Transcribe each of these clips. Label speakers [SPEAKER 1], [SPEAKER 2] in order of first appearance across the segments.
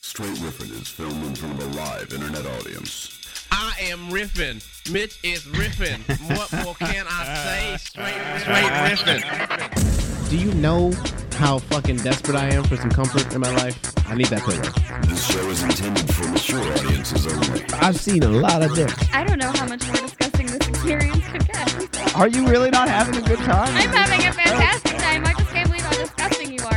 [SPEAKER 1] Straight Riffin is filmed in front of a live internet audience.
[SPEAKER 2] I am riffing. Mitch is riffing. what more can I say? Straight, straight riffing.
[SPEAKER 3] Do you know how fucking desperate I am for some comfort in my life? I need that pillow.
[SPEAKER 1] This show is intended for mature audiences only.
[SPEAKER 3] I've seen a lot of dick.
[SPEAKER 4] I don't know how much more disgusting this experience could get.
[SPEAKER 5] Are you really not having a good time?
[SPEAKER 4] I'm having a fantastic time. I just can't believe how disgusting you
[SPEAKER 3] I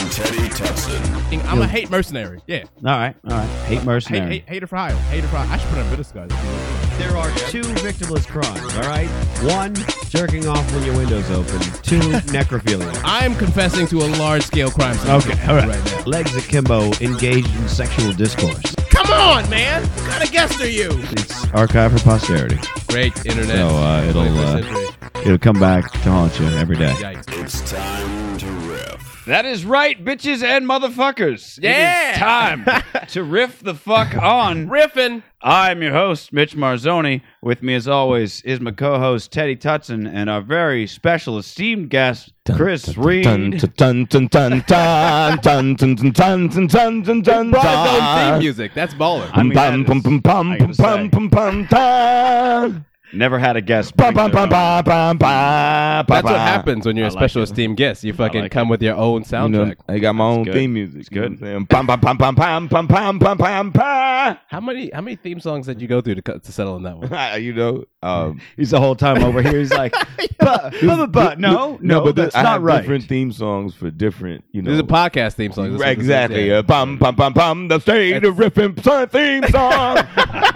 [SPEAKER 1] And Teddy Tutson.
[SPEAKER 6] I'm a hate mercenary. Yeah.
[SPEAKER 5] All right, all right. Hate
[SPEAKER 6] Hate,
[SPEAKER 5] mercenary.
[SPEAKER 6] hate, hater for hire. Hater for hire. I should put on bitter skies.
[SPEAKER 5] There are two victimless crimes. All right, one jerking off when your window's open. Two necrophilia.
[SPEAKER 6] I am confessing to a large scale crime.
[SPEAKER 5] Okay, all right. Legs akimbo, engaged in sexual discourse.
[SPEAKER 6] Come on, man. What kind of guest are you?
[SPEAKER 5] It's archived for posterity.
[SPEAKER 6] Great internet.
[SPEAKER 5] So, uh, it'll,
[SPEAKER 6] 21st
[SPEAKER 5] uh,
[SPEAKER 6] century.
[SPEAKER 5] It'll come back to haunt you every day.
[SPEAKER 6] Yikes.
[SPEAKER 1] It's time to riff.
[SPEAKER 7] That is right, bitches and motherfuckers. It
[SPEAKER 6] Yeah.
[SPEAKER 7] is time to riff the fuck on.
[SPEAKER 6] Riffing.
[SPEAKER 7] I'm your host, Mitch Marzoni. With me, as always, is my co host, Teddy Tutson, and our very special esteemed guest, Chris Reed.
[SPEAKER 6] Brought his own theme music. That's baller.
[SPEAKER 7] I mean, that is- I gotta say, Never had a guest. bring their own.
[SPEAKER 6] That's what happens when you're a
[SPEAKER 7] I like
[SPEAKER 6] special
[SPEAKER 7] it.
[SPEAKER 6] esteemed guest. You fucking
[SPEAKER 7] like
[SPEAKER 6] come with your own soundtrack.
[SPEAKER 8] I got my own
[SPEAKER 7] good.
[SPEAKER 8] theme music. It's
[SPEAKER 7] good.
[SPEAKER 6] How many how many theme songs did you go through to, cut- to settle on that one?
[SPEAKER 8] You know, um,
[SPEAKER 5] He's the whole time over here. He's like, but, but, but, no, no, but
[SPEAKER 8] th-
[SPEAKER 5] that's
[SPEAKER 8] I
[SPEAKER 5] not
[SPEAKER 8] have
[SPEAKER 5] right.
[SPEAKER 8] Different theme songs for different, you know.
[SPEAKER 6] There's a podcast theme song. That's what this is,
[SPEAKER 8] Exactly.
[SPEAKER 6] yeah.
[SPEAKER 8] Uh, bum bum bum bum. The state of riffing son- theme song.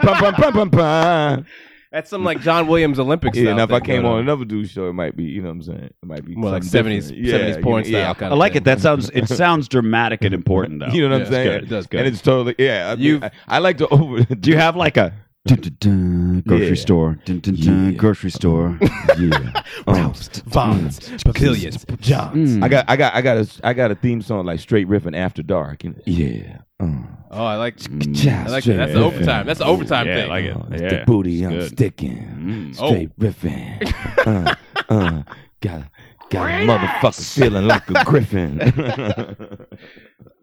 [SPEAKER 8] bum bum bum bum bum.
[SPEAKER 6] That's some like John Williams Olympic
[SPEAKER 8] Yeah.
[SPEAKER 6] style
[SPEAKER 8] Now, if I
[SPEAKER 6] thing
[SPEAKER 8] came
[SPEAKER 6] going
[SPEAKER 8] on another dude's show, it might be, you know, what I'm saying, it might be
[SPEAKER 6] more like
[SPEAKER 8] something
[SPEAKER 6] seventies
[SPEAKER 8] different. Yeah,
[SPEAKER 6] seventies porn
[SPEAKER 8] you know,
[SPEAKER 6] style.
[SPEAKER 8] yeah.
[SPEAKER 6] Kind
[SPEAKER 7] I
[SPEAKER 6] of
[SPEAKER 7] like
[SPEAKER 6] thing.
[SPEAKER 7] it. That sounds it sounds dramatic and important though.
[SPEAKER 8] You know what
[SPEAKER 6] Yeah,
[SPEAKER 8] I'm
[SPEAKER 6] it's
[SPEAKER 8] saying?
[SPEAKER 6] good. It does good.
[SPEAKER 8] And it's totally yeah. I, mean,
[SPEAKER 6] You've-
[SPEAKER 8] I, I like to over.
[SPEAKER 7] Do you have like a dun, dun, dun, grocery
[SPEAKER 8] Yeah.
[SPEAKER 7] store? Dun, dun, dun, Grocery store. yeah. Oh.
[SPEAKER 6] Vons, Pavilions, Johns.
[SPEAKER 7] Hmm.
[SPEAKER 8] I got I got I got a I got a theme song like straight riffing after dark. You know?
[SPEAKER 7] Yeah.
[SPEAKER 8] uh.
[SPEAKER 6] Oh, I like.
[SPEAKER 8] Mm.
[SPEAKER 7] Yeah.
[SPEAKER 6] I like that. That's the overtime. That's the overtime
[SPEAKER 7] Yeah, I
[SPEAKER 6] thing.
[SPEAKER 7] like it.
[SPEAKER 8] Uh, It's
[SPEAKER 7] Yeah.
[SPEAKER 8] the booty I'm
[SPEAKER 7] good.
[SPEAKER 8] sticking.
[SPEAKER 6] Oh.
[SPEAKER 8] Straight riffing. uh, uh, got, got a motherfucker feeling like a griffin.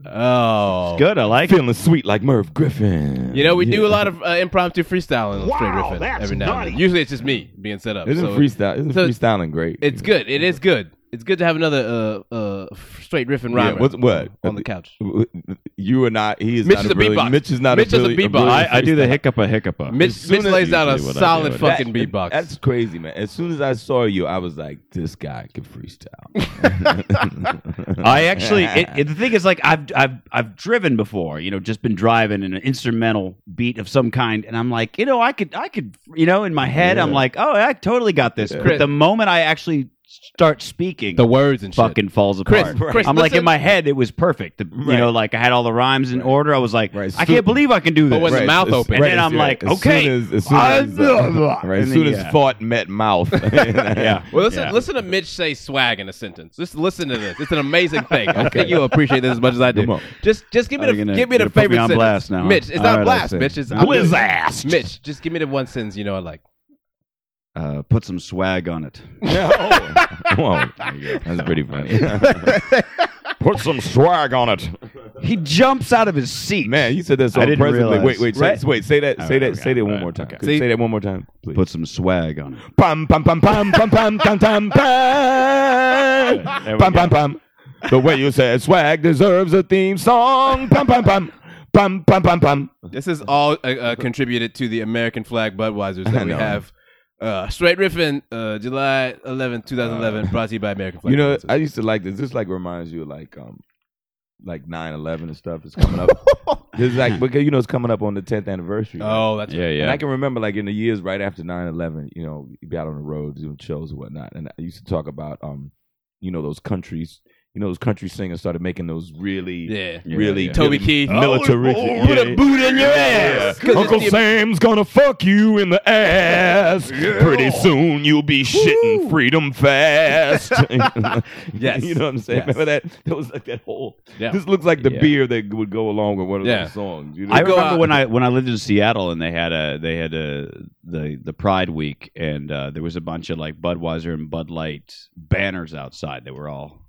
[SPEAKER 6] Oh,
[SPEAKER 7] Good. I like it.
[SPEAKER 8] feeling sweet like Merv Griffin.
[SPEAKER 6] You know, we do
[SPEAKER 8] Yeah.
[SPEAKER 6] a lot of uh, impromptu freestyling on Straight Riffin every now and then. Usually it's just me being set up.
[SPEAKER 8] Isn't
[SPEAKER 6] so
[SPEAKER 8] freestyle? Isn't
[SPEAKER 6] so-
[SPEAKER 8] freestyling great?
[SPEAKER 6] It's good. It is good. It's good to have another uh, uh, f- Straight Riffin
[SPEAKER 8] Yeah,
[SPEAKER 6] rhyme
[SPEAKER 8] what's- what?
[SPEAKER 6] on the couch.
[SPEAKER 8] You are not. He is
[SPEAKER 6] Mitch
[SPEAKER 8] not
[SPEAKER 6] is
[SPEAKER 8] a
[SPEAKER 6] a
[SPEAKER 8] really,
[SPEAKER 6] beatbox.
[SPEAKER 8] Mitch is not
[SPEAKER 6] Mitch
[SPEAKER 8] a
[SPEAKER 6] is a
[SPEAKER 8] really,
[SPEAKER 6] beatbox.
[SPEAKER 8] really
[SPEAKER 7] I, I do the
[SPEAKER 8] freestyler.
[SPEAKER 7] hiccup a hiccup.
[SPEAKER 8] As
[SPEAKER 6] Mitch,
[SPEAKER 8] soon
[SPEAKER 6] Mitch
[SPEAKER 8] as-
[SPEAKER 6] lays down a
[SPEAKER 7] usually what I do,
[SPEAKER 6] solid
[SPEAKER 7] but
[SPEAKER 6] fucking
[SPEAKER 8] That-
[SPEAKER 6] beatbox.
[SPEAKER 8] That's crazy, man. As soon as I saw you, I was like, this guy can freestyle.
[SPEAKER 7] I actually it, it- the thing is like I've I've I've driven before, you know, just been driving in an instrumental beat of some kind, and I'm like, you know, I could I could you know, in my head, I'm like, oh, I totally got this. But
[SPEAKER 6] Chris-
[SPEAKER 7] the moment I actually start speaking,
[SPEAKER 6] the words and shit.
[SPEAKER 7] fucking falls
[SPEAKER 6] Chris,
[SPEAKER 7] apart.
[SPEAKER 6] Chris,
[SPEAKER 7] I'm like
[SPEAKER 6] listen-
[SPEAKER 7] in my head, it was perfect. The- You
[SPEAKER 8] Right.
[SPEAKER 7] know, like I had all the rhymes in order. I was like,
[SPEAKER 8] Right.
[SPEAKER 7] I can't believe I can do this.
[SPEAKER 6] But when the
[SPEAKER 8] Right,
[SPEAKER 6] mouth
[SPEAKER 8] as-
[SPEAKER 6] open,
[SPEAKER 7] And then I'm
[SPEAKER 8] yeah,
[SPEAKER 7] like,
[SPEAKER 8] as
[SPEAKER 7] okay,
[SPEAKER 8] Soon as, as soon
[SPEAKER 7] I-
[SPEAKER 8] as, uh, right, as
[SPEAKER 7] And
[SPEAKER 8] soon
[SPEAKER 7] then,
[SPEAKER 8] as
[SPEAKER 7] yeah.
[SPEAKER 8] fought met mouth. yeah.
[SPEAKER 6] Well, listen,
[SPEAKER 7] Yeah.
[SPEAKER 6] listen to Mitch say swag in a sentence. Just listen to this. It's an amazing thing. I think you'll appreciate this as much as I
[SPEAKER 8] Come
[SPEAKER 6] do.
[SPEAKER 8] on.
[SPEAKER 6] Just, just give me
[SPEAKER 7] Are
[SPEAKER 6] the,
[SPEAKER 7] you gonna-
[SPEAKER 6] give me the
[SPEAKER 7] gonna put me
[SPEAKER 6] favorite
[SPEAKER 7] on
[SPEAKER 6] sentence.
[SPEAKER 7] blast now, huh?
[SPEAKER 6] Mitch, it's
[SPEAKER 7] All
[SPEAKER 6] not
[SPEAKER 7] right,
[SPEAKER 6] blast,
[SPEAKER 7] I see.
[SPEAKER 6] Mitch. It's
[SPEAKER 7] Blizzassed.
[SPEAKER 6] Mitch, just give me the one sentence you know I like.
[SPEAKER 7] uh, put some swag on it.
[SPEAKER 8] oh. Whoa. That's pretty funny. Put some swag on it,
[SPEAKER 7] He jumps out of his seat.
[SPEAKER 8] man. You said that so
[SPEAKER 7] I didn't
[SPEAKER 8] impressively.
[SPEAKER 7] realize.
[SPEAKER 8] Wait, wait, say-
[SPEAKER 7] Right.
[SPEAKER 8] wait. Say that. Say
[SPEAKER 7] right,
[SPEAKER 8] that.
[SPEAKER 7] okay,
[SPEAKER 8] say that
[SPEAKER 7] all
[SPEAKER 8] one
[SPEAKER 7] right,
[SPEAKER 8] more time.
[SPEAKER 7] okay.
[SPEAKER 8] Say that one more time, please.
[SPEAKER 7] Put some swag on it.
[SPEAKER 8] Pum pum pum pum pum pum pum pum pum
[SPEAKER 7] we
[SPEAKER 8] pum
[SPEAKER 7] go.
[SPEAKER 8] pum pum. The way you said swag deserves a theme song. Pum pum pum pum pum pum pum.
[SPEAKER 6] This is all uh, uh, contributed to the American flag Budweisers that we have. Uh, Straight Riffin, uh, July 11,
[SPEAKER 7] Uh,
[SPEAKER 6] 2011, brought to you by American Flag.
[SPEAKER 8] You know,
[SPEAKER 6] Budweiser.
[SPEAKER 8] I used to like this. This like reminds you of like um like 9-11 and stuff is coming up. this is like because you know it's coming up on the tenth anniversary.
[SPEAKER 6] oh, that's
[SPEAKER 7] Yeah,
[SPEAKER 8] And
[SPEAKER 7] yeah.
[SPEAKER 8] I can remember, like in the years right after 9-11, you know, you'd be out on the road doing shows and whatnot, and I used to talk about, um, you know, those countries, you know, those country singers started making those really,
[SPEAKER 6] Yeah.
[SPEAKER 8] really Oh,
[SPEAKER 7] Yeah. Oh.
[SPEAKER 6] Toby Keith. Oh,
[SPEAKER 8] military.
[SPEAKER 6] Put a boot in your ass. 'Cause
[SPEAKER 8] Uncle
[SPEAKER 6] it's the-
[SPEAKER 8] Sam's gonna fuck you in the ass. Pretty soon you'll be shitting freedom fast.
[SPEAKER 6] Yes.
[SPEAKER 8] you know what I'm saying.
[SPEAKER 6] Yes.
[SPEAKER 8] Remember that? That was like that whole.
[SPEAKER 6] Yeah.
[SPEAKER 8] This looks like the
[SPEAKER 7] Yeah.
[SPEAKER 8] beer that would go along with one of
[SPEAKER 6] Yeah.
[SPEAKER 8] those songs. You know?
[SPEAKER 7] I
[SPEAKER 6] go
[SPEAKER 7] remember
[SPEAKER 6] out-
[SPEAKER 7] when I when I lived in Seattle and they had a they had a the the Pride Week and uh, there was a bunch of like Budweiser and Bud Light banners outside that were all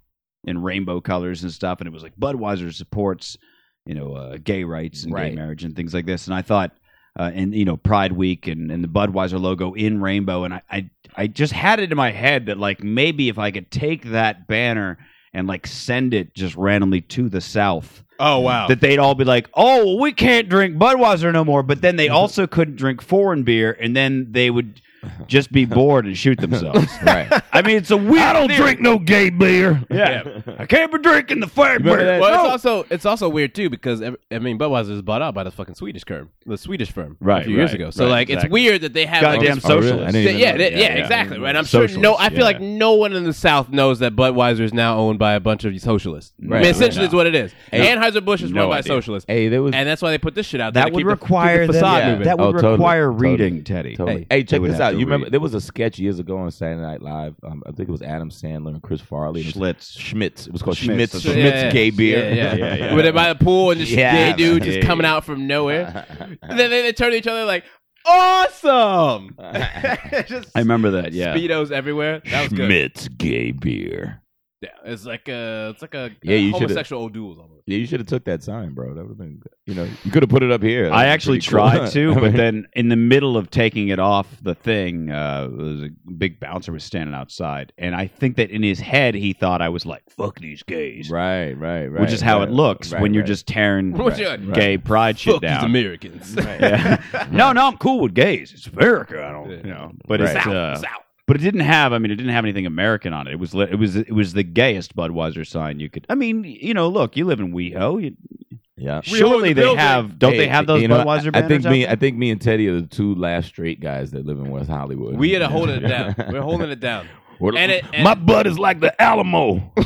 [SPEAKER 7] in rainbow colors and stuff and it was like Budweiser supports you know uh, gay rights and
[SPEAKER 6] Right.
[SPEAKER 7] gay marriage and things like this and I thought uh, and you know Pride Week and, and the Budweiser logo in rainbow and I, I I just had it in my head that like maybe if I could take that banner and like send it just randomly to the South
[SPEAKER 6] Oh wow.
[SPEAKER 7] that they'd all be like, "Oh, well, we can't drink Budweiser no more." But then they also couldn't drink foreign beer, and then they would just be bored and shoot themselves. right. I mean, it's a weird. I don't drink no gay beer. Yeah. I can't be drinking the fair
[SPEAKER 8] remember
[SPEAKER 7] beer.
[SPEAKER 8] that?
[SPEAKER 6] Well,
[SPEAKER 7] No.
[SPEAKER 6] it's also it's also weird too because ev- I mean Budweiser is bought out by the fucking Swedish firm, the Swedish firm,
[SPEAKER 7] Right,
[SPEAKER 6] A few years
[SPEAKER 7] right,
[SPEAKER 6] ago, so
[SPEAKER 7] right,
[SPEAKER 6] like it's
[SPEAKER 7] exactly.
[SPEAKER 6] weird that they have like,
[SPEAKER 7] Goddamn
[SPEAKER 6] this-
[SPEAKER 8] Oh, really?
[SPEAKER 7] socialists.
[SPEAKER 8] I didn't even
[SPEAKER 6] yeah,
[SPEAKER 8] know
[SPEAKER 6] yeah,
[SPEAKER 8] that.
[SPEAKER 6] yeah, exactly. Right. I'm sure. No,
[SPEAKER 7] Socialists,
[SPEAKER 6] I feel
[SPEAKER 7] yeah.
[SPEAKER 6] like no one in the South knows that Budweiser is now owned by a bunch of socialists.
[SPEAKER 8] Right,
[SPEAKER 6] I mean,
[SPEAKER 8] right.
[SPEAKER 6] essentially,
[SPEAKER 7] No.
[SPEAKER 6] is what it is. Anheuser Busch is
[SPEAKER 7] No
[SPEAKER 6] run by
[SPEAKER 7] idea.
[SPEAKER 6] socialists,
[SPEAKER 8] Hey, there was.
[SPEAKER 6] and that's why they put this shit out. there
[SPEAKER 7] That
[SPEAKER 6] to
[SPEAKER 7] would
[SPEAKER 6] keep the- keep the
[SPEAKER 7] required
[SPEAKER 6] facade
[SPEAKER 7] them,
[SPEAKER 6] moving.
[SPEAKER 7] that
[SPEAKER 8] Oh,
[SPEAKER 7] would
[SPEAKER 8] totally,
[SPEAKER 7] require
[SPEAKER 8] totally,
[SPEAKER 7] reading, Teddy.
[SPEAKER 8] Hey,
[SPEAKER 7] They
[SPEAKER 8] check
[SPEAKER 7] would
[SPEAKER 8] this
[SPEAKER 7] have
[SPEAKER 8] out.
[SPEAKER 7] to
[SPEAKER 8] You remember
[SPEAKER 7] read.
[SPEAKER 8] there was a sketch years ago on Saturday Night Live. Um, I think it was Adam Sandler and Chris Farley. It was
[SPEAKER 7] Schlitz?
[SPEAKER 8] Schmitz. It was called
[SPEAKER 7] Schmitz,
[SPEAKER 8] Schmitz.
[SPEAKER 7] that's
[SPEAKER 8] Schmitz,
[SPEAKER 7] right.
[SPEAKER 8] gay beer.
[SPEAKER 6] Yeah, yeah, yeah.
[SPEAKER 7] yeah.
[SPEAKER 6] Where they're by the pool and just
[SPEAKER 7] Yeah,
[SPEAKER 6] gay dude
[SPEAKER 7] yeah,
[SPEAKER 6] just
[SPEAKER 7] yeah.
[SPEAKER 6] coming out from nowhere. and then they, they turn to each other like, awesome! just
[SPEAKER 7] I remember that. Yeah.
[SPEAKER 6] speedos everywhere. That was good.
[SPEAKER 8] Schmitz gay beer.
[SPEAKER 6] Yeah, it's like a it's like a
[SPEAKER 8] Yeah,
[SPEAKER 6] a
[SPEAKER 8] you should've-
[SPEAKER 6] homosexual duels almost.
[SPEAKER 8] Yeah, you should have took that sign, bro. That would have been, you know, you could have put it up here.
[SPEAKER 7] I actually tried to, but then in the middle of taking it off the thing, uh, was a big bouncer was standing outside, and I think that in his head he thought I was like "fuck these gays,"
[SPEAKER 8] right, right, right,
[SPEAKER 7] which is how
[SPEAKER 8] right,
[SPEAKER 7] it looks
[SPEAKER 8] right,
[SPEAKER 7] when you're
[SPEAKER 8] right.
[SPEAKER 7] just tearing
[SPEAKER 6] What you like?
[SPEAKER 7] gay pride shit
[SPEAKER 6] Fuck these
[SPEAKER 7] down.
[SPEAKER 6] Americans.
[SPEAKER 7] Yeah. no, no, I'm cool with gays. It's America. I don't, you know, but
[SPEAKER 8] Right.
[SPEAKER 7] it's uh, but it didn't have. I mean, it didn't have anything American on it. It was li- it was it was the gayest Budweiser sign you could. I mean, you know, look, you live in WeHo. You,
[SPEAKER 8] yeah.
[SPEAKER 7] surely they have. Don't they
[SPEAKER 8] Hey,
[SPEAKER 7] have those
[SPEAKER 8] you know,
[SPEAKER 7] Budweiser?
[SPEAKER 8] I, I think
[SPEAKER 7] banners out
[SPEAKER 8] me,
[SPEAKER 7] there?
[SPEAKER 8] I think me and Teddy are the two last straight guys that live in West Hollywood.
[SPEAKER 6] We had to hold it down. We're holding it down.
[SPEAKER 8] We're-
[SPEAKER 6] And it- and-
[SPEAKER 8] my butt is like the Alamo.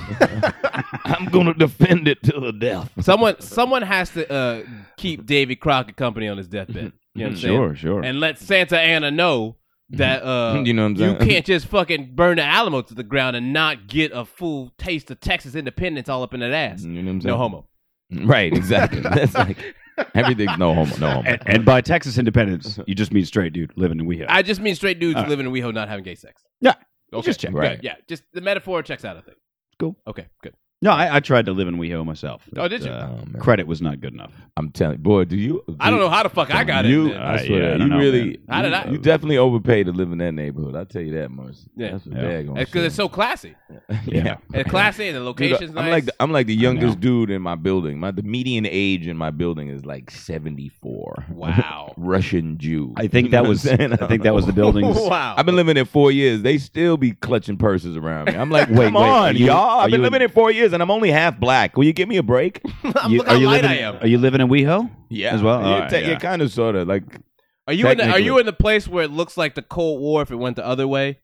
[SPEAKER 8] I'm gonna defend it to the death.
[SPEAKER 6] Someone someone has to uh, keep Davy Crockett company on his deathbed. You know what I'm saying?
[SPEAKER 8] Sure, sure.
[SPEAKER 6] And let Santa Ana know that uh,
[SPEAKER 8] You know what I'm saying?
[SPEAKER 6] you can't just fucking burn the Alamo to the ground and not get a full taste of Texas independence all up in that ass.
[SPEAKER 8] you know what I'm saying?
[SPEAKER 6] No homo.
[SPEAKER 8] Right, exactly. That's like everything's no homo, no homo.
[SPEAKER 7] and, and by Texas independence, you just mean straight dude living in WeHo.
[SPEAKER 6] I just mean straight dudes
[SPEAKER 7] All right.
[SPEAKER 6] living in WeHo not having gay sex.
[SPEAKER 7] Yeah.
[SPEAKER 6] Okay.
[SPEAKER 7] Just check.
[SPEAKER 6] Good.
[SPEAKER 8] Right.
[SPEAKER 6] Yeah. Just the metaphor checks out. I think.
[SPEAKER 7] Cool.
[SPEAKER 6] Okay. Good.
[SPEAKER 7] No, I, I tried to live in WeHo myself.
[SPEAKER 6] Oh, did you?
[SPEAKER 7] uh,
[SPEAKER 8] Oh, man.
[SPEAKER 7] credit was not good enough.
[SPEAKER 8] I'm telling you, boy, do you?
[SPEAKER 6] I don't know how the fuck I got it.
[SPEAKER 8] you,
[SPEAKER 6] man.
[SPEAKER 7] Uh,
[SPEAKER 8] I swear,
[SPEAKER 7] yeah, I
[SPEAKER 8] you
[SPEAKER 7] don't know,
[SPEAKER 8] really.
[SPEAKER 7] man.
[SPEAKER 6] How did I-
[SPEAKER 8] You definitely overpaid to live in that neighborhood. I will tell you that much.
[SPEAKER 6] Yeah.
[SPEAKER 8] that's a
[SPEAKER 7] Yeah.
[SPEAKER 8] bag on.
[SPEAKER 6] It's because it's so classy.
[SPEAKER 7] Yeah.
[SPEAKER 6] It's classy and the
[SPEAKER 8] Dude,
[SPEAKER 6] location's
[SPEAKER 8] I'm
[SPEAKER 6] nice.
[SPEAKER 8] like the, I'm like the
[SPEAKER 7] know.
[SPEAKER 8] youngest dude in my building. My the median age in my building is like 74.
[SPEAKER 6] wow.
[SPEAKER 8] Russian Jew.
[SPEAKER 7] I think
[SPEAKER 8] You know
[SPEAKER 7] that was
[SPEAKER 8] what I'm saying?
[SPEAKER 7] I think that was the building's
[SPEAKER 6] wow.
[SPEAKER 8] I've been living there four years. They still be clutching purses around me. I'm like,
[SPEAKER 7] Wait,
[SPEAKER 8] come
[SPEAKER 7] wait, are
[SPEAKER 8] on,
[SPEAKER 7] you-
[SPEAKER 8] y'all.
[SPEAKER 7] are
[SPEAKER 8] I've been
[SPEAKER 7] you in-
[SPEAKER 8] living there four years, and I'm only half black. Will you give me a break?
[SPEAKER 6] I'm,
[SPEAKER 7] You-
[SPEAKER 6] look how light
[SPEAKER 7] living,
[SPEAKER 6] I am.
[SPEAKER 7] Are you living in WeHo? As well. All
[SPEAKER 8] You're,
[SPEAKER 7] right,
[SPEAKER 8] te-
[SPEAKER 7] yeah.
[SPEAKER 8] you're kind of sort of like
[SPEAKER 6] Are you in the, are you
[SPEAKER 8] Technically.
[SPEAKER 6] in the place where it looks like the Cold War if it went the other way?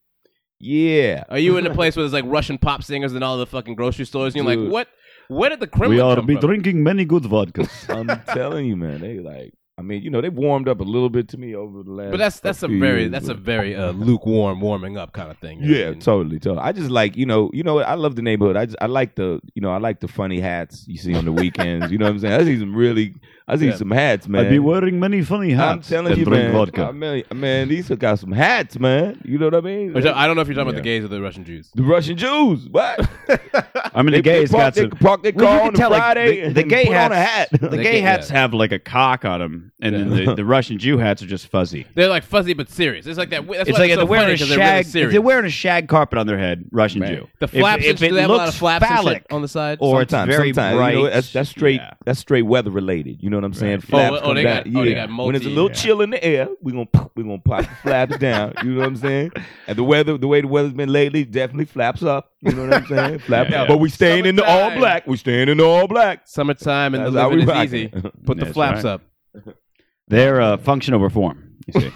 [SPEAKER 8] Yeah.
[SPEAKER 6] Are you in the place where there's like Russian pop singers in all the fucking grocery stores? And you're
[SPEAKER 8] Dude.
[SPEAKER 6] like, what? Where did the Kremlin come from?
[SPEAKER 7] drinking many good vodkas.
[SPEAKER 8] I'm telling you, man. They like I mean, you know, they warmed up a little bit to me over the last
[SPEAKER 6] But that's that's a
[SPEAKER 8] few
[SPEAKER 6] very
[SPEAKER 8] years,
[SPEAKER 6] that's a
[SPEAKER 8] but-
[SPEAKER 6] very uh, lukewarm warming up kind of thing. you know what
[SPEAKER 8] Yeah,
[SPEAKER 6] I mean?
[SPEAKER 8] totally, totally. I just like, you know, you know what? I love the neighborhood. I just, I like the, you know, I like the funny hats you see on the weekends. you know what I'm saying? I see some really, I see
[SPEAKER 6] Yeah.
[SPEAKER 8] some hats, man.
[SPEAKER 7] wearing many funny
[SPEAKER 8] I'm telling you, man. I mean, man, these got some hats, man. You know what I mean?
[SPEAKER 6] Or so- I don't know if you're talking about the
[SPEAKER 8] Yeah.
[SPEAKER 6] gays or the Russian Jews.
[SPEAKER 8] the Russian Jews, what?
[SPEAKER 7] I mean, the gays
[SPEAKER 8] park
[SPEAKER 7] got
[SPEAKER 8] their-
[SPEAKER 7] some.
[SPEAKER 8] park their
[SPEAKER 7] Well,
[SPEAKER 8] car
[SPEAKER 7] you
[SPEAKER 8] on
[SPEAKER 7] can
[SPEAKER 8] a
[SPEAKER 7] tell, like,
[SPEAKER 8] Friday.
[SPEAKER 7] the,
[SPEAKER 8] and
[SPEAKER 7] the gay
[SPEAKER 8] put
[SPEAKER 7] hats
[SPEAKER 8] on a hat.
[SPEAKER 7] The gay
[SPEAKER 6] get-
[SPEAKER 7] hats
[SPEAKER 6] yeah.
[SPEAKER 7] have like a cock on them, and then the, the Russian Jew hats are just fuzzy.
[SPEAKER 6] They're like fuzzy but serious. It's like that. That's
[SPEAKER 7] it's
[SPEAKER 6] why
[SPEAKER 7] like
[SPEAKER 6] it's so
[SPEAKER 7] they're wearing
[SPEAKER 6] funny 'cause
[SPEAKER 7] a shag.
[SPEAKER 6] They're really
[SPEAKER 7] if
[SPEAKER 6] serious.
[SPEAKER 7] they're wearing a shag carpet on their head, Russian Jew.
[SPEAKER 6] the
[SPEAKER 7] If-
[SPEAKER 6] flaps,
[SPEAKER 7] if,
[SPEAKER 6] do
[SPEAKER 7] it
[SPEAKER 6] they have a lot
[SPEAKER 7] looks
[SPEAKER 6] of flaps and shit
[SPEAKER 7] phallic,
[SPEAKER 6] on the side.
[SPEAKER 7] or it's
[SPEAKER 8] sometimes,
[SPEAKER 7] very
[SPEAKER 8] sometimes.
[SPEAKER 7] bright.
[SPEAKER 8] You know, that's, that's straight.
[SPEAKER 7] Yeah.
[SPEAKER 8] That's straight weather related. You know what I'm saying?
[SPEAKER 6] Right.
[SPEAKER 8] Flaps
[SPEAKER 6] Oh, oh,
[SPEAKER 8] come
[SPEAKER 6] they
[SPEAKER 8] down.
[SPEAKER 6] got- oh, they
[SPEAKER 8] Yeah.
[SPEAKER 6] got
[SPEAKER 8] when there's
[SPEAKER 6] multi-
[SPEAKER 8] a little
[SPEAKER 6] yeah.
[SPEAKER 8] chill in the air, we gonna we gonna pop the flaps down. You know what I'm saying? And the weather, the way the weather's been lately, definitely flaps up. You know what I'm saying? Flaps.
[SPEAKER 7] Yeah.
[SPEAKER 8] But we staying in the all
[SPEAKER 6] Summertime.
[SPEAKER 8] black. We staying in the all black.
[SPEAKER 6] Summertime and the
[SPEAKER 8] That's how
[SPEAKER 6] living
[SPEAKER 8] we
[SPEAKER 6] is
[SPEAKER 8] rock
[SPEAKER 6] easy.
[SPEAKER 8] it.
[SPEAKER 6] Put the
[SPEAKER 7] That's
[SPEAKER 6] flaps
[SPEAKER 7] right.
[SPEAKER 6] up.
[SPEAKER 7] They're uh, function over form. You see.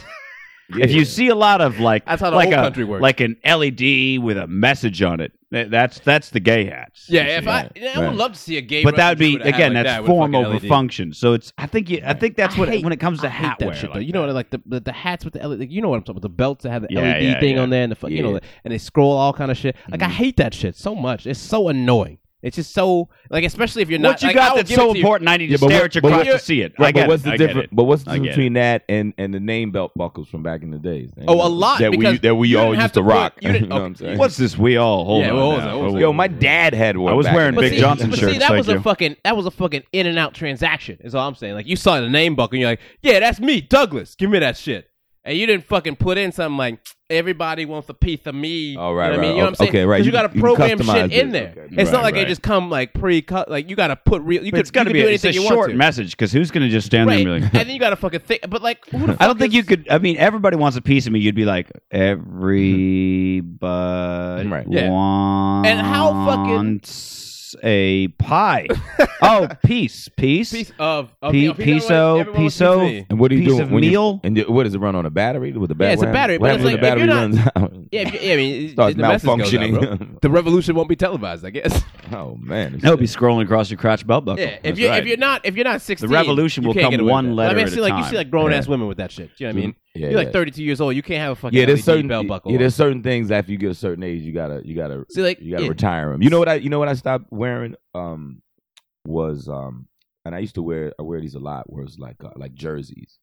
[SPEAKER 7] If you see a lot of like
[SPEAKER 6] That's how the
[SPEAKER 7] like
[SPEAKER 6] whole
[SPEAKER 7] a-
[SPEAKER 6] country works.
[SPEAKER 7] like an LED with a message on it, that- that's that's the gay hats.
[SPEAKER 6] Yeah, if I,
[SPEAKER 8] Yeah,
[SPEAKER 6] I
[SPEAKER 8] right.
[SPEAKER 6] would love to see a gay.
[SPEAKER 7] but that would
[SPEAKER 6] Russian
[SPEAKER 7] be
[SPEAKER 6] dude with a hat
[SPEAKER 7] again
[SPEAKER 6] like
[SPEAKER 7] that's
[SPEAKER 6] that with a
[SPEAKER 7] form
[SPEAKER 6] fucking E
[SPEAKER 7] over
[SPEAKER 9] E
[SPEAKER 6] LED.
[SPEAKER 7] function. So it's I think you I think that's what
[SPEAKER 9] I hate-
[SPEAKER 7] when it comes to
[SPEAKER 9] I hate
[SPEAKER 7] hat
[SPEAKER 9] that
[SPEAKER 7] wear.
[SPEAKER 9] shit, though.
[SPEAKER 7] like
[SPEAKER 9] you know, like the, the the hats with the LED, like, you know what I'm talking about, the belts that have the
[SPEAKER 7] Yeah,
[SPEAKER 9] LED
[SPEAKER 7] yeah,
[SPEAKER 9] thing
[SPEAKER 7] yeah. Mm.
[SPEAKER 9] on there, and the fuck, you know,
[SPEAKER 8] Yeah.
[SPEAKER 9] the- and they scroll all kind of shit. Like I hate that shit so much. It's so annoying. It's just so like, especially if you're not.
[SPEAKER 7] what you
[SPEAKER 9] like, I
[SPEAKER 7] got
[SPEAKER 9] will
[SPEAKER 7] that's
[SPEAKER 9] give it
[SPEAKER 7] so
[SPEAKER 9] to you.
[SPEAKER 7] important? I need to
[SPEAKER 8] Yeah, but
[SPEAKER 7] stare
[SPEAKER 8] what-
[SPEAKER 7] at your
[SPEAKER 8] but
[SPEAKER 7] crotch
[SPEAKER 6] what-
[SPEAKER 7] to see it.
[SPEAKER 8] Right,
[SPEAKER 7] I get
[SPEAKER 8] but what's
[SPEAKER 7] it.
[SPEAKER 8] the
[SPEAKER 7] I get
[SPEAKER 8] difference?
[SPEAKER 7] it.
[SPEAKER 8] But what's the
[SPEAKER 7] I get
[SPEAKER 8] difference between that and and the name belt buckles from back in the days? man?
[SPEAKER 6] Oh, a lot
[SPEAKER 8] that we
[SPEAKER 6] because
[SPEAKER 8] that we
[SPEAKER 6] you
[SPEAKER 8] all
[SPEAKER 6] didn't have
[SPEAKER 8] used to
[SPEAKER 6] to put-
[SPEAKER 8] rock.
[SPEAKER 6] you didn't- oh,
[SPEAKER 8] know what I'm
[SPEAKER 6] okay.
[SPEAKER 8] saying?
[SPEAKER 7] What's this? We all hold
[SPEAKER 6] Yeah,
[SPEAKER 7] on.
[SPEAKER 6] what was
[SPEAKER 7] now.
[SPEAKER 6] it? What was it?
[SPEAKER 8] Yo, my dad had one.
[SPEAKER 7] I was
[SPEAKER 8] back
[SPEAKER 7] wearing
[SPEAKER 8] in the
[SPEAKER 7] Big
[SPEAKER 8] day.
[SPEAKER 7] Johnson
[SPEAKER 9] but
[SPEAKER 7] shirts,
[SPEAKER 9] see, that
[SPEAKER 7] thank
[SPEAKER 9] was
[SPEAKER 7] you.
[SPEAKER 9] a fucking that was a fucking in and out transaction. Is all I'm saying. Like you saw the name book and you're like, yeah, that's me, Douglas. Give me that shit. And you didn't fucking put in something like everybody wants a piece of me.
[SPEAKER 8] Oh,
[SPEAKER 9] You know
[SPEAKER 8] right,
[SPEAKER 9] what I
[SPEAKER 8] right.
[SPEAKER 9] mean, you know what I'm saying?
[SPEAKER 8] Okay, right.
[SPEAKER 9] 'Cause you
[SPEAKER 8] You-
[SPEAKER 9] got to
[SPEAKER 8] you
[SPEAKER 9] program shit
[SPEAKER 8] customized
[SPEAKER 9] in
[SPEAKER 8] it.
[SPEAKER 9] there.
[SPEAKER 8] Okay.
[SPEAKER 9] It's not
[SPEAKER 8] Right,
[SPEAKER 9] like
[SPEAKER 8] right.
[SPEAKER 9] they just come like pre cut. Like you got to put real. You
[SPEAKER 7] But
[SPEAKER 9] could,
[SPEAKER 7] it's got to
[SPEAKER 9] you
[SPEAKER 7] be
[SPEAKER 9] could do
[SPEAKER 7] it's a
[SPEAKER 9] anything you
[SPEAKER 7] short
[SPEAKER 9] want to.
[SPEAKER 7] message because who's going to just stand
[SPEAKER 9] right?
[SPEAKER 7] there and be
[SPEAKER 9] and
[SPEAKER 7] like,
[SPEAKER 9] then you got to fucking think. But like, who the
[SPEAKER 7] I
[SPEAKER 9] fuck
[SPEAKER 7] don't think
[SPEAKER 9] is-
[SPEAKER 7] you could. I mean, everybody wants a piece of me. You'd be like, everybody
[SPEAKER 8] Right.
[SPEAKER 6] Yeah.
[SPEAKER 7] wants
[SPEAKER 9] And how fucking-
[SPEAKER 7] a pie. oh, piece, piece,
[SPEAKER 6] Piece of, of
[SPEAKER 7] P-
[SPEAKER 6] you know, everyone-
[SPEAKER 7] piso-
[SPEAKER 6] everyone was
[SPEAKER 7] piso-
[SPEAKER 6] using me.
[SPEAKER 8] And what do you
[SPEAKER 7] Piece
[SPEAKER 8] do
[SPEAKER 7] of
[SPEAKER 8] when you-
[SPEAKER 7] meal?
[SPEAKER 8] and you- what does it run on a battery? With the
[SPEAKER 9] Yeah, it's a battery, but
[SPEAKER 8] What happens
[SPEAKER 9] it's
[SPEAKER 8] when
[SPEAKER 9] like,
[SPEAKER 8] the
[SPEAKER 9] if
[SPEAKER 8] battery runs out?
[SPEAKER 9] Yeah, if you- yeah, I mean, it-
[SPEAKER 8] Starts
[SPEAKER 9] the message goes out, bro.
[SPEAKER 8] malfunctioning.
[SPEAKER 6] The revolution won't be televised, I guess.
[SPEAKER 8] oh man,
[SPEAKER 7] That would be scrolling across your crotch belt buckle.
[SPEAKER 9] Yeah, if
[SPEAKER 7] That's
[SPEAKER 9] you
[SPEAKER 7] right.
[SPEAKER 9] if you're not if you're not 16,
[SPEAKER 7] revolution
[SPEAKER 9] you
[SPEAKER 7] will
[SPEAKER 9] can't
[SPEAKER 7] come
[SPEAKER 9] get away with
[SPEAKER 7] one
[SPEAKER 9] that.
[SPEAKER 7] letter
[SPEAKER 9] I mean,
[SPEAKER 7] at
[SPEAKER 9] see,
[SPEAKER 7] a
[SPEAKER 9] like
[SPEAKER 7] time. Mm.
[SPEAKER 9] you see like grown ass
[SPEAKER 8] Yeah.
[SPEAKER 9] women with that shit. You know what I mean?
[SPEAKER 8] Yeah,
[SPEAKER 9] you're like
[SPEAKER 8] yeah.
[SPEAKER 9] 32 years old. You can't have a fucking
[SPEAKER 6] E
[SPEAKER 8] yeah, there's
[SPEAKER 9] LED
[SPEAKER 8] certain
[SPEAKER 9] belt buckle.
[SPEAKER 8] Yeah,
[SPEAKER 9] on.
[SPEAKER 8] there's certain things after you get a certain age, you gotta you gotta
[SPEAKER 9] See, like
[SPEAKER 8] you gotta
[SPEAKER 9] yeah.
[SPEAKER 8] retire them. You know what I you know what I stopped wearing um was um and I used to wear I wear these a lot was like uh, like jerseys,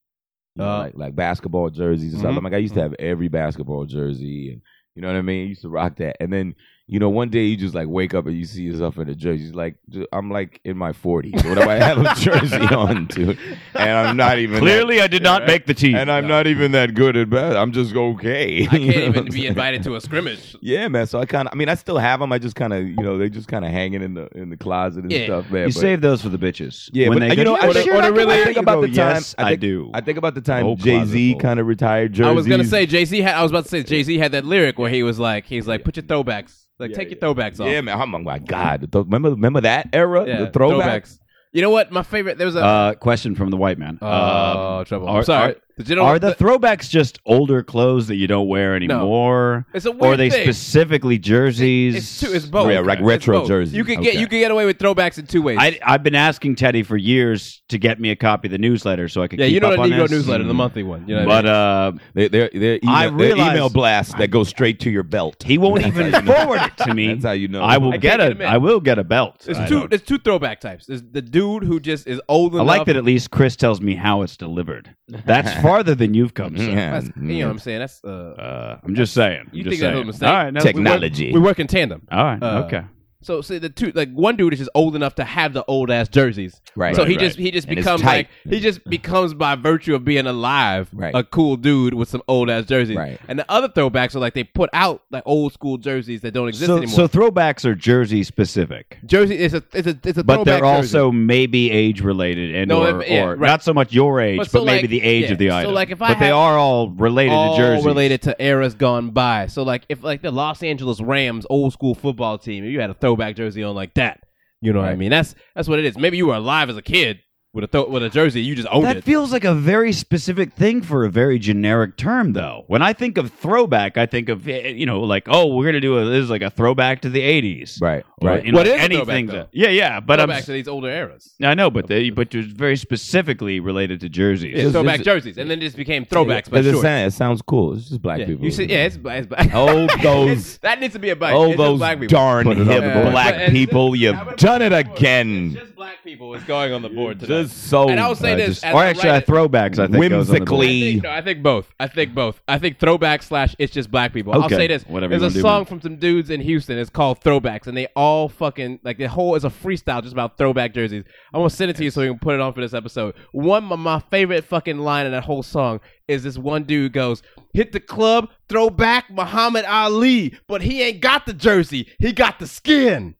[SPEAKER 8] you know,
[SPEAKER 6] Uh.
[SPEAKER 8] like like basketball jerseys and
[SPEAKER 6] Mhm.
[SPEAKER 8] stuff. Like I used to have every basketball jersey and you know what I mean. I used to rock that, and then. You know, one day you just like wake up and you see yourself in a jersey. It's like dude, I'm like in my 40s. What do I have a jersey on, dude? And I'm not even that-
[SPEAKER 7] Clearly, I did not
[SPEAKER 8] Yeah.
[SPEAKER 7] make the team.
[SPEAKER 8] and I'm not even that good at bad. I'm just okay.
[SPEAKER 6] I can't even be invited to a scrimmage.
[SPEAKER 8] Yeah, man. So I kind of, I mean, I still have them. I just kind of, you know, they just kind of hanging in the in the closet and
[SPEAKER 9] Yeah.
[SPEAKER 8] stuff, man.
[SPEAKER 7] you
[SPEAKER 8] but-
[SPEAKER 7] save those for the bitches.
[SPEAKER 8] Yeah,
[SPEAKER 7] when
[SPEAKER 8] but,
[SPEAKER 7] they
[SPEAKER 8] uh,
[SPEAKER 7] go,
[SPEAKER 8] you know,
[SPEAKER 7] "Yeah,
[SPEAKER 8] or the-
[SPEAKER 7] sure,
[SPEAKER 8] or the
[SPEAKER 7] can
[SPEAKER 8] really
[SPEAKER 7] wear it."
[SPEAKER 8] think
[SPEAKER 7] You
[SPEAKER 8] about
[SPEAKER 7] go,
[SPEAKER 8] the time-
[SPEAKER 7] Yes,
[SPEAKER 8] I
[SPEAKER 7] I
[SPEAKER 8] think-
[SPEAKER 7] do.
[SPEAKER 8] I think about the
[SPEAKER 7] The
[SPEAKER 8] time
[SPEAKER 7] whole
[SPEAKER 8] Jay
[SPEAKER 7] closet
[SPEAKER 8] Z
[SPEAKER 7] full.
[SPEAKER 8] kind of retired jerseys.
[SPEAKER 6] I was gonna say Jay Z had. I was about to say Jay Z had that lyric where he was like, he's like, put your throwbacks, like
[SPEAKER 8] Yeah,
[SPEAKER 6] take
[SPEAKER 8] yeah.
[SPEAKER 6] your throwbacks off.
[SPEAKER 8] yeah, man. Oh my- my God, the th- remember remember that era,
[SPEAKER 6] Yeah,
[SPEAKER 8] the throwbacks.
[SPEAKER 6] You know what? My favorite. There was a.
[SPEAKER 7] Uh, question from the white man.
[SPEAKER 6] oh,
[SPEAKER 7] Uh,
[SPEAKER 6] trouble.
[SPEAKER 7] are-
[SPEAKER 6] I'm sorry.
[SPEAKER 7] are-
[SPEAKER 6] the general,
[SPEAKER 7] are the throwbacks just older clothes that you don't wear anymore?
[SPEAKER 6] It's a
[SPEAKER 7] Or
[SPEAKER 6] weird
[SPEAKER 7] are they
[SPEAKER 6] thing.
[SPEAKER 7] specifically jerseys?
[SPEAKER 6] It's two. It's both.
[SPEAKER 8] Yeah, like
[SPEAKER 6] It's
[SPEAKER 8] retro
[SPEAKER 6] both.
[SPEAKER 8] jerseys.
[SPEAKER 6] You could get
[SPEAKER 8] Okay.
[SPEAKER 6] you could get away with throwbacks in two ways.
[SPEAKER 7] I, I've been asking Teddy for years to get me a copy of the newsletter so I could
[SPEAKER 6] yeah,
[SPEAKER 7] keep
[SPEAKER 6] you know
[SPEAKER 7] up
[SPEAKER 6] the
[SPEAKER 7] on
[SPEAKER 6] Negro
[SPEAKER 7] this. Mm.
[SPEAKER 6] newsletter, the monthly one. You know what I
[SPEAKER 7] But uh,
[SPEAKER 8] They, they're they're email,
[SPEAKER 7] I
[SPEAKER 8] they're
[SPEAKER 7] realize-
[SPEAKER 8] email blasts that go straight to your belt.
[SPEAKER 7] he won't even forward it to me.
[SPEAKER 8] That's how you know.
[SPEAKER 7] I will
[SPEAKER 6] I can't
[SPEAKER 7] get
[SPEAKER 6] get
[SPEAKER 7] a.
[SPEAKER 6] him in.
[SPEAKER 7] I will get a belt.
[SPEAKER 6] There's
[SPEAKER 7] I,
[SPEAKER 6] two.
[SPEAKER 7] don't-
[SPEAKER 6] There's two throwback types. There's the dude who just is old
[SPEAKER 7] I
[SPEAKER 6] enough.
[SPEAKER 7] like that at least Chris tells me how it's delivered. That's farther than you've come. Sir.
[SPEAKER 8] Yeah, mm-hmm.
[SPEAKER 6] That's, you know what
[SPEAKER 8] yeah.
[SPEAKER 6] I'm saying? That's uh,
[SPEAKER 7] Uh, Mm. I'm just saying.
[SPEAKER 6] You
[SPEAKER 7] I'm just
[SPEAKER 6] think that
[SPEAKER 7] saying.
[SPEAKER 6] was a mistake?
[SPEAKER 7] All right, no, we work-
[SPEAKER 8] technology.
[SPEAKER 6] we work in tandem.
[SPEAKER 7] All right,
[SPEAKER 6] Uh,
[SPEAKER 7] okay.
[SPEAKER 6] So see the two like one dude is just old enough to have the old ass jerseys.
[SPEAKER 8] Right,
[SPEAKER 6] So
[SPEAKER 8] right,
[SPEAKER 6] he
[SPEAKER 8] right.
[SPEAKER 6] just he just
[SPEAKER 8] And it's
[SPEAKER 6] becomes
[SPEAKER 8] tight.
[SPEAKER 6] like he just
[SPEAKER 7] Mm.
[SPEAKER 6] becomes by virtue of being alive
[SPEAKER 8] Right.
[SPEAKER 6] a cool dude with some old ass jerseys.
[SPEAKER 8] Right.
[SPEAKER 6] And the other throwbacks are like they put out like old school jerseys that don't exist
[SPEAKER 7] So,
[SPEAKER 6] anymore.
[SPEAKER 7] so throwbacks are jersey specific.
[SPEAKER 6] jersey it's a it's a it's a
[SPEAKER 7] but
[SPEAKER 6] throwback
[SPEAKER 7] they're
[SPEAKER 6] jersey.
[SPEAKER 7] also maybe age related and
[SPEAKER 6] No,
[SPEAKER 7] or,
[SPEAKER 6] if- yeah,
[SPEAKER 7] or
[SPEAKER 6] right.
[SPEAKER 7] not so much your age, but,
[SPEAKER 6] But so,
[SPEAKER 7] maybe
[SPEAKER 6] like,
[SPEAKER 7] the age
[SPEAKER 6] yeah,
[SPEAKER 7] of the
[SPEAKER 6] so,
[SPEAKER 7] item.
[SPEAKER 6] like, if I
[SPEAKER 7] but they
[SPEAKER 6] have-
[SPEAKER 7] are all related
[SPEAKER 6] all
[SPEAKER 7] to jerseys.
[SPEAKER 6] related to eras gone by. So like if like the Los Angeles Rams old school football team, if you had a throwback jersey on like that, you know what I
[SPEAKER 8] Right.
[SPEAKER 6] mean? That's that's what it is. Maybe you were alive as a kid with a throw with a jersey, you just owned
[SPEAKER 7] That
[SPEAKER 6] it.
[SPEAKER 7] feels like a very specific thing for a very generic term, though. When I think of throwback, I think of eh, you know, like oh, we're gonna do a, this is like a throwback to the '80s,
[SPEAKER 8] Right,
[SPEAKER 7] Or,
[SPEAKER 8] right.
[SPEAKER 7] you know,
[SPEAKER 6] What is a throwback,
[SPEAKER 7] anything that-
[SPEAKER 6] though?
[SPEAKER 7] yeah, yeah. But I'm,
[SPEAKER 6] throwback to these older eras.
[SPEAKER 7] I know, but they, but it's very specifically related to jerseys.
[SPEAKER 6] Yeah,
[SPEAKER 8] Just-
[SPEAKER 6] throwback
[SPEAKER 8] just-
[SPEAKER 6] jerseys, and then it just became throwbacks.
[SPEAKER 8] But
[SPEAKER 6] But
[SPEAKER 8] it,
[SPEAKER 6] sure,
[SPEAKER 8] sound- it sounds cool. It's just black
[SPEAKER 6] yeah.
[SPEAKER 8] people.
[SPEAKER 6] you see, yeah, it's, it's black.
[SPEAKER 8] Oh, those-
[SPEAKER 6] It's- that needs to be a bike.
[SPEAKER 8] Oh,
[SPEAKER 6] it's
[SPEAKER 8] those
[SPEAKER 6] just black people.
[SPEAKER 8] darn
[SPEAKER 7] Put it on
[SPEAKER 8] hip
[SPEAKER 7] the board.
[SPEAKER 8] black
[SPEAKER 6] But- and-
[SPEAKER 8] people.
[SPEAKER 6] I
[SPEAKER 8] You've
[SPEAKER 6] would've
[SPEAKER 8] done it
[SPEAKER 6] said before,
[SPEAKER 8] again.
[SPEAKER 6] It's just black people is going on the board today.
[SPEAKER 8] Just so.
[SPEAKER 6] and I would say
[SPEAKER 8] uh,
[SPEAKER 6] this,
[SPEAKER 8] just-
[SPEAKER 6] as
[SPEAKER 7] or
[SPEAKER 6] a
[SPEAKER 7] actually,
[SPEAKER 6] writer-
[SPEAKER 7] uh, throwbacks. I think goes on the board.
[SPEAKER 6] I
[SPEAKER 8] Whimsically.
[SPEAKER 6] think, no, I think both. I think both. I think throwback slash it's just black people. I'll
[SPEAKER 7] Okay,
[SPEAKER 6] say this.
[SPEAKER 7] whatever you
[SPEAKER 6] There's
[SPEAKER 7] wanna
[SPEAKER 6] a
[SPEAKER 7] do,
[SPEAKER 6] song
[SPEAKER 7] man.
[SPEAKER 6] from some dudes in Houston. It's called Throwbacks, and they all fucking like the whole is a freestyle just about throwback jerseys. I'm gonna send it to you so we can put it on for this episode. One of my favorite fucking line in that whole song is this one dude goes, "Hit the club, throw back Muhammad Ali, but he ain't got the jersey. He got the skin."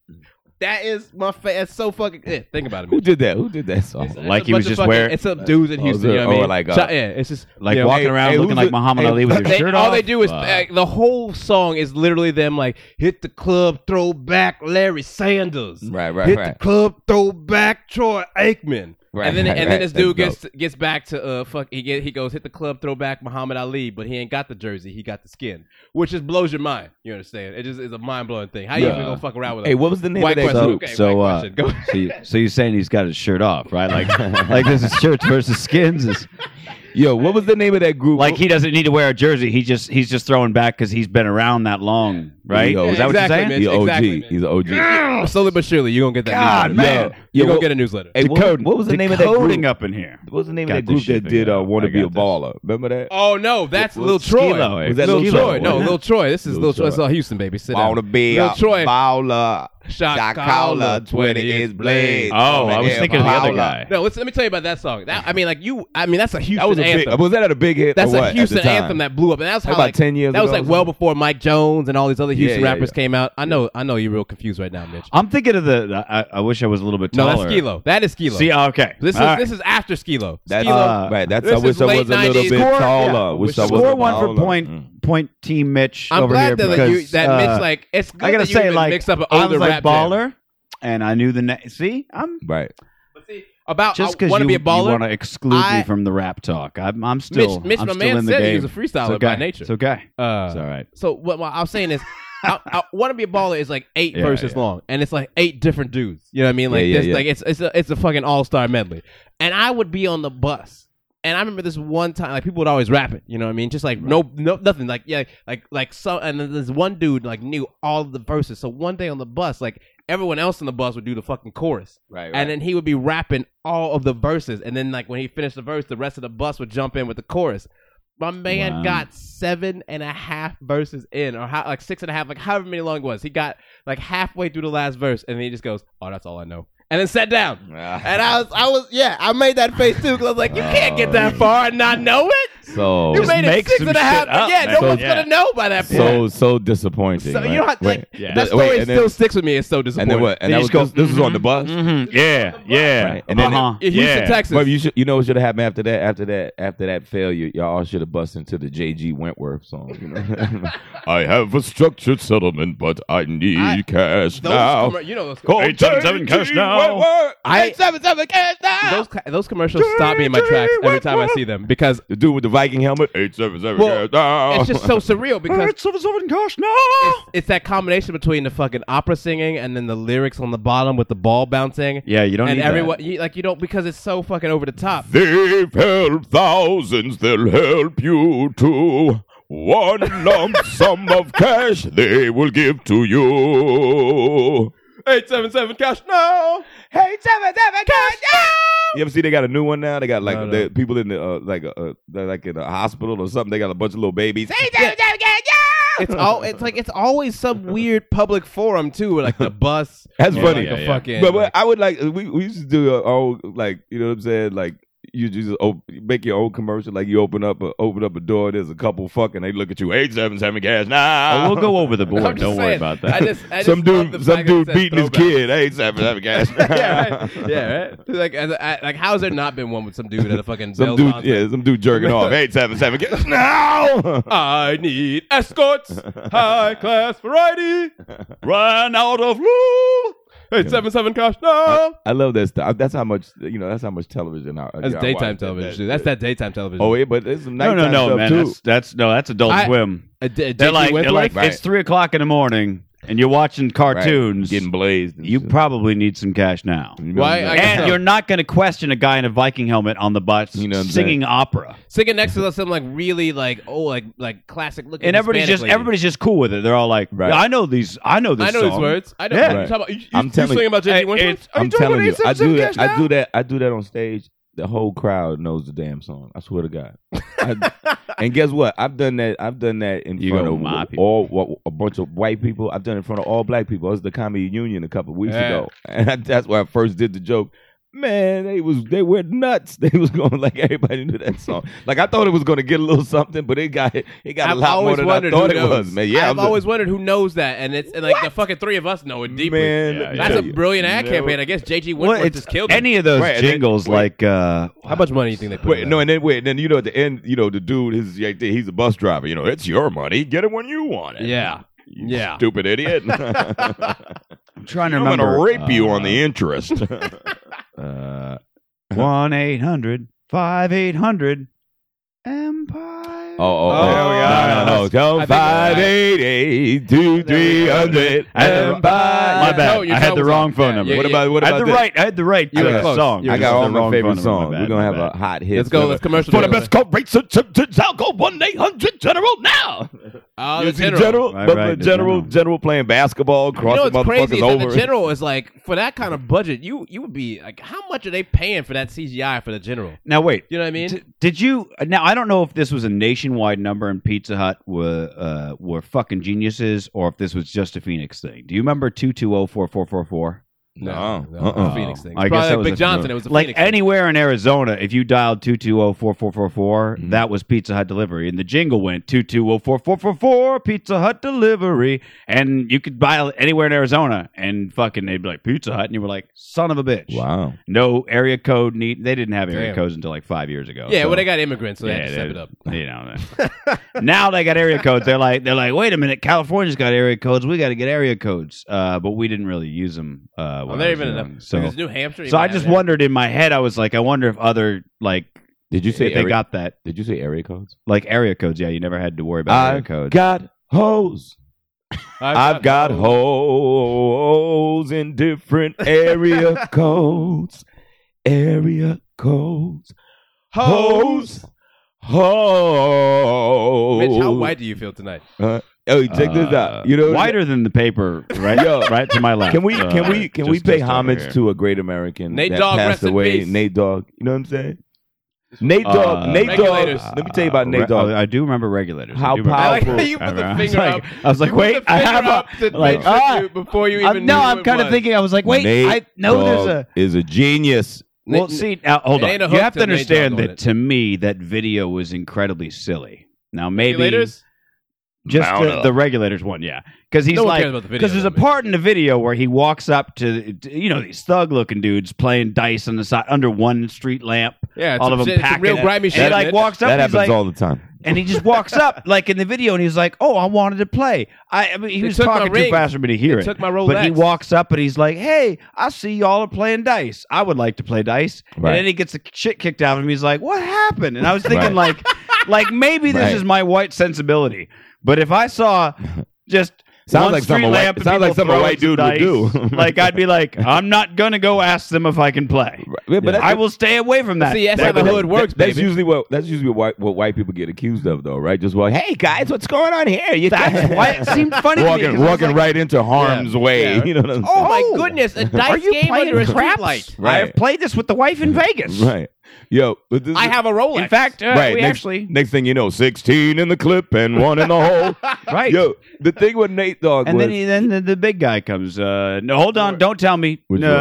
[SPEAKER 6] That is my fa- that's so fucking. eh, think about it.
[SPEAKER 8] Who
[SPEAKER 6] man.
[SPEAKER 8] did that? Who did that song?
[SPEAKER 6] It's a
[SPEAKER 7] Like he
[SPEAKER 6] bunch
[SPEAKER 7] was
[SPEAKER 6] of
[SPEAKER 7] just
[SPEAKER 6] fucking-
[SPEAKER 7] wearing-
[SPEAKER 6] It's some dudes in
[SPEAKER 8] Oh,
[SPEAKER 6] Houston.
[SPEAKER 8] the-
[SPEAKER 6] you know what I
[SPEAKER 8] oh,
[SPEAKER 6] mean?
[SPEAKER 8] like, uh,
[SPEAKER 6] So- yeah, it's just
[SPEAKER 7] like
[SPEAKER 6] you know,
[SPEAKER 7] walking
[SPEAKER 8] hey,
[SPEAKER 7] around
[SPEAKER 8] hey,
[SPEAKER 7] looking
[SPEAKER 8] who's
[SPEAKER 7] like
[SPEAKER 8] it-
[SPEAKER 7] Muhammad
[SPEAKER 8] hey,
[SPEAKER 7] Ali with
[SPEAKER 8] but
[SPEAKER 7] your
[SPEAKER 6] they-
[SPEAKER 7] shirt
[SPEAKER 6] all
[SPEAKER 7] off.
[SPEAKER 6] they do is
[SPEAKER 7] Uh,
[SPEAKER 6] like, the whole song is literally them like hit the club, throw back Larry Sanders,
[SPEAKER 8] Right, right,
[SPEAKER 6] hit
[SPEAKER 8] right.
[SPEAKER 6] the club, throw back Troy Aikman,
[SPEAKER 8] Right,
[SPEAKER 6] and then
[SPEAKER 8] right,
[SPEAKER 6] and
[SPEAKER 8] right.
[SPEAKER 6] then this dude
[SPEAKER 8] That's
[SPEAKER 6] gets gets back to uh fuck he get he goes hit the club throw back Muhammad Ali but he ain't got the jersey he got the skin which just blows your mind you understand it just is a mind blowing thing how you
[SPEAKER 8] Yeah.
[SPEAKER 6] even gonna fuck around with
[SPEAKER 8] Hey,
[SPEAKER 6] it
[SPEAKER 8] what was the name
[SPEAKER 6] White
[SPEAKER 8] of that
[SPEAKER 6] question.
[SPEAKER 7] So,
[SPEAKER 8] group?
[SPEAKER 6] Okay,
[SPEAKER 7] so,
[SPEAKER 6] my
[SPEAKER 7] uh,
[SPEAKER 6] question. Go-
[SPEAKER 7] so, you, so you're saying he's got his shirt off, right? Like, like this is shirts versus skins. Is
[SPEAKER 8] Yo, what was the name of that group?
[SPEAKER 7] like he doesn't need to wear a jersey. He just he's just throwing back because he's been around that long, right?
[SPEAKER 8] Yeah,
[SPEAKER 7] is
[SPEAKER 6] exactly,
[SPEAKER 7] that what you're saying?
[SPEAKER 6] man.
[SPEAKER 8] He's an OG.
[SPEAKER 6] Exactly, man.
[SPEAKER 8] He's an OG.
[SPEAKER 6] slowly but surely you gonna get that
[SPEAKER 7] God,
[SPEAKER 6] newsletter.
[SPEAKER 7] man.
[SPEAKER 6] Yo, you
[SPEAKER 8] Yo,
[SPEAKER 6] gonna
[SPEAKER 8] what-
[SPEAKER 6] get a newsletter
[SPEAKER 8] Hey, what,
[SPEAKER 7] Decode-
[SPEAKER 8] was- what was the name of that group?
[SPEAKER 7] Decoding up in here.
[SPEAKER 8] What was the name
[SPEAKER 7] Got
[SPEAKER 8] of that group
[SPEAKER 7] this shit
[SPEAKER 8] that did
[SPEAKER 7] figured
[SPEAKER 8] uh,
[SPEAKER 7] out.
[SPEAKER 8] "Wanna
[SPEAKER 7] I
[SPEAKER 8] Be a
[SPEAKER 7] got this.
[SPEAKER 8] Baller"? Remember that?
[SPEAKER 6] oh no that's
[SPEAKER 7] Well,
[SPEAKER 6] Lil Troy
[SPEAKER 7] Skee-Lo, eh?
[SPEAKER 8] Was that
[SPEAKER 6] Lil
[SPEAKER 8] Lil
[SPEAKER 6] Troy
[SPEAKER 8] Troy?
[SPEAKER 6] no Lil Troy this is
[SPEAKER 8] Lil
[SPEAKER 6] Lil Troy
[SPEAKER 8] Troy.
[SPEAKER 6] it's all Houston baby sit down
[SPEAKER 8] Wanna be
[SPEAKER 6] Lil
[SPEAKER 8] a
[SPEAKER 6] Troy.
[SPEAKER 8] baller.
[SPEAKER 6] Shot
[SPEAKER 8] Shot
[SPEAKER 6] caller,
[SPEAKER 8] caller, 20 is blade.
[SPEAKER 7] Oh, I was thinking of the other guy.
[SPEAKER 6] no let's, let me tell you about that song that I mean like you I mean that's a Houston
[SPEAKER 8] That was a
[SPEAKER 6] anthem
[SPEAKER 8] big. Was that a big hit?
[SPEAKER 6] That's
[SPEAKER 8] or
[SPEAKER 6] a
[SPEAKER 8] what at the
[SPEAKER 6] Houston
[SPEAKER 8] time?
[SPEAKER 6] anthem that blew up, and that was how
[SPEAKER 8] About
[SPEAKER 6] like,
[SPEAKER 8] 10 years
[SPEAKER 6] That was
[SPEAKER 8] ago
[SPEAKER 6] like
[SPEAKER 8] or
[SPEAKER 6] well
[SPEAKER 8] something?
[SPEAKER 6] before Mike Jones and all these other
[SPEAKER 8] Yeah,
[SPEAKER 6] Houston
[SPEAKER 8] yeah,
[SPEAKER 6] rappers
[SPEAKER 8] yeah.
[SPEAKER 6] came out. I know, I know, you're real confused right now, Mitch.
[SPEAKER 7] I'm thinking of the. the- I, I wish I was a little bit
[SPEAKER 6] No,
[SPEAKER 7] taller.
[SPEAKER 6] that's Skilo. That is Skilo.
[SPEAKER 7] See, okay.
[SPEAKER 6] this is
[SPEAKER 7] All right.
[SPEAKER 6] this is after Skilo.
[SPEAKER 8] That's
[SPEAKER 6] Skilo.
[SPEAKER 7] Uh,
[SPEAKER 8] right. That's
[SPEAKER 6] this
[SPEAKER 8] I wish
[SPEAKER 6] is
[SPEAKER 8] I
[SPEAKER 6] late
[SPEAKER 8] was a little
[SPEAKER 6] 90s.
[SPEAKER 8] bit
[SPEAKER 7] Score-
[SPEAKER 8] taller.
[SPEAKER 7] yeah.
[SPEAKER 8] Wish I was
[SPEAKER 7] score
[SPEAKER 8] a
[SPEAKER 7] one for
[SPEAKER 8] taller.
[SPEAKER 7] point
[SPEAKER 8] Mm.
[SPEAKER 7] point team Mitch
[SPEAKER 6] I'm
[SPEAKER 7] over
[SPEAKER 6] glad
[SPEAKER 7] here
[SPEAKER 6] that
[SPEAKER 7] because
[SPEAKER 6] you that
[SPEAKER 7] uh,
[SPEAKER 6] Mitch like it's good
[SPEAKER 7] I gotta
[SPEAKER 6] that you
[SPEAKER 7] say
[SPEAKER 6] even
[SPEAKER 7] like
[SPEAKER 6] mixed up an
[SPEAKER 7] I
[SPEAKER 6] older
[SPEAKER 7] was like
[SPEAKER 6] rap
[SPEAKER 7] baller,
[SPEAKER 6] jam.
[SPEAKER 7] and I knew the na- see I'm
[SPEAKER 8] Right.
[SPEAKER 6] about
[SPEAKER 7] just
[SPEAKER 6] I
[SPEAKER 7] because
[SPEAKER 6] wanna
[SPEAKER 7] you,
[SPEAKER 6] be a baller.
[SPEAKER 7] want to exclude
[SPEAKER 6] I-
[SPEAKER 7] me from the rap talk. I'm, I'm still
[SPEAKER 6] Mitch, Mitch,
[SPEAKER 7] I'm
[SPEAKER 6] my
[SPEAKER 7] still
[SPEAKER 6] man
[SPEAKER 7] in the
[SPEAKER 6] said
[SPEAKER 7] game.
[SPEAKER 6] he was a freestyler
[SPEAKER 7] it's okay.
[SPEAKER 6] by nature.
[SPEAKER 7] It's okay.
[SPEAKER 6] Uh,
[SPEAKER 7] It's all right.
[SPEAKER 6] So what, what I'm saying is, I, I want to be a baller is like eight
[SPEAKER 7] Yeah,
[SPEAKER 6] verses
[SPEAKER 7] yeah.
[SPEAKER 6] long, and it's like eight different dudes. You know what I mean? Like
[SPEAKER 8] Yeah, yeah,
[SPEAKER 6] this,
[SPEAKER 8] yeah.
[SPEAKER 6] like it's it's a it's a fucking all star medley. And I would be on the bus, and I remember this one time, like people would always rap it. You know what I mean? Just like no no nothing. Like yeah, like like so. And then this one dude like knew all the verses. So one day on the bus, like everyone else on the bus would do the fucking chorus.
[SPEAKER 8] Right.
[SPEAKER 6] And then he would be rapping all of the verses. And then, like, when he finished the verse, the rest of the bus would jump in with the chorus. My man
[SPEAKER 7] Wow.
[SPEAKER 6] got seven and a half verses in, or how, like six and a half, like however many long it was. He got like halfway through the last verse, and then he just goes, Oh, that's all I know. And then sat down. And I was, I was, yeah, I made that face too, because I was like, You can't get that far and not know it.
[SPEAKER 8] so
[SPEAKER 6] You
[SPEAKER 7] Just
[SPEAKER 6] made it
[SPEAKER 7] make
[SPEAKER 6] six
[SPEAKER 7] some
[SPEAKER 6] and a half.
[SPEAKER 7] shit up,
[SPEAKER 6] yeah,
[SPEAKER 7] man.
[SPEAKER 6] no
[SPEAKER 8] So-
[SPEAKER 6] one's
[SPEAKER 7] Yeah.
[SPEAKER 6] going to know by that point.
[SPEAKER 8] so so disappointing.
[SPEAKER 6] So
[SPEAKER 8] right?
[SPEAKER 6] you don't have to,
[SPEAKER 8] Wait,
[SPEAKER 6] like,
[SPEAKER 7] Yeah.
[SPEAKER 6] that
[SPEAKER 8] the- wait,
[SPEAKER 6] story
[SPEAKER 8] and then-
[SPEAKER 6] still sticks with me. It's so disappointing.
[SPEAKER 8] And then what? And that was
[SPEAKER 7] just go,
[SPEAKER 8] this, this was on the bus.
[SPEAKER 7] Mhm.
[SPEAKER 6] Mm-hmm.
[SPEAKER 7] Yeah, yeah.
[SPEAKER 8] And then-
[SPEAKER 7] uh-huh.
[SPEAKER 6] In Houston,
[SPEAKER 7] yeah.
[SPEAKER 6] Texas.
[SPEAKER 8] But you should, you know what should have happened after that? After that, after that failure, y'all should have busted into the J.G. Wentworth song. You know, I have a structured settlement, but I need
[SPEAKER 6] I-
[SPEAKER 8] cash
[SPEAKER 6] Those
[SPEAKER 8] now.
[SPEAKER 6] commer- you know those
[SPEAKER 8] Call
[SPEAKER 7] 877
[SPEAKER 8] J.G.
[SPEAKER 7] cash now.
[SPEAKER 8] Wentworth.
[SPEAKER 6] I-
[SPEAKER 8] 877 cash now.
[SPEAKER 6] those co- those commercials stop me in my tracks every time I see them because
[SPEAKER 8] the dude with the Viking helmet. Eight seven seven
[SPEAKER 6] Well,
[SPEAKER 8] cash now.
[SPEAKER 6] it's just so surreal because
[SPEAKER 7] It's over seven gosh no.
[SPEAKER 6] it's, it's that combination between the fucking opera singing and then the lyrics on the bottom with the ball bouncing.
[SPEAKER 7] Yeah, you don't
[SPEAKER 6] and
[SPEAKER 7] need
[SPEAKER 6] everyone you, like you don't because it's so fucking over the top.
[SPEAKER 8] They've helped thousands, they'll help you too. One lump sum of cash they will give to you.
[SPEAKER 6] 877 cash no.
[SPEAKER 8] You ever see they got a new one now? They got like
[SPEAKER 6] No, no.
[SPEAKER 8] the people in the uh, like uh, uh, they're like in a hospital or something. They got a bunch of little babies. Hey,
[SPEAKER 6] It's all it's like it's always some weird public forum too where like the bus
[SPEAKER 8] That's
[SPEAKER 6] or,
[SPEAKER 8] funny.
[SPEAKER 6] like, the
[SPEAKER 7] yeah.
[SPEAKER 6] fucking
[SPEAKER 8] but, but
[SPEAKER 6] like-
[SPEAKER 8] I would like we, we used to do a old like you know what I'm saying like you just op- make your own commercial like you open up a, open up a door there's a couple fucking they look at you eight seven seven cash now
[SPEAKER 7] Oh, we'll go over the board.
[SPEAKER 6] I'm
[SPEAKER 7] Don't
[SPEAKER 6] just
[SPEAKER 7] worry
[SPEAKER 6] saying,
[SPEAKER 7] about that.
[SPEAKER 6] I just, I just
[SPEAKER 8] some
[SPEAKER 6] love the
[SPEAKER 8] dude, some
[SPEAKER 6] fact that it
[SPEAKER 8] dude
[SPEAKER 6] says
[SPEAKER 8] beating his
[SPEAKER 6] throwback.
[SPEAKER 8] kid. Hey, seven, seven, guys.
[SPEAKER 6] yeah, right. Yeah, right. Like, as a- I, like, how has there not been one with some dude at a fucking
[SPEAKER 8] Some
[SPEAKER 6] Bell's
[SPEAKER 8] dude,
[SPEAKER 6] concert?
[SPEAKER 8] yeah, some dude jerking off. Eight, seven, seven, guys. No.
[SPEAKER 6] I need escorts, high class variety.
[SPEAKER 7] Run out of room.
[SPEAKER 6] Eight seven seven cash no.
[SPEAKER 8] I love that stuff. That's how much you know. That's how much television. I,
[SPEAKER 6] Uh-huh. That's
[SPEAKER 8] yeah, I
[SPEAKER 6] daytime
[SPEAKER 8] watch.
[SPEAKER 6] television. dude. That's that daytime television.
[SPEAKER 8] Oh, yeah, but it's some
[SPEAKER 7] No,
[SPEAKER 8] nighttime
[SPEAKER 7] no, no,
[SPEAKER 8] stuff
[SPEAKER 7] man.
[SPEAKER 8] too.
[SPEAKER 7] That's, that's no, that's Adult
[SPEAKER 6] I-
[SPEAKER 7] Swim.
[SPEAKER 6] A D- a
[SPEAKER 7] They're
[SPEAKER 6] JG
[SPEAKER 7] like, they're
[SPEAKER 6] Wentworth?
[SPEAKER 7] like
[SPEAKER 8] Right.
[SPEAKER 7] it's three o'clock in the morning, and you're watching
[SPEAKER 8] Right.
[SPEAKER 7] cartoons.
[SPEAKER 8] getting blazed. and
[SPEAKER 7] you
[SPEAKER 8] shit.
[SPEAKER 7] probably need some cash now.
[SPEAKER 8] You know
[SPEAKER 6] Why?
[SPEAKER 8] what I'm
[SPEAKER 6] I
[SPEAKER 8] saying?
[SPEAKER 6] guess
[SPEAKER 7] And
[SPEAKER 6] so.
[SPEAKER 7] you're not going to question a guy in a Viking helmet on the bus
[SPEAKER 8] You know what I'm
[SPEAKER 7] singing opera.
[SPEAKER 6] singing next to some like really like oh like like classic looking.
[SPEAKER 7] And everybody's
[SPEAKER 6] Hispanic
[SPEAKER 7] just
[SPEAKER 6] lady.
[SPEAKER 7] everybody's just cool with it. They're all like,
[SPEAKER 8] Right.
[SPEAKER 7] yeah, "I know these. I know this.
[SPEAKER 6] I know these
[SPEAKER 7] song.
[SPEAKER 6] words. I know.
[SPEAKER 7] Yeah.
[SPEAKER 6] What you talking about? You, you,
[SPEAKER 8] I'm
[SPEAKER 6] you
[SPEAKER 8] telling
[SPEAKER 6] singing about
[SPEAKER 7] Hey,
[SPEAKER 6] JG Wentworth?
[SPEAKER 7] it's-
[SPEAKER 6] Are
[SPEAKER 8] I'm
[SPEAKER 6] talking
[SPEAKER 8] telling you,
[SPEAKER 6] about
[SPEAKER 8] I do
[SPEAKER 6] 877
[SPEAKER 8] that.
[SPEAKER 6] cash
[SPEAKER 8] I
[SPEAKER 6] now?
[SPEAKER 8] do that. I do that on stage. The whole crowd knows the damn song. I swear to God. I- and guess what? I've done that. I've done that in
[SPEAKER 7] You
[SPEAKER 8] front
[SPEAKER 7] go
[SPEAKER 8] of
[SPEAKER 7] my people.
[SPEAKER 8] all wa- a bunch of white people. I've done it in front of all black people. I was at the comedy union a couple weeks
[SPEAKER 6] Yeah.
[SPEAKER 8] ago, and I, that's where I first did the joke. Man, they was they were nuts. They was going like everybody knew that song. like I thought it was going to get a little something, but it got it got
[SPEAKER 6] I've
[SPEAKER 8] a lot more
[SPEAKER 6] always
[SPEAKER 8] than I
[SPEAKER 6] wondered
[SPEAKER 8] thought
[SPEAKER 6] who
[SPEAKER 8] it
[SPEAKER 6] knows.
[SPEAKER 8] was. Man, yeah, I
[SPEAKER 6] I've
[SPEAKER 8] was a-
[SPEAKER 6] always wondered who knows that, and it's and like the fucking three of us know it deeply.
[SPEAKER 8] man.
[SPEAKER 7] Yeah,
[SPEAKER 8] let me
[SPEAKER 7] yeah.
[SPEAKER 6] That's
[SPEAKER 8] tell
[SPEAKER 6] a
[SPEAKER 8] you.
[SPEAKER 6] brilliant ad
[SPEAKER 8] You know?
[SPEAKER 6] campaign. I guess JG
[SPEAKER 7] Well,
[SPEAKER 6] Wentworth
[SPEAKER 7] it's
[SPEAKER 6] just killed
[SPEAKER 7] any of those
[SPEAKER 8] Right, and then-
[SPEAKER 7] jingles,
[SPEAKER 8] wait.
[SPEAKER 7] like uh,
[SPEAKER 6] How much money do you think they put?
[SPEAKER 8] Wait,
[SPEAKER 6] in
[SPEAKER 8] no,
[SPEAKER 6] that?
[SPEAKER 8] and then wait, then you know at the end, you know the dude, his yeah, he's a bus driver. You know, it's your money, get it when you want it.
[SPEAKER 6] yeah,
[SPEAKER 8] You
[SPEAKER 6] yeah.
[SPEAKER 8] stupid idiot. I'm
[SPEAKER 7] I'm trying to
[SPEAKER 8] gonna
[SPEAKER 7] remember.
[SPEAKER 8] rape you
[SPEAKER 6] Oh,
[SPEAKER 7] uh,
[SPEAKER 8] on the interest.
[SPEAKER 7] Uh, 1 800 5800 Empire.
[SPEAKER 8] Oh, oh,
[SPEAKER 7] Oh, yeah.
[SPEAKER 8] no, no, no.
[SPEAKER 6] uh,
[SPEAKER 8] Go five eight eight two three hundred.
[SPEAKER 7] I had the- My bad.
[SPEAKER 6] No, your
[SPEAKER 7] I had
[SPEAKER 6] tone
[SPEAKER 7] the
[SPEAKER 6] was
[SPEAKER 7] wrong
[SPEAKER 6] off.
[SPEAKER 7] phone
[SPEAKER 6] Yeah,
[SPEAKER 7] number.
[SPEAKER 6] Uh, yeah,
[SPEAKER 8] What about what
[SPEAKER 7] I had
[SPEAKER 8] about
[SPEAKER 7] the
[SPEAKER 8] this?
[SPEAKER 7] right. I had the right
[SPEAKER 6] You
[SPEAKER 7] to
[SPEAKER 6] were
[SPEAKER 7] the
[SPEAKER 6] close.
[SPEAKER 7] song.
[SPEAKER 6] You
[SPEAKER 8] I
[SPEAKER 6] were
[SPEAKER 8] got
[SPEAKER 7] Just
[SPEAKER 8] all
[SPEAKER 7] the
[SPEAKER 8] my
[SPEAKER 7] wrong phone
[SPEAKER 8] favorite
[SPEAKER 7] number. My
[SPEAKER 8] songs. We're
[SPEAKER 7] bad,
[SPEAKER 8] gonna
[SPEAKER 7] my bad.
[SPEAKER 8] have a hot hit.
[SPEAKER 6] Let's go. Let's commercial.
[SPEAKER 8] For the
[SPEAKER 6] break.
[SPEAKER 8] best call rates, call one eight hundred general now.
[SPEAKER 6] Oh,
[SPEAKER 8] You
[SPEAKER 6] the
[SPEAKER 8] see
[SPEAKER 6] general.
[SPEAKER 8] general,
[SPEAKER 7] Right,
[SPEAKER 8] but
[SPEAKER 7] right,
[SPEAKER 8] the
[SPEAKER 7] the
[SPEAKER 8] general,
[SPEAKER 7] general.
[SPEAKER 8] general playing basketball,
[SPEAKER 6] You know
[SPEAKER 8] crossing
[SPEAKER 6] what's crazy
[SPEAKER 8] motherfuckers
[SPEAKER 6] is that
[SPEAKER 8] over.
[SPEAKER 6] the general is like for that kind of budget, you you would be like, how much are they paying for that CGI for the general?
[SPEAKER 7] Now wait.
[SPEAKER 6] You know what I mean?
[SPEAKER 7] D- did you now? I don't know if this was a nationwide number and Pizza Hut were uh, were fucking geniuses, or if this was just a Phoenix thing. Do you remember two two zero four four four four? Oh,
[SPEAKER 8] No,
[SPEAKER 6] Uh,
[SPEAKER 8] uh-uh.
[SPEAKER 6] Phoenix thing.
[SPEAKER 7] I guess
[SPEAKER 6] Probably
[SPEAKER 7] that
[SPEAKER 6] like
[SPEAKER 7] was
[SPEAKER 6] Big
[SPEAKER 7] a-
[SPEAKER 6] Johnson. It was a
[SPEAKER 7] Like
[SPEAKER 6] Phoenix thing.
[SPEAKER 7] anywhere in Arizona, if you dialed two two zero four four four four,
[SPEAKER 6] Mm-hmm.
[SPEAKER 7] that was Pizza Hut delivery, and the jingle went two two zero four four four four Pizza Hut delivery, and you could buy anywhere in Arizona, and fucking they'd be like Pizza Hut, and you were like, son of a bitch,
[SPEAKER 8] Wow.
[SPEAKER 7] no area code need. They didn't have area
[SPEAKER 6] Damn.
[SPEAKER 7] codes until like five years ago.
[SPEAKER 6] Yeah,
[SPEAKER 7] so-
[SPEAKER 6] well, they got immigrants, so they
[SPEAKER 7] yeah,
[SPEAKER 6] had to step it up.
[SPEAKER 7] You know, that- now they got area codes. They're like, they're like, wait a minute, California's got area codes. We got to get area codes, uh, but we didn't really use them. Uh,
[SPEAKER 6] Well,
[SPEAKER 7] when I
[SPEAKER 6] they're
[SPEAKER 7] was
[SPEAKER 6] even
[SPEAKER 7] young.
[SPEAKER 6] enough. So,
[SPEAKER 7] So,
[SPEAKER 6] New Hampshire.
[SPEAKER 7] so
[SPEAKER 6] even
[SPEAKER 7] I
[SPEAKER 6] have
[SPEAKER 7] just
[SPEAKER 6] that.
[SPEAKER 7] wondered in my head. I was like, I wonder if other like
[SPEAKER 8] Did you
[SPEAKER 7] if they
[SPEAKER 8] say area,
[SPEAKER 7] got that
[SPEAKER 8] Did you say area codes?
[SPEAKER 7] like area codes. Yeah, you never had to worry about
[SPEAKER 8] I
[SPEAKER 7] area codes.
[SPEAKER 8] Got hoes. I've got
[SPEAKER 6] hoes.
[SPEAKER 8] holes in different area codes. Area codes. Hoes. Hoes.
[SPEAKER 6] Mitch, how white do you feel tonight?
[SPEAKER 8] Oh, check this
[SPEAKER 7] Uh,
[SPEAKER 8] out. You know
[SPEAKER 7] wider than the paper, right?
[SPEAKER 8] Yo.
[SPEAKER 7] right to my left.
[SPEAKER 8] Can we can
[SPEAKER 7] Uh,
[SPEAKER 8] we can
[SPEAKER 7] just-
[SPEAKER 8] we pay
[SPEAKER 7] just over here.
[SPEAKER 8] homage to a great American
[SPEAKER 6] Nate
[SPEAKER 8] that
[SPEAKER 6] Dogg, rest
[SPEAKER 8] passed
[SPEAKER 6] in
[SPEAKER 8] away?
[SPEAKER 6] peace.
[SPEAKER 8] Nate Dogg. You know what I'm saying? Nate
[SPEAKER 7] Uh,
[SPEAKER 8] Dogg. Nate Dogg.
[SPEAKER 6] regulators.
[SPEAKER 8] Let me tell you about Nate
[SPEAKER 7] Re- oh,
[SPEAKER 8] Dogg.
[SPEAKER 7] I do remember regulators. I
[SPEAKER 8] How
[SPEAKER 7] do remember-
[SPEAKER 8] powerful-
[SPEAKER 6] I like how
[SPEAKER 8] Powerful.
[SPEAKER 6] you put
[SPEAKER 7] I
[SPEAKER 6] the
[SPEAKER 7] was
[SPEAKER 6] finger
[SPEAKER 7] like-
[SPEAKER 6] up.
[SPEAKER 7] I was like,
[SPEAKER 6] You put
[SPEAKER 7] wait,
[SPEAKER 6] the
[SPEAKER 7] I
[SPEAKER 6] finger
[SPEAKER 7] have a
[SPEAKER 6] up to
[SPEAKER 7] like,
[SPEAKER 6] like,
[SPEAKER 7] ah.
[SPEAKER 6] you before you even.
[SPEAKER 7] I'm- no,
[SPEAKER 6] knew who
[SPEAKER 7] I'm
[SPEAKER 6] it
[SPEAKER 7] kind of
[SPEAKER 6] was.
[SPEAKER 7] thinking. I was like, wait,
[SPEAKER 8] Nate
[SPEAKER 7] I know there's
[SPEAKER 8] Dogg
[SPEAKER 7] a.
[SPEAKER 8] is a genius.
[SPEAKER 7] Well, see, now hold
[SPEAKER 6] It
[SPEAKER 7] on.
[SPEAKER 6] ain't a
[SPEAKER 7] You
[SPEAKER 6] hook
[SPEAKER 7] have to
[SPEAKER 6] till Nate
[SPEAKER 7] understand
[SPEAKER 6] Dogg on
[SPEAKER 7] that
[SPEAKER 6] it.
[SPEAKER 7] to me, that video was incredibly silly. Now maybe
[SPEAKER 6] Regulators?
[SPEAKER 7] just
[SPEAKER 8] I don't
[SPEAKER 7] the,
[SPEAKER 8] know.
[SPEAKER 7] the regulators one, yeah, because he's
[SPEAKER 6] No one
[SPEAKER 7] like,
[SPEAKER 6] cares about the video,
[SPEAKER 7] because there's
[SPEAKER 6] though,
[SPEAKER 7] a
[SPEAKER 6] man.
[SPEAKER 7] part in the video where he walks up to, to, you know these thug looking dudes playing dice on the side under one street lamp,
[SPEAKER 6] Yeah, it's
[SPEAKER 7] all
[SPEAKER 6] some
[SPEAKER 7] of them
[SPEAKER 6] shit- it's some
[SPEAKER 7] packing
[SPEAKER 6] real
[SPEAKER 7] it.
[SPEAKER 6] grimy
[SPEAKER 7] And he
[SPEAKER 6] shit,
[SPEAKER 7] like
[SPEAKER 6] Mitch.
[SPEAKER 7] walks up,
[SPEAKER 8] That
[SPEAKER 7] and he's
[SPEAKER 8] happens
[SPEAKER 7] like,
[SPEAKER 8] all the time.
[SPEAKER 7] and he just walks up like in the video and he's like oh i wanted to play i, I mean he
[SPEAKER 6] They
[SPEAKER 7] was
[SPEAKER 6] took my
[SPEAKER 7] talking too
[SPEAKER 6] ring.
[SPEAKER 7] fast for me to hear
[SPEAKER 6] They
[SPEAKER 7] it
[SPEAKER 6] took my
[SPEAKER 7] but he
[SPEAKER 6] Rolex.
[SPEAKER 7] walks up and he's like hey i see y'all are playing dice i would like to play dice
[SPEAKER 8] Right.
[SPEAKER 7] and then he gets the shit kicked out of him he's like what happened and i was thinking like like maybe this
[SPEAKER 8] Right.
[SPEAKER 7] is my white sensibility but if i saw just
[SPEAKER 8] Sounds
[SPEAKER 7] one
[SPEAKER 8] like
[SPEAKER 7] street
[SPEAKER 8] something a white-
[SPEAKER 7] lamp and
[SPEAKER 8] sounds like
[SPEAKER 7] people
[SPEAKER 8] something a white
[SPEAKER 7] throwing some
[SPEAKER 8] dude would
[SPEAKER 7] dice,
[SPEAKER 8] do.
[SPEAKER 7] like I'd be like, I'm not gonna go ask them if I can play.
[SPEAKER 8] Yeah, but
[SPEAKER 7] I will stay away from that.
[SPEAKER 6] See, that's
[SPEAKER 7] That
[SPEAKER 6] how the
[SPEAKER 7] would-
[SPEAKER 6] hood works,
[SPEAKER 8] That's
[SPEAKER 6] baby.
[SPEAKER 8] usually what that's usually what white, what white people get accused of, though, right? Just well, hey guys, what's going on here? You
[SPEAKER 7] That's why it seemed funny. to me, 'cause I
[SPEAKER 8] walking
[SPEAKER 7] was
[SPEAKER 8] walking
[SPEAKER 7] like,
[SPEAKER 8] right into harm's way. You know what I'm
[SPEAKER 6] Oh
[SPEAKER 8] saying?
[SPEAKER 6] my goodness! A dice game under a streetlight.
[SPEAKER 8] Right.
[SPEAKER 7] I have played this with the wife in Vegas.
[SPEAKER 8] right, yo. But this
[SPEAKER 6] I have a Rolex.
[SPEAKER 7] In fact, uh,
[SPEAKER 8] right.
[SPEAKER 7] we
[SPEAKER 8] next,
[SPEAKER 7] actually
[SPEAKER 8] next thing you know, sixteen in the clip and one in the hole.
[SPEAKER 7] right.
[SPEAKER 8] Yo, the thing with Nate Dogg
[SPEAKER 7] and
[SPEAKER 8] was
[SPEAKER 7] then he, then the, the big guy comes. Uh, no, hold on, don't tell me.
[SPEAKER 8] Which one?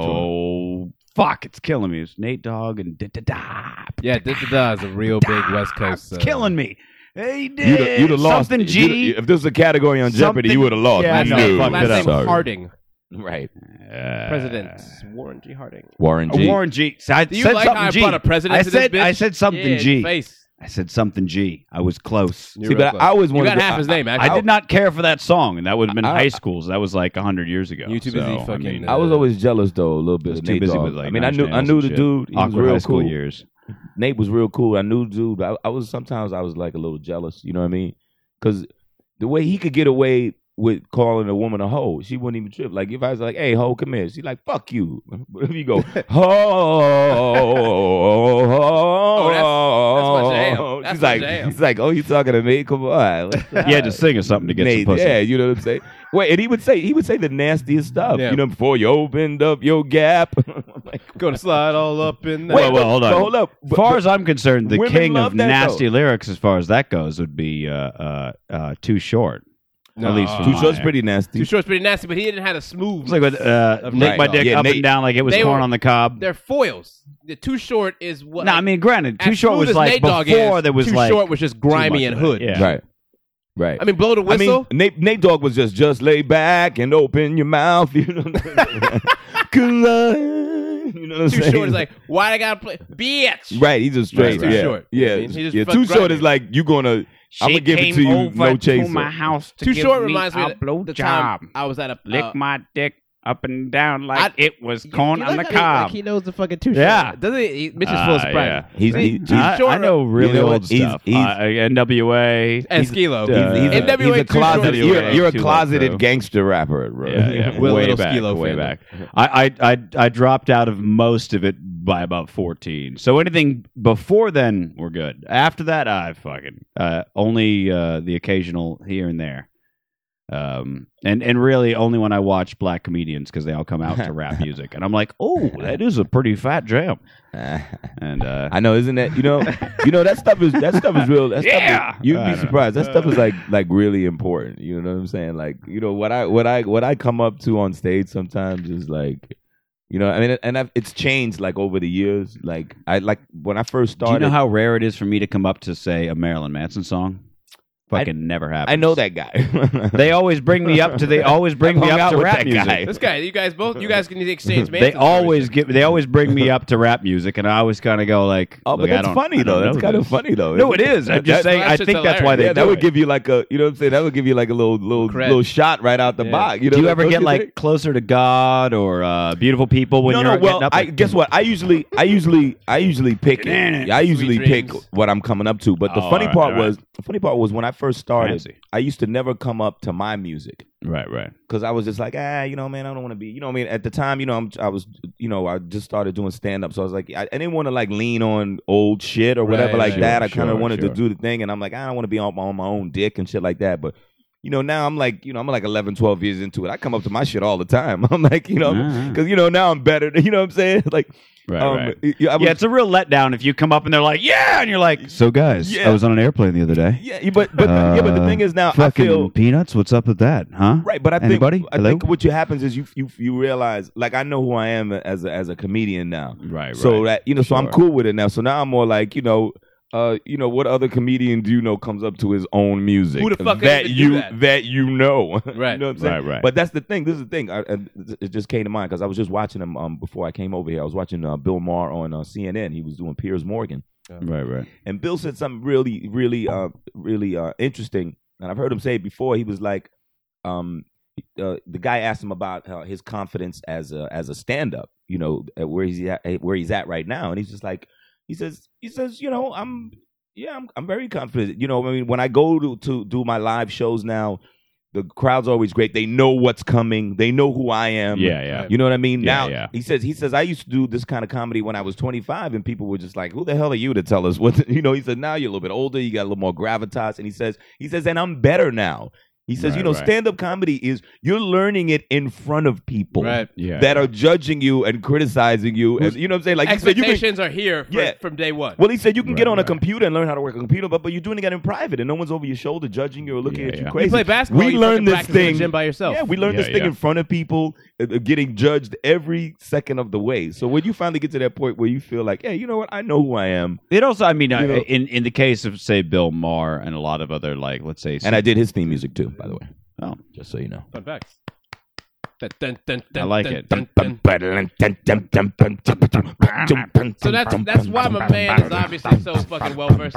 [SPEAKER 7] no, fuck, it's killing me. It's Nate Dogg and da da da.
[SPEAKER 6] yeah, this is a real big West Coast. uh,
[SPEAKER 7] It's killing me. Hey, did
[SPEAKER 8] you'd have, you'd have lost.
[SPEAKER 7] something
[SPEAKER 8] You'd-
[SPEAKER 7] G.
[SPEAKER 8] if this was a category on Jeopardy,
[SPEAKER 7] Something-
[SPEAKER 8] you would have lost.
[SPEAKER 7] Yeah,
[SPEAKER 8] you
[SPEAKER 7] I know.
[SPEAKER 8] knew.
[SPEAKER 7] Fucked
[SPEAKER 6] Last
[SPEAKER 7] it
[SPEAKER 6] name
[SPEAKER 8] Sorry.
[SPEAKER 6] Harding,
[SPEAKER 8] Right.
[SPEAKER 7] Uh,
[SPEAKER 6] President Warren G. Harding.
[SPEAKER 8] Warren
[SPEAKER 7] Uh,
[SPEAKER 8] G.
[SPEAKER 7] Warren G. So I
[SPEAKER 6] Do you
[SPEAKER 7] said
[SPEAKER 6] like how
[SPEAKER 7] something
[SPEAKER 6] I
[SPEAKER 7] G.
[SPEAKER 6] brought a president
[SPEAKER 7] I
[SPEAKER 6] to this
[SPEAKER 7] said
[SPEAKER 6] bitch?
[SPEAKER 7] I said something
[SPEAKER 6] Yeah, in
[SPEAKER 7] G.
[SPEAKER 6] the face.
[SPEAKER 7] I said something G. I was close.
[SPEAKER 8] See, but I, I always
[SPEAKER 6] You
[SPEAKER 8] wanted
[SPEAKER 6] got
[SPEAKER 8] to-
[SPEAKER 6] half
[SPEAKER 8] I-
[SPEAKER 6] his name.
[SPEAKER 7] I
[SPEAKER 6] Actually,
[SPEAKER 7] did not care for that song, and that would have been
[SPEAKER 8] I-
[SPEAKER 7] high school. So that was like hundred years ago.
[SPEAKER 6] You too busy
[SPEAKER 7] so, I
[SPEAKER 6] fucking,
[SPEAKER 7] mean,
[SPEAKER 6] uh,
[SPEAKER 8] I was always jealous though, a little
[SPEAKER 7] I
[SPEAKER 8] bit.
[SPEAKER 7] was
[SPEAKER 8] of
[SPEAKER 7] too
[SPEAKER 8] Nate
[SPEAKER 7] busy
[SPEAKER 8] Dogg.
[SPEAKER 7] with like.
[SPEAKER 8] I mean, I
[SPEAKER 7] Nine
[SPEAKER 8] knew
[SPEAKER 7] Inch
[SPEAKER 8] I
[SPEAKER 7] Nails
[SPEAKER 8] knew
[SPEAKER 7] and
[SPEAKER 8] the
[SPEAKER 7] shit.
[SPEAKER 8] dude. He
[SPEAKER 7] Awkward
[SPEAKER 8] was real
[SPEAKER 7] high school
[SPEAKER 8] cool.
[SPEAKER 7] years.
[SPEAKER 8] Nate was real cool. I knew the dude. I, I was sometimes I was like a little jealous. You know what I mean? Because the way he could get away with calling a woman a hoe, she wouldn't even trip. Like if I was like, "Hey, hoe, come here," she's like, "Fuck you." But if you go, "Hoe,"
[SPEAKER 6] Oh, that's my jam. That's
[SPEAKER 8] she's
[SPEAKER 6] my
[SPEAKER 8] like,
[SPEAKER 6] jam.
[SPEAKER 8] "He's like, oh, you talking to me? Come on."
[SPEAKER 7] You had to sing or something to get
[SPEAKER 8] Nate,
[SPEAKER 7] some pussy.
[SPEAKER 8] Yeah, you know what I'm saying. Wait, and he would say he would say the nastiest stuff.
[SPEAKER 6] Yeah.
[SPEAKER 8] You know, before you opened up your gap. I'm like,
[SPEAKER 6] gonna slide all up in
[SPEAKER 7] Well,
[SPEAKER 6] there.
[SPEAKER 7] well, hold
[SPEAKER 8] but
[SPEAKER 7] on.
[SPEAKER 8] hold up.
[SPEAKER 7] As
[SPEAKER 8] But-
[SPEAKER 7] far as I'm concerned, the
[SPEAKER 8] Women
[SPEAKER 7] king
[SPEAKER 8] love
[SPEAKER 7] of
[SPEAKER 8] that,
[SPEAKER 7] nasty
[SPEAKER 8] though.
[SPEAKER 7] lyrics, as far as that goes, would be uh, uh, uh, too short.
[SPEAKER 6] No.
[SPEAKER 7] at least for
[SPEAKER 8] Too
[SPEAKER 7] my-
[SPEAKER 8] short's pretty nasty.
[SPEAKER 6] Too short's pretty nasty, but he didn't have a smooth.
[SPEAKER 7] It's like with, uh,
[SPEAKER 6] Of
[SPEAKER 7] Nick
[SPEAKER 6] Nate
[SPEAKER 7] my
[SPEAKER 6] Dogg.
[SPEAKER 7] dick
[SPEAKER 8] Yeah,
[SPEAKER 7] up
[SPEAKER 8] Nate-
[SPEAKER 7] and down like it was
[SPEAKER 6] They
[SPEAKER 7] corn
[SPEAKER 6] were-
[SPEAKER 7] on the cob.
[SPEAKER 6] They're foils. The too short is what.
[SPEAKER 7] No, I mean, granted, too
[SPEAKER 6] as
[SPEAKER 7] short
[SPEAKER 6] smooth
[SPEAKER 7] was
[SPEAKER 6] as
[SPEAKER 7] like
[SPEAKER 6] Nate
[SPEAKER 7] before
[SPEAKER 6] Dogg is,
[SPEAKER 7] there was
[SPEAKER 6] too
[SPEAKER 7] like
[SPEAKER 6] short was just
[SPEAKER 7] too
[SPEAKER 6] grimy
[SPEAKER 7] much
[SPEAKER 6] and
[SPEAKER 7] of that.
[SPEAKER 6] hood.
[SPEAKER 7] Yeah.
[SPEAKER 8] Right. Right.
[SPEAKER 6] I mean, blow the
[SPEAKER 8] I mean,
[SPEAKER 6] whistle.
[SPEAKER 8] Nate Nate Dogg was just just lay back and open your mouth. You know what I'm saying? you know what I'm
[SPEAKER 6] too
[SPEAKER 8] saying?
[SPEAKER 6] short is like, why I gotta play? Bitch.
[SPEAKER 8] Right, he's just straight.
[SPEAKER 6] Right, right.
[SPEAKER 8] Yeah,
[SPEAKER 6] Too short.
[SPEAKER 8] Yeah,
[SPEAKER 6] I mean, he just
[SPEAKER 8] yeah.
[SPEAKER 6] fuck
[SPEAKER 8] Too short
[SPEAKER 6] grimy.
[SPEAKER 8] is like you gonna. I'm gonna give it to you. No chaser.
[SPEAKER 7] house
[SPEAKER 6] Too short reminds me of the time I was at a
[SPEAKER 7] Lick
[SPEAKER 6] uh,
[SPEAKER 7] my dick up and down like
[SPEAKER 10] I-
[SPEAKER 7] it was corn
[SPEAKER 10] You
[SPEAKER 7] on the
[SPEAKER 10] like how he-
[SPEAKER 7] cob.
[SPEAKER 10] Like he knows the fucking two.
[SPEAKER 7] Yeah.
[SPEAKER 10] doesn't he? he Mitch is full of
[SPEAKER 7] Ah,
[SPEAKER 10] surprise.
[SPEAKER 7] yeah.
[SPEAKER 8] He's, he- he's,
[SPEAKER 7] I, I know really
[SPEAKER 8] know
[SPEAKER 7] old
[SPEAKER 8] what? He's-
[SPEAKER 7] stuff.
[SPEAKER 8] he's-
[SPEAKER 7] uh, NWA.
[SPEAKER 10] And Skilo.
[SPEAKER 7] uh,
[SPEAKER 8] he's, he's a,
[SPEAKER 10] NWA
[SPEAKER 8] he's a
[SPEAKER 10] too
[SPEAKER 8] closet.
[SPEAKER 7] short.
[SPEAKER 8] You're, you're a
[SPEAKER 7] Too low,
[SPEAKER 8] closeted
[SPEAKER 7] bro.
[SPEAKER 8] gangster rapper, bro.
[SPEAKER 7] yeah, yeah.
[SPEAKER 10] We're a
[SPEAKER 7] way
[SPEAKER 10] little
[SPEAKER 7] back,
[SPEAKER 10] Skee-Lo
[SPEAKER 7] way
[SPEAKER 10] fan.
[SPEAKER 7] back. I, I I I dropped out of most of it by about fourteen. So anything before then, we're good. After that, I fucking uh, only uh, the occasional here and there. Um and and really only when I watch black comedians because they all come out to rap music and I'm like oh that is a pretty fat jam and uh
[SPEAKER 8] I know, isn't that you know, you know that stuff is that stuff is real. That
[SPEAKER 7] Yeah.
[SPEAKER 8] stuff is, you'd
[SPEAKER 7] I
[SPEAKER 8] be
[SPEAKER 7] don't
[SPEAKER 8] surprised. That stuff is like like really important. You know what I'm saying? Like you know what I what I what I come up to on stage sometimes is like, you know, I mean, and I've, it's changed like over the years. Like I like when I first
[SPEAKER 7] do you
[SPEAKER 8] started.
[SPEAKER 7] know how rare it is for me to come up to say a Marilyn Manson song fucking never happens
[SPEAKER 8] I know that guy.
[SPEAKER 7] They always bring me up to. They always bring me up
[SPEAKER 8] Hung out
[SPEAKER 7] to
[SPEAKER 8] with
[SPEAKER 7] rap
[SPEAKER 8] that guy.
[SPEAKER 7] music.
[SPEAKER 10] This guy, you guys both, you guys can exchange man.
[SPEAKER 7] They always get. They always bring me up to rap music, and I always kind of go like,
[SPEAKER 8] Oh, but
[SPEAKER 7] "Look, I
[SPEAKER 8] that's
[SPEAKER 7] don't-
[SPEAKER 8] funny
[SPEAKER 7] I don't
[SPEAKER 8] though. That's
[SPEAKER 7] know
[SPEAKER 8] kind of
[SPEAKER 7] this."
[SPEAKER 8] funny though.
[SPEAKER 7] No, it is. I'm just
[SPEAKER 8] That-
[SPEAKER 7] saying. I
[SPEAKER 10] that's just
[SPEAKER 7] think that's why they.
[SPEAKER 8] Yeah, that
[SPEAKER 7] do
[SPEAKER 8] would
[SPEAKER 7] it.
[SPEAKER 8] give you like a, you know what I'm saying? That would give you like a little little
[SPEAKER 10] Cred.
[SPEAKER 8] little shot right out the
[SPEAKER 10] Yeah.
[SPEAKER 8] box. You know,
[SPEAKER 7] do you
[SPEAKER 8] don't
[SPEAKER 7] ever get like
[SPEAKER 8] think?
[SPEAKER 7] closer to God or uh, beautiful people when
[SPEAKER 8] no,
[SPEAKER 7] you're
[SPEAKER 8] no. Well,
[SPEAKER 7] getting up?
[SPEAKER 8] I
[SPEAKER 7] like-
[SPEAKER 8] guess what I usually, I usually, I usually pick it.
[SPEAKER 7] Get in it.
[SPEAKER 8] I usually
[SPEAKER 10] Sweet
[SPEAKER 8] pick
[SPEAKER 10] dreams.
[SPEAKER 8] what I'm coming up to. But the
[SPEAKER 7] Oh,
[SPEAKER 8] funny
[SPEAKER 7] all right,
[SPEAKER 8] part
[SPEAKER 7] all right.
[SPEAKER 8] was, the funny part was when I first started,
[SPEAKER 7] Fancy.
[SPEAKER 8] I used to never come up to my music
[SPEAKER 7] Right, right.
[SPEAKER 8] because I was just like, ah, you know, man, I don't want to be, you know, what I mean, at the time, you know, I'm, I was, you know, I just started doing stand up, so I was like, I, I didn't want to like lean on old shit or whatever
[SPEAKER 10] Right,
[SPEAKER 8] like
[SPEAKER 10] sure,
[SPEAKER 8] that. I kind of
[SPEAKER 7] sure,
[SPEAKER 8] wanted
[SPEAKER 7] sure.
[SPEAKER 8] to do the thing, and I'm like, I don't want to be on my, on my own dick and shit like that, but. You know, now I'm like, you know, I'm like 11, 12 years into it. I come up to my shit all the time. I'm like, you know,
[SPEAKER 7] Ah.
[SPEAKER 8] because, you know, now I'm better. You know what I'm saying? Like,
[SPEAKER 7] Right,
[SPEAKER 8] um,
[SPEAKER 7] right.
[SPEAKER 8] y- y- I was-
[SPEAKER 7] yeah, it's a real letdown if you come up and they're like, "Yeah," and you're like, "So guys,
[SPEAKER 8] Yeah.
[SPEAKER 7] I was on an airplane the other day."
[SPEAKER 8] yeah, you- but but yeah, but the
[SPEAKER 7] Uh,
[SPEAKER 8] thing is now I
[SPEAKER 7] fucking
[SPEAKER 8] feel
[SPEAKER 7] peanuts. What's up with that, huh?
[SPEAKER 8] right, but I think
[SPEAKER 7] Anybody?
[SPEAKER 8] I
[SPEAKER 7] Hello?
[SPEAKER 8] think what you happens is you you you realize like I know who I am as a, as a comedian now,
[SPEAKER 7] Right, right.
[SPEAKER 8] so that you know, so I'm
[SPEAKER 7] Sure.
[SPEAKER 8] cool with it now. So now I'm more like you know. Uh, you know what other comedian do you know comes up to his own music?
[SPEAKER 10] Who the fuck
[SPEAKER 8] that
[SPEAKER 10] even do
[SPEAKER 8] you
[SPEAKER 10] that?
[SPEAKER 8] you know? you
[SPEAKER 10] Right.
[SPEAKER 8] know what I'm saying?
[SPEAKER 7] Right, right.
[SPEAKER 8] But that's the thing. This is the thing. I, I, it just came to mind because I was just watching him um before I came over here. I was watching uh, Bill Maher on uh, CNN. He was doing Piers Morgan,
[SPEAKER 7] right, right.
[SPEAKER 8] and Bill said something really, really, uh, really uh, interesting. And I've heard him say it before. He was like, um, uh, the guy asked him about uh, his confidence as a as a stand up. You know uh, where he's at, uh, where he's at right now, and he's just like, he says, he says, you know, I'm, yeah, I'm, I'm very confident. You know, I mean, when I go to, to do my live shows now, the crowd's always great. They know what's coming. They know who I am.
[SPEAKER 7] Yeah, yeah.
[SPEAKER 8] You know what I mean?
[SPEAKER 7] Yeah,
[SPEAKER 8] now
[SPEAKER 7] yeah.
[SPEAKER 8] he says he says I used to do this kind of comedy when I was 25, and people were just like, "Who the hell are you to tell us what?" to-" You know, he said now you're a little bit older, you got a little more gravitas, and he says he says, and I'm better now. He says,
[SPEAKER 7] Right,
[SPEAKER 8] you know,
[SPEAKER 7] right.
[SPEAKER 8] stand up comedy is you're learning it in front of people
[SPEAKER 10] Right.
[SPEAKER 7] Yeah.
[SPEAKER 8] that are judging you and criticizing you, and you know what I'm saying? Like he said, you can
[SPEAKER 10] Expectations are here for,
[SPEAKER 8] Yeah.
[SPEAKER 10] from day one.
[SPEAKER 8] well, he said you can get
[SPEAKER 7] Right,
[SPEAKER 8] on
[SPEAKER 7] right.
[SPEAKER 8] a computer and learn how to work a computer, but, but you're doing it in private, and no one's over your shoulder judging you or looking
[SPEAKER 7] Yeah,
[SPEAKER 8] at you
[SPEAKER 7] yeah. You
[SPEAKER 8] crazy.
[SPEAKER 10] you play basketball.
[SPEAKER 8] we
[SPEAKER 10] you fucking
[SPEAKER 8] learned this
[SPEAKER 10] practice in the
[SPEAKER 8] thing
[SPEAKER 10] gym by yourself.
[SPEAKER 8] Yeah, we learned
[SPEAKER 7] Yeah,
[SPEAKER 8] this thing
[SPEAKER 7] yeah.
[SPEAKER 8] in front of people, uh, uh, getting judged every second of the way. So when you finally get to that point where you feel like, hey, you know what? I know who I am,
[SPEAKER 7] It also, I mean, I
[SPEAKER 8] You know-
[SPEAKER 7] in in the case of say Bill Maher and a lot of other like, let's say,
[SPEAKER 8] and I did his theme music too, by the way.
[SPEAKER 7] Oh.
[SPEAKER 8] just so you know.
[SPEAKER 10] Fun facts. Dun, dun, dun,
[SPEAKER 7] I
[SPEAKER 10] dun,
[SPEAKER 7] like
[SPEAKER 10] dun,
[SPEAKER 7] it.
[SPEAKER 10] dun, dun. So that's that's why my man is obviously so fucking well versed.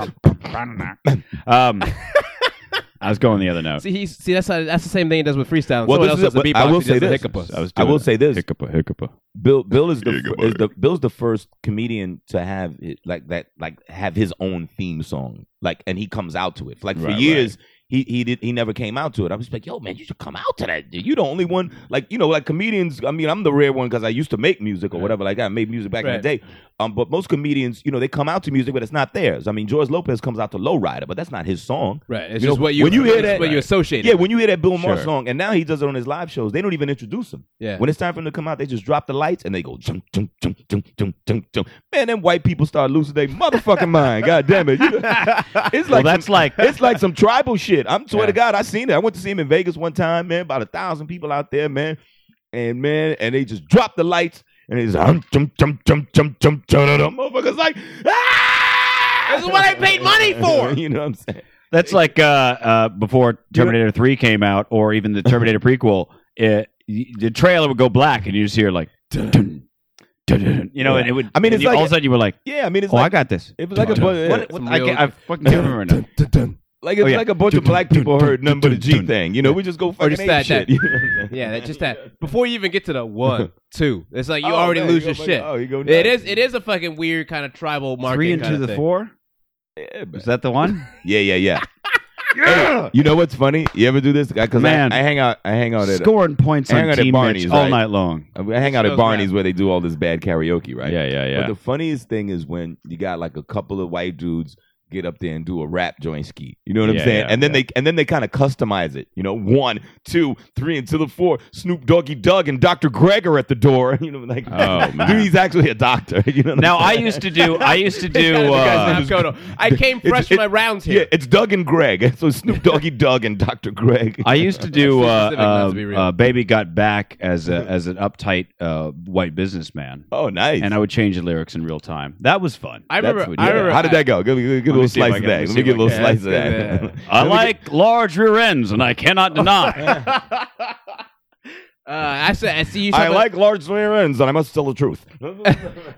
[SPEAKER 7] um, I was going the other note.
[SPEAKER 10] See, he's see that's how, that's the same thing he does with freestyle.
[SPEAKER 8] Well,
[SPEAKER 10] Someone
[SPEAKER 8] this
[SPEAKER 10] else
[SPEAKER 8] is
[SPEAKER 10] does
[SPEAKER 8] a-
[SPEAKER 10] the
[SPEAKER 8] but
[SPEAKER 10] beatbox.
[SPEAKER 8] I will
[SPEAKER 10] he
[SPEAKER 8] say
[SPEAKER 10] does
[SPEAKER 8] this.
[SPEAKER 10] the hiccupus.
[SPEAKER 7] I was
[SPEAKER 8] I
[SPEAKER 7] doing
[SPEAKER 8] will
[SPEAKER 7] it.
[SPEAKER 8] say this.
[SPEAKER 7] Hiccupah, hiccupah.
[SPEAKER 8] Bill Bill is the is the Bill's the first comedian to have it, like that like have his own theme song like and he comes out to it like for
[SPEAKER 7] Right, right.
[SPEAKER 8] years he he did he never came out to it I was like yo man you should come out to that dude. you the only one like you know like comedians I mean I'm the rare one because I used to make music or whatever like that. I made music back in
[SPEAKER 10] Right.
[SPEAKER 8] the day um but most comedians you know they come out to music but it's not theirs I mean George Lopez comes out to Lowrider but that's not his song
[SPEAKER 10] Right. It's
[SPEAKER 8] You know,
[SPEAKER 10] just what you
[SPEAKER 8] when you hear
[SPEAKER 10] it's
[SPEAKER 8] that- uh,
[SPEAKER 10] what you associate.
[SPEAKER 8] yeah
[SPEAKER 10] it with.
[SPEAKER 8] when you hear that Bill Maher
[SPEAKER 7] Sure.
[SPEAKER 8] song and now he does it on his live shows they don't even introduce him
[SPEAKER 10] yeah.
[SPEAKER 8] when it's time for them to come out, they just drop the lights and they go jump, jump, jump, jump, jump, jump, jump. Man, them white people start losing their motherfucking mind. God damn it! You- it's
[SPEAKER 7] Well,
[SPEAKER 8] like
[SPEAKER 7] that's
[SPEAKER 8] some,
[SPEAKER 7] like
[SPEAKER 8] it's like some tribal shit. I'm swear to
[SPEAKER 10] Yeah.
[SPEAKER 8] God, I seen it. I went to see him in Vegas one time, man. About a thousand people out there, man. And man, and they just drop the lights and it's um, jump, jump, jump, jump, jump, jump, jump. Motherfuckers like, ah!
[SPEAKER 10] This is what I paid money for!
[SPEAKER 8] you know what I'm saying?
[SPEAKER 7] That's like uh, uh, before Terminator Three came out, or even the Terminator prequel. It, the trailer would go black, and you just hear like, dun, dun, dun, dun, you know, and it would.
[SPEAKER 8] I mean,
[SPEAKER 7] and
[SPEAKER 8] it's
[SPEAKER 7] you-
[SPEAKER 8] like-
[SPEAKER 7] all of a sudden you were like,
[SPEAKER 8] Yeah, I mean, it's
[SPEAKER 7] "Oh, I
[SPEAKER 8] like
[SPEAKER 7] got this."
[SPEAKER 8] it was like a
[SPEAKER 7] What, what,
[SPEAKER 8] Some
[SPEAKER 7] I,
[SPEAKER 10] real-
[SPEAKER 7] can't, I fucking can't remember now.
[SPEAKER 8] Like it's
[SPEAKER 7] Oh, yeah.
[SPEAKER 8] like a bunch of black people heard nothing but a G thing. You know, we just go fucking
[SPEAKER 6] just that-
[SPEAKER 8] ape shit.
[SPEAKER 6] that- Yeah, that, just that. Before you even get to the one, two, it's like you
[SPEAKER 8] Oh,
[SPEAKER 6] already
[SPEAKER 8] man,
[SPEAKER 6] lose
[SPEAKER 8] you
[SPEAKER 6] your
[SPEAKER 8] go
[SPEAKER 6] shit.
[SPEAKER 8] fucking- oh, you go
[SPEAKER 6] it
[SPEAKER 8] nuts.
[SPEAKER 6] is. It is a fucking weird kind of tribal market.
[SPEAKER 7] Three into
[SPEAKER 6] kind
[SPEAKER 7] the
[SPEAKER 6] of thing.
[SPEAKER 7] four?
[SPEAKER 8] Yeah, man.
[SPEAKER 7] Is that the one?
[SPEAKER 8] yeah, yeah, yeah. Hey, you know what's funny? You ever do this? Because I,
[SPEAKER 7] Man.
[SPEAKER 8] I hang out, I hang out at
[SPEAKER 7] Scoring points
[SPEAKER 8] Hang
[SPEAKER 7] on
[SPEAKER 8] out at
[SPEAKER 7] Team
[SPEAKER 8] Barney's,
[SPEAKER 7] Mitch all
[SPEAKER 8] right?
[SPEAKER 7] night long.
[SPEAKER 8] I hang out
[SPEAKER 6] Shows
[SPEAKER 8] at Barney's where they do all this bad karaoke, right?
[SPEAKER 7] Yeah, yeah, yeah.
[SPEAKER 8] But the funniest thing is when you got like a couple of white dudes get up there and do a rap joint ski. You know what
[SPEAKER 7] Yeah,
[SPEAKER 8] I'm saying?
[SPEAKER 7] yeah,
[SPEAKER 8] and then
[SPEAKER 7] yeah.
[SPEAKER 8] they and then they kind of customize it. You know, one, two, three, and to the four. Snoop Doggy Doug and Dr. Greg are at the door. You know, like
[SPEAKER 7] Oh, man.
[SPEAKER 8] dude, he's actually a doctor. You know what I'm
[SPEAKER 7] now I
[SPEAKER 8] saying?
[SPEAKER 7] used to do. I used to
[SPEAKER 6] Yeah, the
[SPEAKER 7] do.
[SPEAKER 6] guy's
[SPEAKER 7] Uh,
[SPEAKER 6] lab coat on. I came
[SPEAKER 8] It's-
[SPEAKER 6] fresh from
[SPEAKER 8] it-
[SPEAKER 6] my rounds
[SPEAKER 8] Yeah,
[SPEAKER 6] here.
[SPEAKER 8] it's Doug and Greg. So Snoop Doggy Doug and Dr. Greg.
[SPEAKER 7] I used to do. Uh,
[SPEAKER 6] specific, not to be
[SPEAKER 7] uh,
[SPEAKER 6] real.
[SPEAKER 7] uh, Baby got back as a, as an uptight uh, white businessman,
[SPEAKER 8] oh, nice.
[SPEAKER 7] and I would change the lyrics in real time. That was fun.
[SPEAKER 6] I
[SPEAKER 7] That's
[SPEAKER 6] remember-
[SPEAKER 7] what-
[SPEAKER 6] I
[SPEAKER 7] yeah.
[SPEAKER 6] remember-
[SPEAKER 8] How did that go? Give me, give
[SPEAKER 7] Let
[SPEAKER 8] me a
[SPEAKER 7] me
[SPEAKER 8] little
[SPEAKER 7] see if I
[SPEAKER 8] slice of
[SPEAKER 7] can-
[SPEAKER 8] that.
[SPEAKER 7] let me
[SPEAKER 8] Let
[SPEAKER 7] see
[SPEAKER 8] me get a
[SPEAKER 7] if I
[SPEAKER 8] little
[SPEAKER 7] can-
[SPEAKER 8] slice of
[SPEAKER 6] yeah.
[SPEAKER 8] that.
[SPEAKER 7] I like large rear ends, and I cannot deny.
[SPEAKER 6] Uh, I said. I see you.
[SPEAKER 8] I
[SPEAKER 6] talking-
[SPEAKER 8] like large square ends, and I must tell the truth.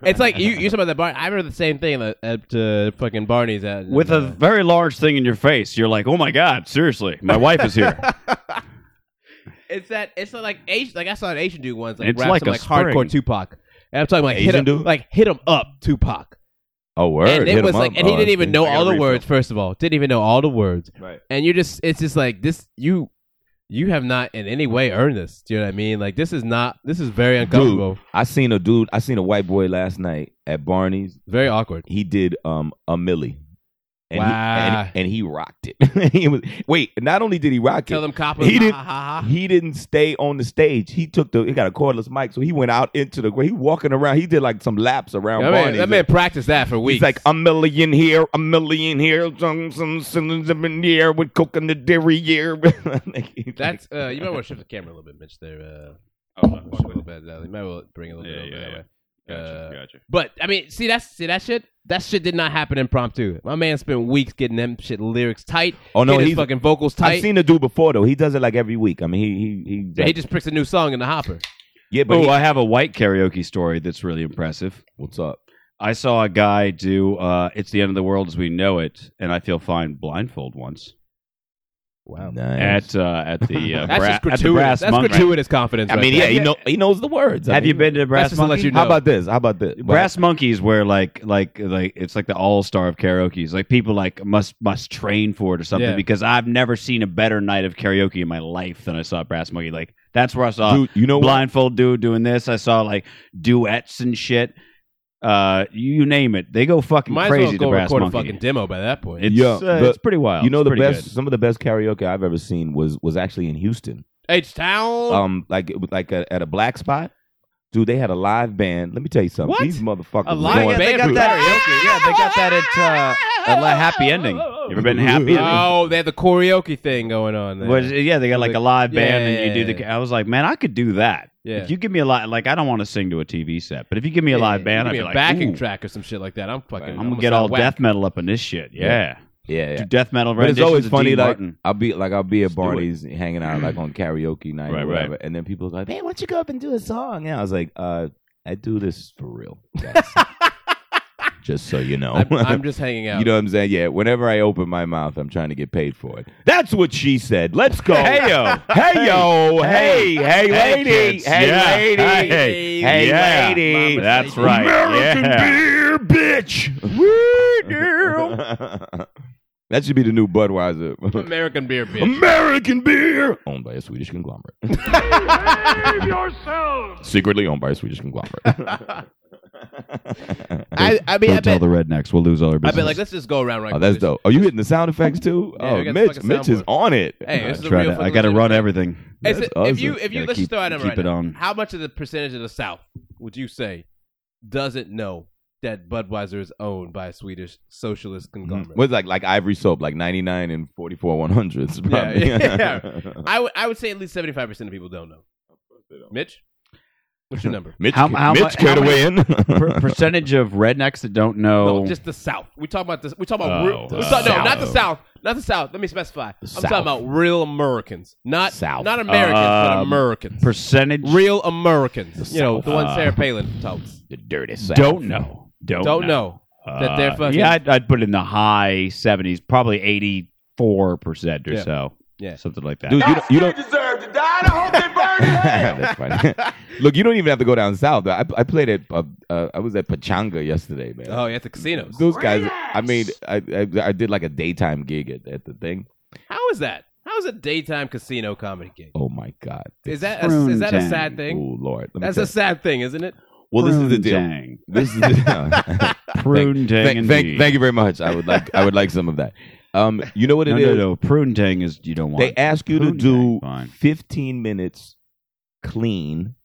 [SPEAKER 6] It's like you. You talking about that bar? I remember the same thing at, at uh, fucking Barney's. At, uh,
[SPEAKER 7] With a very large thing in your face, you're like, "Oh my god, seriously, my wife is here."
[SPEAKER 6] It's that. It's like Asian. Like I saw an Asian dude once. Like
[SPEAKER 7] It's
[SPEAKER 6] rap
[SPEAKER 7] like
[SPEAKER 6] some,
[SPEAKER 7] a
[SPEAKER 6] like hardcore
[SPEAKER 7] spring.
[SPEAKER 6] Tupac. And I'm talking like hit
[SPEAKER 8] Asian
[SPEAKER 6] him,
[SPEAKER 8] dude?
[SPEAKER 6] like hit him up, Tupac.
[SPEAKER 8] Oh, word.
[SPEAKER 6] and it
[SPEAKER 8] Hit
[SPEAKER 6] was
[SPEAKER 8] 'em
[SPEAKER 6] like,
[SPEAKER 8] up.
[SPEAKER 6] and he
[SPEAKER 8] Oh,
[SPEAKER 6] didn't
[SPEAKER 8] I
[SPEAKER 6] even
[SPEAKER 8] see.
[SPEAKER 6] know
[SPEAKER 8] I got
[SPEAKER 6] all the
[SPEAKER 8] refill.
[SPEAKER 6] words. First of all, didn't even know all the words.
[SPEAKER 8] Right.
[SPEAKER 6] And you're just, it's just like this. You, you have not in any way earned this. Do you know what I mean? Like this is not. This is very uncomfortable.
[SPEAKER 8] Dude, I seen a dude. I seen a white boy last night at Barney's.
[SPEAKER 6] Very awkward.
[SPEAKER 8] He did um a millie. And
[SPEAKER 6] Wow.
[SPEAKER 8] He, and, and he rocked it. he was wait. Not only did he rock
[SPEAKER 6] Tell
[SPEAKER 8] it,
[SPEAKER 6] them cop
[SPEAKER 8] He
[SPEAKER 6] him,
[SPEAKER 8] didn't-
[SPEAKER 6] ha, ha, ha, ha.
[SPEAKER 8] he didn't stay on the stage. He took the. He got a cordless mic, so he went out into the. He walking around. He did like some laps around
[SPEAKER 6] That man,
[SPEAKER 8] Barney's.
[SPEAKER 6] that man practiced that for weeks.
[SPEAKER 8] He's like a million here, a million here, some some some here with coconut dairy here. Like, he's
[SPEAKER 6] That's
[SPEAKER 8] like-
[SPEAKER 6] uh, you might want to shift the camera a little bit, Mitch. There, uh,
[SPEAKER 7] Oh,
[SPEAKER 6] walk a little bit. Uh, you might want to bring it a little
[SPEAKER 7] Yeah,
[SPEAKER 6] bit.
[SPEAKER 7] yeah,
[SPEAKER 6] over that
[SPEAKER 7] yeah.
[SPEAKER 6] way. Uh, But I mean, see that's see that shit. That shit did not happen impromptu. My man spent weeks getting them shit lyrics tight.
[SPEAKER 8] Oh, no,
[SPEAKER 6] get his
[SPEAKER 8] he's-
[SPEAKER 6] fucking vocals tight.
[SPEAKER 8] I've seen the dude before though. He does it like every week. I mean, he he he.
[SPEAKER 6] he just picks a new song in the hopper.
[SPEAKER 8] yeah, but
[SPEAKER 7] Oh,
[SPEAKER 8] he-
[SPEAKER 7] I have a white karaoke story that's really impressive.
[SPEAKER 8] what's up?
[SPEAKER 7] I saw a guy do uh, "It's the End of the World as We Know It" and I Feel Fine blindfold once
[SPEAKER 8] Wow.
[SPEAKER 7] at uh, at the uh,
[SPEAKER 6] That's
[SPEAKER 7] bra-
[SPEAKER 6] just
[SPEAKER 7] at
[SPEAKER 6] gratuitous.
[SPEAKER 7] the brass
[SPEAKER 6] that's
[SPEAKER 7] monkey.
[SPEAKER 6] gratuitous confidence.
[SPEAKER 8] I
[SPEAKER 6] right
[SPEAKER 8] mean,
[SPEAKER 6] there.
[SPEAKER 8] yeah, he know he knows the words. I
[SPEAKER 7] Have
[SPEAKER 8] mean,
[SPEAKER 7] you been to
[SPEAKER 6] That's
[SPEAKER 7] brass
[SPEAKER 6] just to let
[SPEAKER 7] monkey?
[SPEAKER 6] you know.
[SPEAKER 8] How about this? How about this?
[SPEAKER 7] Brass monkeys where like like like it's like the all star of karaoke. It's like people like must must train for it or something
[SPEAKER 6] Yeah.
[SPEAKER 7] because I've never seen a better night of karaoke in my life than I saw at brass monkey. Like that's where I saw
[SPEAKER 8] dude, you know what?
[SPEAKER 7] blindfold dude doing this. I saw like duets and shit. Uh, you name it, they go fucking
[SPEAKER 6] Might
[SPEAKER 7] crazy.
[SPEAKER 6] as well go
[SPEAKER 7] the brass
[SPEAKER 6] record
[SPEAKER 7] monkey.
[SPEAKER 6] a fucking demo by that point.
[SPEAKER 7] It's,
[SPEAKER 8] Yeah,
[SPEAKER 7] uh,
[SPEAKER 8] the-
[SPEAKER 7] it's pretty wild.
[SPEAKER 8] You know
[SPEAKER 7] It's
[SPEAKER 8] the
[SPEAKER 7] pretty
[SPEAKER 8] best,
[SPEAKER 7] good.
[SPEAKER 8] some of the best karaoke I've ever seen was was actually in Houston.
[SPEAKER 6] H Town.
[SPEAKER 7] Oh,
[SPEAKER 8] Um, like it was like a, at a black spot, dude. They had a live band. Let me tell you something.
[SPEAKER 6] What?
[SPEAKER 8] These motherfuckers
[SPEAKER 6] A
[SPEAKER 8] was
[SPEAKER 6] live
[SPEAKER 8] going-
[SPEAKER 6] band?
[SPEAKER 7] They got that karaoke. Yeah, they got that at uh, at La Happy Ending. You ever been to Happy Ending?
[SPEAKER 6] oh, they had the karaoke thing going on there.
[SPEAKER 7] Was, yeah, they got like a live
[SPEAKER 6] Yeah,
[SPEAKER 7] band,
[SPEAKER 6] yeah,
[SPEAKER 7] and you do
[SPEAKER 6] yeah,
[SPEAKER 7] the. I was like, man, I could do that.
[SPEAKER 6] Yeah.
[SPEAKER 7] If you give me a live, like I don't want to sing to a TV set, but if you give me a live band,
[SPEAKER 6] Give
[SPEAKER 7] I'd
[SPEAKER 6] me
[SPEAKER 7] be
[SPEAKER 6] a
[SPEAKER 7] like,
[SPEAKER 6] backing
[SPEAKER 7] ooh,
[SPEAKER 6] track or some shit like that. I'm fucking.
[SPEAKER 7] I'm gonna get all death metal up in this shit. Yeah,
[SPEAKER 8] Yeah, yeah.
[SPEAKER 7] do death metal.
[SPEAKER 8] But it's
[SPEAKER 7] renditions
[SPEAKER 8] always
[SPEAKER 7] of
[SPEAKER 8] funny.
[SPEAKER 7] Dean
[SPEAKER 8] Like
[SPEAKER 7] Martin.
[SPEAKER 8] I'll be like I'll be at
[SPEAKER 7] Let's do it.
[SPEAKER 8] Barney's hanging out like on karaoke night,
[SPEAKER 7] Right,
[SPEAKER 8] or
[SPEAKER 7] right.
[SPEAKER 8] whatever, and then people are like, "Man, why don't you go up and do a song?" And I was like, "Uh, I do this for real, guys. just so you know."
[SPEAKER 6] I'm, I'm just hanging out.
[SPEAKER 8] You know what I'm saying? Yeah. Whenever I open my mouth, I'm trying to get paid for it. That's what she said. Let's go.
[SPEAKER 7] Hey, yo.
[SPEAKER 8] Hey yo. Hey. Hey,
[SPEAKER 7] Hey,
[SPEAKER 8] lady.
[SPEAKER 7] kids.
[SPEAKER 8] Hey
[SPEAKER 7] Yeah.
[SPEAKER 8] lady.
[SPEAKER 7] Hey.
[SPEAKER 8] Hey,
[SPEAKER 7] Yeah.
[SPEAKER 8] lady.
[SPEAKER 7] That's right.
[SPEAKER 8] American
[SPEAKER 7] Yeah.
[SPEAKER 8] beer, bitch. Woo, girl. that should be the new Budweiser.
[SPEAKER 6] American beer, bitch.
[SPEAKER 8] American beer, owned by a Swedish conglomerate. Save yourself. Secretly owned by a Swedish conglomerate.
[SPEAKER 6] I, I mean, I bet,
[SPEAKER 7] the rednecks. We'll lose all our
[SPEAKER 6] I bet, like, let's just go around right
[SPEAKER 8] Oh,
[SPEAKER 6] through
[SPEAKER 8] that's
[SPEAKER 6] this.
[SPEAKER 8] dope. Are you hitting the sound effects too?
[SPEAKER 6] Yeah, we
[SPEAKER 8] oh,
[SPEAKER 6] got the
[SPEAKER 8] Mitch,
[SPEAKER 6] fucking
[SPEAKER 8] Mitch is
[SPEAKER 6] soundboard.
[SPEAKER 8] on it.
[SPEAKER 6] Hey, this is a
[SPEAKER 7] Try
[SPEAKER 6] real
[SPEAKER 7] to- I got to
[SPEAKER 6] fucking
[SPEAKER 7] run everything.
[SPEAKER 6] Is
[SPEAKER 8] That's
[SPEAKER 6] it- if you
[SPEAKER 8] awesome.
[SPEAKER 6] if you
[SPEAKER 7] Gotta
[SPEAKER 6] let's just
[SPEAKER 7] keep-
[SPEAKER 6] throw out
[SPEAKER 7] keep
[SPEAKER 6] right
[SPEAKER 7] it
[SPEAKER 6] now,
[SPEAKER 7] on.
[SPEAKER 6] how much of the percentage of the South would you say doesn't know that Budweiser is owned by a Swedish socialist
[SPEAKER 8] Mm-hmm.
[SPEAKER 6] conglomerate?
[SPEAKER 8] What's like like Ivory soap, like ninety nine and forty four one hundreds. Probably.
[SPEAKER 6] yeah. I would I would say at least seventy five percent of people don't know. Mitch, what's your number?
[SPEAKER 8] Mitch,
[SPEAKER 7] How-
[SPEAKER 8] ca-
[SPEAKER 7] how mu-
[SPEAKER 8] Mitch care
[SPEAKER 7] how
[SPEAKER 8] to
[SPEAKER 7] many-
[SPEAKER 8] weigh in.
[SPEAKER 7] Per- percentage of rednecks that don't know.
[SPEAKER 6] No, just the South. We talking about this. We talking about
[SPEAKER 7] Oh,
[SPEAKER 6] real,
[SPEAKER 7] the
[SPEAKER 6] we talk- no, not the
[SPEAKER 8] Oh. South.
[SPEAKER 6] South. Not the South. Let me specify. I'm
[SPEAKER 8] South.
[SPEAKER 6] talking about real Americans, not
[SPEAKER 8] South.
[SPEAKER 6] not Americans, but
[SPEAKER 7] Um,
[SPEAKER 6] Americans.
[SPEAKER 7] percentage
[SPEAKER 6] real Americans.
[SPEAKER 8] The
[SPEAKER 6] you know
[SPEAKER 8] South.
[SPEAKER 6] the one
[SPEAKER 7] Uh,
[SPEAKER 6] Sarah Palin talks.
[SPEAKER 8] the dirty South.
[SPEAKER 7] don't know. Don't,
[SPEAKER 6] Don't know. that they're
[SPEAKER 7] Uh,
[SPEAKER 6] fucking-
[SPEAKER 7] Yeah, I'd, I'd put it in the high seventies, probably eighty four percent or
[SPEAKER 6] Yeah.
[SPEAKER 7] so.
[SPEAKER 6] Yeah.
[SPEAKER 7] something like that.
[SPEAKER 8] Dude, you, don't- you don't deserve to die. I hope they burn in hell. That's funny. Look, you don't even have to go down south. I, I played at uh, uh, I was at Pachanga yesterday, man.
[SPEAKER 6] Oh, yeah, at the casinos.
[SPEAKER 8] Those guys. I mean, I, I I did like a daytime gig at, at the thing.
[SPEAKER 6] How is that? How is a daytime casino comedy gig?
[SPEAKER 8] Oh my god.
[SPEAKER 6] Is that a, is that a sad thing?
[SPEAKER 8] Oh lord. Let me
[SPEAKER 6] That's
[SPEAKER 8] tell
[SPEAKER 6] a sad thing, isn't it?
[SPEAKER 8] you. well. This is the deal.
[SPEAKER 7] Prune-tang.
[SPEAKER 8] This is the
[SPEAKER 7] Prune tang.
[SPEAKER 8] thank, thank, thank you very much. I would like I would like some of that. Um, you know what it
[SPEAKER 7] No,
[SPEAKER 8] is.
[SPEAKER 7] no, no. Prune tang is you don't want.
[SPEAKER 8] They ask you to
[SPEAKER 7] Prune
[SPEAKER 8] do
[SPEAKER 7] tang, fine.
[SPEAKER 8] 15 minutes clean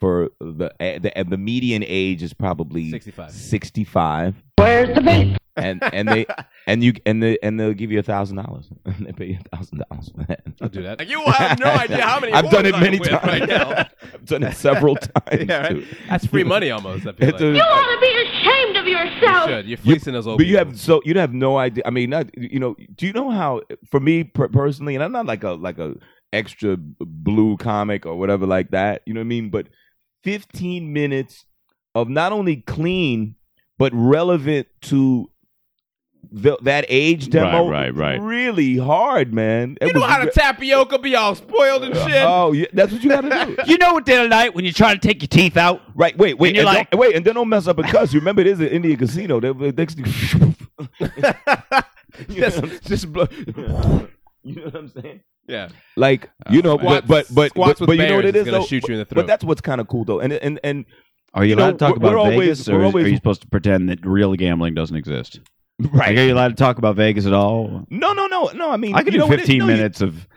[SPEAKER 8] for the eh, the, eh, the median age is probably
[SPEAKER 6] 65.
[SPEAKER 8] 65. Where's the beef? And and they and you and the and they'll give you a thousand dollars. They pay you a thousand dollars for that.
[SPEAKER 6] I'll do that.
[SPEAKER 2] Like, you have no idea how many.
[SPEAKER 8] I've
[SPEAKER 2] awards
[SPEAKER 8] done it
[SPEAKER 2] I'm
[SPEAKER 8] many
[SPEAKER 2] with
[SPEAKER 8] times.
[SPEAKER 2] Right now.
[SPEAKER 8] I've done it several times.
[SPEAKER 6] Yeah, right?
[SPEAKER 8] too.
[SPEAKER 6] That's free money almost. I feel
[SPEAKER 8] It's
[SPEAKER 6] like.
[SPEAKER 8] a-
[SPEAKER 6] You
[SPEAKER 11] ought to be ashamed of yourself.
[SPEAKER 6] should. You're fleecing those old
[SPEAKER 8] But you
[SPEAKER 6] people.
[SPEAKER 8] have so you have no idea. I mean, not you know. Do you know how? For me per- personally, and I'm not like a like a extra blue comic or whatever like that. You know what I mean? But 15 minutes of not only clean but relevant to the, that age demo.
[SPEAKER 7] Right, right, right.
[SPEAKER 8] Really hard, man. It
[SPEAKER 6] You know
[SPEAKER 8] was
[SPEAKER 6] how to
[SPEAKER 8] re-
[SPEAKER 6] tapioca be all spoiled and shit.
[SPEAKER 8] Oh, yeah, that's what you got to do.
[SPEAKER 7] You know what? The other night when you're trying to take your teeth out,
[SPEAKER 8] Right, wait, wait,
[SPEAKER 7] And you're
[SPEAKER 8] and
[SPEAKER 7] like-
[SPEAKER 8] don't, wait, and then don't mess up a cuss. Remember, it is an Indian casino. They, they, they,
[SPEAKER 6] just, just blow.
[SPEAKER 8] you know what I'm saying?
[SPEAKER 6] Yeah.
[SPEAKER 8] Like you know,
[SPEAKER 6] Squats-
[SPEAKER 8] but but but
[SPEAKER 6] squats with
[SPEAKER 8] but, but you know what
[SPEAKER 6] bears
[SPEAKER 8] it
[SPEAKER 6] is
[SPEAKER 8] is
[SPEAKER 6] gonna
[SPEAKER 8] though?
[SPEAKER 6] shoot you in the
[SPEAKER 8] But-
[SPEAKER 6] throat.
[SPEAKER 8] But that's what's kind of cool though, and and and
[SPEAKER 7] are you,
[SPEAKER 8] You
[SPEAKER 7] allowed
[SPEAKER 8] know,
[SPEAKER 7] to talk
[SPEAKER 8] we're-
[SPEAKER 7] about
[SPEAKER 8] we're
[SPEAKER 7] Vegas, or
[SPEAKER 8] always- we're
[SPEAKER 7] is-
[SPEAKER 8] always-
[SPEAKER 7] are you supposed to pretend that real gambling doesn't exist? Like,
[SPEAKER 8] right.
[SPEAKER 7] are you allowed to talk about Vegas at all?
[SPEAKER 8] No, no, no, no. I mean,
[SPEAKER 7] I could
[SPEAKER 8] you
[SPEAKER 7] do
[SPEAKER 8] know what it-
[SPEAKER 7] 15
[SPEAKER 8] no, you-
[SPEAKER 7] minutes of.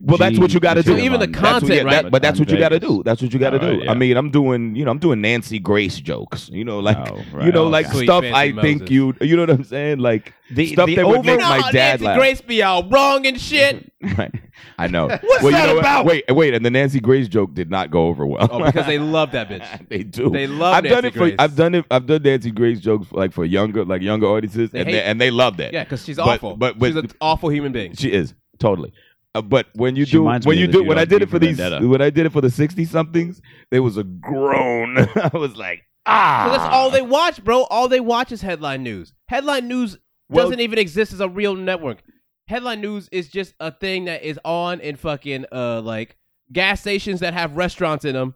[SPEAKER 8] well, that's what you got to do. Oh,
[SPEAKER 7] material
[SPEAKER 6] So even the con-
[SPEAKER 7] on-
[SPEAKER 8] That's what- yeah,
[SPEAKER 6] content, right?
[SPEAKER 8] that- but that's
[SPEAKER 7] On
[SPEAKER 8] what you got to
[SPEAKER 7] Vegas.
[SPEAKER 8] do. That's what you got to
[SPEAKER 7] All
[SPEAKER 8] do.
[SPEAKER 7] right, yeah.
[SPEAKER 8] I mean, I'm doing, you know, I'm doing Nancy Grace jokes. You know, like,
[SPEAKER 7] Oh, right,
[SPEAKER 8] you know,
[SPEAKER 7] okay.
[SPEAKER 8] like
[SPEAKER 6] Sweet
[SPEAKER 8] stuff
[SPEAKER 6] fancy
[SPEAKER 8] I think
[SPEAKER 6] Moses.
[SPEAKER 8] you, you know what I'm saying? Like
[SPEAKER 7] The-
[SPEAKER 8] stuff
[SPEAKER 7] the
[SPEAKER 8] that would
[SPEAKER 7] over-
[SPEAKER 8] make my
[SPEAKER 6] Nah,
[SPEAKER 8] dad
[SPEAKER 6] Nancy
[SPEAKER 8] laugh.
[SPEAKER 6] Grace be all wrong and shit.
[SPEAKER 8] Right. I know.
[SPEAKER 7] What's
[SPEAKER 8] you
[SPEAKER 7] that
[SPEAKER 8] know what?
[SPEAKER 7] about?
[SPEAKER 8] Wait, wait, and the Nancy Grace joke did not go over well.
[SPEAKER 6] Oh, because they love that bitch.
[SPEAKER 8] They do.
[SPEAKER 6] They love
[SPEAKER 8] I've done
[SPEAKER 6] Nancy
[SPEAKER 8] it for.
[SPEAKER 6] Grace.
[SPEAKER 8] I've done it. I've done Nancy Grace jokes for, like for younger, like younger audiences, and
[SPEAKER 6] hate
[SPEAKER 8] they, and they love that.
[SPEAKER 6] Yeah, because she's
[SPEAKER 8] But-
[SPEAKER 6] awful.
[SPEAKER 8] But, but
[SPEAKER 6] she's an awful human being.
[SPEAKER 8] she is totally. Uh, but when you
[SPEAKER 7] She
[SPEAKER 8] do,
[SPEAKER 7] reminds
[SPEAKER 8] when
[SPEAKER 7] me
[SPEAKER 8] you
[SPEAKER 7] of the
[SPEAKER 8] do,
[SPEAKER 7] dude
[SPEAKER 8] when I
[SPEAKER 7] on
[SPEAKER 8] did
[SPEAKER 7] V
[SPEAKER 8] it for
[SPEAKER 7] for
[SPEAKER 8] these,
[SPEAKER 7] Vendetta.
[SPEAKER 8] when I did it for the sixty somethings, there was a groan. I was like, ah.
[SPEAKER 6] So that's all they watch, bro. All they watch is headline news. Headline news
[SPEAKER 8] Well-
[SPEAKER 6] doesn't even exist as a real network. Headline news is just a thing that is on in fucking uh like gas stations that have restaurants in them,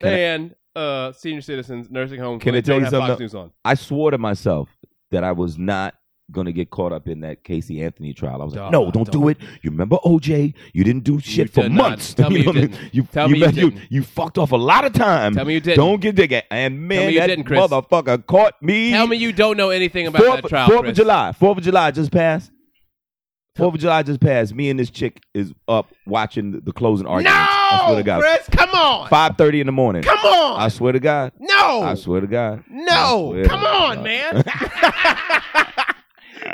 [SPEAKER 8] Can I-
[SPEAKER 6] and uh senior citizens, nursing homes.
[SPEAKER 8] Can
[SPEAKER 6] where
[SPEAKER 8] I
[SPEAKER 6] they
[SPEAKER 8] tell
[SPEAKER 6] don't
[SPEAKER 8] you
[SPEAKER 6] have
[SPEAKER 8] something
[SPEAKER 6] Fox
[SPEAKER 8] though?
[SPEAKER 6] News on.
[SPEAKER 8] I swore to myself that I was not going to get caught up in that Casey Anthony trial. I was
[SPEAKER 6] Duh,
[SPEAKER 8] like, no, don't, do
[SPEAKER 6] don't.
[SPEAKER 8] it. You remember OJ? You didn't do shit for
[SPEAKER 6] did not.
[SPEAKER 8] months.
[SPEAKER 6] Tell me you
[SPEAKER 8] know what I mean?
[SPEAKER 6] didn't.
[SPEAKER 8] You,
[SPEAKER 6] Tell
[SPEAKER 8] you
[SPEAKER 6] me you
[SPEAKER 8] let- you-
[SPEAKER 6] didn't.
[SPEAKER 8] you fucked off a lot of time.
[SPEAKER 6] Tell me you didn't.
[SPEAKER 8] Don't get digging. And man,
[SPEAKER 6] me you
[SPEAKER 8] that
[SPEAKER 6] didn't, Chris.
[SPEAKER 8] motherfucker caught me.
[SPEAKER 6] Tell me you don't know anything about
[SPEAKER 8] Fourth,
[SPEAKER 6] that trial,
[SPEAKER 8] Fourth of
[SPEAKER 6] Chris.
[SPEAKER 8] July. Fourth of July just passed. Fourth of July just passed. Me and this chick is up watching the, the closing arguments. I swear to
[SPEAKER 6] No,
[SPEAKER 8] God.
[SPEAKER 6] Chris, come on,
[SPEAKER 8] Five thirty in the morning.
[SPEAKER 6] come on,
[SPEAKER 8] I swear to God.
[SPEAKER 6] no,
[SPEAKER 8] I swear to God. I
[SPEAKER 6] no,
[SPEAKER 8] swear to
[SPEAKER 6] come on,
[SPEAKER 8] God.
[SPEAKER 6] man.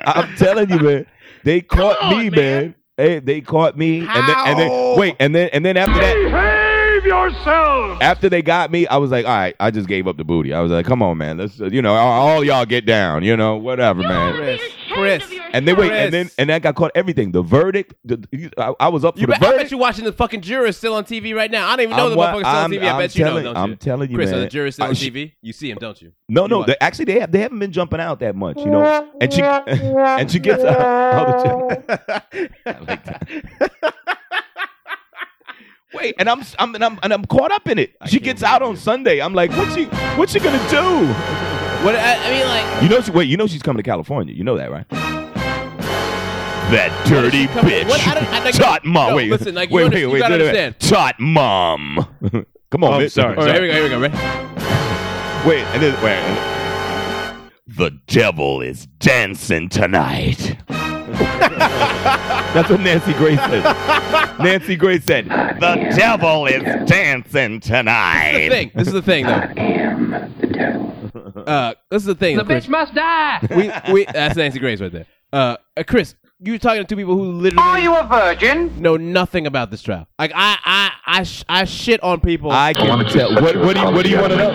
[SPEAKER 8] I'm telling you, man. They caught me, man. Hey, they caught me, and then and
[SPEAKER 6] How?
[SPEAKER 8] then wait, and then and then after that, behave yourself. After they got me, I was like, all right, I just gave up the booty. I was like, come on, man, let's uh, you know, all, all y'all get down, you know, whatever, man.
[SPEAKER 6] Chris,
[SPEAKER 11] Ashamed
[SPEAKER 6] Chris,
[SPEAKER 11] of yourself.
[SPEAKER 8] And then wait,
[SPEAKER 6] Chris.
[SPEAKER 8] and then and I got caught everything. The verdict. The, I, I was up for
[SPEAKER 6] you
[SPEAKER 8] the
[SPEAKER 6] bet, I bet
[SPEAKER 8] verdict.
[SPEAKER 6] you're watching the fucking jurors still on TV right now. I don't even know
[SPEAKER 8] I'm
[SPEAKER 6] the
[SPEAKER 8] wa-
[SPEAKER 6] motherfucker's still on
[SPEAKER 8] I'm-
[SPEAKER 6] TV. I
[SPEAKER 8] I'm
[SPEAKER 6] bet you
[SPEAKER 8] telling-
[SPEAKER 6] know, don't
[SPEAKER 8] I'm
[SPEAKER 6] you?
[SPEAKER 8] telling you,
[SPEAKER 6] Chris, are
[SPEAKER 8] man.
[SPEAKER 6] the jurors still
[SPEAKER 8] I
[SPEAKER 6] on
[SPEAKER 8] sh-
[SPEAKER 6] TV? You see him, don't you?
[SPEAKER 8] No, no.
[SPEAKER 6] watch.
[SPEAKER 8] they- actually, they have they haven't been jumping out that much, you know. And she and she gets out. Oh, the- I like that. Wait, and I'm I'm and I'm and I'm caught up in it. she gets out on Sunday. I'm like, what she what she gonna do?
[SPEAKER 6] What I, I mean, like,
[SPEAKER 8] You know she wait. You know she's coming to California. You know that, right? That dirty
[SPEAKER 6] Come on, what- I don't- I think- No, listen, like, you under- you gotta understand.
[SPEAKER 8] Tot mom. Come on,
[SPEAKER 7] Oh,
[SPEAKER 8] man.
[SPEAKER 7] sorry.
[SPEAKER 6] All right, here we go. Here we go. Ready?
[SPEAKER 8] Wait, and then wait. and- The devil is dancing tonight. That's what Nancy Grace said. Nancy Grace said, "The devil is dancing
[SPEAKER 6] This is the
[SPEAKER 8] tonight."
[SPEAKER 6] thing. This is the thing, though. I am the devil. Uh, this is the thing. The bitch must die. We, we, that's Nancy Grace right there. Uh, uh, Chris, you're talking to two people who literally are you a virgin? Know nothing about this trial. Like I, I, I, sh- I shit on people.
[SPEAKER 8] I can tell. What, what do you What do you want to know?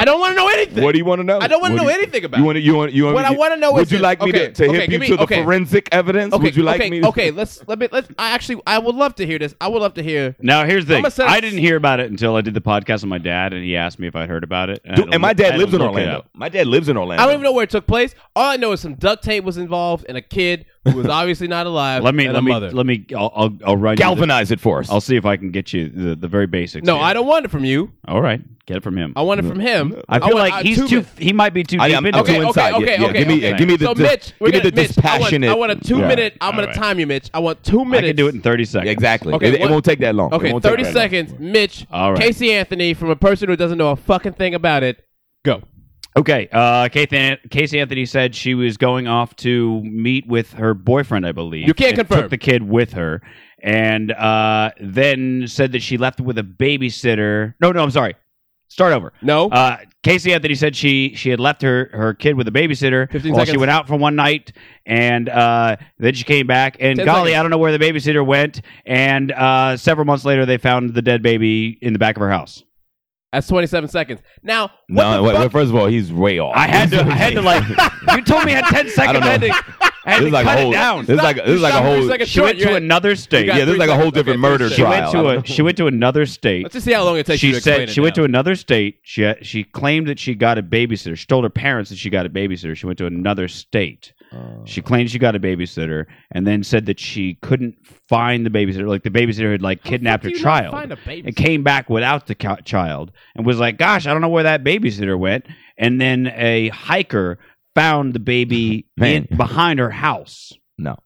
[SPEAKER 6] I don't want to know anything.
[SPEAKER 8] What do you want to know?
[SPEAKER 6] I don't want to
[SPEAKER 8] What
[SPEAKER 6] know
[SPEAKER 8] do you-
[SPEAKER 6] anything about
[SPEAKER 8] You
[SPEAKER 6] it.
[SPEAKER 8] want to? You want? You want?
[SPEAKER 6] What I wanna know
[SPEAKER 8] Would
[SPEAKER 6] is
[SPEAKER 8] you
[SPEAKER 6] this-
[SPEAKER 8] like me
[SPEAKER 6] okay,
[SPEAKER 8] to, to
[SPEAKER 6] okay,
[SPEAKER 8] hip you
[SPEAKER 6] give me-
[SPEAKER 8] to the
[SPEAKER 6] okay.
[SPEAKER 8] forensic evidence?
[SPEAKER 6] Okay,
[SPEAKER 8] would you like
[SPEAKER 6] okay,
[SPEAKER 8] me? to-
[SPEAKER 6] okay, let's let me let's I actually I would love to hear this. I would love to hear
[SPEAKER 7] Now here's the
[SPEAKER 6] I'm gonna
[SPEAKER 7] thing.
[SPEAKER 6] send-
[SPEAKER 7] I didn't hear about it until I did the podcast with my dad, and he asked me if I'd heard about it.
[SPEAKER 8] Dude,
[SPEAKER 7] I
[SPEAKER 8] and my
[SPEAKER 7] looked- I
[SPEAKER 8] dad
[SPEAKER 7] had
[SPEAKER 8] lives
[SPEAKER 7] to
[SPEAKER 8] in
[SPEAKER 7] look it
[SPEAKER 8] Orlando.
[SPEAKER 7] up.
[SPEAKER 8] My dad lives in Orlando.
[SPEAKER 6] I don't even know where it took place. All I know is some duct tape was involved and a kid who was obviously not alive.
[SPEAKER 7] Let me
[SPEAKER 6] and
[SPEAKER 7] let
[SPEAKER 6] a
[SPEAKER 7] me
[SPEAKER 6] mother.
[SPEAKER 7] let me. I'll I'll, I'll run you the-
[SPEAKER 8] Galvanize it for us.
[SPEAKER 7] I'll see if I can get you the, the very basics.
[SPEAKER 6] no,
[SPEAKER 7] here.
[SPEAKER 6] I don't want it from you.
[SPEAKER 7] All right, get it from him.
[SPEAKER 6] I want it from him.
[SPEAKER 7] I feel
[SPEAKER 6] want-
[SPEAKER 7] like
[SPEAKER 6] uh,
[SPEAKER 7] he's
[SPEAKER 6] two
[SPEAKER 7] too.
[SPEAKER 6] minutes.
[SPEAKER 7] He might be too
[SPEAKER 8] I
[SPEAKER 7] deep
[SPEAKER 8] am.
[SPEAKER 7] into
[SPEAKER 8] I'm
[SPEAKER 7] it.
[SPEAKER 8] too
[SPEAKER 6] Okay,
[SPEAKER 8] inside.
[SPEAKER 6] okay,
[SPEAKER 8] yeah, yeah,
[SPEAKER 6] okay,
[SPEAKER 8] give me,
[SPEAKER 6] okay.
[SPEAKER 8] yeah, give me the,
[SPEAKER 6] so
[SPEAKER 8] dis-
[SPEAKER 6] Mitch, we're
[SPEAKER 8] give me
[SPEAKER 6] gonna,
[SPEAKER 8] the
[SPEAKER 6] Mitch,
[SPEAKER 8] dispassionate.
[SPEAKER 6] I want, I want a two
[SPEAKER 8] Yeah.
[SPEAKER 6] minute. I'm gonna
[SPEAKER 7] Alright.
[SPEAKER 6] time you, Mitch. I want two
[SPEAKER 7] I
[SPEAKER 6] minutes.
[SPEAKER 7] can do it in thirty seconds.
[SPEAKER 8] Exactly.
[SPEAKER 6] Okay,
[SPEAKER 8] it, it
[SPEAKER 6] what-
[SPEAKER 8] won't take that long. It
[SPEAKER 6] Okay,
[SPEAKER 8] won't take
[SPEAKER 6] 30
[SPEAKER 8] that long.
[SPEAKER 6] seconds. Mitch,
[SPEAKER 7] All right.
[SPEAKER 6] Casey Anthony, from a person who doesn't know a fucking thing about it, go.
[SPEAKER 7] Okay. Uh, Casey, An- Casey Anthony said she was going off to meet with her boyfriend, I believe.
[SPEAKER 6] You can't
[SPEAKER 7] and
[SPEAKER 6] confirm.
[SPEAKER 7] Took the kid with her, and uh, then said that she left with a babysitter. No, no, I'm sorry. Start over.
[SPEAKER 6] No?
[SPEAKER 7] Uh, Casey Anthony said she she had left her, her kid with a babysitter
[SPEAKER 6] 15
[SPEAKER 7] while she
[SPEAKER 6] seconds.
[SPEAKER 7] went out for one night, and uh, then she came back. And
[SPEAKER 6] 10
[SPEAKER 7] golly,
[SPEAKER 6] seconds.
[SPEAKER 7] I don't know where the babysitter went. And uh, several months later, they found the dead baby in the back of her house.
[SPEAKER 6] That's 27 seconds. Now, what
[SPEAKER 8] No,
[SPEAKER 6] the
[SPEAKER 8] wait,
[SPEAKER 6] fuck?
[SPEAKER 8] wait, first of all, he's way off.
[SPEAKER 7] I had to I had to like you told me I had ten seconds. I, had to, I had
[SPEAKER 8] This
[SPEAKER 7] to
[SPEAKER 8] is like
[SPEAKER 7] cut
[SPEAKER 8] a
[SPEAKER 7] it
[SPEAKER 8] whole.
[SPEAKER 7] down.
[SPEAKER 8] This is like a- this is like a
[SPEAKER 6] Stop three
[SPEAKER 8] whole.
[SPEAKER 6] seconds
[SPEAKER 7] She
[SPEAKER 6] short.
[SPEAKER 7] went
[SPEAKER 6] You
[SPEAKER 7] to
[SPEAKER 6] had-
[SPEAKER 7] another state.
[SPEAKER 6] got
[SPEAKER 8] Yeah, this is
[SPEAKER 6] three
[SPEAKER 8] like a whole
[SPEAKER 6] seconds.
[SPEAKER 8] different
[SPEAKER 6] Okay,
[SPEAKER 8] murder
[SPEAKER 6] three
[SPEAKER 7] she
[SPEAKER 8] trial.
[SPEAKER 7] went to a she went to another state.
[SPEAKER 6] Let's just see how long it takes you
[SPEAKER 7] She
[SPEAKER 6] to explain
[SPEAKER 7] said
[SPEAKER 6] it
[SPEAKER 7] she went
[SPEAKER 6] now.
[SPEAKER 7] to another state. She had- she claimed that she got a babysitter. She told her parents that she got a babysitter. She went to another state. She claimed she got a babysitter and then said that she couldn't find the babysitter. Like the babysitter had like kidnapped
[SPEAKER 6] do
[SPEAKER 7] her
[SPEAKER 6] you not
[SPEAKER 7] child
[SPEAKER 6] find a babysitter?
[SPEAKER 7] and came back without the co- child and was like, "Gosh, I don't know where that babysitter went." And then a hiker found the baby in,
[SPEAKER 8] Man.
[SPEAKER 7] behind her house.
[SPEAKER 8] No,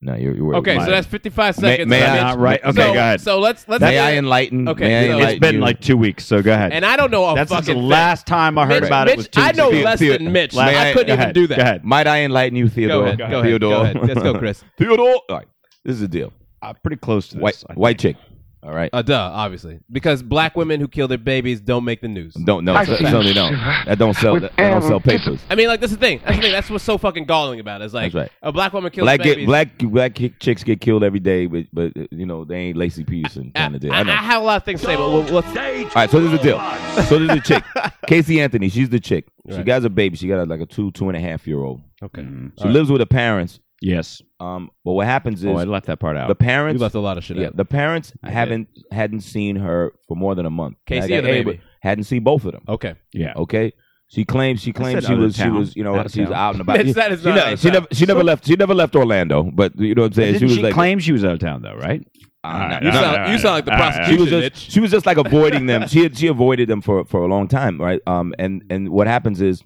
[SPEAKER 8] no, you're. you're
[SPEAKER 6] Okay, so
[SPEAKER 8] lying.
[SPEAKER 6] that's 55
[SPEAKER 8] May-
[SPEAKER 6] seconds.
[SPEAKER 8] may
[SPEAKER 6] So
[SPEAKER 8] I-
[SPEAKER 6] Mitch-
[SPEAKER 7] Not right. Okay,
[SPEAKER 6] so,
[SPEAKER 7] go ahead.
[SPEAKER 6] So let's let's.
[SPEAKER 8] May I enlighten?
[SPEAKER 6] Okay,
[SPEAKER 8] may I
[SPEAKER 6] you know-
[SPEAKER 8] enlighten
[SPEAKER 7] it's been
[SPEAKER 8] you?
[SPEAKER 7] like two weeks, so go ahead.
[SPEAKER 6] and I don't know a
[SPEAKER 7] That's
[SPEAKER 6] fucking
[SPEAKER 7] the
[SPEAKER 6] thing.
[SPEAKER 7] last time I heard
[SPEAKER 6] Mitch,
[SPEAKER 7] about it. Was
[SPEAKER 6] Mitch,
[SPEAKER 7] two
[SPEAKER 6] I
[SPEAKER 7] weeks
[SPEAKER 6] know
[SPEAKER 7] ago.
[SPEAKER 6] less
[SPEAKER 8] Theo-
[SPEAKER 6] than Mitch.
[SPEAKER 7] May
[SPEAKER 6] I,
[SPEAKER 8] I-
[SPEAKER 6] couldn't
[SPEAKER 8] go
[SPEAKER 6] even
[SPEAKER 7] ahead,
[SPEAKER 6] do
[SPEAKER 7] Go
[SPEAKER 6] that.
[SPEAKER 7] ahead.
[SPEAKER 8] Might I enlighten you, Theodore?
[SPEAKER 6] Go ahead, go ahead,
[SPEAKER 8] Theodore.
[SPEAKER 6] go ahead. Let's go, Chris.
[SPEAKER 8] Theodore. All right. This is the deal.
[SPEAKER 7] I'm Uh, pretty close to this.
[SPEAKER 8] White,
[SPEAKER 7] I think.
[SPEAKER 8] white chick. All right.
[SPEAKER 6] Uh, duh, obviously, because black women who kill their babies don't make the news.
[SPEAKER 8] Don't no, cer- certainly don't. That don't sell. That don't sell papers.
[SPEAKER 6] I mean, like that's the thing. That's the thing. That's what's so fucking galling about it. It's like
[SPEAKER 8] That's right.
[SPEAKER 6] a black woman kills
[SPEAKER 8] Black
[SPEAKER 6] babies.
[SPEAKER 8] get, black black ki- chicks get killed every day, but but uh, you know they ain't Lacey Peterson kind of deal.
[SPEAKER 6] I,
[SPEAKER 8] I know.
[SPEAKER 6] I have a lot of things to say, but we'll, let's.
[SPEAKER 8] All right, so this is the deal. So this is the chick, Casey Anthony. She's the chick. She got a baby. She got a, like a two two and a half year old.
[SPEAKER 6] Okay,
[SPEAKER 8] She lives with her parents.
[SPEAKER 7] Yes.
[SPEAKER 8] Um, but what happens is
[SPEAKER 7] Oh, I left that part out.
[SPEAKER 8] the
[SPEAKER 6] you
[SPEAKER 8] parents
[SPEAKER 6] left a lot of shit
[SPEAKER 8] Yeah,
[SPEAKER 6] out.
[SPEAKER 8] the parents
[SPEAKER 7] I did.
[SPEAKER 8] haven't hadn't seen her for more than a month.
[SPEAKER 6] Casey
[SPEAKER 8] Like,
[SPEAKER 6] or the
[SPEAKER 8] hey,
[SPEAKER 6] baby?
[SPEAKER 8] but hadn't seen both of them.
[SPEAKER 6] Okay,
[SPEAKER 7] yeah.
[SPEAKER 8] Okay, she claims she claims
[SPEAKER 7] said
[SPEAKER 8] she
[SPEAKER 7] out of
[SPEAKER 8] was she
[SPEAKER 7] town.
[SPEAKER 8] was you know
[SPEAKER 7] Out of
[SPEAKER 8] she was
[SPEAKER 7] town.
[SPEAKER 8] out and about.
[SPEAKER 6] Yes, that is
[SPEAKER 8] she,
[SPEAKER 6] not out
[SPEAKER 8] never,
[SPEAKER 6] of
[SPEAKER 8] she
[SPEAKER 6] town.
[SPEAKER 8] never she never left she never left Orlando, but you know what I'm saying.
[SPEAKER 7] Didn't she,
[SPEAKER 8] was like
[SPEAKER 7] claimed she was out of town though, right?
[SPEAKER 8] Ah,
[SPEAKER 7] Alright,
[SPEAKER 8] no,
[SPEAKER 6] you
[SPEAKER 8] no,
[SPEAKER 6] sound
[SPEAKER 7] alright,
[SPEAKER 6] you sound like the
[SPEAKER 7] alright, alright.
[SPEAKER 8] she
[SPEAKER 6] prosecution.
[SPEAKER 8] was just
[SPEAKER 6] Mitch.
[SPEAKER 8] she was just like avoiding them. She had, she avoided them for for a long time, right? Um, and and what happens is,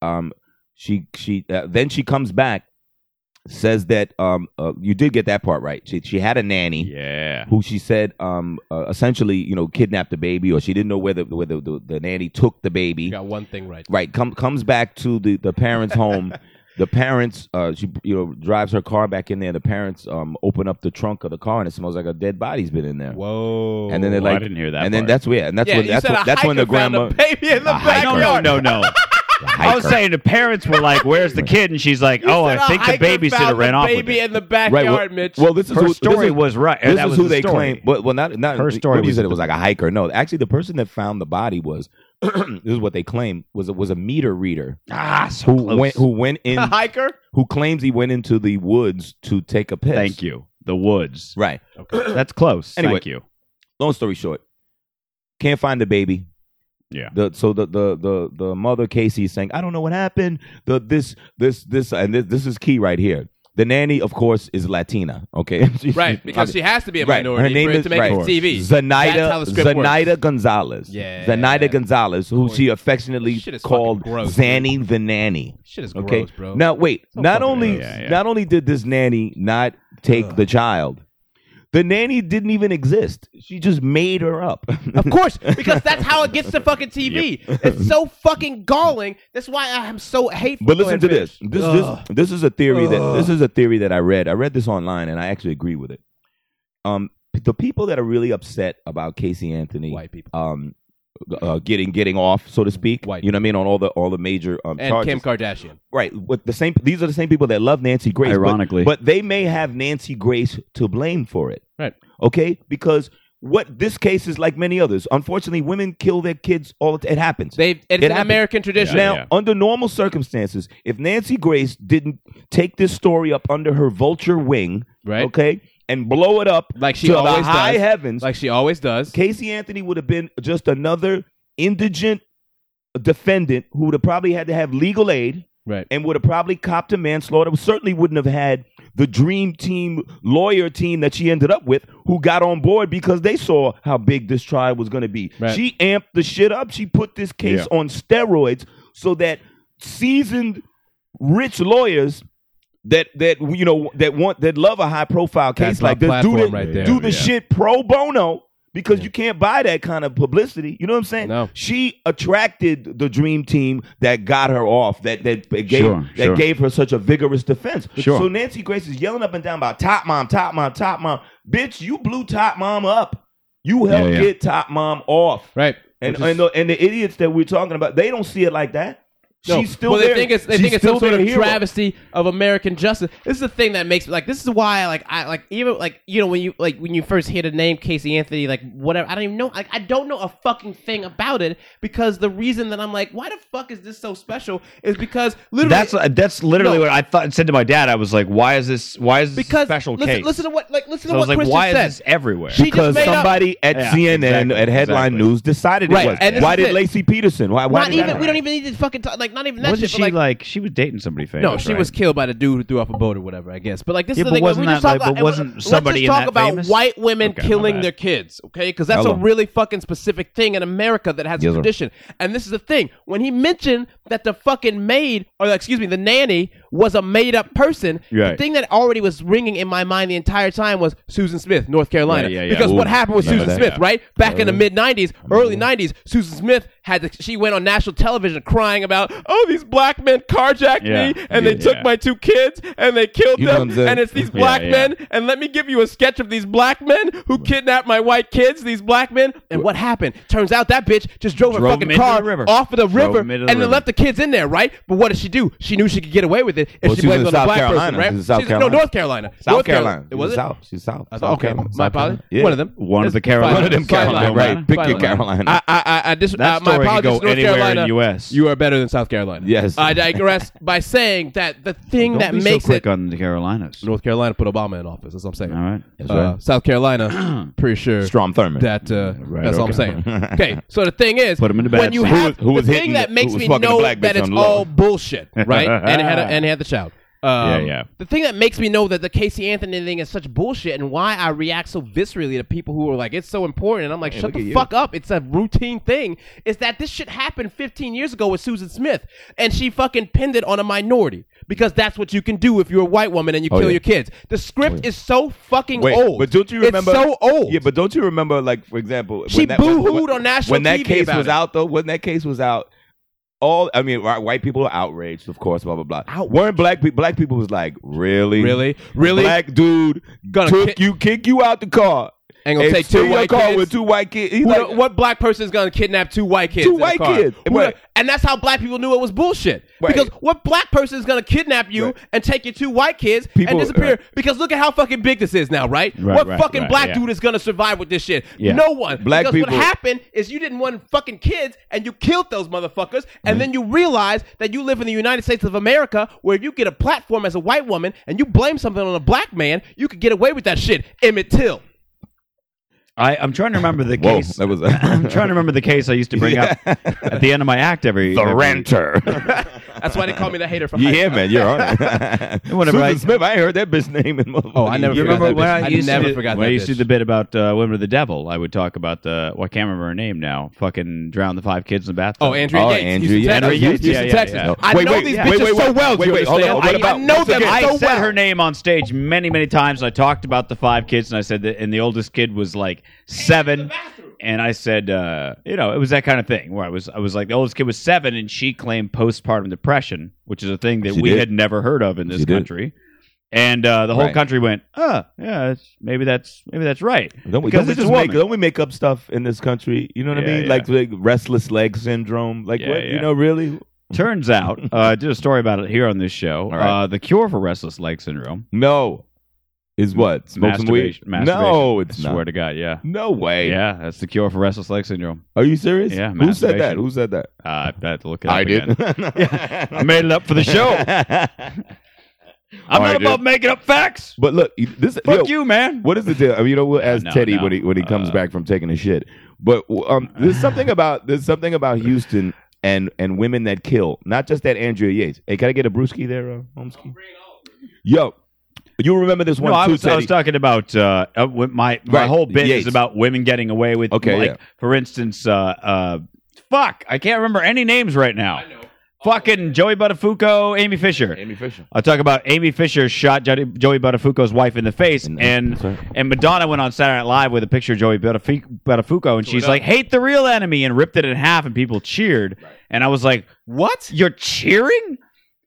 [SPEAKER 8] um, she she uh, then she comes back, says that um uh, you did get that part right. She she had a nanny
[SPEAKER 7] Yeah.
[SPEAKER 8] who she said um uh, essentially you know kidnapped the baby or she didn't know where the where the, the, the nanny took the baby
[SPEAKER 6] You got one thing right.
[SPEAKER 8] right come comes back to the the parents home the parents uh she you know drives her car back in there the parents um open up the trunk of the car and it smells like a dead body's been in there
[SPEAKER 6] Whoa.
[SPEAKER 8] and then they're
[SPEAKER 7] Oh, I
[SPEAKER 8] like
[SPEAKER 7] didn't hear that
[SPEAKER 8] and then
[SPEAKER 7] part.
[SPEAKER 8] that's where and that's
[SPEAKER 6] yeah,
[SPEAKER 8] when
[SPEAKER 6] you
[SPEAKER 8] that's
[SPEAKER 6] said
[SPEAKER 8] when,
[SPEAKER 6] a
[SPEAKER 8] that's when the
[SPEAKER 6] hiker found
[SPEAKER 8] grandma
[SPEAKER 6] a baby in the
[SPEAKER 7] No, no,
[SPEAKER 6] backyard.
[SPEAKER 7] no, no. I was saying the parents were like, "Where's the kid?" And she's like,
[SPEAKER 6] You
[SPEAKER 7] "Oh,
[SPEAKER 6] said
[SPEAKER 7] I
[SPEAKER 6] a
[SPEAKER 7] think
[SPEAKER 6] hiker
[SPEAKER 7] the babysitter
[SPEAKER 6] found
[SPEAKER 7] ran
[SPEAKER 6] the
[SPEAKER 7] off with
[SPEAKER 6] Baby
[SPEAKER 7] it."
[SPEAKER 6] in the backyard,
[SPEAKER 8] right well,
[SPEAKER 6] Mitch.
[SPEAKER 8] well this is
[SPEAKER 7] Her
[SPEAKER 8] who,
[SPEAKER 7] story
[SPEAKER 8] this is,
[SPEAKER 7] was right.
[SPEAKER 8] this
[SPEAKER 7] That
[SPEAKER 8] is
[SPEAKER 7] was
[SPEAKER 8] who
[SPEAKER 7] the
[SPEAKER 8] they
[SPEAKER 7] story.
[SPEAKER 8] claim well, well not not
[SPEAKER 7] Her
[SPEAKER 8] what
[SPEAKER 7] story
[SPEAKER 8] you
[SPEAKER 7] was
[SPEAKER 8] said
[SPEAKER 7] the-
[SPEAKER 8] it was like a hiker no actually the person that found the body was this is what they claim was a, was a meter reader
[SPEAKER 7] ah, so
[SPEAKER 8] who
[SPEAKER 7] close.
[SPEAKER 8] went who went in
[SPEAKER 6] a hiker.
[SPEAKER 8] who claims he went into the woods to take a piss.
[SPEAKER 7] Thank you. The woods.
[SPEAKER 8] Right.
[SPEAKER 7] That's close.
[SPEAKER 8] Anyway.
[SPEAKER 7] Thank you.
[SPEAKER 8] Long story short, can't find the baby.
[SPEAKER 7] Yeah.
[SPEAKER 8] The, so the, the the the mother Casey is saying, I don't know what happened. The this this this and this, this is key right here. The nanny, of course, is Latina. Okay. She-
[SPEAKER 6] Right, because she has to be a
[SPEAKER 8] Right.
[SPEAKER 6] minority
[SPEAKER 8] Her name
[SPEAKER 6] for it
[SPEAKER 8] is
[SPEAKER 6] to make
[SPEAKER 8] right.
[SPEAKER 6] it TV. That's how
[SPEAKER 8] Zenaida
[SPEAKER 6] the script works.
[SPEAKER 8] Zenaida Gonzalez.
[SPEAKER 6] Yeah.
[SPEAKER 8] Zenaida Gonzalez, who she affectionately
[SPEAKER 6] Shit is fucking
[SPEAKER 8] called
[SPEAKER 6] gross, dude.
[SPEAKER 8] Zanny the nanny.
[SPEAKER 6] Shit is
[SPEAKER 8] Okay.
[SPEAKER 6] gross, bro.
[SPEAKER 8] Now wait. not
[SPEAKER 6] fucking
[SPEAKER 8] only
[SPEAKER 7] gross. Yeah, yeah.
[SPEAKER 8] not only did this nanny not take the child, the nanny didn't even exist. She just made her up.
[SPEAKER 6] Of course, because that's how it gets to fucking TV. It's so fucking galling. That's why I am so hateful.
[SPEAKER 8] but listen
[SPEAKER 6] it,
[SPEAKER 8] to
[SPEAKER 6] Mitch.
[SPEAKER 8] this. This this this is a theory that this is a theory that I read. I read this online and I actually agree with it. Um the people that are really upset about Casey Anthony
[SPEAKER 6] White people
[SPEAKER 8] um uh, getting getting off, so to speak.
[SPEAKER 6] White.
[SPEAKER 8] You know what I mean on all the all the major um,
[SPEAKER 6] and
[SPEAKER 8] charges.
[SPEAKER 6] Kim Kardashian.
[SPEAKER 8] right with the same these are the same people that love nancy grace but-
[SPEAKER 7] Ironically.
[SPEAKER 8] but, they may have nancy grace to blame for it
[SPEAKER 6] Right.
[SPEAKER 8] okay because what this case is like many others. Unfortunately, women kill their kids all the time. It happens.
[SPEAKER 6] They it's
[SPEAKER 8] It
[SPEAKER 6] an
[SPEAKER 8] happened.
[SPEAKER 6] American tradition.
[SPEAKER 8] Now,
[SPEAKER 10] yeah.
[SPEAKER 8] under normal circumstances, if Nancy Grace didn't take this story up under her vulture wing,
[SPEAKER 6] Right.
[SPEAKER 8] okay, and blow it up
[SPEAKER 6] Like she
[SPEAKER 8] to the
[SPEAKER 6] always
[SPEAKER 8] high
[SPEAKER 6] does.
[SPEAKER 8] heavens,
[SPEAKER 6] like she always does.
[SPEAKER 8] Casey Anthony would have been just another indigent defendant who would have probably had to have legal aid
[SPEAKER 6] Right.
[SPEAKER 8] and would have probably copped a manslaughter. Certainly wouldn't have had the dream team lawyer team that she ended up with who got on board because they saw how big this trial was going to be.
[SPEAKER 6] Right.
[SPEAKER 8] She amped the shit up. She put this case on steroids so that seasoned rich lawyers that that you know that want that love a high profile case
[SPEAKER 6] That's
[SPEAKER 8] like
[SPEAKER 6] my
[SPEAKER 8] this do
[SPEAKER 6] platform
[SPEAKER 8] the,
[SPEAKER 6] right there.
[SPEAKER 8] do the
[SPEAKER 10] Yeah.
[SPEAKER 8] shit pro bono because you can't buy that kind of publicity. You know what I'm saying?
[SPEAKER 6] No.
[SPEAKER 8] She attracted the dream team that got her off that that gave
[SPEAKER 7] Sure,
[SPEAKER 8] that
[SPEAKER 7] sure.
[SPEAKER 8] gave her such a vigorous defense.
[SPEAKER 7] Sure.
[SPEAKER 8] So Nancy Grace is yelling up and down about top mom, top mom, top mom. Bitch, you blew top mom up. You helped
[SPEAKER 7] Yeah, yeah.
[SPEAKER 8] get top mom off.
[SPEAKER 6] Right.
[SPEAKER 8] And and, the, and the idiots that we're talking about, they don't see it like that.
[SPEAKER 6] No,
[SPEAKER 8] She's still
[SPEAKER 6] well,
[SPEAKER 8] there.
[SPEAKER 6] They think it's, they
[SPEAKER 8] She's
[SPEAKER 6] think it's some
[SPEAKER 8] still
[SPEAKER 6] sort
[SPEAKER 8] their
[SPEAKER 6] of
[SPEAKER 8] hero.
[SPEAKER 6] travesty of American justice. This is the thing that makes me like. This is why, like, I like even like you know when you like when you first hear the name Casey Anthony, like whatever. I don't even know. Like, I don't know a fucking thing about it because the reason that I'm like, why the fuck is this so special? Is because literally
[SPEAKER 7] That's uh, that's literally
[SPEAKER 6] No.
[SPEAKER 7] what I thought. Said to my dad, I was like, "Why is this? Why is this a
[SPEAKER 6] because
[SPEAKER 7] special
[SPEAKER 6] listen,
[SPEAKER 7] case?"
[SPEAKER 6] listen to what like listen
[SPEAKER 7] so I
[SPEAKER 6] to what
[SPEAKER 7] was like,
[SPEAKER 6] Christian
[SPEAKER 7] "Why
[SPEAKER 6] said.
[SPEAKER 7] is this everywhere?"
[SPEAKER 6] She
[SPEAKER 8] because
[SPEAKER 6] just made up-
[SPEAKER 8] somebody at
[SPEAKER 7] Yeah,
[SPEAKER 8] CNN
[SPEAKER 7] exactly,
[SPEAKER 8] at Headline
[SPEAKER 7] exactly.
[SPEAKER 8] News decided
[SPEAKER 6] Right,
[SPEAKER 8] it was.
[SPEAKER 6] and this
[SPEAKER 8] why
[SPEAKER 6] is
[SPEAKER 8] did
[SPEAKER 6] it.
[SPEAKER 8] Lacey Peterson? Why? Why
[SPEAKER 6] not
[SPEAKER 8] did that
[SPEAKER 6] even we
[SPEAKER 8] happen?
[SPEAKER 6] don't even need to fucking talk like not even that
[SPEAKER 7] Wasn't
[SPEAKER 6] shit.
[SPEAKER 7] she
[SPEAKER 6] but,
[SPEAKER 7] like, she was dating somebody famous?
[SPEAKER 6] No, she
[SPEAKER 7] right?
[SPEAKER 6] was killed by the dude who threw off a boat or whatever. I guess, but like this
[SPEAKER 7] Yeah,
[SPEAKER 6] is the
[SPEAKER 7] but
[SPEAKER 6] thing.
[SPEAKER 7] wasn't
[SPEAKER 6] we just
[SPEAKER 7] that,
[SPEAKER 6] talk
[SPEAKER 7] like,
[SPEAKER 6] about,
[SPEAKER 7] but wasn't
[SPEAKER 6] let's just-
[SPEAKER 7] somebody in
[SPEAKER 6] let's just talk
[SPEAKER 7] that
[SPEAKER 6] about
[SPEAKER 7] famous?
[SPEAKER 6] white women
[SPEAKER 7] Okay, my
[SPEAKER 6] killing
[SPEAKER 7] bad.
[SPEAKER 6] their kids, okay? Because that's a
[SPEAKER 8] Hello.
[SPEAKER 6] really fucking specific thing in America that has
[SPEAKER 8] Yes,
[SPEAKER 6] a
[SPEAKER 8] sir.
[SPEAKER 6] tradition. And this is the thing: when he mentioned that the fucking maid, or excuse me, the nanny was a made-up person, the
[SPEAKER 7] Right.
[SPEAKER 6] thing that already was ringing in my mind the entire time was Susan Smith, North Carolina,
[SPEAKER 7] Right, yeah, yeah.
[SPEAKER 6] because
[SPEAKER 7] Ooh,
[SPEAKER 6] what happened with
[SPEAKER 7] remember
[SPEAKER 6] Susan
[SPEAKER 7] that,
[SPEAKER 6] Smith, right? Back in the mid '90s, early
[SPEAKER 8] Mm-hmm.
[SPEAKER 6] '90s, Susan Smith had to, she went on national television crying about, oh, these black men carjacked
[SPEAKER 7] Yeah.
[SPEAKER 6] me and
[SPEAKER 7] Yeah,
[SPEAKER 6] they took
[SPEAKER 7] yeah.
[SPEAKER 6] my two kids and they killed
[SPEAKER 8] You know
[SPEAKER 6] them
[SPEAKER 8] what I'm saying?
[SPEAKER 6] and it's these
[SPEAKER 7] Yeah,
[SPEAKER 6] black
[SPEAKER 7] yeah.
[SPEAKER 6] men and let me give you a sketch of these black men who kidnapped my white kids these black men and what happened turns out that bitch just drove,
[SPEAKER 7] Drove
[SPEAKER 6] her fucking
[SPEAKER 7] them into
[SPEAKER 6] car
[SPEAKER 7] the river.
[SPEAKER 6] off of the
[SPEAKER 7] Drove
[SPEAKER 6] river
[SPEAKER 7] them into
[SPEAKER 6] and
[SPEAKER 7] the
[SPEAKER 6] then
[SPEAKER 7] river.
[SPEAKER 6] left the kids in there right but what did she do she knew she could get away with it if
[SPEAKER 8] Well,
[SPEAKER 6] she
[SPEAKER 8] she was
[SPEAKER 6] blamed it on
[SPEAKER 8] in
[SPEAKER 6] a
[SPEAKER 8] South
[SPEAKER 6] black person
[SPEAKER 8] Carolina.
[SPEAKER 6] right
[SPEAKER 8] She's in South
[SPEAKER 6] She's- no
[SPEAKER 8] Carolina.
[SPEAKER 6] North Carolina
[SPEAKER 8] South
[SPEAKER 6] North
[SPEAKER 8] Carolina.
[SPEAKER 6] It was it?
[SPEAKER 8] South. She's South.
[SPEAKER 6] I
[SPEAKER 8] South
[SPEAKER 6] thought, okay,
[SPEAKER 8] Carolina.
[SPEAKER 6] my
[SPEAKER 8] South
[SPEAKER 6] apologies.
[SPEAKER 8] Carolina. Yeah.
[SPEAKER 6] One of them.
[SPEAKER 7] One of
[SPEAKER 6] That's
[SPEAKER 7] the Carolinas.
[SPEAKER 8] One of them
[SPEAKER 7] It's fine.
[SPEAKER 8] Carolina,
[SPEAKER 7] Carolina.
[SPEAKER 8] right? Pick your
[SPEAKER 6] Fine.
[SPEAKER 8] Carolina.
[SPEAKER 6] I I I, I dis-
[SPEAKER 7] That
[SPEAKER 6] uh, my
[SPEAKER 7] story can
[SPEAKER 6] apologies,
[SPEAKER 7] go
[SPEAKER 6] to North
[SPEAKER 7] anywhere in
[SPEAKER 6] Carolina.
[SPEAKER 7] US.
[SPEAKER 6] You are better than South Carolina.
[SPEAKER 8] Yes.
[SPEAKER 6] I digress by saying that the thing
[SPEAKER 7] Don't
[SPEAKER 6] that
[SPEAKER 7] be
[SPEAKER 6] makes
[SPEAKER 7] so quick
[SPEAKER 6] it
[SPEAKER 7] on the Carolinas.
[SPEAKER 6] North Carolina put Obama in office. That's what I'm saying.
[SPEAKER 7] All right.
[SPEAKER 6] Uh, South Carolina, pretty sure
[SPEAKER 8] Strom Thurmond.
[SPEAKER 6] that uh,
[SPEAKER 7] Right,
[SPEAKER 6] that's all I'm
[SPEAKER 7] okay.
[SPEAKER 6] saying. Okay, so the thing is,
[SPEAKER 7] Put 'em in the
[SPEAKER 6] when
[SPEAKER 7] bad
[SPEAKER 6] you
[SPEAKER 7] spot.
[SPEAKER 6] have
[SPEAKER 8] Who was- who was
[SPEAKER 6] the
[SPEAKER 8] hitting
[SPEAKER 6] thing that
[SPEAKER 8] the-
[SPEAKER 6] makes
[SPEAKER 8] who was
[SPEAKER 6] me
[SPEAKER 8] fucking the
[SPEAKER 6] know
[SPEAKER 8] black
[SPEAKER 6] that
[SPEAKER 8] bitch
[SPEAKER 6] it's
[SPEAKER 8] on the low?
[SPEAKER 6] all bullshit, right? and it had a, and it had the child. Um,
[SPEAKER 7] Yeah, yeah.
[SPEAKER 6] The thing that makes me know that the Casey Anthony thing is such bullshit, and why I react so viscerally to people who are like, "It's so important," and I'm like, "Shut the fuck up! It's a routine thing." Is that this shit happened 15 years ago with Susan Smith, and she fucking pinned it on a minority because that's what you can do if you're a white woman and you kill
[SPEAKER 8] Oh, yeah. Oh,
[SPEAKER 6] your kids. The script is so fucking
[SPEAKER 8] Wait,
[SPEAKER 6] old.
[SPEAKER 8] but don't you
[SPEAKER 6] It's
[SPEAKER 8] remember?
[SPEAKER 6] so old.
[SPEAKER 8] Yeah, but don't you remember? Like for example,
[SPEAKER 6] She boohooed on national
[SPEAKER 8] when that
[SPEAKER 6] TV
[SPEAKER 8] case
[SPEAKER 6] about
[SPEAKER 8] was
[SPEAKER 6] it.
[SPEAKER 8] out. Though when that case was out, all I mean, wh- white people are outraged, of course, blah blah blah. Weren't black people? Black people was like, really,
[SPEAKER 6] Really? Really?
[SPEAKER 8] Black dude
[SPEAKER 6] Gonna
[SPEAKER 8] took
[SPEAKER 6] kick-
[SPEAKER 8] you, kick you out the car,
[SPEAKER 6] And gonna take two
[SPEAKER 8] steal your
[SPEAKER 6] white
[SPEAKER 8] car
[SPEAKER 6] kids?
[SPEAKER 8] with two white kids. He's
[SPEAKER 6] Who
[SPEAKER 8] like,
[SPEAKER 6] the- what black person is going to kidnap two white kids?
[SPEAKER 8] Two
[SPEAKER 6] in a
[SPEAKER 8] white
[SPEAKER 6] car?
[SPEAKER 8] kids.
[SPEAKER 6] Who
[SPEAKER 8] Right.
[SPEAKER 6] the- and that's how black people knew it was bullshit.
[SPEAKER 8] Right.
[SPEAKER 6] Because what black person is going to kidnap you
[SPEAKER 8] Right.
[SPEAKER 6] and take your two white kids
[SPEAKER 8] People-
[SPEAKER 6] and disappear?
[SPEAKER 8] right.
[SPEAKER 6] Because look at how fucking big this is now, right?
[SPEAKER 7] Right,
[SPEAKER 6] what
[SPEAKER 7] right,
[SPEAKER 6] fucking
[SPEAKER 7] right,
[SPEAKER 6] black
[SPEAKER 7] yeah.
[SPEAKER 6] dude is going to survive with this shit?
[SPEAKER 7] Yeah.
[SPEAKER 6] No one.
[SPEAKER 8] Black
[SPEAKER 6] because
[SPEAKER 8] people-
[SPEAKER 6] what happened is you didn't want fucking kids and you killed those motherfuckers.
[SPEAKER 8] Mm-hmm.
[SPEAKER 6] And then you realize that you live in the United States of America where if you get a platform as a white woman and you blame something on a black man, you could get away with that shit. Emmett Till.
[SPEAKER 7] I, I'm trying to remember the
[SPEAKER 8] Whoa,
[SPEAKER 7] case.
[SPEAKER 8] that was a-
[SPEAKER 7] I'm trying to remember the case I used to bring up at the end of my act every.
[SPEAKER 8] the
[SPEAKER 7] every-
[SPEAKER 8] renter.
[SPEAKER 6] That's why they call me the hater from high
[SPEAKER 8] yeah, man, you're on it.
[SPEAKER 7] Whenever
[SPEAKER 8] Susan
[SPEAKER 7] I-
[SPEAKER 8] Smith, I ain't heard that bitch name in.
[SPEAKER 6] Oh, I never
[SPEAKER 7] You
[SPEAKER 6] forgot
[SPEAKER 7] remember
[SPEAKER 6] that
[SPEAKER 7] when
[SPEAKER 6] bitch.
[SPEAKER 7] I,
[SPEAKER 6] I
[SPEAKER 7] used
[SPEAKER 6] never
[SPEAKER 7] to,
[SPEAKER 6] forgot
[SPEAKER 7] when I
[SPEAKER 6] that
[SPEAKER 7] used to
[SPEAKER 6] bitch.
[SPEAKER 7] do the bit about uh, women of the devil? I would talk about the well, I can't remember her name now. Fucking drown the five kids in the bathtub.
[SPEAKER 6] Oh, Andrea
[SPEAKER 8] Oh,
[SPEAKER 6] Yates.
[SPEAKER 8] Andrea
[SPEAKER 6] Houston,
[SPEAKER 8] Yates.
[SPEAKER 6] Texas.
[SPEAKER 7] Andrea Yates,
[SPEAKER 6] Houston,
[SPEAKER 7] yeah, yeah,
[SPEAKER 6] Texas.
[SPEAKER 7] yeah.
[SPEAKER 6] I
[SPEAKER 8] Wait,
[SPEAKER 6] know
[SPEAKER 8] wait,
[SPEAKER 6] these
[SPEAKER 8] wait,
[SPEAKER 6] bitches
[SPEAKER 8] wait,
[SPEAKER 6] so
[SPEAKER 8] wait.
[SPEAKER 6] well.
[SPEAKER 8] Wait,
[SPEAKER 6] do you
[SPEAKER 8] wait, hold on,
[SPEAKER 6] understand?
[SPEAKER 8] what
[SPEAKER 6] I,
[SPEAKER 8] about-
[SPEAKER 6] I know
[SPEAKER 8] once
[SPEAKER 6] them
[SPEAKER 8] again,
[SPEAKER 6] so
[SPEAKER 7] I said
[SPEAKER 6] well.
[SPEAKER 7] her name on stage many, many times. I talked about the five kids, and I said that, and the oldest kid was like seven, and I said, uh, you know, it was that kind of thing where I was, I was like, the oldest kid was seven, and she claimed postpartum depression, which is a thing that
[SPEAKER 8] She
[SPEAKER 7] we
[SPEAKER 8] did.
[SPEAKER 7] had never heard of in this
[SPEAKER 8] She did.
[SPEAKER 7] country, and uh, the whole
[SPEAKER 8] Right.
[SPEAKER 7] country went, oh, yeah, that's, maybe that's, maybe that's right.
[SPEAKER 8] Don't we,
[SPEAKER 7] Because
[SPEAKER 8] don't we
[SPEAKER 7] it's a
[SPEAKER 8] just make
[SPEAKER 7] woman.
[SPEAKER 8] don't we make up stuff in this country? You know what
[SPEAKER 7] Yeah,
[SPEAKER 8] I mean?
[SPEAKER 7] yeah.
[SPEAKER 8] Like, like restless leg syndrome. Like
[SPEAKER 7] Yeah,
[SPEAKER 8] what
[SPEAKER 7] yeah.
[SPEAKER 8] you know, really?
[SPEAKER 7] Turns out, uh, I did a story about it here on this show.
[SPEAKER 8] All right.
[SPEAKER 7] Uh, the cure for restless leg syndrome
[SPEAKER 8] No. Is what? Smoke some weed?
[SPEAKER 7] Masturbation. masturbation.
[SPEAKER 8] No, it's
[SPEAKER 7] I swear
[SPEAKER 8] not.
[SPEAKER 7] to God, yeah.
[SPEAKER 8] No way.
[SPEAKER 7] Yeah, that's the cure for restless leg syndrome.
[SPEAKER 8] Are you serious?
[SPEAKER 7] Yeah,
[SPEAKER 8] Who said that?
[SPEAKER 7] masturbation.
[SPEAKER 8] Who said that?
[SPEAKER 7] Uh, I had to look it up again. I
[SPEAKER 8] I
[SPEAKER 7] made it up for the show.
[SPEAKER 8] Oh,
[SPEAKER 7] I'm
[SPEAKER 8] All
[SPEAKER 7] not
[SPEAKER 8] right, dude.
[SPEAKER 7] about making up facts.
[SPEAKER 8] but look, this yo,
[SPEAKER 7] Fuck you, man.
[SPEAKER 8] What is the deal? I mean, you know, we'll ask
[SPEAKER 7] no,
[SPEAKER 8] Teddy
[SPEAKER 7] no.
[SPEAKER 8] when he when he comes
[SPEAKER 7] Uh,
[SPEAKER 8] back from taking a shit. But um, there's something about there's something about Houston and and women that kill. Not just that Andrea Yates. Hey, can I get a brewski there, uh, Homsky? Yo, you remember this one
[SPEAKER 7] no, I
[SPEAKER 8] too,
[SPEAKER 7] was, I
[SPEAKER 8] Teddy?
[SPEAKER 7] was talking about uh, uh, wi- my my
[SPEAKER 8] Right,
[SPEAKER 7] whole bit
[SPEAKER 8] Yates.
[SPEAKER 7] is about women getting away with.
[SPEAKER 8] Okay,
[SPEAKER 7] like
[SPEAKER 8] yeah.
[SPEAKER 7] for instance, uh, uh, fuck, I can't remember any names right now. Fucking Joey Buttafuoco, Amy Fisher.
[SPEAKER 8] Amy Fisher.
[SPEAKER 7] I'll talk about Amy Fisher shot Jody- Joey Buttafuoco's wife in the face,
[SPEAKER 8] And-
[SPEAKER 7] and
[SPEAKER 8] that's right.
[SPEAKER 7] and Madonna went on Saturday Night Live with a picture of Joey Buttafu- Buttafuoco, and she's like, "Hate the real enemy," and ripped it in half, and people cheered, and I was like, "What? You're cheering?"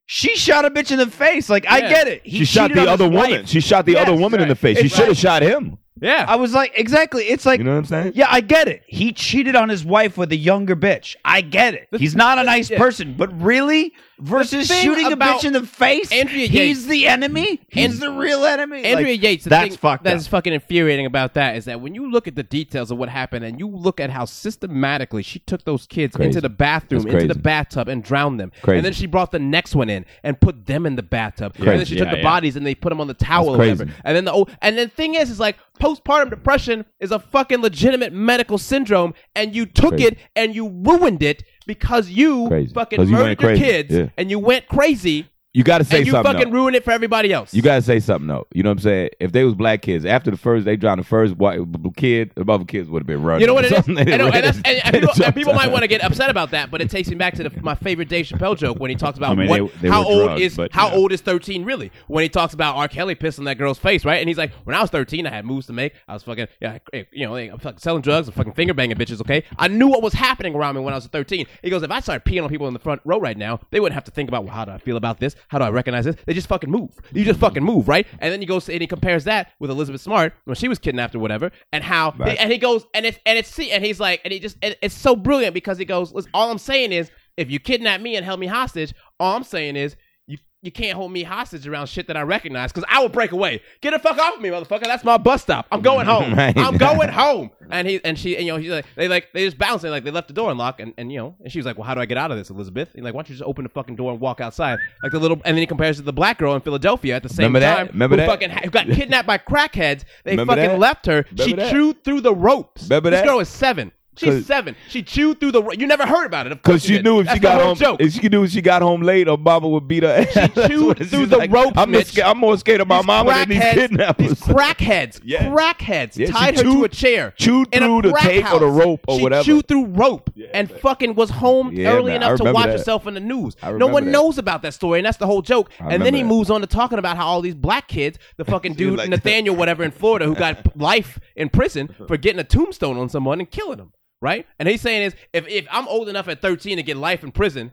[SPEAKER 7] She shot a bitch in the face. Like I get it. He
[SPEAKER 8] She shot
[SPEAKER 7] cheated on
[SPEAKER 8] the
[SPEAKER 7] his
[SPEAKER 8] other
[SPEAKER 7] wife.
[SPEAKER 8] woman. She shot the
[SPEAKER 7] Yes,
[SPEAKER 8] other woman in the face. She
[SPEAKER 7] It's
[SPEAKER 8] should have
[SPEAKER 7] like-
[SPEAKER 8] shot him.
[SPEAKER 7] I was like, exactly. It's like,
[SPEAKER 8] You know what I'm saying?
[SPEAKER 7] yeah, I get it. He cheated on his wife with a younger bitch. I get it. He's not a nice person, but really, versus
[SPEAKER 6] thing
[SPEAKER 7] shooting a
[SPEAKER 6] about
[SPEAKER 7] bitch in the face,
[SPEAKER 6] Andrea
[SPEAKER 7] he's
[SPEAKER 6] Yates-
[SPEAKER 7] the enemy. He's the real enemy.
[SPEAKER 6] Andrea
[SPEAKER 7] Like,
[SPEAKER 6] Yates, the
[SPEAKER 7] that's
[SPEAKER 6] thing
[SPEAKER 7] fucked
[SPEAKER 6] That's
[SPEAKER 7] up.
[SPEAKER 6] fucking infuriating about that is that when you look at the details of what happened and you look at how systematically she took those kids
[SPEAKER 8] Crazy.
[SPEAKER 6] into the bathroom,
[SPEAKER 8] That's
[SPEAKER 6] into the
[SPEAKER 8] crazy.
[SPEAKER 6] bathtub, and drowned them,
[SPEAKER 8] Crazy.
[SPEAKER 6] and then she brought the next one in and put them in the bathtub, and then
[SPEAKER 8] Crazy.
[SPEAKER 6] she
[SPEAKER 7] Yeah,
[SPEAKER 6] took the
[SPEAKER 7] yeah.
[SPEAKER 6] bodies and they put them on the towel, or
[SPEAKER 8] That's
[SPEAKER 6] whatever.
[SPEAKER 8] crazy.
[SPEAKER 6] And then the oh, and then thing is, is like postpartum depression is a fucking legitimate medical syndrome, and you took
[SPEAKER 8] Crazy.
[SPEAKER 6] it and you ruined it because you
[SPEAKER 8] Crazy.
[SPEAKER 6] fucking
[SPEAKER 8] 'Cause you
[SPEAKER 6] murdered
[SPEAKER 8] went
[SPEAKER 6] your
[SPEAKER 8] crazy.
[SPEAKER 6] kids
[SPEAKER 8] Yeah.
[SPEAKER 6] and you went crazy
[SPEAKER 8] You got to say
[SPEAKER 6] and you
[SPEAKER 8] something.
[SPEAKER 6] fucking
[SPEAKER 8] though.
[SPEAKER 6] ruined it for everybody else.
[SPEAKER 8] You gotta say something though. You know what I'm saying? If they was black kids, after the first, they drowned the first white b- b- kid. The mother kids would have been running.
[SPEAKER 6] You know what it is?
[SPEAKER 8] Something
[SPEAKER 6] And,
[SPEAKER 8] they
[SPEAKER 6] and,
[SPEAKER 8] done
[SPEAKER 6] and, that's,
[SPEAKER 8] ran
[SPEAKER 6] and,
[SPEAKER 8] is-
[SPEAKER 6] and people, and people might
[SPEAKER 8] something.
[SPEAKER 6] want to get upset about that, but it takes me back to the, my favorite Dave Chappelle joke when he talks about
[SPEAKER 7] I mean,
[SPEAKER 6] what,
[SPEAKER 7] they- they
[SPEAKER 6] how
[SPEAKER 7] were
[SPEAKER 6] old
[SPEAKER 7] drugs,
[SPEAKER 6] is
[SPEAKER 7] but,
[SPEAKER 6] how
[SPEAKER 7] yeah.
[SPEAKER 6] old is thirteen really? When he talks about R. Kelly pissed on that girl's face, right? And he's like, when I was thirteen, I had moves to make. I was fucking, yeah, I- you know, eh, I'm fucking selling drugs, I'm fucking finger banging bitches. Okay, I knew what was happening around me when I was thirteen. He goes, if I started peeing on people in the front row right now, they wouldn't have to think about well, how do I feel about this? How do I recognize this? They just fucking move. You just fucking move, right? And then he goes and he compares that with Elizabeth Smart when she was kidnapped or whatever, and how
[SPEAKER 8] Right.
[SPEAKER 6] and he goes and it's and it's see and he's like and he just and it's so brilliant because he goes "Listen, all i'm saying is if you kidnap me and held me hostage all i'm saying is you you can't hold me hostage around shit that i recognize because i will break away get the fuck off of me motherfucker that's my bus stop i'm going home
[SPEAKER 8] Right.
[SPEAKER 6] i'm going home and he and she and, you know he's like they like they just bounced and like they left the door unlocked and, and you know and she was like well how do i get out of this elizabeth and like why don't you just open the fucking door and walk outside like the little and then he compares it to the black girl in philadelphia at the same
[SPEAKER 8] Remember that?
[SPEAKER 6] time
[SPEAKER 8] Remember
[SPEAKER 6] who
[SPEAKER 8] that?
[SPEAKER 6] fucking ha- who got kidnapped by crackheads they
[SPEAKER 8] Remember
[SPEAKER 6] fucking
[SPEAKER 8] that?
[SPEAKER 6] left her she
[SPEAKER 8] Remember that?
[SPEAKER 6] chewed through the ropes
[SPEAKER 8] Remember
[SPEAKER 6] this
[SPEAKER 8] that?
[SPEAKER 6] girl is seven. She's
[SPEAKER 8] Cause-
[SPEAKER 6] seven. She chewed through the. ro- You never heard about it, of course.
[SPEAKER 8] Cause she
[SPEAKER 6] you
[SPEAKER 8] knew
[SPEAKER 6] didn't.
[SPEAKER 8] if
[SPEAKER 6] That's the
[SPEAKER 8] she got
[SPEAKER 6] whole
[SPEAKER 8] home,
[SPEAKER 6] joke.
[SPEAKER 8] if she knew if she got home late, Obama would beat her. ass. That's
[SPEAKER 6] chewed
[SPEAKER 8] what it-
[SPEAKER 6] through
[SPEAKER 8] she's
[SPEAKER 6] the ropes,
[SPEAKER 8] I'm
[SPEAKER 6] Mitch.
[SPEAKER 8] just sca- I'm more scared of my
[SPEAKER 6] These
[SPEAKER 8] mama than these
[SPEAKER 6] crackheads-
[SPEAKER 8] kidnappers.
[SPEAKER 6] These crackheads,
[SPEAKER 8] Yeah.
[SPEAKER 6] crackheads,
[SPEAKER 8] Yeah, she
[SPEAKER 6] tied her to
[SPEAKER 8] chewed-
[SPEAKER 6] a chair,
[SPEAKER 8] chewed
[SPEAKER 6] in a
[SPEAKER 8] through the
[SPEAKER 6] crack
[SPEAKER 8] tape or the
[SPEAKER 6] house.
[SPEAKER 8] rope or
[SPEAKER 6] she
[SPEAKER 8] whatever.
[SPEAKER 6] Chewed through rope and fucking was home
[SPEAKER 8] Yeah,
[SPEAKER 6] early
[SPEAKER 8] man, I
[SPEAKER 6] enough to
[SPEAKER 8] remember
[SPEAKER 6] watch
[SPEAKER 8] that.
[SPEAKER 6] herself in the news.
[SPEAKER 8] I
[SPEAKER 6] No
[SPEAKER 8] remember
[SPEAKER 6] one
[SPEAKER 8] that.
[SPEAKER 6] knows about that story, and that's the whole joke.
[SPEAKER 8] I
[SPEAKER 6] And then he
[SPEAKER 8] remember that.
[SPEAKER 6] moves on to talking about how all these black kids, the fucking dude
[SPEAKER 8] like- Uh-huh.
[SPEAKER 6] Nathaniel whatever in Florida, who got p- life in prison for getting a tombstone on someone and killing them. Right, and he's saying is if, if I'm old enough at 13 to get life in prison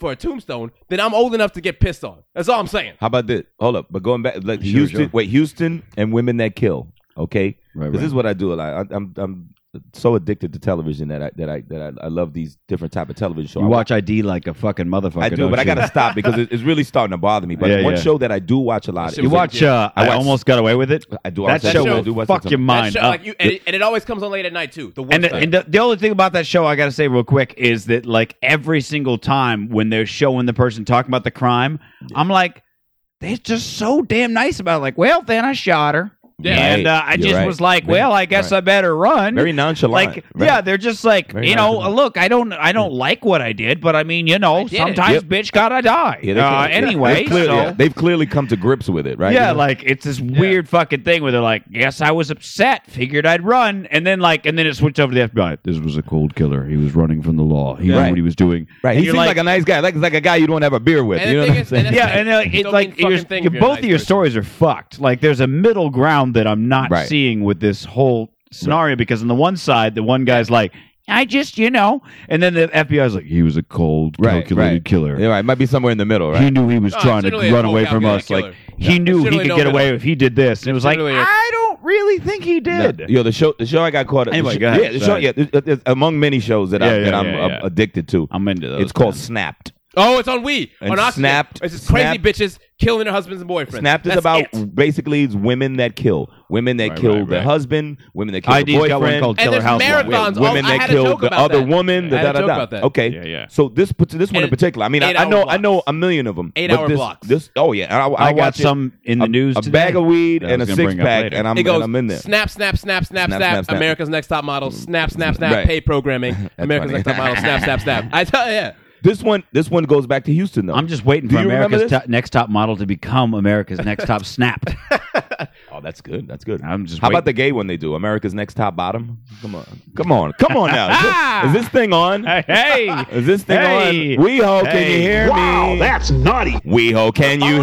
[SPEAKER 6] for a tombstone, then I'm old enough to get pissed on. That's all I'm saying.
[SPEAKER 8] How about this? Hold up, but going back, like Houston,
[SPEAKER 5] sure.
[SPEAKER 8] wait, Houston and women that kill. Okay,
[SPEAKER 5] Right,
[SPEAKER 8] this
[SPEAKER 5] right.
[SPEAKER 8] is what I do a lot. I, I'm I'm so addicted to television that I that I that I, I love these different type of television shows.
[SPEAKER 7] You
[SPEAKER 8] I
[SPEAKER 7] watch ID like a fucking motherfucker.
[SPEAKER 8] I do,
[SPEAKER 7] don't
[SPEAKER 8] but I
[SPEAKER 7] you?
[SPEAKER 8] gotta stop because it, it's really starting to bother me. But
[SPEAKER 7] Yeah,
[SPEAKER 8] one
[SPEAKER 7] yeah.
[SPEAKER 8] show that I do watch a lot.
[SPEAKER 7] You
[SPEAKER 8] is-
[SPEAKER 7] watch. Uh, I,
[SPEAKER 8] I watch-
[SPEAKER 7] almost got away with it.
[SPEAKER 8] I do.
[SPEAKER 7] That,
[SPEAKER 8] watch
[SPEAKER 7] show,
[SPEAKER 6] show.
[SPEAKER 8] I do watch
[SPEAKER 7] fuck
[SPEAKER 8] that
[SPEAKER 7] your
[SPEAKER 6] That
[SPEAKER 7] mind Uh,
[SPEAKER 6] show,
[SPEAKER 7] up.
[SPEAKER 6] like you, and, it, and it always comes on late at night too. The
[SPEAKER 7] and
[SPEAKER 6] worst
[SPEAKER 7] the,
[SPEAKER 6] time.
[SPEAKER 7] and the, the only thing about that show I got to say real quick is that like every single time when they're showing the person talking about the crime, I'm like, they're just so damn nice about it. like, well, then I shot her,
[SPEAKER 8] Yeah.
[SPEAKER 7] and uh, I
[SPEAKER 8] Right. You're
[SPEAKER 7] just
[SPEAKER 8] right.
[SPEAKER 7] was like,
[SPEAKER 8] Very-
[SPEAKER 7] well, I guess
[SPEAKER 8] right.
[SPEAKER 7] I better run.
[SPEAKER 8] Very nonchalant.
[SPEAKER 7] like
[SPEAKER 8] right?
[SPEAKER 7] yeah, they're just like
[SPEAKER 8] Very
[SPEAKER 7] you know.
[SPEAKER 8] nonchalant.
[SPEAKER 7] Look, I don't, I don't like what I did, but I mean, you know,
[SPEAKER 6] did it.
[SPEAKER 7] sometimes
[SPEAKER 8] Yep.
[SPEAKER 7] bitch gotta die.
[SPEAKER 8] Yeah, they
[SPEAKER 7] uh,
[SPEAKER 8] can't- yeah.
[SPEAKER 7] anyway,
[SPEAKER 8] they've, clear-
[SPEAKER 7] so-
[SPEAKER 8] yeah, they've clearly come to grips with it, right?
[SPEAKER 7] yeah,
[SPEAKER 8] You know?
[SPEAKER 7] like it's this weird fucking thing where they're like, "Yes, I was upset. Figured I'd run," and then like, and then it switched over to the FBI. This was a cold killer. He was running from the law. He knew
[SPEAKER 8] Right.
[SPEAKER 7] what he was doing.
[SPEAKER 8] right. He
[SPEAKER 7] you're
[SPEAKER 8] seems
[SPEAKER 7] like-
[SPEAKER 8] like, a nice guy, like like a guy you don't have a beer with.
[SPEAKER 6] And
[SPEAKER 8] you
[SPEAKER 6] the thing
[SPEAKER 8] know what I'm
[SPEAKER 6] is-
[SPEAKER 8] saying?
[SPEAKER 6] and
[SPEAKER 7] Yeah, and uh,
[SPEAKER 6] Don't
[SPEAKER 7] it's
[SPEAKER 6] mean
[SPEAKER 7] like
[SPEAKER 6] fucking
[SPEAKER 7] you're,
[SPEAKER 6] thing
[SPEAKER 7] you're-
[SPEAKER 6] if you're a
[SPEAKER 7] both
[SPEAKER 6] nice
[SPEAKER 7] of your
[SPEAKER 6] person.
[SPEAKER 7] stories are fucked. Like there's a middle ground that I'm not
[SPEAKER 8] Right.
[SPEAKER 7] seeing with this whole scenario because on the one side, the one guy's like, "I just, you know," and then the FBI's like, "He was a cold,
[SPEAKER 8] Right,
[SPEAKER 7] calculated
[SPEAKER 8] right.
[SPEAKER 7] killer."
[SPEAKER 8] Yeah, right. Might be somewhere in the middle,
[SPEAKER 7] He
[SPEAKER 8] right?
[SPEAKER 7] knew he was
[SPEAKER 6] No, Oh, it's
[SPEAKER 7] trying to
[SPEAKER 6] literally a
[SPEAKER 7] run
[SPEAKER 6] cold
[SPEAKER 7] away from
[SPEAKER 6] calculated
[SPEAKER 7] us. Like
[SPEAKER 6] killer.
[SPEAKER 7] he knew he
[SPEAKER 6] literally
[SPEAKER 7] could
[SPEAKER 6] no
[SPEAKER 7] get away
[SPEAKER 6] middle.
[SPEAKER 7] if he did this. And it was like,
[SPEAKER 6] literally a-
[SPEAKER 7] I don't really think he did.
[SPEAKER 8] No, yo, the show, the show I got caught.
[SPEAKER 7] Anyway,
[SPEAKER 8] the sh-
[SPEAKER 7] go ahead.
[SPEAKER 8] yeah, the show,
[SPEAKER 7] Sorry.
[SPEAKER 8] yeah. th- th- th- Among many shows that, I,
[SPEAKER 7] Yeah, yeah,
[SPEAKER 8] that I'm
[SPEAKER 7] yeah,
[SPEAKER 8] uh,
[SPEAKER 7] yeah.
[SPEAKER 8] addicted to,
[SPEAKER 7] I'm into those.
[SPEAKER 8] it's called
[SPEAKER 7] man.
[SPEAKER 8] Snapped.
[SPEAKER 6] Oh, it's on Wii.
[SPEAKER 8] And
[SPEAKER 6] on Oculus.
[SPEAKER 8] Snapped-
[SPEAKER 6] It's just crazy
[SPEAKER 8] Snapped-
[SPEAKER 6] bitches killing their husbands and boyfriends.
[SPEAKER 8] Snapped is
[SPEAKER 6] That's
[SPEAKER 8] about
[SPEAKER 6] it.
[SPEAKER 8] basically it's women that kill, women that
[SPEAKER 7] Right,
[SPEAKER 8] kill
[SPEAKER 7] right,
[SPEAKER 8] their
[SPEAKER 7] right.
[SPEAKER 8] husband, women that kill
[SPEAKER 7] ID's
[SPEAKER 8] their boyfriend,
[SPEAKER 7] got one called
[SPEAKER 6] And
[SPEAKER 7] Killer
[SPEAKER 6] there's
[SPEAKER 7] Housewife.
[SPEAKER 6] marathons. Oh,
[SPEAKER 8] women
[SPEAKER 6] I
[SPEAKER 8] that
[SPEAKER 6] had a
[SPEAKER 8] killed
[SPEAKER 6] joke
[SPEAKER 8] the
[SPEAKER 6] about
[SPEAKER 8] other
[SPEAKER 6] that.
[SPEAKER 8] woman. The
[SPEAKER 6] I had a
[SPEAKER 8] da, da,
[SPEAKER 6] joke
[SPEAKER 8] da.
[SPEAKER 6] about that.
[SPEAKER 8] Okay,
[SPEAKER 7] Yeah, yeah.
[SPEAKER 8] So this parti- this one in
[SPEAKER 6] And
[SPEAKER 8] particular, I mean, I, I
[SPEAKER 6] eight-hour
[SPEAKER 8] know I
[SPEAKER 6] blocks.
[SPEAKER 8] know a million of them.
[SPEAKER 6] Eight-hour
[SPEAKER 8] but this,
[SPEAKER 6] blocks.
[SPEAKER 8] This oh yeah, and I, I,
[SPEAKER 7] I got
[SPEAKER 8] watch it.
[SPEAKER 7] some in the
[SPEAKER 8] A-
[SPEAKER 7] news
[SPEAKER 8] A
[SPEAKER 7] today
[SPEAKER 8] bag of weed
[SPEAKER 7] that I
[SPEAKER 8] and a
[SPEAKER 7] was gonna
[SPEAKER 8] six
[SPEAKER 7] bring up
[SPEAKER 8] pack,
[SPEAKER 7] later.
[SPEAKER 8] and I'm
[SPEAKER 6] It goes
[SPEAKER 8] and I'm in there.
[SPEAKER 6] snap, snap, snap, snap,
[SPEAKER 8] Snap,
[SPEAKER 6] snap,
[SPEAKER 8] snap, snap.
[SPEAKER 6] America's Next Top Model. Snap, snap, snap.
[SPEAKER 8] Right.
[SPEAKER 6] Pay programming. America's
[SPEAKER 8] funny.
[SPEAKER 6] Next Top Model. Snap, snap, snap. I tell yeah.
[SPEAKER 8] This one this one goes back to Houston though.
[SPEAKER 7] I'm just waiting
[SPEAKER 8] Do
[SPEAKER 7] for
[SPEAKER 8] you remember
[SPEAKER 7] America's
[SPEAKER 8] this?
[SPEAKER 7] top, next top model to become America's next top snapped.
[SPEAKER 8] Oh, that's good. That's good.
[SPEAKER 7] I'm just
[SPEAKER 8] How
[SPEAKER 7] waiting.
[SPEAKER 8] about the gay one they do? America's Next Top Bottom. Come on, come on, come on now. Is this- Is this, thing on?
[SPEAKER 7] hey,
[SPEAKER 8] Is this thing
[SPEAKER 7] Hey.
[SPEAKER 8] on? Weho, can you
[SPEAKER 7] Hey.
[SPEAKER 8] hear me?
[SPEAKER 12] that's naughty.
[SPEAKER 8] Weho, can you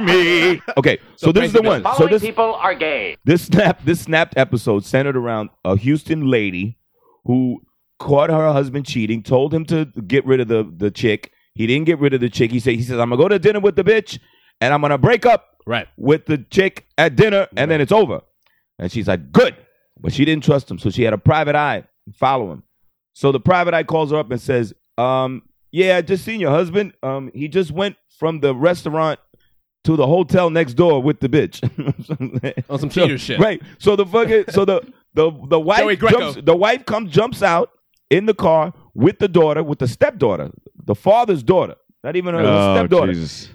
[SPEAKER 8] me? Okay, so, this is the one. So this
[SPEAKER 12] people are gay.
[SPEAKER 8] this snap this snapped episode centered around a Houston lady who caught her husband cheating, told him to get rid of the the chick. He didn't get rid of the chick. He said he says I'm gonna go to dinner with the bitch and I'm gonna break up
[SPEAKER 6] Right.
[SPEAKER 8] with the chick at dinner and then it's over. And she's like, good. But she didn't trust him. So she had a private eye follow him. So the private eye calls her up and says, um, yeah, I just seen your husband. Um, he just went from the restaurant to the hotel next door with the bitch.
[SPEAKER 6] On some
[SPEAKER 8] So-
[SPEAKER 6] cheater shit.
[SPEAKER 8] Right. So the fucking so the the the
[SPEAKER 6] Joey
[SPEAKER 8] wife
[SPEAKER 6] Greco.
[SPEAKER 8] jumps, the wife comes jumps out in the car with the daughter, with the stepdaughter, the father's daughter, not
[SPEAKER 7] Oh,
[SPEAKER 8] even her her stepdaughter,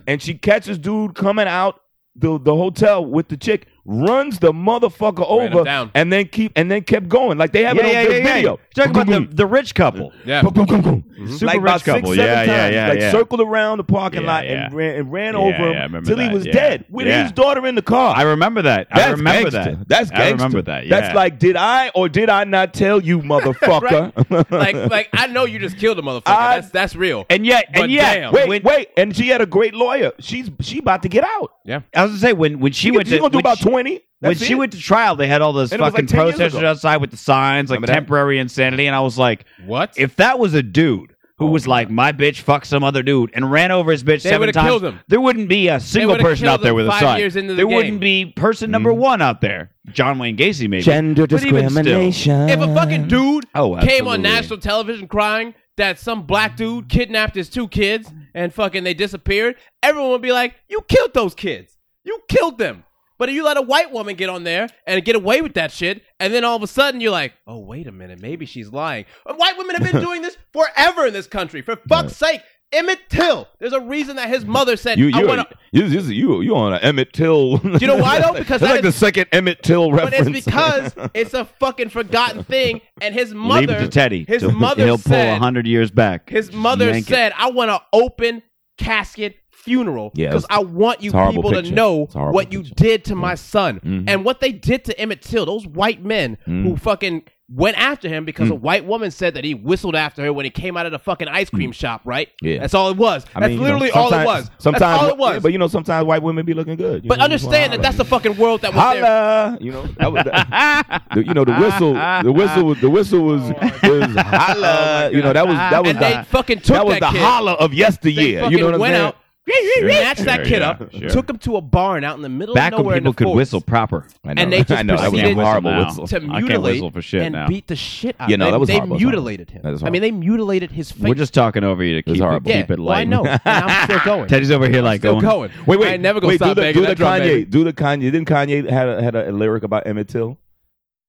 [SPEAKER 8] and she catches dude coming out the the hotel with the chick, runs the motherfucker
[SPEAKER 6] Ran him
[SPEAKER 8] over,
[SPEAKER 6] down.
[SPEAKER 8] and then keep and then kept going like they have
[SPEAKER 7] Yeah,
[SPEAKER 8] it on
[SPEAKER 7] yeah,
[SPEAKER 8] this
[SPEAKER 7] yeah, yeah.
[SPEAKER 8] video.
[SPEAKER 7] Talking about the, the rich couple.
[SPEAKER 6] Yeah.
[SPEAKER 8] Boom, boom, boom, boom.
[SPEAKER 7] Super
[SPEAKER 8] like
[SPEAKER 7] rich
[SPEAKER 8] about
[SPEAKER 7] couple.
[SPEAKER 8] six, seven
[SPEAKER 7] yeah, yeah,
[SPEAKER 8] times,
[SPEAKER 7] yeah,
[SPEAKER 8] like
[SPEAKER 7] yeah.
[SPEAKER 8] circled around the parking
[SPEAKER 7] Yeah,
[SPEAKER 8] lot
[SPEAKER 7] yeah.
[SPEAKER 8] and ran and ran
[SPEAKER 7] Yeah,
[SPEAKER 8] over
[SPEAKER 7] yeah, I
[SPEAKER 8] him
[SPEAKER 7] remember
[SPEAKER 8] till he
[SPEAKER 7] that,
[SPEAKER 8] was
[SPEAKER 7] yeah.
[SPEAKER 8] dead with
[SPEAKER 7] Yeah.
[SPEAKER 8] his daughter in the car.
[SPEAKER 7] I remember that. I
[SPEAKER 8] That's
[SPEAKER 7] remember
[SPEAKER 8] gangster.
[SPEAKER 7] that.
[SPEAKER 8] That's gangster.
[SPEAKER 7] I remember that. Yeah.
[SPEAKER 8] That's like, did I or did I not tell you, motherfucker?
[SPEAKER 6] Like like I know you just killed a motherfucker.
[SPEAKER 8] I-
[SPEAKER 6] that's that's real.
[SPEAKER 7] and yet,
[SPEAKER 6] But
[SPEAKER 7] and yet,
[SPEAKER 6] damn.
[SPEAKER 8] wait,
[SPEAKER 7] when-
[SPEAKER 8] wait. And she had a great lawyer. She's she about to get out.
[SPEAKER 7] I was gonna say when when she
[SPEAKER 8] She,
[SPEAKER 7] went
[SPEAKER 8] she
[SPEAKER 7] to
[SPEAKER 8] gonna do
[SPEAKER 7] when
[SPEAKER 8] about
[SPEAKER 7] she-
[SPEAKER 8] twenty.
[SPEAKER 7] when
[SPEAKER 8] That's
[SPEAKER 7] she
[SPEAKER 8] it.
[SPEAKER 7] went to trial, they had all those
[SPEAKER 8] And it was
[SPEAKER 7] fucking
[SPEAKER 8] like 10 years
[SPEAKER 7] protesters
[SPEAKER 8] ago.
[SPEAKER 7] outside with the signs like
[SPEAKER 8] Remember that?
[SPEAKER 7] temporary insanity, and I was like,
[SPEAKER 6] What?
[SPEAKER 7] if that was a dude who was like, my bitch fucked some other dude and ran over his bitch
[SPEAKER 6] Oh They
[SPEAKER 7] seven
[SPEAKER 6] would've
[SPEAKER 7] times,
[SPEAKER 6] killed him.
[SPEAKER 7] there wouldn't be a single
[SPEAKER 6] would've
[SPEAKER 7] person
[SPEAKER 6] killed
[SPEAKER 7] out there
[SPEAKER 6] him
[SPEAKER 7] with a
[SPEAKER 6] five
[SPEAKER 7] sign.
[SPEAKER 6] years into the
[SPEAKER 7] there
[SPEAKER 6] game. Mm-hmm.
[SPEAKER 7] wouldn't be person number one out there. John Wayne Gacy, maybe.
[SPEAKER 8] gender
[SPEAKER 7] But even still.
[SPEAKER 8] discrimination.
[SPEAKER 6] if a
[SPEAKER 7] Um,
[SPEAKER 6] fucking dude
[SPEAKER 8] Oh,
[SPEAKER 6] came on
[SPEAKER 8] absolutely.
[SPEAKER 6] national television crying that some black dude kidnapped his two kids and fucking they disappeared, everyone would be like, "You killed those kids. You killed them." But if you let a white woman get on there and get away with that shit, and then all of a sudden you're like, "Oh, wait a minute, maybe she's lying." Uh, White women have been doing this forever in this country. For fuck's sake, Emmett Till. There's a reason that his mother said,
[SPEAKER 8] you
[SPEAKER 6] "I
[SPEAKER 8] you
[SPEAKER 6] want to."
[SPEAKER 8] you you you you on an Emmett Till. Do
[SPEAKER 6] you know why, though? Because
[SPEAKER 8] that's
[SPEAKER 6] that
[SPEAKER 8] like the
[SPEAKER 6] is-
[SPEAKER 8] second Emmett Till
[SPEAKER 6] But
[SPEAKER 8] reference.
[SPEAKER 6] it's because it's a fucking forgotten thing, and his mother,
[SPEAKER 7] Leave it to Teddy.
[SPEAKER 6] his
[SPEAKER 7] He'll-
[SPEAKER 6] mother
[SPEAKER 7] he'll pull a
[SPEAKER 6] said,
[SPEAKER 7] hundred years back.
[SPEAKER 6] His
[SPEAKER 7] Just
[SPEAKER 6] mother
[SPEAKER 7] yank it.
[SPEAKER 6] said, "I want an open casket funeral
[SPEAKER 8] Yeah,
[SPEAKER 6] because
[SPEAKER 8] it's-
[SPEAKER 6] I want you
[SPEAKER 8] it's a horrible
[SPEAKER 6] people to
[SPEAKER 8] picture.
[SPEAKER 6] know
[SPEAKER 8] It's a horrible
[SPEAKER 6] what you
[SPEAKER 8] picture.
[SPEAKER 6] did to my son
[SPEAKER 8] Mhm.
[SPEAKER 6] and what they did to Emmett Till. Those white men
[SPEAKER 8] Mm-hmm.
[SPEAKER 6] who fucking went after him because a
[SPEAKER 8] Mm.
[SPEAKER 6] white woman said that he whistled after her when he came out of the fucking ice cream shop. Right?
[SPEAKER 8] Mm. Yeah.
[SPEAKER 6] That's all it was.
[SPEAKER 8] I
[SPEAKER 6] that's
[SPEAKER 8] mean, you know,
[SPEAKER 6] literally all it
[SPEAKER 8] sometimes-
[SPEAKER 6] was.
[SPEAKER 8] Sometimes,
[SPEAKER 6] that's all it was.
[SPEAKER 8] yeah,
[SPEAKER 6] but
[SPEAKER 8] but you know, sometimes white women be looking good. you know, you just wanna
[SPEAKER 6] understand that
[SPEAKER 8] holler.
[SPEAKER 6] that's the fucking world that was there.
[SPEAKER 8] holla. You know, that was that, the, you know the whistle. The whistle was the whistle was,
[SPEAKER 6] Oh,
[SPEAKER 8] was holla. you know that was that was
[SPEAKER 6] And they
[SPEAKER 8] the,
[SPEAKER 6] fucking took
[SPEAKER 8] that was
[SPEAKER 6] that
[SPEAKER 8] the
[SPEAKER 6] kid.
[SPEAKER 8] holla of
[SPEAKER 6] They
[SPEAKER 8] yesteryear.
[SPEAKER 6] fucking
[SPEAKER 8] You know what I'm
[SPEAKER 6] went
[SPEAKER 8] saying?
[SPEAKER 6] out. Snatched that kid
[SPEAKER 7] yeah,
[SPEAKER 6] up,
[SPEAKER 7] sure.
[SPEAKER 6] took him to a barn out in the middle
[SPEAKER 7] Back
[SPEAKER 6] of nowhere
[SPEAKER 7] when
[SPEAKER 6] in the
[SPEAKER 7] people could
[SPEAKER 6] forest.
[SPEAKER 7] whistle proper.
[SPEAKER 8] I know,
[SPEAKER 6] and they just
[SPEAKER 8] I know, that was
[SPEAKER 6] proceeded
[SPEAKER 8] a horrible
[SPEAKER 7] now.
[SPEAKER 8] whistle.
[SPEAKER 6] to
[SPEAKER 7] I can't
[SPEAKER 6] mutilate
[SPEAKER 7] whistle for shit
[SPEAKER 6] and
[SPEAKER 7] now.
[SPEAKER 6] beat the shit out.
[SPEAKER 8] Yeah,
[SPEAKER 6] of
[SPEAKER 8] no,
[SPEAKER 6] him.
[SPEAKER 8] that was
[SPEAKER 6] they
[SPEAKER 8] horrible. That was
[SPEAKER 6] mutilated him.
[SPEAKER 8] horrible. That was
[SPEAKER 6] I mean, they mutilated his face.
[SPEAKER 7] We're just talking over you to keep it,
[SPEAKER 8] horrible.
[SPEAKER 6] yeah,
[SPEAKER 7] keep it
[SPEAKER 6] well, I
[SPEAKER 7] light.
[SPEAKER 6] know, and I'm still going.
[SPEAKER 7] Teddy's over here like
[SPEAKER 6] still
[SPEAKER 7] going.
[SPEAKER 6] going.
[SPEAKER 8] Wait, wait,
[SPEAKER 6] I ain't never gonna
[SPEAKER 8] wait,
[SPEAKER 6] stop
[SPEAKER 8] do the,
[SPEAKER 6] banging
[SPEAKER 8] do the
[SPEAKER 6] that drum,
[SPEAKER 8] Kanye,
[SPEAKER 6] baby.
[SPEAKER 8] do the Kanye. Didn't Kanye had a, had a, lyric about Emmett Till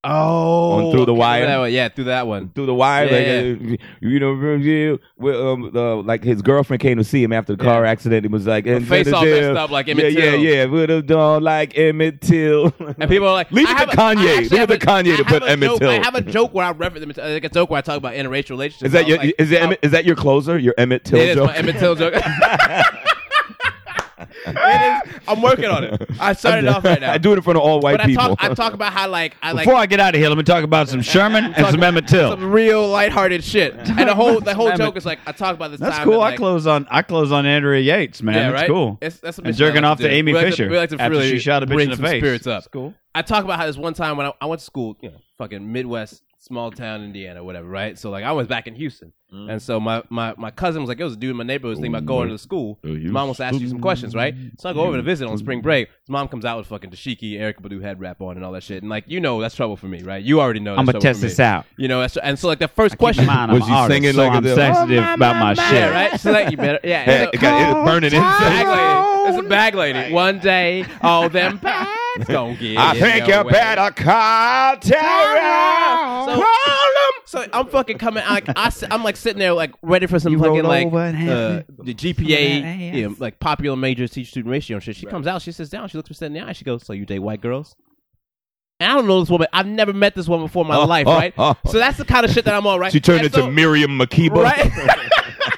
[SPEAKER 6] Oh,
[SPEAKER 8] on Through the Wire?
[SPEAKER 6] That one. Yeah, through that one.
[SPEAKER 8] through the wire?
[SPEAKER 6] Yeah.
[SPEAKER 8] Like, uh, you know, you- well, um, uh, like his girlfriend came to see him after the car accident. He was like, and
[SPEAKER 6] face all messed up like Emmett
[SPEAKER 8] yeah,
[SPEAKER 6] Till.
[SPEAKER 8] Yeah, yeah, would have done like Emmett Till.
[SPEAKER 6] And people are like,
[SPEAKER 8] Leave
[SPEAKER 6] I
[SPEAKER 8] it
[SPEAKER 6] have
[SPEAKER 8] to
[SPEAKER 6] a-
[SPEAKER 8] Kanye.
[SPEAKER 6] I actually
[SPEAKER 8] Leave it
[SPEAKER 6] have
[SPEAKER 8] to
[SPEAKER 6] a-
[SPEAKER 8] Kanye
[SPEAKER 6] I
[SPEAKER 8] to
[SPEAKER 6] have
[SPEAKER 8] put
[SPEAKER 6] a
[SPEAKER 8] Emmett
[SPEAKER 6] joke-
[SPEAKER 8] Till.
[SPEAKER 6] I have a joke where I reference Emmett Till. Like a joke where I talk about interracial relationships.
[SPEAKER 8] Is that
[SPEAKER 6] I was
[SPEAKER 8] your,
[SPEAKER 6] like, oh,
[SPEAKER 8] is that Emmett, is that your closer? Your Emmett Till
[SPEAKER 6] It is
[SPEAKER 8] joke?
[SPEAKER 6] my Emmett Till joke. It is. I'm working on it. I started off right now.
[SPEAKER 8] I do it in front of all white
[SPEAKER 6] But I
[SPEAKER 8] people.
[SPEAKER 6] talk, I talk about how like I like
[SPEAKER 7] Before I get out of here, let me talk about some Sherman and some Emmett Till.
[SPEAKER 6] some real lighthearted shit. And the whole the whole joke is like I talk about this
[SPEAKER 7] That's
[SPEAKER 6] time.
[SPEAKER 7] cool.
[SPEAKER 6] and,
[SPEAKER 7] I
[SPEAKER 6] like-
[SPEAKER 7] close on I close on Andrea Yates, man.
[SPEAKER 6] Yeah,
[SPEAKER 7] That's
[SPEAKER 6] right?
[SPEAKER 7] cool.
[SPEAKER 6] It's- that's a
[SPEAKER 7] and
[SPEAKER 6] mission I
[SPEAKER 7] jerking
[SPEAKER 6] like
[SPEAKER 7] off
[SPEAKER 6] to
[SPEAKER 7] to,
[SPEAKER 6] do.
[SPEAKER 7] Amy
[SPEAKER 6] We like to-
[SPEAKER 7] Fisher.
[SPEAKER 6] we like to
[SPEAKER 7] after
[SPEAKER 6] really
[SPEAKER 7] she shot a bitch
[SPEAKER 6] bring
[SPEAKER 7] in the
[SPEAKER 6] some
[SPEAKER 7] face.
[SPEAKER 6] spirits up.
[SPEAKER 7] That's cool.
[SPEAKER 6] I talk about how this one time when I, I went to school, you know, fucking Midwest small town Indiana, whatever, right? So like I was back in Houston,
[SPEAKER 7] Mm.
[SPEAKER 6] and so my, my my cousin was like, "Yo, there's a dude in my neighborhood was thinking about going to the school. His mom wants to ask you some questions, right?" So I go over to visit on spring break. His mom comes out with fucking dashiki, Eric Badu head wrap on, and all that shit. And like you know, that's trouble for me, right? You already know. That's
[SPEAKER 7] I'm gonna
[SPEAKER 6] trouble for
[SPEAKER 7] test
[SPEAKER 6] me.
[SPEAKER 7] this out.
[SPEAKER 6] You know, that's, and so like the first question,
[SPEAKER 7] Keep in mind, I'm
[SPEAKER 8] Was
[SPEAKER 7] an
[SPEAKER 8] he
[SPEAKER 7] artist,
[SPEAKER 8] singing
[SPEAKER 7] so
[SPEAKER 8] like
[SPEAKER 7] I'm
[SPEAKER 8] this?
[SPEAKER 7] sensitive about my, shit.
[SPEAKER 6] yeah, right? So like you better, yeah. and so-
[SPEAKER 8] it got, it's burning
[SPEAKER 6] bag
[SPEAKER 8] inside.
[SPEAKER 6] lady. It's a bag lady. One day, all them bags gonna get.
[SPEAKER 8] I
[SPEAKER 6] in
[SPEAKER 8] think
[SPEAKER 6] your
[SPEAKER 8] you
[SPEAKER 6] way.
[SPEAKER 8] better call Tara.
[SPEAKER 6] So- So I'm fucking coming. I, I, am like sitting there, like ready for some
[SPEAKER 7] You
[SPEAKER 6] fucking
[SPEAKER 7] rolled
[SPEAKER 6] like
[SPEAKER 7] over and
[SPEAKER 6] uh,
[SPEAKER 7] had-
[SPEAKER 6] the
[SPEAKER 7] Yeah, yeah.
[SPEAKER 6] GPA, you know, like popular major teacher student ratio and shit. She comes out, she sits down, she looks me straight in the eye, she goes, "So you date white girls?" And I don't know this woman. I've never met this woman before in my
[SPEAKER 8] Oh,
[SPEAKER 6] life,
[SPEAKER 8] oh,
[SPEAKER 6] right?
[SPEAKER 8] oh.
[SPEAKER 6] So that's the kind of shit that I'm on, right?
[SPEAKER 8] She turned
[SPEAKER 6] And
[SPEAKER 8] into
[SPEAKER 6] so-
[SPEAKER 8] Miriam Makeba.
[SPEAKER 6] right.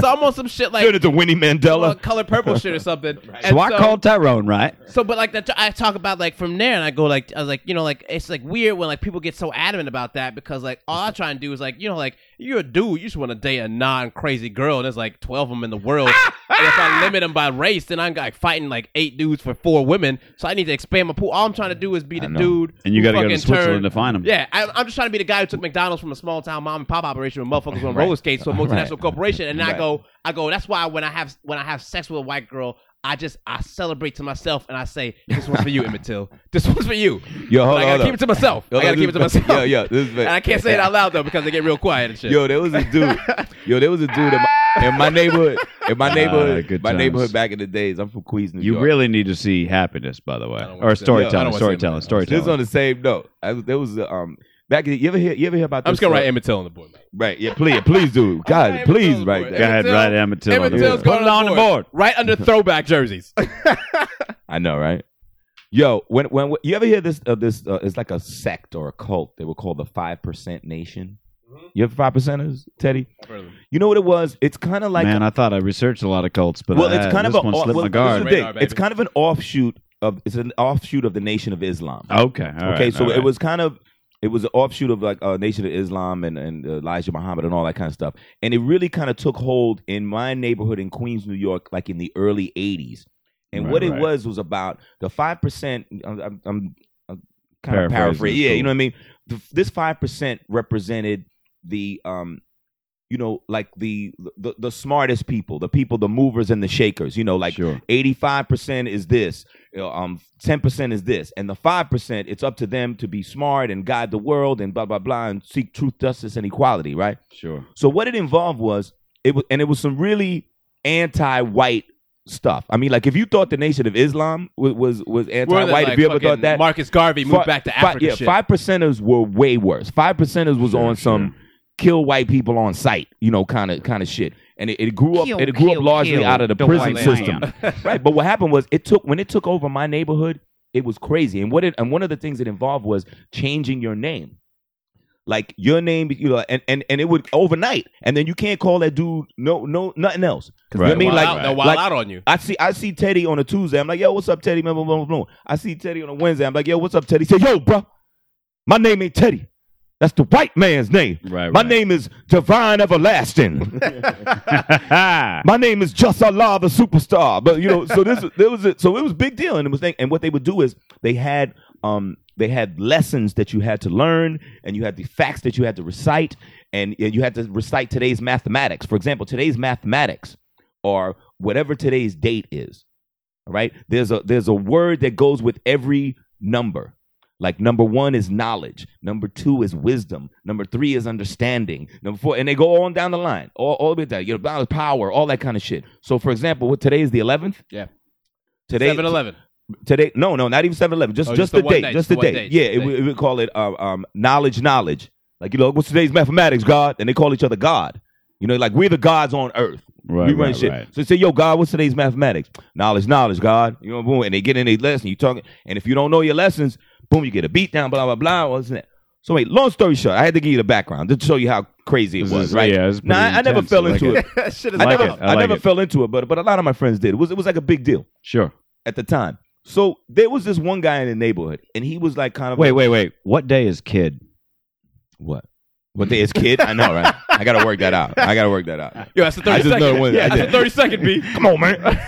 [SPEAKER 6] so I'm on some shit like uh,
[SPEAKER 8] turned into Winnie Mandela.
[SPEAKER 6] color purple shit or something. And
[SPEAKER 7] So I called Tyrone, right?
[SPEAKER 6] So, but like that, I talk about like from there, and I go like, I was like, you know, like it's like weird when like people get so adamant about that because like all I try and do is like, you know, like you're a dude, you just want to date a non crazy girl. and There's like twelve of them in the world. and if I limit them by race, then I'm like fighting like eight dudes for four women. So I need to expand my pool. All I'm trying to do is be the
[SPEAKER 8] know.
[SPEAKER 6] dude,
[SPEAKER 7] And you
[SPEAKER 6] got
[SPEAKER 7] gotta go to Switzerland to find 'em.
[SPEAKER 6] Yeah, I, I'm just trying to be the guy who took McDonald's from a small town mom and pop operation with motherfuckers on roller skates to a multinational
[SPEAKER 8] Right.
[SPEAKER 6] corporation, and I
[SPEAKER 8] Right.
[SPEAKER 6] go, I go. That's why when I have when I have sex with a white girl. I just I celebrate to myself and I say, "This one's for you, Emmett Till. This one's for you."
[SPEAKER 8] Yo, hold
[SPEAKER 6] But I
[SPEAKER 8] on,
[SPEAKER 6] gotta
[SPEAKER 8] hold
[SPEAKER 6] keep
[SPEAKER 8] on.
[SPEAKER 6] it to myself.
[SPEAKER 8] Yo,
[SPEAKER 6] I gotta
[SPEAKER 8] this
[SPEAKER 6] keep it to
[SPEAKER 8] is
[SPEAKER 6] myself.
[SPEAKER 8] bad. Yo, yo, this is bad.
[SPEAKER 6] and I can't say it out loud though because they get real quiet and shit.
[SPEAKER 8] Yo, there was this dude. Yo, there was a dude in my, in my neighborhood. In my neighborhood,
[SPEAKER 7] good
[SPEAKER 8] my
[SPEAKER 7] times.
[SPEAKER 8] neighborhood back in the days. I'm from Queens, New
[SPEAKER 7] You
[SPEAKER 8] York.
[SPEAKER 7] really need to see happiness, by the way, or
[SPEAKER 8] I don't
[SPEAKER 7] storytelling,
[SPEAKER 6] wanna see
[SPEAKER 7] storytelling,
[SPEAKER 6] it.
[SPEAKER 8] This is on
[SPEAKER 7] storytelling.
[SPEAKER 8] the same note. I, was- there was a, um back. In the, you ever hear? You ever hear about? This,
[SPEAKER 6] I'm just gonna
[SPEAKER 8] uh,
[SPEAKER 6] write Emmett Till on the board.
[SPEAKER 8] Right. Yeah. Please, please do. God,
[SPEAKER 6] Emmett
[SPEAKER 8] please,
[SPEAKER 6] Till's
[SPEAKER 8] right
[SPEAKER 6] boy.
[SPEAKER 8] there.
[SPEAKER 7] Go ahead,
[SPEAKER 6] Emmett
[SPEAKER 7] right,
[SPEAKER 6] Till.
[SPEAKER 7] Emmett Till.
[SPEAKER 6] Emmett
[SPEAKER 7] on
[SPEAKER 6] Till's
[SPEAKER 7] the board.
[SPEAKER 6] going
[SPEAKER 7] Put it on the board.
[SPEAKER 6] right under throwback jerseys.
[SPEAKER 8] I know, right? Yo, when when you ever hear this? Uh, this uh, it's like a sect or a cult. They were called the Five Percent Nation.
[SPEAKER 6] Mm-hmm.
[SPEAKER 8] You have five percenters, Teddy. You know what it was? It's kind of like
[SPEAKER 7] Man, I thought I researched a lot of cults, but
[SPEAKER 8] well,
[SPEAKER 7] I-
[SPEAKER 8] it's kind
[SPEAKER 7] this
[SPEAKER 8] of a
[SPEAKER 7] one
[SPEAKER 8] well,
[SPEAKER 7] slipped my
[SPEAKER 8] this
[SPEAKER 7] guard.
[SPEAKER 8] is the thing.
[SPEAKER 6] Radar, baby.
[SPEAKER 8] It's kind of an offshoot of it's an offshoot of the Nation of Islam.
[SPEAKER 7] Okay. all
[SPEAKER 8] okay,
[SPEAKER 7] right,
[SPEAKER 8] so
[SPEAKER 7] all
[SPEAKER 8] it
[SPEAKER 7] right.
[SPEAKER 8] was kind of it was an offshoot of like uh, Nation of Islam and and uh, Elijah Muhammad and all that kind of stuff, and it really kind of took hold in my neighborhood in Queens, New York, like in the early '80s. And
[SPEAKER 7] Right,
[SPEAKER 8] what it
[SPEAKER 7] right.
[SPEAKER 8] was was about the five percent. I'm, I'm, I'm, kind of
[SPEAKER 7] Paraphrasing,
[SPEAKER 8] paraphrasing.
[SPEAKER 7] it's
[SPEAKER 8] Yeah, you
[SPEAKER 7] cool.
[SPEAKER 8] know what I mean. The, this five percent represented the um, you know, like the the, the smartest people, the people, the movers and the shakers. You know, like
[SPEAKER 7] Sure.
[SPEAKER 8] eighty five percent is this, you know, um, ten percent is this, and the five percent it's up to them to be smart and guide the world and blah blah blah and seek truth, justice, and equality. Right.
[SPEAKER 7] sure.
[SPEAKER 8] So what it involved was it was, and it was some really anti-white stuff. I mean, like if you thought the Nation of Islam was was, was
[SPEAKER 6] We're the,
[SPEAKER 8] anti-white,
[SPEAKER 6] like,
[SPEAKER 8] if you ever
[SPEAKER 6] fucking
[SPEAKER 8] thought that,
[SPEAKER 6] Marcus Garvey moved
[SPEAKER 8] Fi-
[SPEAKER 6] back to
[SPEAKER 8] fi-
[SPEAKER 6] Africa.
[SPEAKER 8] yeah,
[SPEAKER 6] shit.
[SPEAKER 8] five percenters were way worse. Five percenters was on some kill white people on site, you know, kind of kind of shit. And it, it grew up. it grew up largely out of the
[SPEAKER 7] white
[SPEAKER 8] prison
[SPEAKER 7] man.
[SPEAKER 8] system, right? But what happened was it took when it took over my neighborhood, it was crazy. And what it and one of the things it involved was changing your name. Like your name, you know, and, and, and it would overnight, and then you can't call that dude no no nothing else. 'Cause you know what I
[SPEAKER 7] Right.
[SPEAKER 8] mean,
[SPEAKER 6] Wild
[SPEAKER 8] like,
[SPEAKER 6] out, they'll wild
[SPEAKER 8] like
[SPEAKER 6] out on you.
[SPEAKER 8] I see I see Teddy on a Tuesday. I'm like, yo, what's up, Teddy? Blah, blah, blah, blah, blah. I see Teddy on a Wednesday. I'm like, yo, what's up, Teddy? He Say, yo, bro, my name ain't Teddy. That's the white man's name.
[SPEAKER 7] Right,
[SPEAKER 8] my
[SPEAKER 7] right.
[SPEAKER 8] name is Divine Everlasting.
[SPEAKER 7] Right.
[SPEAKER 8] my name is Just Allah, the superstar. But you know, so this there was a, so it was a big deal, and it was thing. And what they would do is they had um they had lessons that you had to learn, and you had the facts that you had to recite, and and you had to recite today's mathematics. For example, today's mathematics or whatever today's date is. All right, there's a there's a word that goes with every number. Like number one is knowledge, number two is wisdom, number three is understanding, number four, and they go on down the line, all, all the way down. You know, power, all that kind of shit. So, for example, what today is the eleventh?
[SPEAKER 6] Yeah.
[SPEAKER 8] Today,
[SPEAKER 6] 7-Eleven.
[SPEAKER 8] today, no, no, not even 7-Eleven, just
[SPEAKER 6] Oh, just
[SPEAKER 8] just the,
[SPEAKER 6] the one
[SPEAKER 8] date,
[SPEAKER 6] day, just
[SPEAKER 8] just the
[SPEAKER 6] the one
[SPEAKER 8] date.
[SPEAKER 6] day,
[SPEAKER 8] Yeah,
[SPEAKER 6] just the
[SPEAKER 8] it,
[SPEAKER 6] day.
[SPEAKER 8] we, we call it uh, um, knowledge, knowledge. Like you know, what's today's mathematics? God, and they call each other God. You know, like we're the gods on earth we run
[SPEAKER 7] right,
[SPEAKER 8] shit.
[SPEAKER 7] right.
[SPEAKER 8] So they say, yo, God, what's today's mathematics? Knowledge, knowledge, God. You know, boom. And they get in their lesson. You talking, and if you don't know your lessons, boom, you get a beat down, blah, blah, blah. What's that? So wait, long story short, I had to give you the background just to show you how crazy it
[SPEAKER 7] This
[SPEAKER 8] was,
[SPEAKER 7] is-
[SPEAKER 8] right?
[SPEAKER 7] yeah, it's
[SPEAKER 8] Nah, I,
[SPEAKER 7] pretty
[SPEAKER 8] I never
[SPEAKER 7] intense.
[SPEAKER 8] fell
[SPEAKER 7] I like
[SPEAKER 8] into it.
[SPEAKER 7] it.
[SPEAKER 6] shit is
[SPEAKER 7] I like
[SPEAKER 8] never,
[SPEAKER 7] it. I like
[SPEAKER 8] never
[SPEAKER 7] it.
[SPEAKER 8] fell into it, but but a lot of my friends did. It was it was like a big deal
[SPEAKER 7] Sure.
[SPEAKER 8] at the time. So there was this one guy in the neighborhood, and he was like kind of
[SPEAKER 7] Wait,
[SPEAKER 8] like,
[SPEAKER 7] wait, wait. What day is kid?
[SPEAKER 8] what? What day is kid? I know, right? I gotta work that out. I gotta work that out.
[SPEAKER 6] Yo, that's the
[SPEAKER 8] I
[SPEAKER 6] 30
[SPEAKER 8] just know it
[SPEAKER 6] second.
[SPEAKER 8] wasn't- I
[SPEAKER 6] Yeah, that's the 30
[SPEAKER 8] did.
[SPEAKER 6] second beat.
[SPEAKER 8] Come on, man.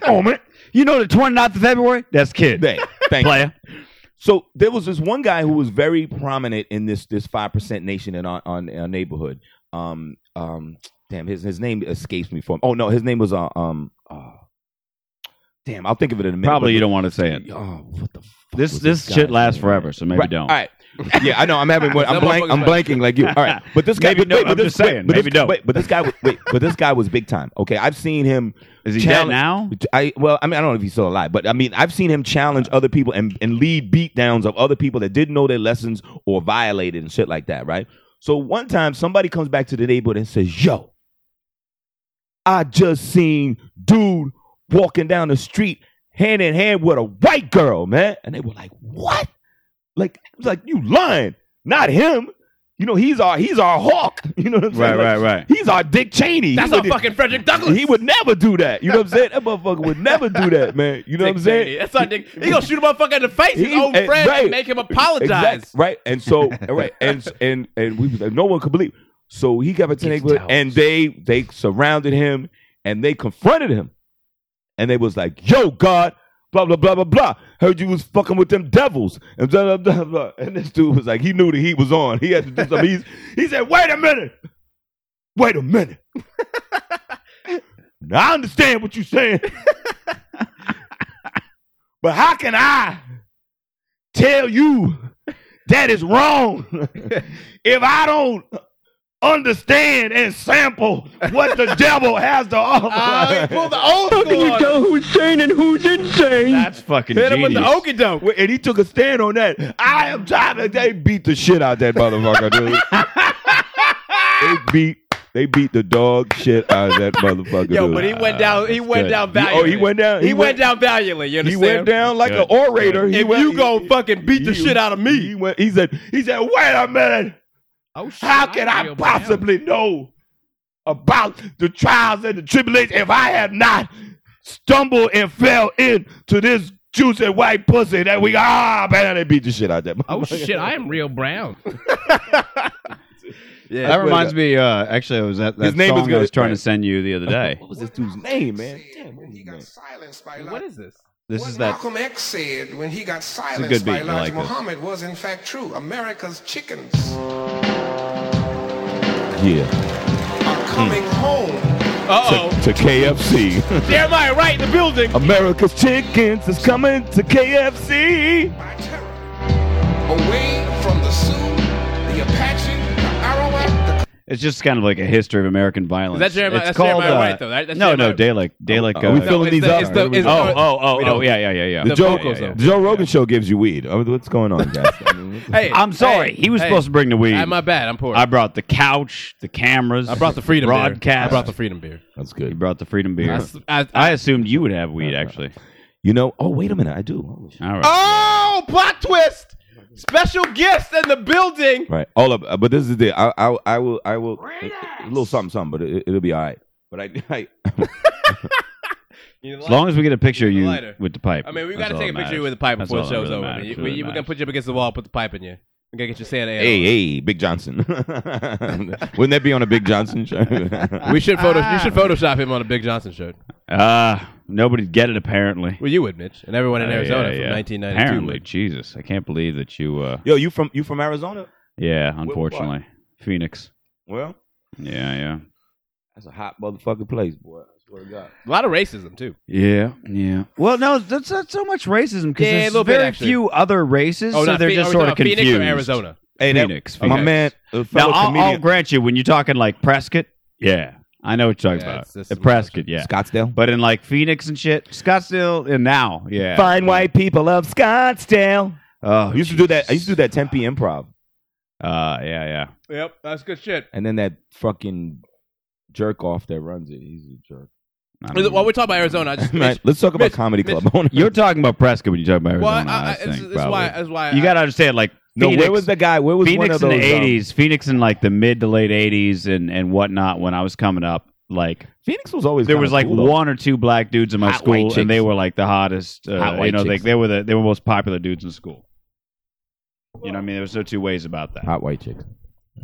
[SPEAKER 8] Come on, man.
[SPEAKER 7] You know the 29th of February? That's kid.
[SPEAKER 8] Day. Thank you.
[SPEAKER 7] Player.
[SPEAKER 8] So there was this one guy who was very prominent in this this five percent nation in our, on our neighborhood. Um, um, damn, his his name escapes me from. Oh no, his name was uh, um, uh, damn, I'll think of it in a minute.
[SPEAKER 7] Probably you don't want to say it.
[SPEAKER 8] Oh, what the fuck
[SPEAKER 7] This
[SPEAKER 8] was
[SPEAKER 7] this
[SPEAKER 8] guy's
[SPEAKER 7] shit lasts
[SPEAKER 8] name?
[SPEAKER 7] forever, so maybe
[SPEAKER 8] Right,
[SPEAKER 7] don't.
[SPEAKER 8] All right. Yeah, I know. I'm having. one- I'm
[SPEAKER 6] That
[SPEAKER 8] blank.
[SPEAKER 6] motherfucker's
[SPEAKER 8] I'm
[SPEAKER 6] back.
[SPEAKER 8] blanking like you. All right, but this guy.
[SPEAKER 7] Maybe
[SPEAKER 8] but, wait,
[SPEAKER 7] don't.
[SPEAKER 8] but
[SPEAKER 7] I'm
[SPEAKER 8] this,
[SPEAKER 7] just
[SPEAKER 8] wait,
[SPEAKER 7] saying.
[SPEAKER 8] But
[SPEAKER 7] Maybe
[SPEAKER 8] this,
[SPEAKER 7] don't.
[SPEAKER 8] Wait, but this guy. was- Wait, but this guy was big time. Okay, I've seen him.
[SPEAKER 7] Is he dead
[SPEAKER 8] challenge-
[SPEAKER 7] now?
[SPEAKER 8] I well, I mean, I don't know if he's still alive, but I mean, I've seen him challenge other people and, and lead beatdowns of other people that didn't know their lessons or violated and shit like that, right? So one time, somebody comes back to the neighborhood and says, "Yo, I just seen dude walking down the street hand in hand with a white girl, man," and they were like, "What?" Like, it was like you lying, not him. You know, he's our he's our hawk. You know what I'm saying?
[SPEAKER 7] Right,
[SPEAKER 8] Like,
[SPEAKER 7] right, right.
[SPEAKER 8] He's our Dick Cheney.
[SPEAKER 6] That's
[SPEAKER 8] He
[SPEAKER 6] a
[SPEAKER 8] would-
[SPEAKER 6] fucking Frederick Douglass.
[SPEAKER 8] he would never do that. You know what I'm saying? That motherfucker would never do that, man. You know what I'm
[SPEAKER 6] Dick Cheney.
[SPEAKER 8] saying?
[SPEAKER 6] That's not Dick. He gonna shoot a motherfucker in the face, his
[SPEAKER 8] He-
[SPEAKER 6] old
[SPEAKER 8] eh,
[SPEAKER 6] friend,
[SPEAKER 8] right.
[SPEAKER 6] and make him apologize.
[SPEAKER 8] Exact- right. And so right. And and and we was like, no one could believe. So he got a ten
[SPEAKER 6] It's doubt.
[SPEAKER 8] and they they surrounded him and they confronted him. And they was like, yo, God, blah, blah, blah, blah, blah. Heard you was fucking with them devils. And blah, blah, blah, blah. And this dude was like, he knew the heat was on. He had to do something. He's, he said, wait a minute. Wait a minute. now I understand what you're saying. but how can I tell you that is wrong if I don't understand and sample what the devil has to offer?
[SPEAKER 6] Oh, he pulled the old school.
[SPEAKER 13] tell who's saying and who didn't say?
[SPEAKER 7] That's fucking
[SPEAKER 6] Hit him with the
[SPEAKER 7] genius.
[SPEAKER 6] okey doke.
[SPEAKER 8] Wait, And he took a stand on that. I am tired of they beat the shit out that motherfucker, dude. they beat they beat the dog shit out of that motherfucker.
[SPEAKER 6] Yo,
[SPEAKER 8] dude.
[SPEAKER 6] but he went down. He went
[SPEAKER 7] good.
[SPEAKER 6] down
[SPEAKER 8] He- oh,
[SPEAKER 6] valiantly.
[SPEAKER 8] he went down.
[SPEAKER 6] He went down valiantly. You
[SPEAKER 8] He
[SPEAKER 6] understand?
[SPEAKER 8] went down like
[SPEAKER 7] Good.
[SPEAKER 8] an orator. He
[SPEAKER 6] If
[SPEAKER 8] went-
[SPEAKER 6] you go fucking beat the
[SPEAKER 8] he-
[SPEAKER 6] shit out of me,
[SPEAKER 8] he went. He said. He said, "Wait a minute.
[SPEAKER 14] Oh, shit,
[SPEAKER 8] How can I
[SPEAKER 14] feel bad.
[SPEAKER 8] possibly know about the trials and the tribulations if I have not stumbled and fell into this juicy white pussy that we ah man they beat the shit out of that.
[SPEAKER 14] Oh shit, I am real brown.
[SPEAKER 7] That reminds me. Uh, actually, I was at that
[SPEAKER 8] His name
[SPEAKER 7] song
[SPEAKER 8] is good.
[SPEAKER 7] I was trying to send you the other day.
[SPEAKER 8] What was this dude's name, man? Damn, what was
[SPEAKER 15] He
[SPEAKER 8] his
[SPEAKER 15] got
[SPEAKER 8] name?
[SPEAKER 15] silenced by
[SPEAKER 6] what
[SPEAKER 15] Elijah.
[SPEAKER 6] is this?
[SPEAKER 7] This
[SPEAKER 15] what
[SPEAKER 7] is that.
[SPEAKER 15] Malcolm X said when he got
[SPEAKER 7] good
[SPEAKER 15] silenced
[SPEAKER 7] beat.
[SPEAKER 15] by
[SPEAKER 7] I
[SPEAKER 15] Elijah
[SPEAKER 7] like this.
[SPEAKER 15] Muhammad was in fact true. America's chickens
[SPEAKER 8] Yeah,
[SPEAKER 15] are coming
[SPEAKER 7] Hmm.
[SPEAKER 15] home.
[SPEAKER 6] Uh oh.
[SPEAKER 8] to KFC.
[SPEAKER 6] Jeremiah right in the building.
[SPEAKER 8] America's chickens is coming to KFC.
[SPEAKER 15] by terror, away from the Sioux, the Apache, the Arawak,
[SPEAKER 7] It's just kind of like a history of American violence.
[SPEAKER 6] Is that Jeremiah-
[SPEAKER 7] It's
[SPEAKER 6] that's
[SPEAKER 7] called,
[SPEAKER 6] Jeremiah
[SPEAKER 7] uh,
[SPEAKER 6] White, though, right? That's
[SPEAKER 7] no,
[SPEAKER 6] Jeremiah- Oh,
[SPEAKER 7] no, Dalek. Dalek.
[SPEAKER 8] Are we
[SPEAKER 7] uh,
[SPEAKER 8] feeling
[SPEAKER 6] it's
[SPEAKER 8] these
[SPEAKER 6] the-
[SPEAKER 8] up?
[SPEAKER 6] it's the- it's the-
[SPEAKER 7] oh, oh, oh, oh, yeah, yeah, yeah, yeah.
[SPEAKER 6] The
[SPEAKER 8] Joe,
[SPEAKER 6] vocals, though.
[SPEAKER 8] the Joe Rogan show gives you weed. I mean, what's going on, guys? I mean, what the-
[SPEAKER 6] Hey,
[SPEAKER 7] I'm sorry.
[SPEAKER 6] hey,
[SPEAKER 7] he was
[SPEAKER 6] hey.
[SPEAKER 7] supposed to bring the weed.
[SPEAKER 6] Ah, my bad. I'm poor.
[SPEAKER 7] I brought the couch, the cameras.
[SPEAKER 6] I brought the freedom
[SPEAKER 7] broadcast.
[SPEAKER 6] beer. I brought the freedom beer.
[SPEAKER 8] That's
[SPEAKER 7] You
[SPEAKER 8] good.
[SPEAKER 7] brought the freedom beer. I,
[SPEAKER 6] I, I,
[SPEAKER 7] assumed you would have weed, actually.
[SPEAKER 8] You know. Oh, wait a minute. I do. Holy shit.
[SPEAKER 7] All right.
[SPEAKER 6] oh, plot twist! Special guests in the building.
[SPEAKER 8] Right. All of. uh, But this is the. I. I. I will. I will. A little something. Something. But it, it'll be all right. But I. I
[SPEAKER 7] As long as we get a picture of you
[SPEAKER 6] Lighter.
[SPEAKER 7] with the pipe.
[SPEAKER 6] I mean, we
[SPEAKER 7] That's
[SPEAKER 6] got to
[SPEAKER 7] all
[SPEAKER 6] take a
[SPEAKER 7] that
[SPEAKER 6] picture of you
[SPEAKER 7] matters.
[SPEAKER 6] with a pipe
[SPEAKER 7] That's
[SPEAKER 6] before
[SPEAKER 7] all
[SPEAKER 6] the
[SPEAKER 7] that
[SPEAKER 6] show's
[SPEAKER 7] really
[SPEAKER 6] over.
[SPEAKER 7] matters.
[SPEAKER 6] You-
[SPEAKER 7] That's
[SPEAKER 6] we-
[SPEAKER 7] all that
[SPEAKER 6] you- We're gonna
[SPEAKER 7] matters.
[SPEAKER 6] put you up against the wall, put the pipe in you. We're gonna get you Santa Ana.
[SPEAKER 8] hey. Hey. Big Johnson. Wouldn't that be on a Big Johnson show?
[SPEAKER 6] We should photo. You should Photoshop him on a Big Johnson shirt.
[SPEAKER 7] Ah, nobody'd get it apparently.
[SPEAKER 6] Well, you would, Mitch, and everyone in
[SPEAKER 7] Uh,
[SPEAKER 6] Arizona
[SPEAKER 7] yeah, yeah.
[SPEAKER 6] from 1992
[SPEAKER 7] Apparently,
[SPEAKER 6] would.
[SPEAKER 7] Jesus, I can't believe that you. uh
[SPEAKER 8] Yo, you from you from Arizona?
[SPEAKER 7] Yeah, unfortunately, Phoenix.
[SPEAKER 8] Well,
[SPEAKER 7] Yeah, yeah,
[SPEAKER 8] that's a hot motherfucking place, boy. I swear to God.
[SPEAKER 6] A lot of racism too.
[SPEAKER 7] yeah, yeah. Well, no, that's not so much racism because
[SPEAKER 6] Yeah, a
[SPEAKER 7] there's
[SPEAKER 6] little bit,
[SPEAKER 7] very
[SPEAKER 6] actually.
[SPEAKER 7] few other races, so
[SPEAKER 6] not
[SPEAKER 7] they're
[SPEAKER 6] Phe-
[SPEAKER 7] just
[SPEAKER 6] Oh, are we
[SPEAKER 7] sort of
[SPEAKER 6] talking about
[SPEAKER 7] confused.
[SPEAKER 6] Phoenix or Arizona.
[SPEAKER 8] Hey, that-
[SPEAKER 7] Phoenix,
[SPEAKER 8] my
[SPEAKER 7] Phoenix.
[SPEAKER 8] man, a
[SPEAKER 7] Now,
[SPEAKER 8] fellow
[SPEAKER 7] I'll, I'll
[SPEAKER 8] comedian,
[SPEAKER 7] grant you when you're talking like Prescott. Yeah, I know what you're talking
[SPEAKER 6] Yeah,
[SPEAKER 7] about.
[SPEAKER 6] it's- it's
[SPEAKER 7] Uh,
[SPEAKER 6] some
[SPEAKER 7] Prescott, yeah.
[SPEAKER 8] Scottsdale.
[SPEAKER 7] But in like Phoenix and shit, Scottsdale, and now, yeah.
[SPEAKER 8] Fine white people of Scottsdale.
[SPEAKER 7] Oh,
[SPEAKER 8] I used to do that. I used to do that 10 p. improv,
[SPEAKER 7] Uh, yeah, yeah.
[SPEAKER 6] Yep, that's good shit.
[SPEAKER 8] and then that fucking jerk off that runs it. He's a jerk.
[SPEAKER 6] Is
[SPEAKER 7] I
[SPEAKER 6] it-
[SPEAKER 7] mean-
[SPEAKER 6] While we're talking about Arizona, I just
[SPEAKER 8] Right,
[SPEAKER 6] Mitch,
[SPEAKER 8] let's talk about
[SPEAKER 6] Mitch,
[SPEAKER 8] comedy
[SPEAKER 6] Mitch,
[SPEAKER 8] club. I wanna-
[SPEAKER 7] You're talking about Prescott when you talk about
[SPEAKER 6] well, I,
[SPEAKER 7] Arizona. I,
[SPEAKER 6] I,
[SPEAKER 7] think,
[SPEAKER 6] it's, it's
[SPEAKER 7] probably.
[SPEAKER 6] why. That's why.
[SPEAKER 7] you
[SPEAKER 6] I-
[SPEAKER 7] got to understand, like
[SPEAKER 8] no,
[SPEAKER 7] Phoenix,
[SPEAKER 8] where was the guy? Where was one
[SPEAKER 7] Phoenix
[SPEAKER 8] of those?
[SPEAKER 7] in the
[SPEAKER 8] um,
[SPEAKER 7] '80s, Phoenix in like the mid to late '80s, and and whatnot. When I was coming up, like
[SPEAKER 8] Phoenix was always
[SPEAKER 7] there
[SPEAKER 8] kinda
[SPEAKER 7] was like
[SPEAKER 8] cool, though.
[SPEAKER 7] one or two black dudes in my
[SPEAKER 8] Hot white
[SPEAKER 7] school, and they
[SPEAKER 8] chicks.
[SPEAKER 7] were like the hottest.
[SPEAKER 8] Hot
[SPEAKER 7] Uh, you
[SPEAKER 8] white
[SPEAKER 7] know, like
[SPEAKER 8] chicks.
[SPEAKER 7] they were the they were most popular dudes in school. You know, what I mean, there was no two ways about that.
[SPEAKER 8] hot white chick.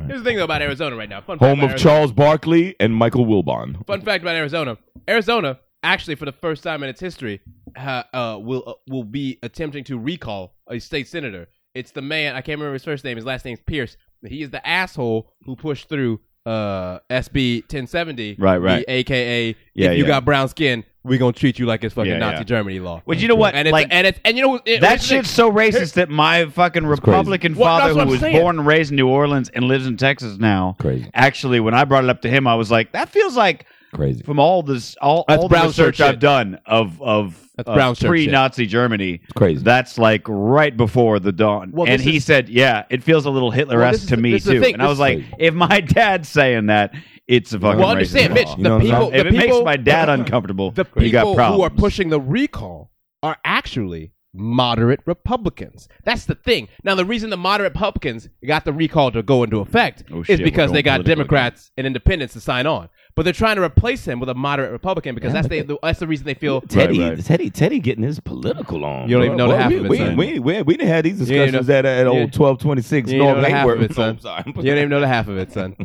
[SPEAKER 6] Here's the thing though about Arizona right now. Fun fact
[SPEAKER 8] Home
[SPEAKER 6] about
[SPEAKER 8] of
[SPEAKER 6] Arizona.
[SPEAKER 8] Charles Barkley and Michael Wilbon.
[SPEAKER 6] Fun fact about Arizona: Arizona actually for the first time in its history ha, uh, will uh, will be attempting to recall a state senator. It's the man I can't remember his first name. His last name's Pierce. He is the asshole who pushed through uh, SB 1070.
[SPEAKER 7] Right, right.
[SPEAKER 6] the AKA,
[SPEAKER 7] Yeah,
[SPEAKER 6] if you
[SPEAKER 7] yeah.
[SPEAKER 6] got brown skin, we're gonna treat you like it's fucking
[SPEAKER 7] Yeah,
[SPEAKER 6] Nazi
[SPEAKER 7] yeah.
[SPEAKER 6] Germany law.
[SPEAKER 7] Well, you know what?
[SPEAKER 6] And it's,
[SPEAKER 7] Like-
[SPEAKER 6] and it's and you know it,
[SPEAKER 7] That
[SPEAKER 6] it's the thing.
[SPEAKER 7] shit's so racist that my fucking Republican
[SPEAKER 6] Well, that's
[SPEAKER 7] father,
[SPEAKER 6] what I'm
[SPEAKER 7] who was
[SPEAKER 6] saying.
[SPEAKER 7] born and raised in New Orleans and lives in Texas now,
[SPEAKER 8] Crazy.
[SPEAKER 7] actually, when I brought it up to him, I was like, "That feels like
[SPEAKER 8] Crazy.
[SPEAKER 7] from all this, all,
[SPEAKER 6] That's
[SPEAKER 7] all the
[SPEAKER 6] brown shirt
[SPEAKER 7] research
[SPEAKER 6] shit.
[SPEAKER 7] I've done of of,
[SPEAKER 6] That's
[SPEAKER 7] of
[SPEAKER 6] brown shirt
[SPEAKER 7] pre-Nazi Germany,
[SPEAKER 8] crazy.
[SPEAKER 7] that's like right before the dawn."
[SPEAKER 6] Well,
[SPEAKER 7] and
[SPEAKER 6] this
[SPEAKER 7] he
[SPEAKER 6] is-
[SPEAKER 7] said, "Yeah, it feels a little
[SPEAKER 6] Well,
[SPEAKER 7] Hitler-esque
[SPEAKER 6] this is
[SPEAKER 7] to
[SPEAKER 6] the-
[SPEAKER 7] me
[SPEAKER 6] this is the
[SPEAKER 7] too."
[SPEAKER 6] thing.
[SPEAKER 7] And I
[SPEAKER 6] This-
[SPEAKER 7] was like, "If my dad's saying that, it's a fucking
[SPEAKER 6] Well,
[SPEAKER 7] racist
[SPEAKER 6] understand, Mitch.
[SPEAKER 7] law.
[SPEAKER 6] The
[SPEAKER 8] You know what I'm
[SPEAKER 6] people,
[SPEAKER 8] saying?
[SPEAKER 7] if
[SPEAKER 6] the
[SPEAKER 7] it
[SPEAKER 6] people,
[SPEAKER 7] makes my dad uncomfortable,
[SPEAKER 6] the
[SPEAKER 7] you got
[SPEAKER 6] people who are
[SPEAKER 7] problems.
[SPEAKER 6] pushing the recall are actually moderate Republicans. That's the thing. Now, the reason the moderate Republicans got the recall to go into effect
[SPEAKER 7] Oh, shit,
[SPEAKER 6] is
[SPEAKER 7] we're
[SPEAKER 6] because they
[SPEAKER 7] going
[SPEAKER 6] got
[SPEAKER 7] political again.
[SPEAKER 6] Democrats and Independents to sign on, but they're trying to replace him with a moderate Republican because that's the, that's the reason they feel.
[SPEAKER 8] Teddy,
[SPEAKER 7] Right, right.
[SPEAKER 8] Teddy, Teddy, getting his political on.
[SPEAKER 6] You don't
[SPEAKER 8] bro.
[SPEAKER 6] even know the
[SPEAKER 8] Well,
[SPEAKER 6] half
[SPEAKER 8] we,
[SPEAKER 6] of it,
[SPEAKER 8] We,
[SPEAKER 6] son.
[SPEAKER 8] we, we, we didn't have these
[SPEAKER 6] even
[SPEAKER 8] discussions
[SPEAKER 6] know-
[SPEAKER 8] at, at
[SPEAKER 6] you-
[SPEAKER 8] old twelve twenty six
[SPEAKER 6] You don't know
[SPEAKER 8] North
[SPEAKER 6] half of it,
[SPEAKER 8] Hayward. No,
[SPEAKER 6] son. You
[SPEAKER 8] I'm sorry.
[SPEAKER 6] don't even know the half of it, son.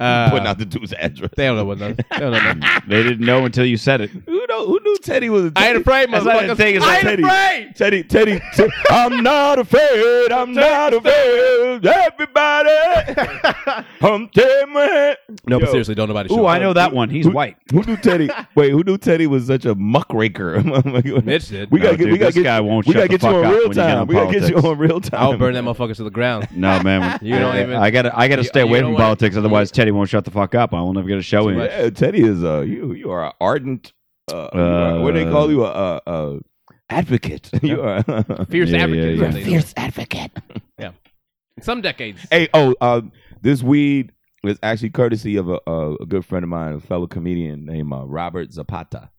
[SPEAKER 8] I'm putting
[SPEAKER 6] Uh,
[SPEAKER 8] out the dude's address.
[SPEAKER 6] they don't know what. They don't know. nothing.
[SPEAKER 7] they didn't know until you said it."
[SPEAKER 8] Who know, Who knew Teddy was? A
[SPEAKER 6] I ain't afraid,
[SPEAKER 7] That's why the
[SPEAKER 6] motherfuckers.
[SPEAKER 7] thing is
[SPEAKER 6] I
[SPEAKER 7] like-
[SPEAKER 6] ain't afraid.
[SPEAKER 8] Teddy, Teddy, Te- I'm not afraid. I'm not afraid. Everybody, I'm Teddy.
[SPEAKER 6] No, but
[SPEAKER 8] Yo.
[SPEAKER 6] seriously, don't nobody. show
[SPEAKER 7] Ooh,
[SPEAKER 6] up.
[SPEAKER 7] I know that one. He's
[SPEAKER 8] Who-
[SPEAKER 7] white.
[SPEAKER 8] Who knew Teddy? Wait, who knew Teddy was such a muckraker?
[SPEAKER 6] Mitch did.
[SPEAKER 8] We gotta
[SPEAKER 7] No,
[SPEAKER 8] get.
[SPEAKER 7] dude,
[SPEAKER 8] we gotta
[SPEAKER 7] this
[SPEAKER 8] get.
[SPEAKER 7] guy won't
[SPEAKER 8] we
[SPEAKER 7] shut
[SPEAKER 8] gotta
[SPEAKER 7] the
[SPEAKER 8] get you
[SPEAKER 7] fuck
[SPEAKER 8] on
[SPEAKER 7] up
[SPEAKER 8] real
[SPEAKER 7] when you get
[SPEAKER 8] time.
[SPEAKER 7] on
[SPEAKER 8] We gotta get you
[SPEAKER 7] politics.
[SPEAKER 8] on real time.
[SPEAKER 6] I'll burn that motherfucker to the ground.
[SPEAKER 7] No, man.
[SPEAKER 6] You don't even-
[SPEAKER 7] I gotta, I gotta
[SPEAKER 6] You-
[SPEAKER 7] stay
[SPEAKER 6] you
[SPEAKER 7] away
[SPEAKER 6] know
[SPEAKER 7] from
[SPEAKER 6] what?
[SPEAKER 7] politics. Otherwise, Teddy won't shut the fuck up. I won't ever get a show in.
[SPEAKER 8] Yeah, Teddy is uh you you are an ardent uh,
[SPEAKER 7] Uh,
[SPEAKER 8] what do they call you a uh, uh, advocate. you are
[SPEAKER 6] Fierce
[SPEAKER 7] Yeah,
[SPEAKER 6] advocate.
[SPEAKER 7] yeah, yeah.
[SPEAKER 6] they know.
[SPEAKER 8] advocate.
[SPEAKER 6] In some decades.
[SPEAKER 8] Hey, oh, uh, this weed is actually courtesy of a, a, a good friend of mine, a fellow comedian named uh, Robert Zapata.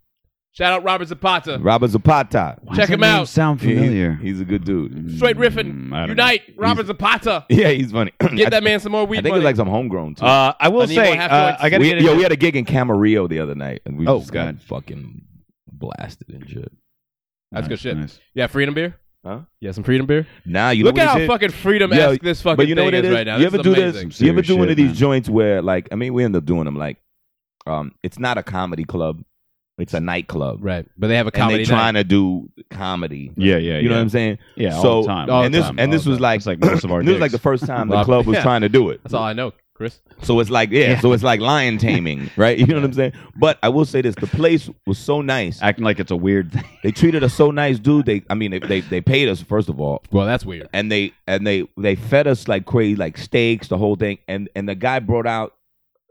[SPEAKER 6] Shout out Robert Zapata.
[SPEAKER 8] Robert Zapata.
[SPEAKER 6] Check him out.
[SPEAKER 7] Sound
[SPEAKER 8] He-
[SPEAKER 7] familiar?
[SPEAKER 8] he's a good dude.
[SPEAKER 6] Straight riffing.
[SPEAKER 7] Mm, I don't
[SPEAKER 6] Unite. Robert Zapata.
[SPEAKER 8] Yeah, he's funny.
[SPEAKER 6] Get that man some more weed
[SPEAKER 8] I think
[SPEAKER 6] money.
[SPEAKER 8] it's like some homegrown too.
[SPEAKER 7] Uh, I will
[SPEAKER 6] I need more
[SPEAKER 7] say,
[SPEAKER 6] half
[SPEAKER 7] uh,
[SPEAKER 6] points.
[SPEAKER 7] I gotta
[SPEAKER 8] we,
[SPEAKER 7] get
[SPEAKER 8] yo, we
[SPEAKER 7] into
[SPEAKER 8] had a gig in Camarillo the other night, and we
[SPEAKER 7] Oh,
[SPEAKER 8] just got
[SPEAKER 7] God.
[SPEAKER 8] fucking blasted and shit.
[SPEAKER 6] That's good
[SPEAKER 7] Nice,
[SPEAKER 6] shit.
[SPEAKER 7] nice.
[SPEAKER 6] Yeah, freedom beer.
[SPEAKER 8] Huh?
[SPEAKER 6] Yeah, some freedom beer.
[SPEAKER 8] Now you
[SPEAKER 6] Look
[SPEAKER 8] know
[SPEAKER 6] at
[SPEAKER 8] what
[SPEAKER 6] how
[SPEAKER 8] he did?
[SPEAKER 6] fucking freedom
[SPEAKER 8] Yeah,
[SPEAKER 6] esque this fucking
[SPEAKER 8] but you know
[SPEAKER 6] thing
[SPEAKER 8] what it
[SPEAKER 6] is,
[SPEAKER 8] is.
[SPEAKER 6] right now.
[SPEAKER 8] you
[SPEAKER 6] This
[SPEAKER 8] ever
[SPEAKER 6] is
[SPEAKER 8] do
[SPEAKER 6] amazing.
[SPEAKER 8] this? You ever
[SPEAKER 7] serious
[SPEAKER 8] do one
[SPEAKER 7] shit,
[SPEAKER 8] of these
[SPEAKER 7] man.
[SPEAKER 8] joints where, like, I mean, we end up doing them. Like, um, it's not a comedy club; it's a nightclub,
[SPEAKER 6] Right, but they have a
[SPEAKER 8] And
[SPEAKER 6] comedy
[SPEAKER 8] they
[SPEAKER 6] night.
[SPEAKER 8] trying to do comedy.
[SPEAKER 7] Yeah, yeah,
[SPEAKER 8] You
[SPEAKER 7] yeah.
[SPEAKER 8] know what I'm saying?
[SPEAKER 7] Yeah,
[SPEAKER 8] So,
[SPEAKER 7] all the time.
[SPEAKER 8] and
[SPEAKER 7] all the
[SPEAKER 8] this
[SPEAKER 7] time,
[SPEAKER 8] and
[SPEAKER 7] all
[SPEAKER 8] this
[SPEAKER 7] the
[SPEAKER 8] was
[SPEAKER 7] time.
[SPEAKER 8] like
[SPEAKER 7] It's like most of our
[SPEAKER 8] this was like the
[SPEAKER 7] dicks.
[SPEAKER 8] first time
[SPEAKER 6] Well,
[SPEAKER 8] the club was
[SPEAKER 6] yeah.
[SPEAKER 8] trying to do it.
[SPEAKER 6] That's all I know, Chris.
[SPEAKER 8] So it's like yeah, so it's like lion taming, right? You know what I'm saying? But I will say this: the place was so nice.
[SPEAKER 7] acting like it's a weird thing.
[SPEAKER 8] They treated us so nice, dude. They, I mean, they they, they paid us first of all,
[SPEAKER 6] Well, that's weird.
[SPEAKER 8] and they and they they fed us like crazy, like steaks, the whole thing. And and the guy brought out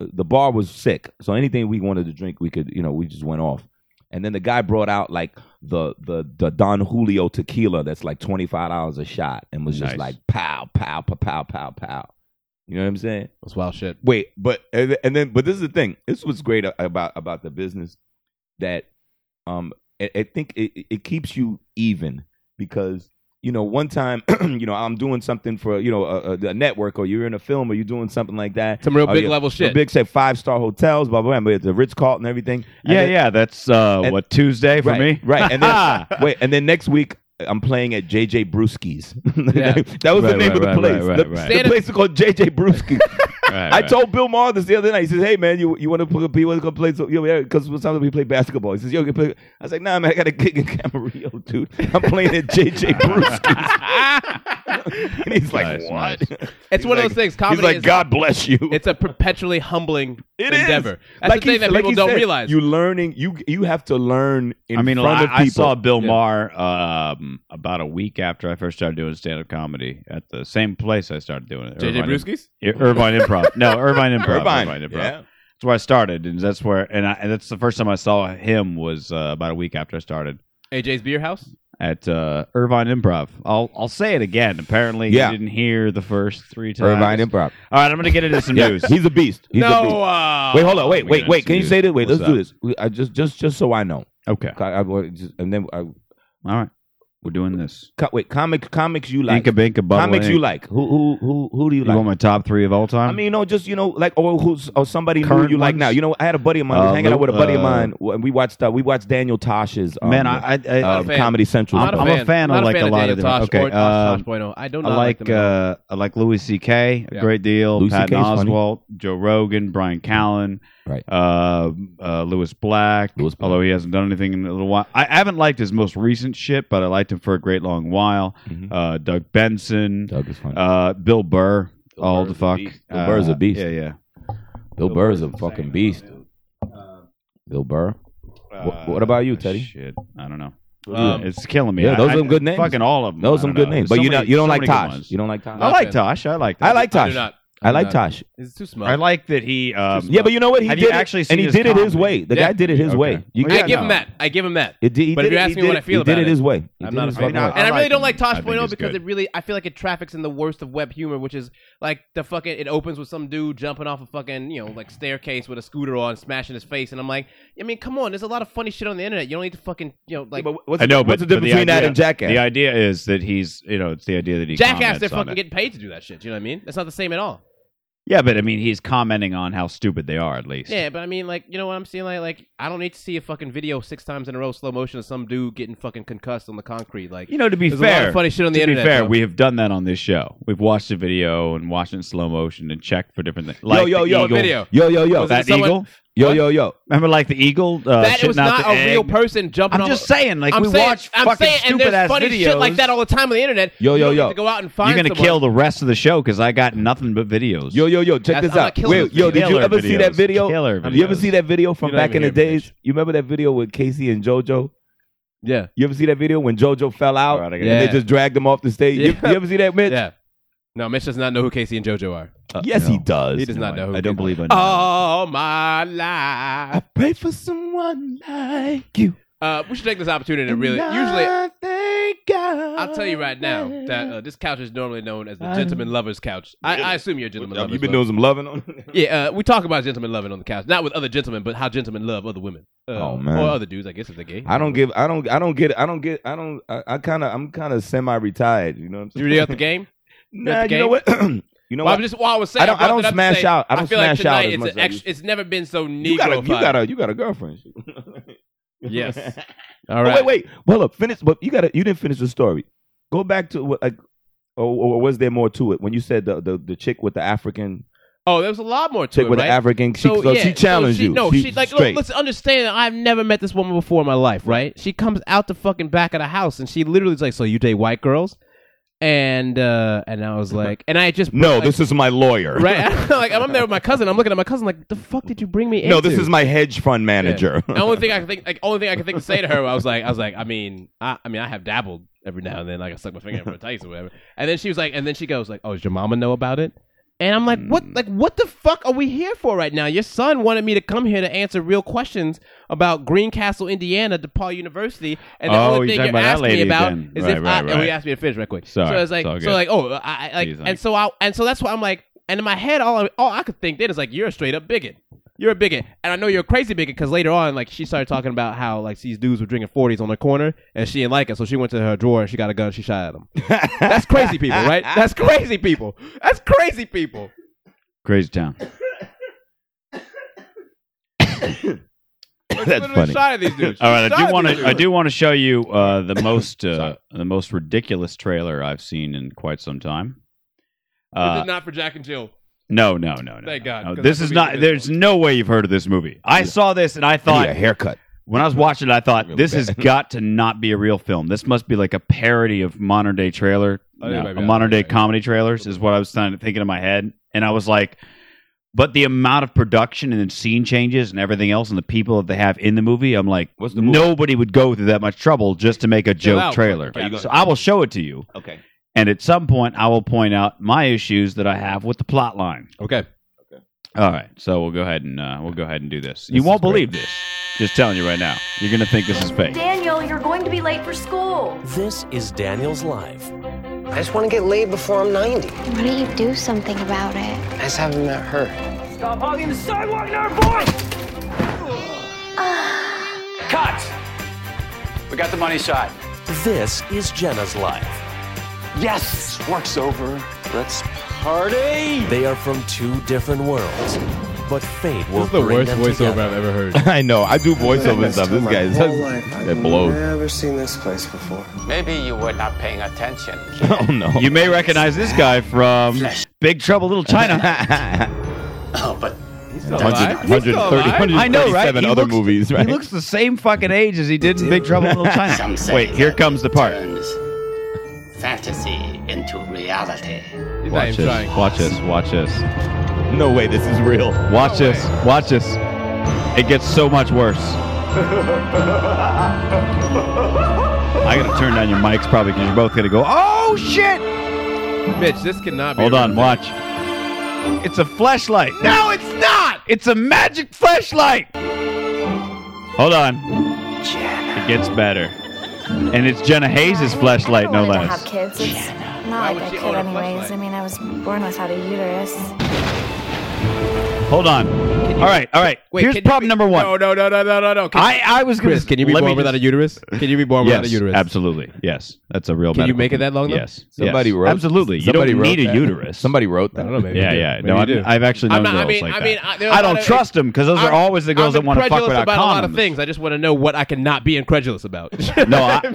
[SPEAKER 8] uh, the bar was sick, so anything we wanted to drink, we could, you know, we just went off. And then the guy brought out like the the the Don Julio tequila that's like twenty five dollars a shot, and was just
[SPEAKER 7] Nice.
[SPEAKER 8] like pow pow pow pow pow pow. You know what I'm saying?
[SPEAKER 6] That's wild shit.
[SPEAKER 8] Wait, but and th- and then but this is the thing. This was great a- about about the business that um I, I think it, it- it keeps you even because you know one time you know I'm doing something for you know a, a, a network or you're in a film or you're doing something like that.
[SPEAKER 6] Some real
[SPEAKER 8] Oh,
[SPEAKER 6] big
[SPEAKER 8] yeah.
[SPEAKER 6] level
[SPEAKER 8] The
[SPEAKER 6] shit.
[SPEAKER 8] big said five star hotels, blah blah blah, but the Ritz Carlton and everything. And
[SPEAKER 7] Yeah,
[SPEAKER 8] then-
[SPEAKER 7] yeah. That's uh,
[SPEAKER 8] and-
[SPEAKER 7] what Tuesday for
[SPEAKER 8] right,
[SPEAKER 7] me.
[SPEAKER 8] right? And then wait, and then next week. I'm playing at JJ Brewski's.
[SPEAKER 6] Yeah.
[SPEAKER 8] that was
[SPEAKER 7] Right,
[SPEAKER 8] the name of
[SPEAKER 7] right,
[SPEAKER 8] the
[SPEAKER 7] right,
[SPEAKER 8] place.
[SPEAKER 7] right,
[SPEAKER 8] the,
[SPEAKER 7] right,
[SPEAKER 8] the
[SPEAKER 6] right.
[SPEAKER 8] place is called JJ Brewski's.
[SPEAKER 7] Right,
[SPEAKER 8] I
[SPEAKER 7] right.
[SPEAKER 8] told Bill Maher this the other night. He says, "Hey man, you you want to be want to come play? So, yo, yeah, because sometimes we play basketball." He says, "Yo, you play." I was like, "Nah, man, I got a gig in Camarillo, dude. I'm playing at JJ Brewski's." and he's like,
[SPEAKER 7] Nice,
[SPEAKER 8] "What?"
[SPEAKER 6] It's
[SPEAKER 8] He's
[SPEAKER 6] one of
[SPEAKER 8] like-
[SPEAKER 6] those things.
[SPEAKER 8] He's
[SPEAKER 6] Comedy
[SPEAKER 8] like,
[SPEAKER 6] is,
[SPEAKER 8] "God bless you."
[SPEAKER 6] it's a perpetually humbling
[SPEAKER 8] It is.
[SPEAKER 6] endeavor. That's the
[SPEAKER 8] he-
[SPEAKER 6] thing that
[SPEAKER 8] like
[SPEAKER 6] people
[SPEAKER 8] he
[SPEAKER 6] don't
[SPEAKER 8] said,
[SPEAKER 6] realize.
[SPEAKER 8] You learning. You you have to learn in
[SPEAKER 7] I mean,
[SPEAKER 8] front
[SPEAKER 7] I,
[SPEAKER 8] of people.
[SPEAKER 7] I saw Bill
[SPEAKER 6] Yeah.
[SPEAKER 7] Maher um, about a week after I first started doing stand up comedy at the same place I started doing it.
[SPEAKER 6] JJ
[SPEAKER 7] Irvine Im-
[SPEAKER 6] Brewski's?
[SPEAKER 7] Irvine Improv. No, Irvine Improv.
[SPEAKER 8] Irvine.
[SPEAKER 7] Irvine Improv.
[SPEAKER 8] Yeah.
[SPEAKER 7] That's where I started, and that's where, and, I, and that's the first time I saw him was uh, about a week after I started
[SPEAKER 6] AJ's Beer House?
[SPEAKER 7] at uh, Irvine Improv. I'll I'll say it again. Apparently,
[SPEAKER 8] Yeah.
[SPEAKER 7] you didn't hear the first three times.
[SPEAKER 8] Irvine Improv.
[SPEAKER 7] All right, I'm gonna get into some
[SPEAKER 8] Yeah,
[SPEAKER 7] news.
[SPEAKER 8] he's a beast. He's a beast.
[SPEAKER 6] No. uh,
[SPEAKER 8] Wait, hold on. Wait,
[SPEAKER 7] We're
[SPEAKER 8] wait,
[SPEAKER 7] gonna
[SPEAKER 8] wait. Can you
[SPEAKER 7] see
[SPEAKER 8] say this? Wait,
[SPEAKER 7] what's
[SPEAKER 8] let's do this. We- I just just just so I know.
[SPEAKER 7] okay,
[SPEAKER 8] I, I, I just, and then I,
[SPEAKER 7] all right, we're doing this.
[SPEAKER 8] co- wait, comic comics you like.
[SPEAKER 7] Inka Binka Bubble.
[SPEAKER 8] comics
[SPEAKER 7] Inc.
[SPEAKER 8] you like? Who who who who do you
[SPEAKER 7] You
[SPEAKER 8] like?
[SPEAKER 7] want my top three of all time?
[SPEAKER 8] I mean, you know, just you know, like or who's or somebody new
[SPEAKER 7] Current
[SPEAKER 8] you like
[SPEAKER 7] ones?
[SPEAKER 8] now. You know, I had a buddy of mine. we
[SPEAKER 7] Uh,
[SPEAKER 8] was hanging out with a buddy of
[SPEAKER 7] uh,
[SPEAKER 8] mine, w- and we watched uh, we watched Daniel Tosh's um,
[SPEAKER 7] man, I, I, I
[SPEAKER 8] uh,
[SPEAKER 6] a fan.
[SPEAKER 8] Comedy Central.
[SPEAKER 7] I'm-
[SPEAKER 6] not
[SPEAKER 8] stuff.
[SPEAKER 7] a fan
[SPEAKER 6] Not
[SPEAKER 7] of, like, a lot
[SPEAKER 6] Daniel
[SPEAKER 7] of different-
[SPEAKER 6] Tosh
[SPEAKER 7] okay,
[SPEAKER 6] or Tosh
[SPEAKER 7] uh,
[SPEAKER 6] 2.0. I do
[SPEAKER 7] I
[SPEAKER 6] not
[SPEAKER 7] like,
[SPEAKER 6] them at all.
[SPEAKER 7] uh, I like Louis C.K. a
[SPEAKER 6] Yeah.
[SPEAKER 7] great deal.
[SPEAKER 8] Louis
[SPEAKER 7] Patton
[SPEAKER 8] CK 's funny.
[SPEAKER 7] Oswalt, Joe Rogan, Brian Callen,
[SPEAKER 8] Right.
[SPEAKER 7] Uh, uh, Lewis Black.
[SPEAKER 8] Louis Black.
[SPEAKER 7] Although he hasn't done anything in a little while. I, I haven't liked his most recent shit, but I liked him for a great long while.
[SPEAKER 8] Mhm.
[SPEAKER 7] Uh, Doug Benson.
[SPEAKER 8] Doug is funny.
[SPEAKER 7] Uh, Bill Burr.
[SPEAKER 8] Bill
[SPEAKER 7] all
[SPEAKER 8] Burr's
[SPEAKER 7] the
[SPEAKER 8] a
[SPEAKER 7] fuck.
[SPEAKER 8] beast. Bill Burr's a
[SPEAKER 7] Uh,
[SPEAKER 8] beast.
[SPEAKER 7] Yeah, yeah.
[SPEAKER 8] Bill Burr is a fucking beast. Bill Burr. What- what about you,
[SPEAKER 7] Uh,
[SPEAKER 8] Teddy?
[SPEAKER 7] Shit, I don't know. Uh,
[SPEAKER 8] Um,
[SPEAKER 7] it's killing me.
[SPEAKER 8] yeah,
[SPEAKER 7] I-
[SPEAKER 8] those are
[SPEAKER 7] I-
[SPEAKER 8] some good names.
[SPEAKER 7] Fucking all of them.
[SPEAKER 8] Those are some good names, but you know you don't like Tosh. You
[SPEAKER 7] You
[SPEAKER 8] don't like Tosh.
[SPEAKER 7] I like Tosh. I like.
[SPEAKER 8] I
[SPEAKER 7] that.
[SPEAKER 8] like
[SPEAKER 6] I do
[SPEAKER 8] Tosh.
[SPEAKER 6] not.
[SPEAKER 8] I like
[SPEAKER 6] No.
[SPEAKER 8] Tosh.
[SPEAKER 6] It's too smart.
[SPEAKER 7] I like that he. Um,
[SPEAKER 8] Yeah, but you know what? He
[SPEAKER 7] Have
[SPEAKER 8] did
[SPEAKER 7] you
[SPEAKER 8] it,
[SPEAKER 7] actually seen
[SPEAKER 8] and he
[SPEAKER 7] his
[SPEAKER 8] did it his
[SPEAKER 7] comedy?
[SPEAKER 8] way. The
[SPEAKER 6] Yeah.
[SPEAKER 8] guy did it his
[SPEAKER 7] Okay.
[SPEAKER 8] way. You
[SPEAKER 7] Well, Oh, yeah,
[SPEAKER 8] can't-
[SPEAKER 6] I give him
[SPEAKER 7] no.
[SPEAKER 6] that. I give him that.
[SPEAKER 8] It did, he
[SPEAKER 6] But
[SPEAKER 8] did
[SPEAKER 6] if you're
[SPEAKER 8] it- he
[SPEAKER 6] asking
[SPEAKER 8] did
[SPEAKER 6] what
[SPEAKER 8] it-
[SPEAKER 6] I feel
[SPEAKER 8] he did
[SPEAKER 6] about
[SPEAKER 8] it
[SPEAKER 6] it,
[SPEAKER 8] his way. He
[SPEAKER 6] I'm
[SPEAKER 8] did
[SPEAKER 6] not
[SPEAKER 8] it
[SPEAKER 6] a
[SPEAKER 8] his
[SPEAKER 6] fan
[SPEAKER 8] fucking
[SPEAKER 7] of
[SPEAKER 8] way.
[SPEAKER 7] it.
[SPEAKER 6] And I,
[SPEAKER 7] I
[SPEAKER 6] really
[SPEAKER 7] like
[SPEAKER 6] don't
[SPEAKER 7] it.
[SPEAKER 6] like
[SPEAKER 7] I
[SPEAKER 6] Tosh
[SPEAKER 7] think
[SPEAKER 6] 2.0
[SPEAKER 7] it's
[SPEAKER 6] because
[SPEAKER 7] good.
[SPEAKER 6] it really, I feel like it traffics in the worst of web humor, which is like the fucking, it opens with some dude jumping off a fucking, you know, like staircase with a scooter on, smashing his face. And I'm like, I mean, come on, there's a lot of funny shit on the internet. You don't need to fucking, you know, like,
[SPEAKER 8] But what's,
[SPEAKER 7] I know, but
[SPEAKER 8] what's the difference between that and Jackass?
[SPEAKER 7] The idea is that he's, you know, it's the idea that he
[SPEAKER 6] jackass, they're
[SPEAKER 7] comments on
[SPEAKER 6] fucking
[SPEAKER 7] it.
[SPEAKER 6] getting paid to do that shit. You know what I mean? That's not the same at all.
[SPEAKER 7] Yeah, but I mean, he's commenting on how stupid they are. At least,
[SPEAKER 6] Yeah, but I mean, like, you know what I'm saying? Like, like, I don't need to see a fucking video six times in a row, slow motion of some dude getting fucking concussed on the concrete. Like,
[SPEAKER 7] You know, to be
[SPEAKER 6] There's a lot
[SPEAKER 7] fair,
[SPEAKER 6] of funny shit on the
[SPEAKER 7] to
[SPEAKER 6] internet,
[SPEAKER 7] Be fair,
[SPEAKER 6] though.
[SPEAKER 7] we have done that on this show. We've watched a video and watched it in slow motion and checked for different things. Like
[SPEAKER 8] yo,
[SPEAKER 7] the
[SPEAKER 8] yo,
[SPEAKER 7] eagle.
[SPEAKER 6] video.
[SPEAKER 8] yo, yo, yo,
[SPEAKER 7] Was that
[SPEAKER 6] someone-
[SPEAKER 7] eagle?
[SPEAKER 8] yo, yo, yo.
[SPEAKER 7] Remember, like the eagle. Uh,
[SPEAKER 6] that
[SPEAKER 7] shitting
[SPEAKER 6] was
[SPEAKER 7] out
[SPEAKER 6] not
[SPEAKER 7] the
[SPEAKER 6] a
[SPEAKER 7] egg?
[SPEAKER 6] real person jumping
[SPEAKER 7] I'm
[SPEAKER 6] off
[SPEAKER 7] just saying, like
[SPEAKER 6] I'm
[SPEAKER 7] we
[SPEAKER 6] saying,
[SPEAKER 7] watch
[SPEAKER 6] I'm
[SPEAKER 7] fucking
[SPEAKER 6] saying, and
[SPEAKER 7] stupid
[SPEAKER 6] there's
[SPEAKER 7] ass
[SPEAKER 6] funny
[SPEAKER 7] videos.
[SPEAKER 6] shit like that all the time on the internet.
[SPEAKER 8] Yo,
[SPEAKER 6] You
[SPEAKER 8] yo,
[SPEAKER 6] don't
[SPEAKER 8] yo.
[SPEAKER 6] need To go out and find
[SPEAKER 7] You're gonna
[SPEAKER 6] someone.
[SPEAKER 7] kill the rest of the show because I got nothing but videos.
[SPEAKER 8] Yo, yo, yo, check
[SPEAKER 6] That's-
[SPEAKER 8] this
[SPEAKER 6] I'm not
[SPEAKER 8] out.
[SPEAKER 6] killing
[SPEAKER 8] Wait,
[SPEAKER 6] these
[SPEAKER 8] yo, did you
[SPEAKER 7] videos.
[SPEAKER 8] ever see that
[SPEAKER 7] Killer
[SPEAKER 8] video?
[SPEAKER 7] videos.
[SPEAKER 8] You ever see that video from
[SPEAKER 6] You're not
[SPEAKER 8] back in
[SPEAKER 6] even
[SPEAKER 8] the
[SPEAKER 6] hearing
[SPEAKER 8] days? You remember that video with Casey and JoJo?
[SPEAKER 6] Yeah.
[SPEAKER 8] You ever see that video when JoJo fell out
[SPEAKER 7] Right, I
[SPEAKER 8] and
[SPEAKER 6] got
[SPEAKER 8] they
[SPEAKER 6] it.
[SPEAKER 8] just dragged him off the stage? You-
[SPEAKER 6] Yeah.
[SPEAKER 8] You, ever see that, Mitch?
[SPEAKER 6] Yeah. No, Mitch does not know who Casey and JoJo are.
[SPEAKER 8] Yes, he does.
[SPEAKER 6] He does not know. Who
[SPEAKER 7] I don't believe I know.
[SPEAKER 6] All my life.
[SPEAKER 8] Pray for someone like you.
[SPEAKER 6] Uh, we should take this opportunity to really. Usually,
[SPEAKER 8] I thank God.
[SPEAKER 6] I'll tell you right now that uh, this couch is normally known as the gentleman lover's couch. I, I assume you're a gentleman lover.
[SPEAKER 8] Have you
[SPEAKER 6] as
[SPEAKER 8] been
[SPEAKER 6] well.
[SPEAKER 8] doing some loving on?
[SPEAKER 6] Yeah, uh, we talk about gentlemen loving on the couch, not with other gentlemen, but how gentlemen love other women. Uh,
[SPEAKER 8] Oh, man.
[SPEAKER 6] Or other dudes, I guess, if they're gay.
[SPEAKER 8] I don't give. I don't. I don't get. I don't get. I don't. I, I kind of. I'm kind of semi-retired. You know what I'm
[SPEAKER 6] You
[SPEAKER 8] saying?
[SPEAKER 6] really out the game?
[SPEAKER 8] Nah,
[SPEAKER 6] at the
[SPEAKER 8] you know
[SPEAKER 6] game?
[SPEAKER 8] what? you know
[SPEAKER 6] Well,
[SPEAKER 8] what?
[SPEAKER 6] I'm just. Well, I was saying.
[SPEAKER 8] I don't-
[SPEAKER 6] brought
[SPEAKER 8] I don't
[SPEAKER 6] it up to
[SPEAKER 8] smash
[SPEAKER 6] say,
[SPEAKER 8] out. I don't
[SPEAKER 6] feel like
[SPEAKER 8] smash out
[SPEAKER 6] tonight
[SPEAKER 8] as
[SPEAKER 6] it's
[SPEAKER 8] much
[SPEAKER 6] an
[SPEAKER 8] as I
[SPEAKER 6] ex-
[SPEAKER 8] used
[SPEAKER 6] It's never been so negro.
[SPEAKER 8] you got a. You got a. You got a girlfriend.
[SPEAKER 6] Yes.
[SPEAKER 8] Oh,
[SPEAKER 6] All right.
[SPEAKER 8] wait, wait. Well, look. Finish. But you got. to You didn't finish the story. Go back to what. Like, or, or was there more to it when you said the, the, the chick with the African
[SPEAKER 6] Oh, there was a lot more to
[SPEAKER 8] chick
[SPEAKER 6] it,
[SPEAKER 8] with
[SPEAKER 6] right?
[SPEAKER 8] the African she, so
[SPEAKER 6] yeah,
[SPEAKER 8] she challenged
[SPEAKER 6] so she-
[SPEAKER 8] you
[SPEAKER 6] No, she, like look,
[SPEAKER 8] straight.
[SPEAKER 6] let's understand. that I've never met this woman before in my life, right? She comes out the fucking back of the house and she literally is like, "So you date white girls?" And uh and I was like, and I just
[SPEAKER 8] no
[SPEAKER 6] like,
[SPEAKER 8] this is my lawyer
[SPEAKER 6] right. like I'm there with my cousin. I'm looking at my cousin like, "The fuck did you bring me?"
[SPEAKER 8] no
[SPEAKER 6] into?
[SPEAKER 8] this is my hedge fund manager
[SPEAKER 6] The only thing I can think, like, only thing I can think to say to her, I was like, I was like, I mean, I, I mean, I have dabbled every now and then, like I suck my finger in for a tice or whatever. And then she was like, and then she goes like, Oh, does your mama know about it? And I'm like, What? Like, what the fuck are we here for right now? Your son wanted me to come here to answer real questions about Greencastle, Indiana, DePaul University, and the only
[SPEAKER 7] Oh, you're
[SPEAKER 6] thing
[SPEAKER 7] talking
[SPEAKER 6] you're
[SPEAKER 7] about that
[SPEAKER 6] asking me
[SPEAKER 7] lady
[SPEAKER 6] about
[SPEAKER 7] then.
[SPEAKER 6] is
[SPEAKER 7] Right,
[SPEAKER 6] if
[SPEAKER 7] right,
[SPEAKER 6] I. And
[SPEAKER 7] right.
[SPEAKER 6] he asked me to finish right quick.
[SPEAKER 7] Sorry,
[SPEAKER 6] so I was like,
[SPEAKER 7] it's all
[SPEAKER 6] so
[SPEAKER 7] good.
[SPEAKER 6] like, oh, I, I like,
[SPEAKER 7] He's like-
[SPEAKER 6] and so I, and so that's why I'm like, and in my head, all I, all I could think then is like, you're a straight up bigot. You're a bigot, and I know you're a crazy bigot because later on, like she started talking about how like these dudes were drinking forties on the corner, and she didn't like it, so she went to her drawer and she got a gun, and she shot at them. Uh, That's crazy people, right? That's crazy people. That's crazy people.
[SPEAKER 7] Crazy Town.
[SPEAKER 8] that's funny
[SPEAKER 6] Shot at these dudes.
[SPEAKER 7] All right,
[SPEAKER 6] Shot
[SPEAKER 7] I
[SPEAKER 6] at
[SPEAKER 7] do want
[SPEAKER 6] these
[SPEAKER 7] to. I
[SPEAKER 6] dudes.
[SPEAKER 7] do want to show you uh, the most uh, the most ridiculous trailer I've seen in quite some time.
[SPEAKER 6] This
[SPEAKER 7] Uh,
[SPEAKER 6] is not for Jack and Jill.
[SPEAKER 7] no, no, no, no.
[SPEAKER 6] Thank
[SPEAKER 7] no,
[SPEAKER 6] God,
[SPEAKER 7] no.
[SPEAKER 6] 'cause
[SPEAKER 7] This
[SPEAKER 6] that
[SPEAKER 7] is
[SPEAKER 6] movie's
[SPEAKER 7] not.
[SPEAKER 6] good.
[SPEAKER 7] There's no way you've heard of this movie. I saw this and I
[SPEAKER 8] I
[SPEAKER 7] thought
[SPEAKER 8] need a haircut
[SPEAKER 7] when I was watching it, I thought
[SPEAKER 8] Real
[SPEAKER 7] this
[SPEAKER 8] bad.
[SPEAKER 7] has got to not be a real film. This must be like a parody of modern day trailer,
[SPEAKER 6] Oh, yeah,
[SPEAKER 7] no,
[SPEAKER 6] maybe
[SPEAKER 7] a
[SPEAKER 6] I-
[SPEAKER 7] modern day
[SPEAKER 6] yeah, yeah.
[SPEAKER 7] comedy trailers is what I was trying to thinking in my head, and I was like, but the amount of production and then scene changes and everything else and the people that they have in the movie, I'm like,
[SPEAKER 8] What's the movie?
[SPEAKER 7] nobody would go through that much trouble just to make a
[SPEAKER 6] Chill
[SPEAKER 7] joke
[SPEAKER 6] out.
[SPEAKER 7] trailer.
[SPEAKER 6] Are you gonna-
[SPEAKER 7] so I will show it to you,
[SPEAKER 8] okay
[SPEAKER 7] and at some point I will point out my issues that I have with the plot line.
[SPEAKER 6] Okay.
[SPEAKER 7] All right, so we'll go ahead and uh, we'll go ahead and do this. you won't believe this. Just telling you right now, you're gonna think this is fake.
[SPEAKER 11] Daniel, you're going to be late for school.
[SPEAKER 16] This is Daniel's life.
[SPEAKER 12] I just want to get laid before I'm 90.
[SPEAKER 17] Why don't you do something about it?
[SPEAKER 12] I just haven't met her.
[SPEAKER 16] Stop hogging the sidewalk, our boy! Cut! We got the money shot. This is Jenna's life. Yes! Work's over. Let's party! They are from two different worlds, but fate will
[SPEAKER 6] This is the
[SPEAKER 16] bring
[SPEAKER 6] worst
[SPEAKER 16] them
[SPEAKER 6] voiceover
[SPEAKER 16] together.
[SPEAKER 6] I've ever heard.
[SPEAKER 8] I know I do voiceover and stuff this guy is
[SPEAKER 6] Oh
[SPEAKER 8] that blows
[SPEAKER 12] Never seen this place before.
[SPEAKER 16] Maybe you were not paying attention.
[SPEAKER 8] oh no
[SPEAKER 7] You may recognize this guy from Big Trouble Little China.
[SPEAKER 16] Oh, but
[SPEAKER 8] and 100
[SPEAKER 6] alive. He's still
[SPEAKER 8] 130
[SPEAKER 6] alive.
[SPEAKER 7] I know, right?
[SPEAKER 8] 137
[SPEAKER 7] He
[SPEAKER 8] other
[SPEAKER 7] looks-
[SPEAKER 8] movies, right?
[SPEAKER 7] He looks the same fucking age as he did in Big Trouble in Little China. Wait, here comes the part.
[SPEAKER 18] fantasy into reality.
[SPEAKER 6] He's not
[SPEAKER 7] Watch
[SPEAKER 6] even
[SPEAKER 7] this.
[SPEAKER 6] trying.
[SPEAKER 7] Watch this. Watch this.
[SPEAKER 8] no way, this is real.
[SPEAKER 7] Watch this. Watch this. It gets so much worse. I gotta turn down your mics probably because you're both gonna go, oh shit!
[SPEAKER 6] Mitch, this cannot be.
[SPEAKER 7] Hold on, watch. It's a flashlight. No, it's not! It's a magic flashlight! Hold on. It gets better. And it's Jenna Hayes' flashlight, no
[SPEAKER 19] have
[SPEAKER 7] less.
[SPEAKER 19] kids. It's
[SPEAKER 20] Why
[SPEAKER 19] not
[SPEAKER 20] would
[SPEAKER 19] like I
[SPEAKER 20] she own
[SPEAKER 19] could
[SPEAKER 20] a
[SPEAKER 19] anyways.
[SPEAKER 20] fleshlight?
[SPEAKER 19] I mean, I was born without a uterus.
[SPEAKER 7] Hold on. All right, all right.
[SPEAKER 6] Wait,
[SPEAKER 7] Here's
[SPEAKER 6] can you
[SPEAKER 7] problem
[SPEAKER 6] be-
[SPEAKER 7] number one.
[SPEAKER 6] No, no, no, no, no, no, no. Can,
[SPEAKER 7] I, I was gonna.
[SPEAKER 6] Chris, can you be
[SPEAKER 7] let me
[SPEAKER 6] born without
[SPEAKER 7] just-
[SPEAKER 6] a uterus? Can you be born
[SPEAKER 7] Yes,
[SPEAKER 6] without a uterus?
[SPEAKER 7] absolutely. Yes, that's a real.
[SPEAKER 6] Can you
[SPEAKER 7] medical
[SPEAKER 6] make it that long, though?
[SPEAKER 7] Yes.
[SPEAKER 8] Somebody
[SPEAKER 7] yes.
[SPEAKER 8] wrote.
[SPEAKER 7] Absolutely.
[SPEAKER 8] somebody
[SPEAKER 7] you don't
[SPEAKER 8] wrote
[SPEAKER 7] need
[SPEAKER 8] that.
[SPEAKER 7] a uterus.
[SPEAKER 8] Somebody wrote that.
[SPEAKER 6] I don't know, maybe.
[SPEAKER 7] Yeah,
[SPEAKER 6] you do.
[SPEAKER 7] yeah.
[SPEAKER 6] Maybe
[SPEAKER 7] No,
[SPEAKER 6] you
[SPEAKER 7] I've,
[SPEAKER 6] do.
[SPEAKER 7] I've actually known
[SPEAKER 6] I'm not- I
[SPEAKER 7] girls
[SPEAKER 6] mean-
[SPEAKER 7] like
[SPEAKER 6] I
[SPEAKER 7] that.
[SPEAKER 6] mean, I- there are
[SPEAKER 7] I
[SPEAKER 6] a
[SPEAKER 7] don't
[SPEAKER 6] lot of-
[SPEAKER 7] trust them because those are
[SPEAKER 6] I'm-
[SPEAKER 7] always the girls
[SPEAKER 6] I'm
[SPEAKER 7] that want to fuck
[SPEAKER 6] incredulous
[SPEAKER 7] without
[SPEAKER 6] about a lot of
[SPEAKER 7] condoms.
[SPEAKER 6] things. I just want to know what I cannot be incredulous about.
[SPEAKER 7] no, I,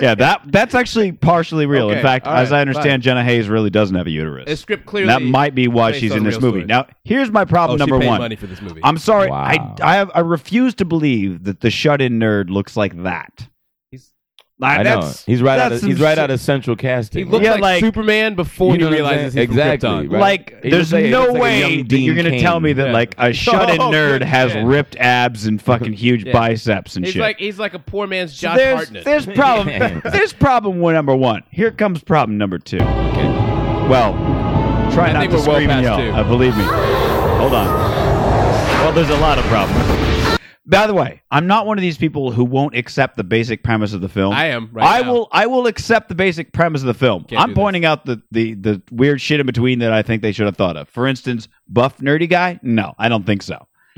[SPEAKER 7] yeah, that that's actually partially real. In
[SPEAKER 6] Okay,
[SPEAKER 7] fact,
[SPEAKER 6] all right,
[SPEAKER 7] as I understand, Jenna Hayes really doesn't have a uterus.
[SPEAKER 6] the script
[SPEAKER 7] And
[SPEAKER 6] clearly.
[SPEAKER 7] that might be why
[SPEAKER 6] based
[SPEAKER 7] she's
[SPEAKER 6] on
[SPEAKER 7] in
[SPEAKER 6] a
[SPEAKER 7] this
[SPEAKER 6] real
[SPEAKER 7] movie.
[SPEAKER 6] story.
[SPEAKER 7] Now, here's my
[SPEAKER 6] oh,
[SPEAKER 7] problem
[SPEAKER 6] she
[SPEAKER 7] number
[SPEAKER 6] paid
[SPEAKER 7] one.
[SPEAKER 6] money for this movie.
[SPEAKER 7] I'm sorry,
[SPEAKER 8] Wow.
[SPEAKER 7] I I, have, I refuse to believe that the shut-in nerd looks like that.
[SPEAKER 6] He's-
[SPEAKER 7] Like,
[SPEAKER 8] I know.
[SPEAKER 7] that's-
[SPEAKER 8] He's right out.
[SPEAKER 7] that's
[SPEAKER 8] Of, he's
[SPEAKER 7] some
[SPEAKER 8] right
[SPEAKER 7] shit.
[SPEAKER 8] out of central casting.
[SPEAKER 6] he looks
[SPEAKER 7] yeah,
[SPEAKER 6] like,
[SPEAKER 7] like-
[SPEAKER 6] Superman before
[SPEAKER 8] You know
[SPEAKER 6] he
[SPEAKER 8] what I'm
[SPEAKER 6] realizes
[SPEAKER 8] saying?
[SPEAKER 6] he's
[SPEAKER 8] Exactly,
[SPEAKER 6] from Krypton.
[SPEAKER 8] right?
[SPEAKER 7] Like,
[SPEAKER 8] He
[SPEAKER 7] there's
[SPEAKER 8] looks like- he
[SPEAKER 7] no
[SPEAKER 8] looks like a
[SPEAKER 7] way
[SPEAKER 8] young
[SPEAKER 7] that
[SPEAKER 8] Dean
[SPEAKER 7] you're gonna
[SPEAKER 8] Cain.
[SPEAKER 7] tell me that
[SPEAKER 6] Yeah.
[SPEAKER 7] like a shut-in
[SPEAKER 6] Oh,
[SPEAKER 7] nerd
[SPEAKER 6] good
[SPEAKER 7] has
[SPEAKER 6] shit.
[SPEAKER 7] ripped abs and fucking huge
[SPEAKER 6] Yeah.
[SPEAKER 7] biceps and
[SPEAKER 6] He's
[SPEAKER 7] shit.
[SPEAKER 6] like he's like a poor man's
[SPEAKER 7] So
[SPEAKER 6] Josh
[SPEAKER 7] there's
[SPEAKER 6] Hartnett.
[SPEAKER 7] there's problem there's problem one number one. Here comes problem number two. Okay. Well, try
[SPEAKER 6] I
[SPEAKER 7] not
[SPEAKER 6] think
[SPEAKER 7] to
[SPEAKER 6] we're well
[SPEAKER 7] scream and
[SPEAKER 6] past two.
[SPEAKER 7] yell. Uh, believe me. Hold on. Well, there's a lot of problems. By the way, I'm not one of these people who won't accept the basic premise of the film.
[SPEAKER 6] I am, right
[SPEAKER 7] I
[SPEAKER 6] now.
[SPEAKER 7] will. I will accept the basic premise of the film.
[SPEAKER 6] Can't do
[SPEAKER 7] I'm
[SPEAKER 6] this.
[SPEAKER 7] pointing out the, the the weird shit in between that I think they should have thought of. For instance, buff nerdy guy. No, I don't think so.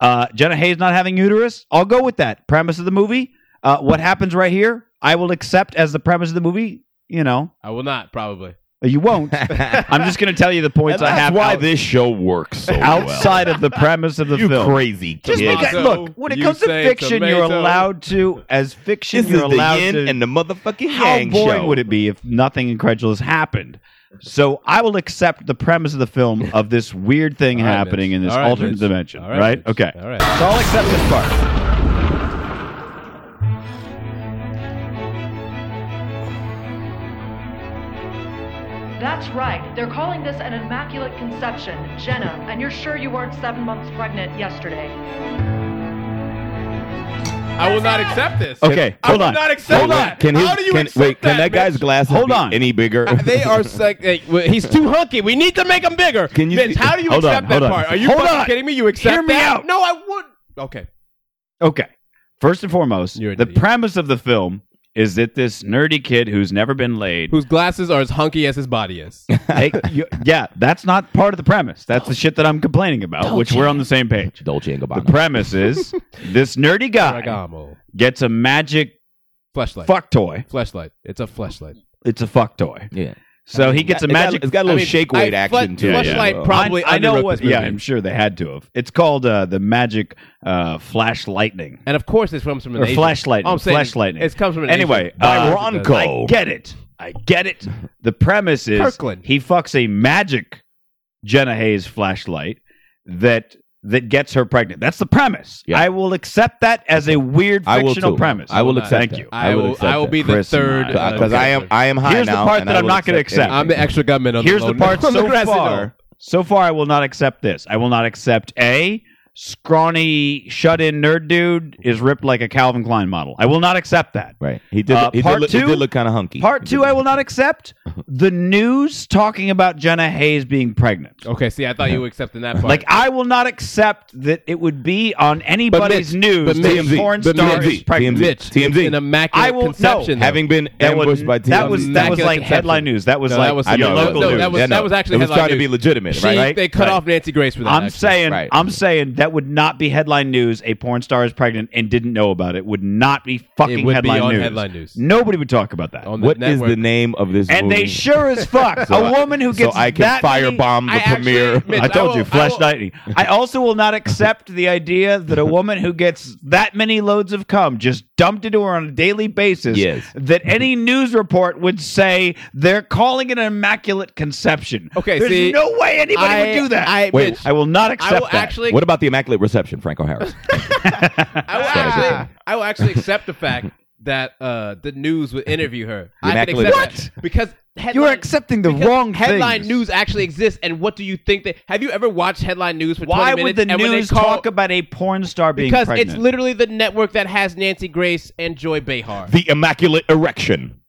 [SPEAKER 7] Uh, Jenna Hayes not having uterus. I'll go with that premise of the movie. Uh, what happens right here, I will accept as the premise of the movie. You know, uh,
[SPEAKER 6] I will not probably.
[SPEAKER 7] you won't. I'm just going to tell you the points I have
[SPEAKER 8] why
[SPEAKER 7] out-
[SPEAKER 8] this show works so
[SPEAKER 7] outside of the premise of the
[SPEAKER 8] well. You
[SPEAKER 7] film.
[SPEAKER 8] crazy
[SPEAKER 7] Just
[SPEAKER 8] kid.
[SPEAKER 7] because,
[SPEAKER 6] Tomato,
[SPEAKER 7] look, when it
[SPEAKER 6] you
[SPEAKER 7] comes to
[SPEAKER 6] say
[SPEAKER 7] fiction, you're
[SPEAKER 6] tomato.
[SPEAKER 7] allowed to, as fiction,
[SPEAKER 8] This is
[SPEAKER 7] you're
[SPEAKER 8] the
[SPEAKER 7] allowed
[SPEAKER 8] yin
[SPEAKER 7] to.
[SPEAKER 8] and the motherfucking
[SPEAKER 7] how
[SPEAKER 8] yang
[SPEAKER 7] boring
[SPEAKER 8] show.
[SPEAKER 7] would it be if nothing incredulous happened? So I will accept the premise of the film of this weird thing
[SPEAKER 6] All right,
[SPEAKER 7] happening
[SPEAKER 6] Mitch.
[SPEAKER 7] in this
[SPEAKER 6] All right,
[SPEAKER 7] alternate
[SPEAKER 6] Mitch.
[SPEAKER 7] dimension,
[SPEAKER 6] All
[SPEAKER 7] right?
[SPEAKER 6] Mitch.
[SPEAKER 7] Okay.
[SPEAKER 6] All right.
[SPEAKER 7] So I'll accept this part.
[SPEAKER 4] That's right. They're calling this an immaculate conception. Jenna, and you're sure you weren't seven months pregnant yesterday?
[SPEAKER 6] I will not accept this.
[SPEAKER 7] Okay,
[SPEAKER 6] I
[SPEAKER 7] hold
[SPEAKER 6] will
[SPEAKER 7] on.
[SPEAKER 6] not accept
[SPEAKER 8] Wait,
[SPEAKER 6] that.
[SPEAKER 8] Can his,
[SPEAKER 6] How do you
[SPEAKER 8] can,
[SPEAKER 6] accept
[SPEAKER 8] wait,
[SPEAKER 6] that,
[SPEAKER 8] can that guy's
[SPEAKER 6] Mitch?
[SPEAKER 8] glasses
[SPEAKER 7] Hold
[SPEAKER 8] be
[SPEAKER 7] on.
[SPEAKER 8] any bigger?
[SPEAKER 6] They are like hey, well, he's too hunky. We need to make him bigger.
[SPEAKER 8] Can you-
[SPEAKER 6] Mitch, how do you
[SPEAKER 7] Hold
[SPEAKER 6] accept
[SPEAKER 7] on,
[SPEAKER 6] that
[SPEAKER 7] hold on.
[SPEAKER 6] part? Are you
[SPEAKER 7] Hold
[SPEAKER 6] fucking
[SPEAKER 7] on.
[SPEAKER 6] kidding me? You accept
[SPEAKER 7] Hear me
[SPEAKER 6] that?
[SPEAKER 7] out.
[SPEAKER 6] No, I would. Okay.
[SPEAKER 7] Okay. First and foremost,
[SPEAKER 6] You're an
[SPEAKER 7] the
[SPEAKER 6] idiot.
[SPEAKER 7] premise of the film is that this nerdy kid who's never been laid
[SPEAKER 6] Whose glasses are as hunky as his body is.
[SPEAKER 7] Hey, you- yeah, that's not part of the premise. That's the shit that I'm complaining about, which we're on the same page.
[SPEAKER 8] Dolce and
[SPEAKER 7] The
[SPEAKER 8] Gabbana.
[SPEAKER 7] premise is this nerdy guy
[SPEAKER 6] Ferragamo.
[SPEAKER 7] gets a magic
[SPEAKER 6] Fleshlight.
[SPEAKER 7] fuck toy.
[SPEAKER 6] Fleshlight. It's a fleshlight.
[SPEAKER 7] It's a fuck toy.
[SPEAKER 8] yeah.
[SPEAKER 7] So he gets a
[SPEAKER 8] It's
[SPEAKER 7] magic.
[SPEAKER 8] Got, it's got a little shake weight
[SPEAKER 6] I-
[SPEAKER 8] action to
[SPEAKER 7] yeah,
[SPEAKER 8] it. as
[SPEAKER 6] fleshlight
[SPEAKER 8] well.
[SPEAKER 6] probably
[SPEAKER 7] I, I know
[SPEAKER 6] underwrote
[SPEAKER 7] what.
[SPEAKER 6] this movie.
[SPEAKER 7] Yeah, I'm sure they had to have. It's called uh, the magic uh, flash lightning
[SPEAKER 6] And of course, this comes from an
[SPEAKER 7] or
[SPEAKER 6] Asian.
[SPEAKER 7] flash lightning.
[SPEAKER 6] All I'm saying,
[SPEAKER 7] flash lightning.
[SPEAKER 6] It comes from an
[SPEAKER 7] anyway.
[SPEAKER 6] Asian.
[SPEAKER 7] uh,
[SPEAKER 6] Of course it
[SPEAKER 7] I get it. I get it. The premise is
[SPEAKER 6] Kirkland.
[SPEAKER 7] he fucks a magic Jenna Hayes flashlight that that gets her pregnant. That's the premise.
[SPEAKER 8] Yeah.
[SPEAKER 7] I will accept that as a weird
[SPEAKER 8] I will
[SPEAKER 7] fictional
[SPEAKER 8] too.
[SPEAKER 7] premise.
[SPEAKER 8] I will
[SPEAKER 6] Not-
[SPEAKER 8] accept
[SPEAKER 7] Thank
[SPEAKER 8] that.
[SPEAKER 7] you.
[SPEAKER 6] I
[SPEAKER 8] I would
[SPEAKER 6] will.
[SPEAKER 8] accept
[SPEAKER 6] I will
[SPEAKER 8] that.
[SPEAKER 6] be the
[SPEAKER 7] Chris and
[SPEAKER 6] third.
[SPEAKER 7] I.
[SPEAKER 6] uh,
[SPEAKER 8] Because I am, I am high
[SPEAKER 7] Here's the
[SPEAKER 8] now,
[SPEAKER 7] part
[SPEAKER 8] and
[SPEAKER 7] that
[SPEAKER 8] I
[SPEAKER 7] I'm
[SPEAKER 8] will
[SPEAKER 7] not gonna accept.
[SPEAKER 8] anything.
[SPEAKER 6] I'm the extra gunman. On
[SPEAKER 7] Here's
[SPEAKER 6] the,
[SPEAKER 7] the
[SPEAKER 6] lone-
[SPEAKER 7] part
[SPEAKER 6] on the
[SPEAKER 7] so
[SPEAKER 6] grassy knoll.
[SPEAKER 7] far. So far, I will not accept this. I will not accept a scrawny shut-in nerd dude is ripped like a Calvin Klein model. I will not accept that.
[SPEAKER 8] Right. He did.
[SPEAKER 7] Uh,
[SPEAKER 8] look- he,
[SPEAKER 7] part
[SPEAKER 8] did look, he
[SPEAKER 7] two-
[SPEAKER 8] did look kind of hunky.
[SPEAKER 7] Part two, I will not accept the news talking about Jenna Hayes being pregnant.
[SPEAKER 6] Okay. See, I thought you were accepting that part.
[SPEAKER 7] Uh-huh. Like I will not accept that it would be on anybody's
[SPEAKER 6] Mitch,
[SPEAKER 7] news.
[SPEAKER 6] but
[SPEAKER 7] that
[SPEAKER 6] Mitch,
[SPEAKER 7] a porn
[SPEAKER 6] but
[SPEAKER 7] star
[SPEAKER 6] Mitch,
[SPEAKER 7] is pregnant.
[SPEAKER 8] TMZ.
[SPEAKER 6] Mitch, it's an immaculate
[SPEAKER 7] I will- no,
[SPEAKER 6] conception. though.
[SPEAKER 8] having been
[SPEAKER 7] That was
[SPEAKER 8] ambushed by TMZ.
[SPEAKER 7] that was that was
[SPEAKER 6] Immaculate
[SPEAKER 7] like
[SPEAKER 6] conception.
[SPEAKER 7] headline news. That was
[SPEAKER 6] No,
[SPEAKER 7] like
[SPEAKER 6] that was
[SPEAKER 8] I
[SPEAKER 7] your
[SPEAKER 8] know,
[SPEAKER 7] local
[SPEAKER 8] no,
[SPEAKER 7] news.
[SPEAKER 6] that was-
[SPEAKER 8] Yeah, no.
[SPEAKER 6] that was actually
[SPEAKER 8] it was
[SPEAKER 6] headline
[SPEAKER 8] trying to be
[SPEAKER 6] news.
[SPEAKER 8] legitimate,
[SPEAKER 6] She,
[SPEAKER 8] right?
[SPEAKER 7] Right,
[SPEAKER 6] they cut
[SPEAKER 7] right.
[SPEAKER 6] off Nancy Grace for that.
[SPEAKER 7] I'm
[SPEAKER 6] actually.
[SPEAKER 7] saying
[SPEAKER 8] Right.
[SPEAKER 7] I'm saying that would not be headline news. A porn star is pregnant and didn't know about it would not be fucking
[SPEAKER 6] would be
[SPEAKER 7] headline
[SPEAKER 6] on
[SPEAKER 7] news.
[SPEAKER 6] headline news.
[SPEAKER 7] Nobody would talk about that.
[SPEAKER 6] On the
[SPEAKER 8] What is
[SPEAKER 6] network.
[SPEAKER 8] the name of this
[SPEAKER 7] and
[SPEAKER 8] movie?
[SPEAKER 7] they sure as fuck.
[SPEAKER 8] So
[SPEAKER 7] a
[SPEAKER 8] I-
[SPEAKER 7] woman who
[SPEAKER 8] so
[SPEAKER 7] gets
[SPEAKER 8] I can
[SPEAKER 7] that many-
[SPEAKER 8] firebomb the
[SPEAKER 7] I actually
[SPEAKER 8] premiere.
[SPEAKER 7] admit-
[SPEAKER 8] I told
[SPEAKER 7] will-
[SPEAKER 8] you, Flash
[SPEAKER 7] will-
[SPEAKER 8] Lightning.
[SPEAKER 7] I also will not accept the idea that a woman who gets that many loads of cum just dumped into her on a daily basis.
[SPEAKER 8] Yes.
[SPEAKER 7] That any news report would say they're calling it an immaculate conception.
[SPEAKER 6] Okay,
[SPEAKER 7] there's
[SPEAKER 6] see,
[SPEAKER 7] no way anybody would do that.
[SPEAKER 6] I, I,
[SPEAKER 8] Wait,
[SPEAKER 6] bitch,
[SPEAKER 7] I will not accept
[SPEAKER 6] I will
[SPEAKER 7] that.
[SPEAKER 6] actually
[SPEAKER 8] What about the immaculate reception, Franco Harris?
[SPEAKER 6] I will actually, I will actually accept the fact that uh, the news would interview her. I can
[SPEAKER 8] Immaculate-
[SPEAKER 6] accept that because headline,
[SPEAKER 7] you are accepting the
[SPEAKER 6] because
[SPEAKER 7] wrong
[SPEAKER 6] headline
[SPEAKER 7] things.
[SPEAKER 6] news actually exists. And what do you think that? Have you ever watched headline news for
[SPEAKER 7] Why
[SPEAKER 6] 20 minutes?
[SPEAKER 7] would the
[SPEAKER 6] and when they
[SPEAKER 7] news
[SPEAKER 6] call-
[SPEAKER 7] talk about a porn star being
[SPEAKER 6] Because
[SPEAKER 7] pregnant?
[SPEAKER 6] it's literally the network that has Nancy Grace and Joy Behar.
[SPEAKER 8] the immaculate erection.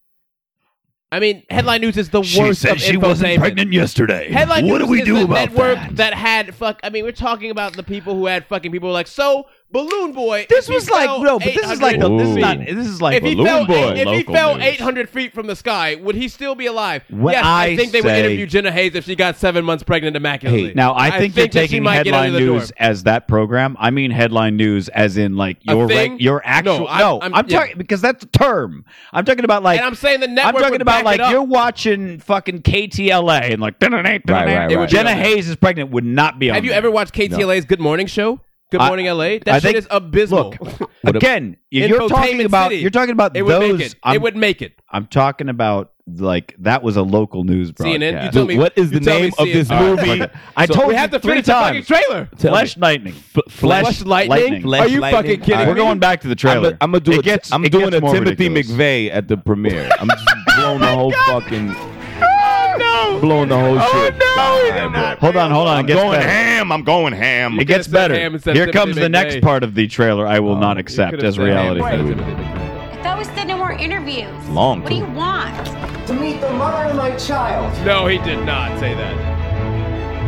[SPEAKER 6] I mean, headline news is the worst of infotainment.
[SPEAKER 7] yesterday.
[SPEAKER 6] Headline news is the network that? had fuck. I mean, we're talking about the people who had fucking people like so Balloon Boy.
[SPEAKER 7] This
[SPEAKER 6] he
[SPEAKER 7] was like
[SPEAKER 6] fell
[SPEAKER 7] no, but this is like
[SPEAKER 6] 800
[SPEAKER 7] this is
[SPEAKER 8] Ooh.
[SPEAKER 7] not. This is like
[SPEAKER 6] if he
[SPEAKER 8] Balloon
[SPEAKER 6] fell,
[SPEAKER 8] Boy,
[SPEAKER 6] if he
[SPEAKER 8] local
[SPEAKER 6] fell
[SPEAKER 8] news.
[SPEAKER 6] 800 feet from the sky, would he still be alive?
[SPEAKER 7] What
[SPEAKER 6] yes, I,
[SPEAKER 7] I
[SPEAKER 6] think they would
[SPEAKER 7] say-
[SPEAKER 6] interview Jenna Hayes if she got seven months pregnant immaculately.
[SPEAKER 7] Hey, now I think,
[SPEAKER 6] that
[SPEAKER 7] you're
[SPEAKER 6] she
[SPEAKER 7] taking
[SPEAKER 6] might get
[SPEAKER 7] headline
[SPEAKER 6] under the door.
[SPEAKER 7] news as that program. I mean headline news as in like
[SPEAKER 6] A
[SPEAKER 7] your
[SPEAKER 6] thing?
[SPEAKER 7] reg- your actual.
[SPEAKER 6] No,
[SPEAKER 7] No,
[SPEAKER 6] I'm-
[SPEAKER 7] I'm,
[SPEAKER 6] I'm- yeah.
[SPEAKER 7] talking because that's a term. I'm talking about like.
[SPEAKER 6] And I'm saying the
[SPEAKER 7] I'm
[SPEAKER 6] network.
[SPEAKER 7] talking
[SPEAKER 6] would
[SPEAKER 7] about
[SPEAKER 6] back
[SPEAKER 7] like
[SPEAKER 6] it up.
[SPEAKER 7] you're watching fucking KTLA and like right,
[SPEAKER 8] right, right.
[SPEAKER 7] Jenna Hayes is pregnant would not be on.
[SPEAKER 6] Have you
[SPEAKER 7] there.
[SPEAKER 6] ever watched KTLA's Good Morning Show? Good
[SPEAKER 7] I-
[SPEAKER 6] Morning LA. That
[SPEAKER 7] I
[SPEAKER 6] shit
[SPEAKER 7] think-
[SPEAKER 6] is abysmal.
[SPEAKER 7] Look, again,
[SPEAKER 6] In
[SPEAKER 7] you're talking
[SPEAKER 6] Infotainment
[SPEAKER 7] about
[SPEAKER 6] City,
[SPEAKER 7] you're talking about
[SPEAKER 6] it would
[SPEAKER 7] those.
[SPEAKER 6] make it.
[SPEAKER 7] I'm,
[SPEAKER 6] it would make it.
[SPEAKER 7] I'm talking about like that was a local news broadcast.
[SPEAKER 6] CNN, you tell me
[SPEAKER 8] What is
[SPEAKER 6] you
[SPEAKER 8] the
[SPEAKER 6] tell me
[SPEAKER 8] name of
[SPEAKER 6] CNN.
[SPEAKER 8] this
[SPEAKER 6] All right,
[SPEAKER 8] movie?
[SPEAKER 7] fuck it. I told
[SPEAKER 6] We
[SPEAKER 7] you
[SPEAKER 6] have to
[SPEAKER 7] three
[SPEAKER 6] finish the fucking
[SPEAKER 7] times.
[SPEAKER 6] trailer.
[SPEAKER 7] Flesh lightning.
[SPEAKER 6] Flesh lightning? Are you fucking kidding
[SPEAKER 7] We're
[SPEAKER 6] me?
[SPEAKER 7] going back to the trailer.
[SPEAKER 8] I'm, gonna do
[SPEAKER 7] It
[SPEAKER 8] a,
[SPEAKER 7] gets-
[SPEAKER 8] I'm
[SPEAKER 7] it
[SPEAKER 8] doing
[SPEAKER 7] gets
[SPEAKER 8] a
[SPEAKER 7] more
[SPEAKER 8] Timothy
[SPEAKER 7] ridiculous.
[SPEAKER 8] McVeigh at the premiere. I'm just blowing the whole fucking,
[SPEAKER 7] no!
[SPEAKER 8] blowing the whole
[SPEAKER 7] Oh,
[SPEAKER 8] shit.
[SPEAKER 7] no,
[SPEAKER 8] All
[SPEAKER 7] you're
[SPEAKER 8] right, bro.
[SPEAKER 7] not. Hold on, hold on.
[SPEAKER 8] I'm
[SPEAKER 7] It gets
[SPEAKER 8] going
[SPEAKER 7] better.
[SPEAKER 8] ham. I'm going ham.
[SPEAKER 7] It gets
[SPEAKER 6] have said
[SPEAKER 7] better.
[SPEAKER 6] ham instead of
[SPEAKER 7] Here
[SPEAKER 6] Timothy
[SPEAKER 7] comes the next
[SPEAKER 6] McVeigh.
[SPEAKER 7] part of the trailer I will not accept
[SPEAKER 6] could've
[SPEAKER 7] as
[SPEAKER 6] said
[SPEAKER 7] reality.
[SPEAKER 6] ham instead
[SPEAKER 11] I thought we said no more interviews.
[SPEAKER 8] Long,
[SPEAKER 11] What do
[SPEAKER 8] too.
[SPEAKER 11] you want?
[SPEAKER 21] to meet the mother of my child.
[SPEAKER 6] No, he did not say that.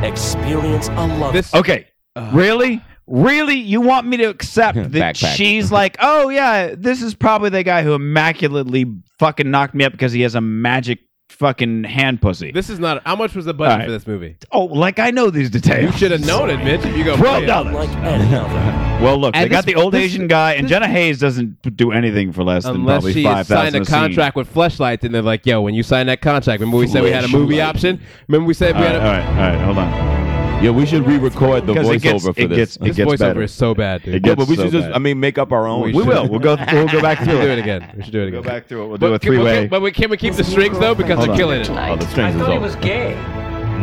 [SPEAKER 16] Experience a love.
[SPEAKER 6] This
[SPEAKER 7] Okay. Really? Really? You want me to accept that
[SPEAKER 8] Backpack.
[SPEAKER 7] she's like, oh, yeah, this is probably the guy who immaculately fucking knocked me up because he has a magic fucking hand pussy.
[SPEAKER 6] this is not. How much was the budget
[SPEAKER 7] All right.
[SPEAKER 6] for this movie?
[SPEAKER 7] oh, like I know these
[SPEAKER 6] You
[SPEAKER 7] details.
[SPEAKER 6] should have known it, Mitch. If you go play
[SPEAKER 7] Twelve
[SPEAKER 6] it.
[SPEAKER 7] dollars.
[SPEAKER 16] like any other.
[SPEAKER 7] Well, look,
[SPEAKER 6] And
[SPEAKER 7] they got
[SPEAKER 6] this-
[SPEAKER 7] the old
[SPEAKER 6] this-
[SPEAKER 7] Asian guy, and Jenna Hayes doesn't do anything for less than
[SPEAKER 6] Unless
[SPEAKER 7] probably
[SPEAKER 6] she
[SPEAKER 7] five
[SPEAKER 6] signed
[SPEAKER 7] thousand.
[SPEAKER 6] a contract with Fleshlight, and they're like, "Yo, when you sign that contract, remember we said we had a movie
[SPEAKER 8] Fleshlight.
[SPEAKER 6] option. Remember we said
[SPEAKER 7] All
[SPEAKER 6] we
[SPEAKER 7] right,
[SPEAKER 6] had
[SPEAKER 7] all
[SPEAKER 6] a
[SPEAKER 7] right, all right, hold on.
[SPEAKER 8] Yeah, we should re-record the
[SPEAKER 7] 'Cause
[SPEAKER 8] voiceover
[SPEAKER 7] it gets-
[SPEAKER 8] for
[SPEAKER 7] it
[SPEAKER 8] this.
[SPEAKER 7] gets- it
[SPEAKER 6] this
[SPEAKER 7] gets
[SPEAKER 6] voiceover
[SPEAKER 7] better.
[SPEAKER 6] is so bad, dude.
[SPEAKER 7] It
[SPEAKER 8] yeah,
[SPEAKER 7] gets
[SPEAKER 8] but we
[SPEAKER 7] so
[SPEAKER 8] should just,
[SPEAKER 7] bad.
[SPEAKER 8] I mean, make up our own.
[SPEAKER 6] We
[SPEAKER 7] We
[SPEAKER 8] shit.
[SPEAKER 7] will. We'll go. We'll go back
[SPEAKER 6] We should
[SPEAKER 7] through
[SPEAKER 6] do it
[SPEAKER 7] it.
[SPEAKER 6] again. We should do it again.
[SPEAKER 7] Go back through it. We'll
[SPEAKER 6] But
[SPEAKER 7] do a
[SPEAKER 6] can- but
[SPEAKER 7] three-way.
[SPEAKER 6] can- But we can we keep the strings though because
[SPEAKER 7] Hold
[SPEAKER 6] they're
[SPEAKER 7] on.
[SPEAKER 6] killing it.
[SPEAKER 8] Oh, the strings is over.
[SPEAKER 16] gay.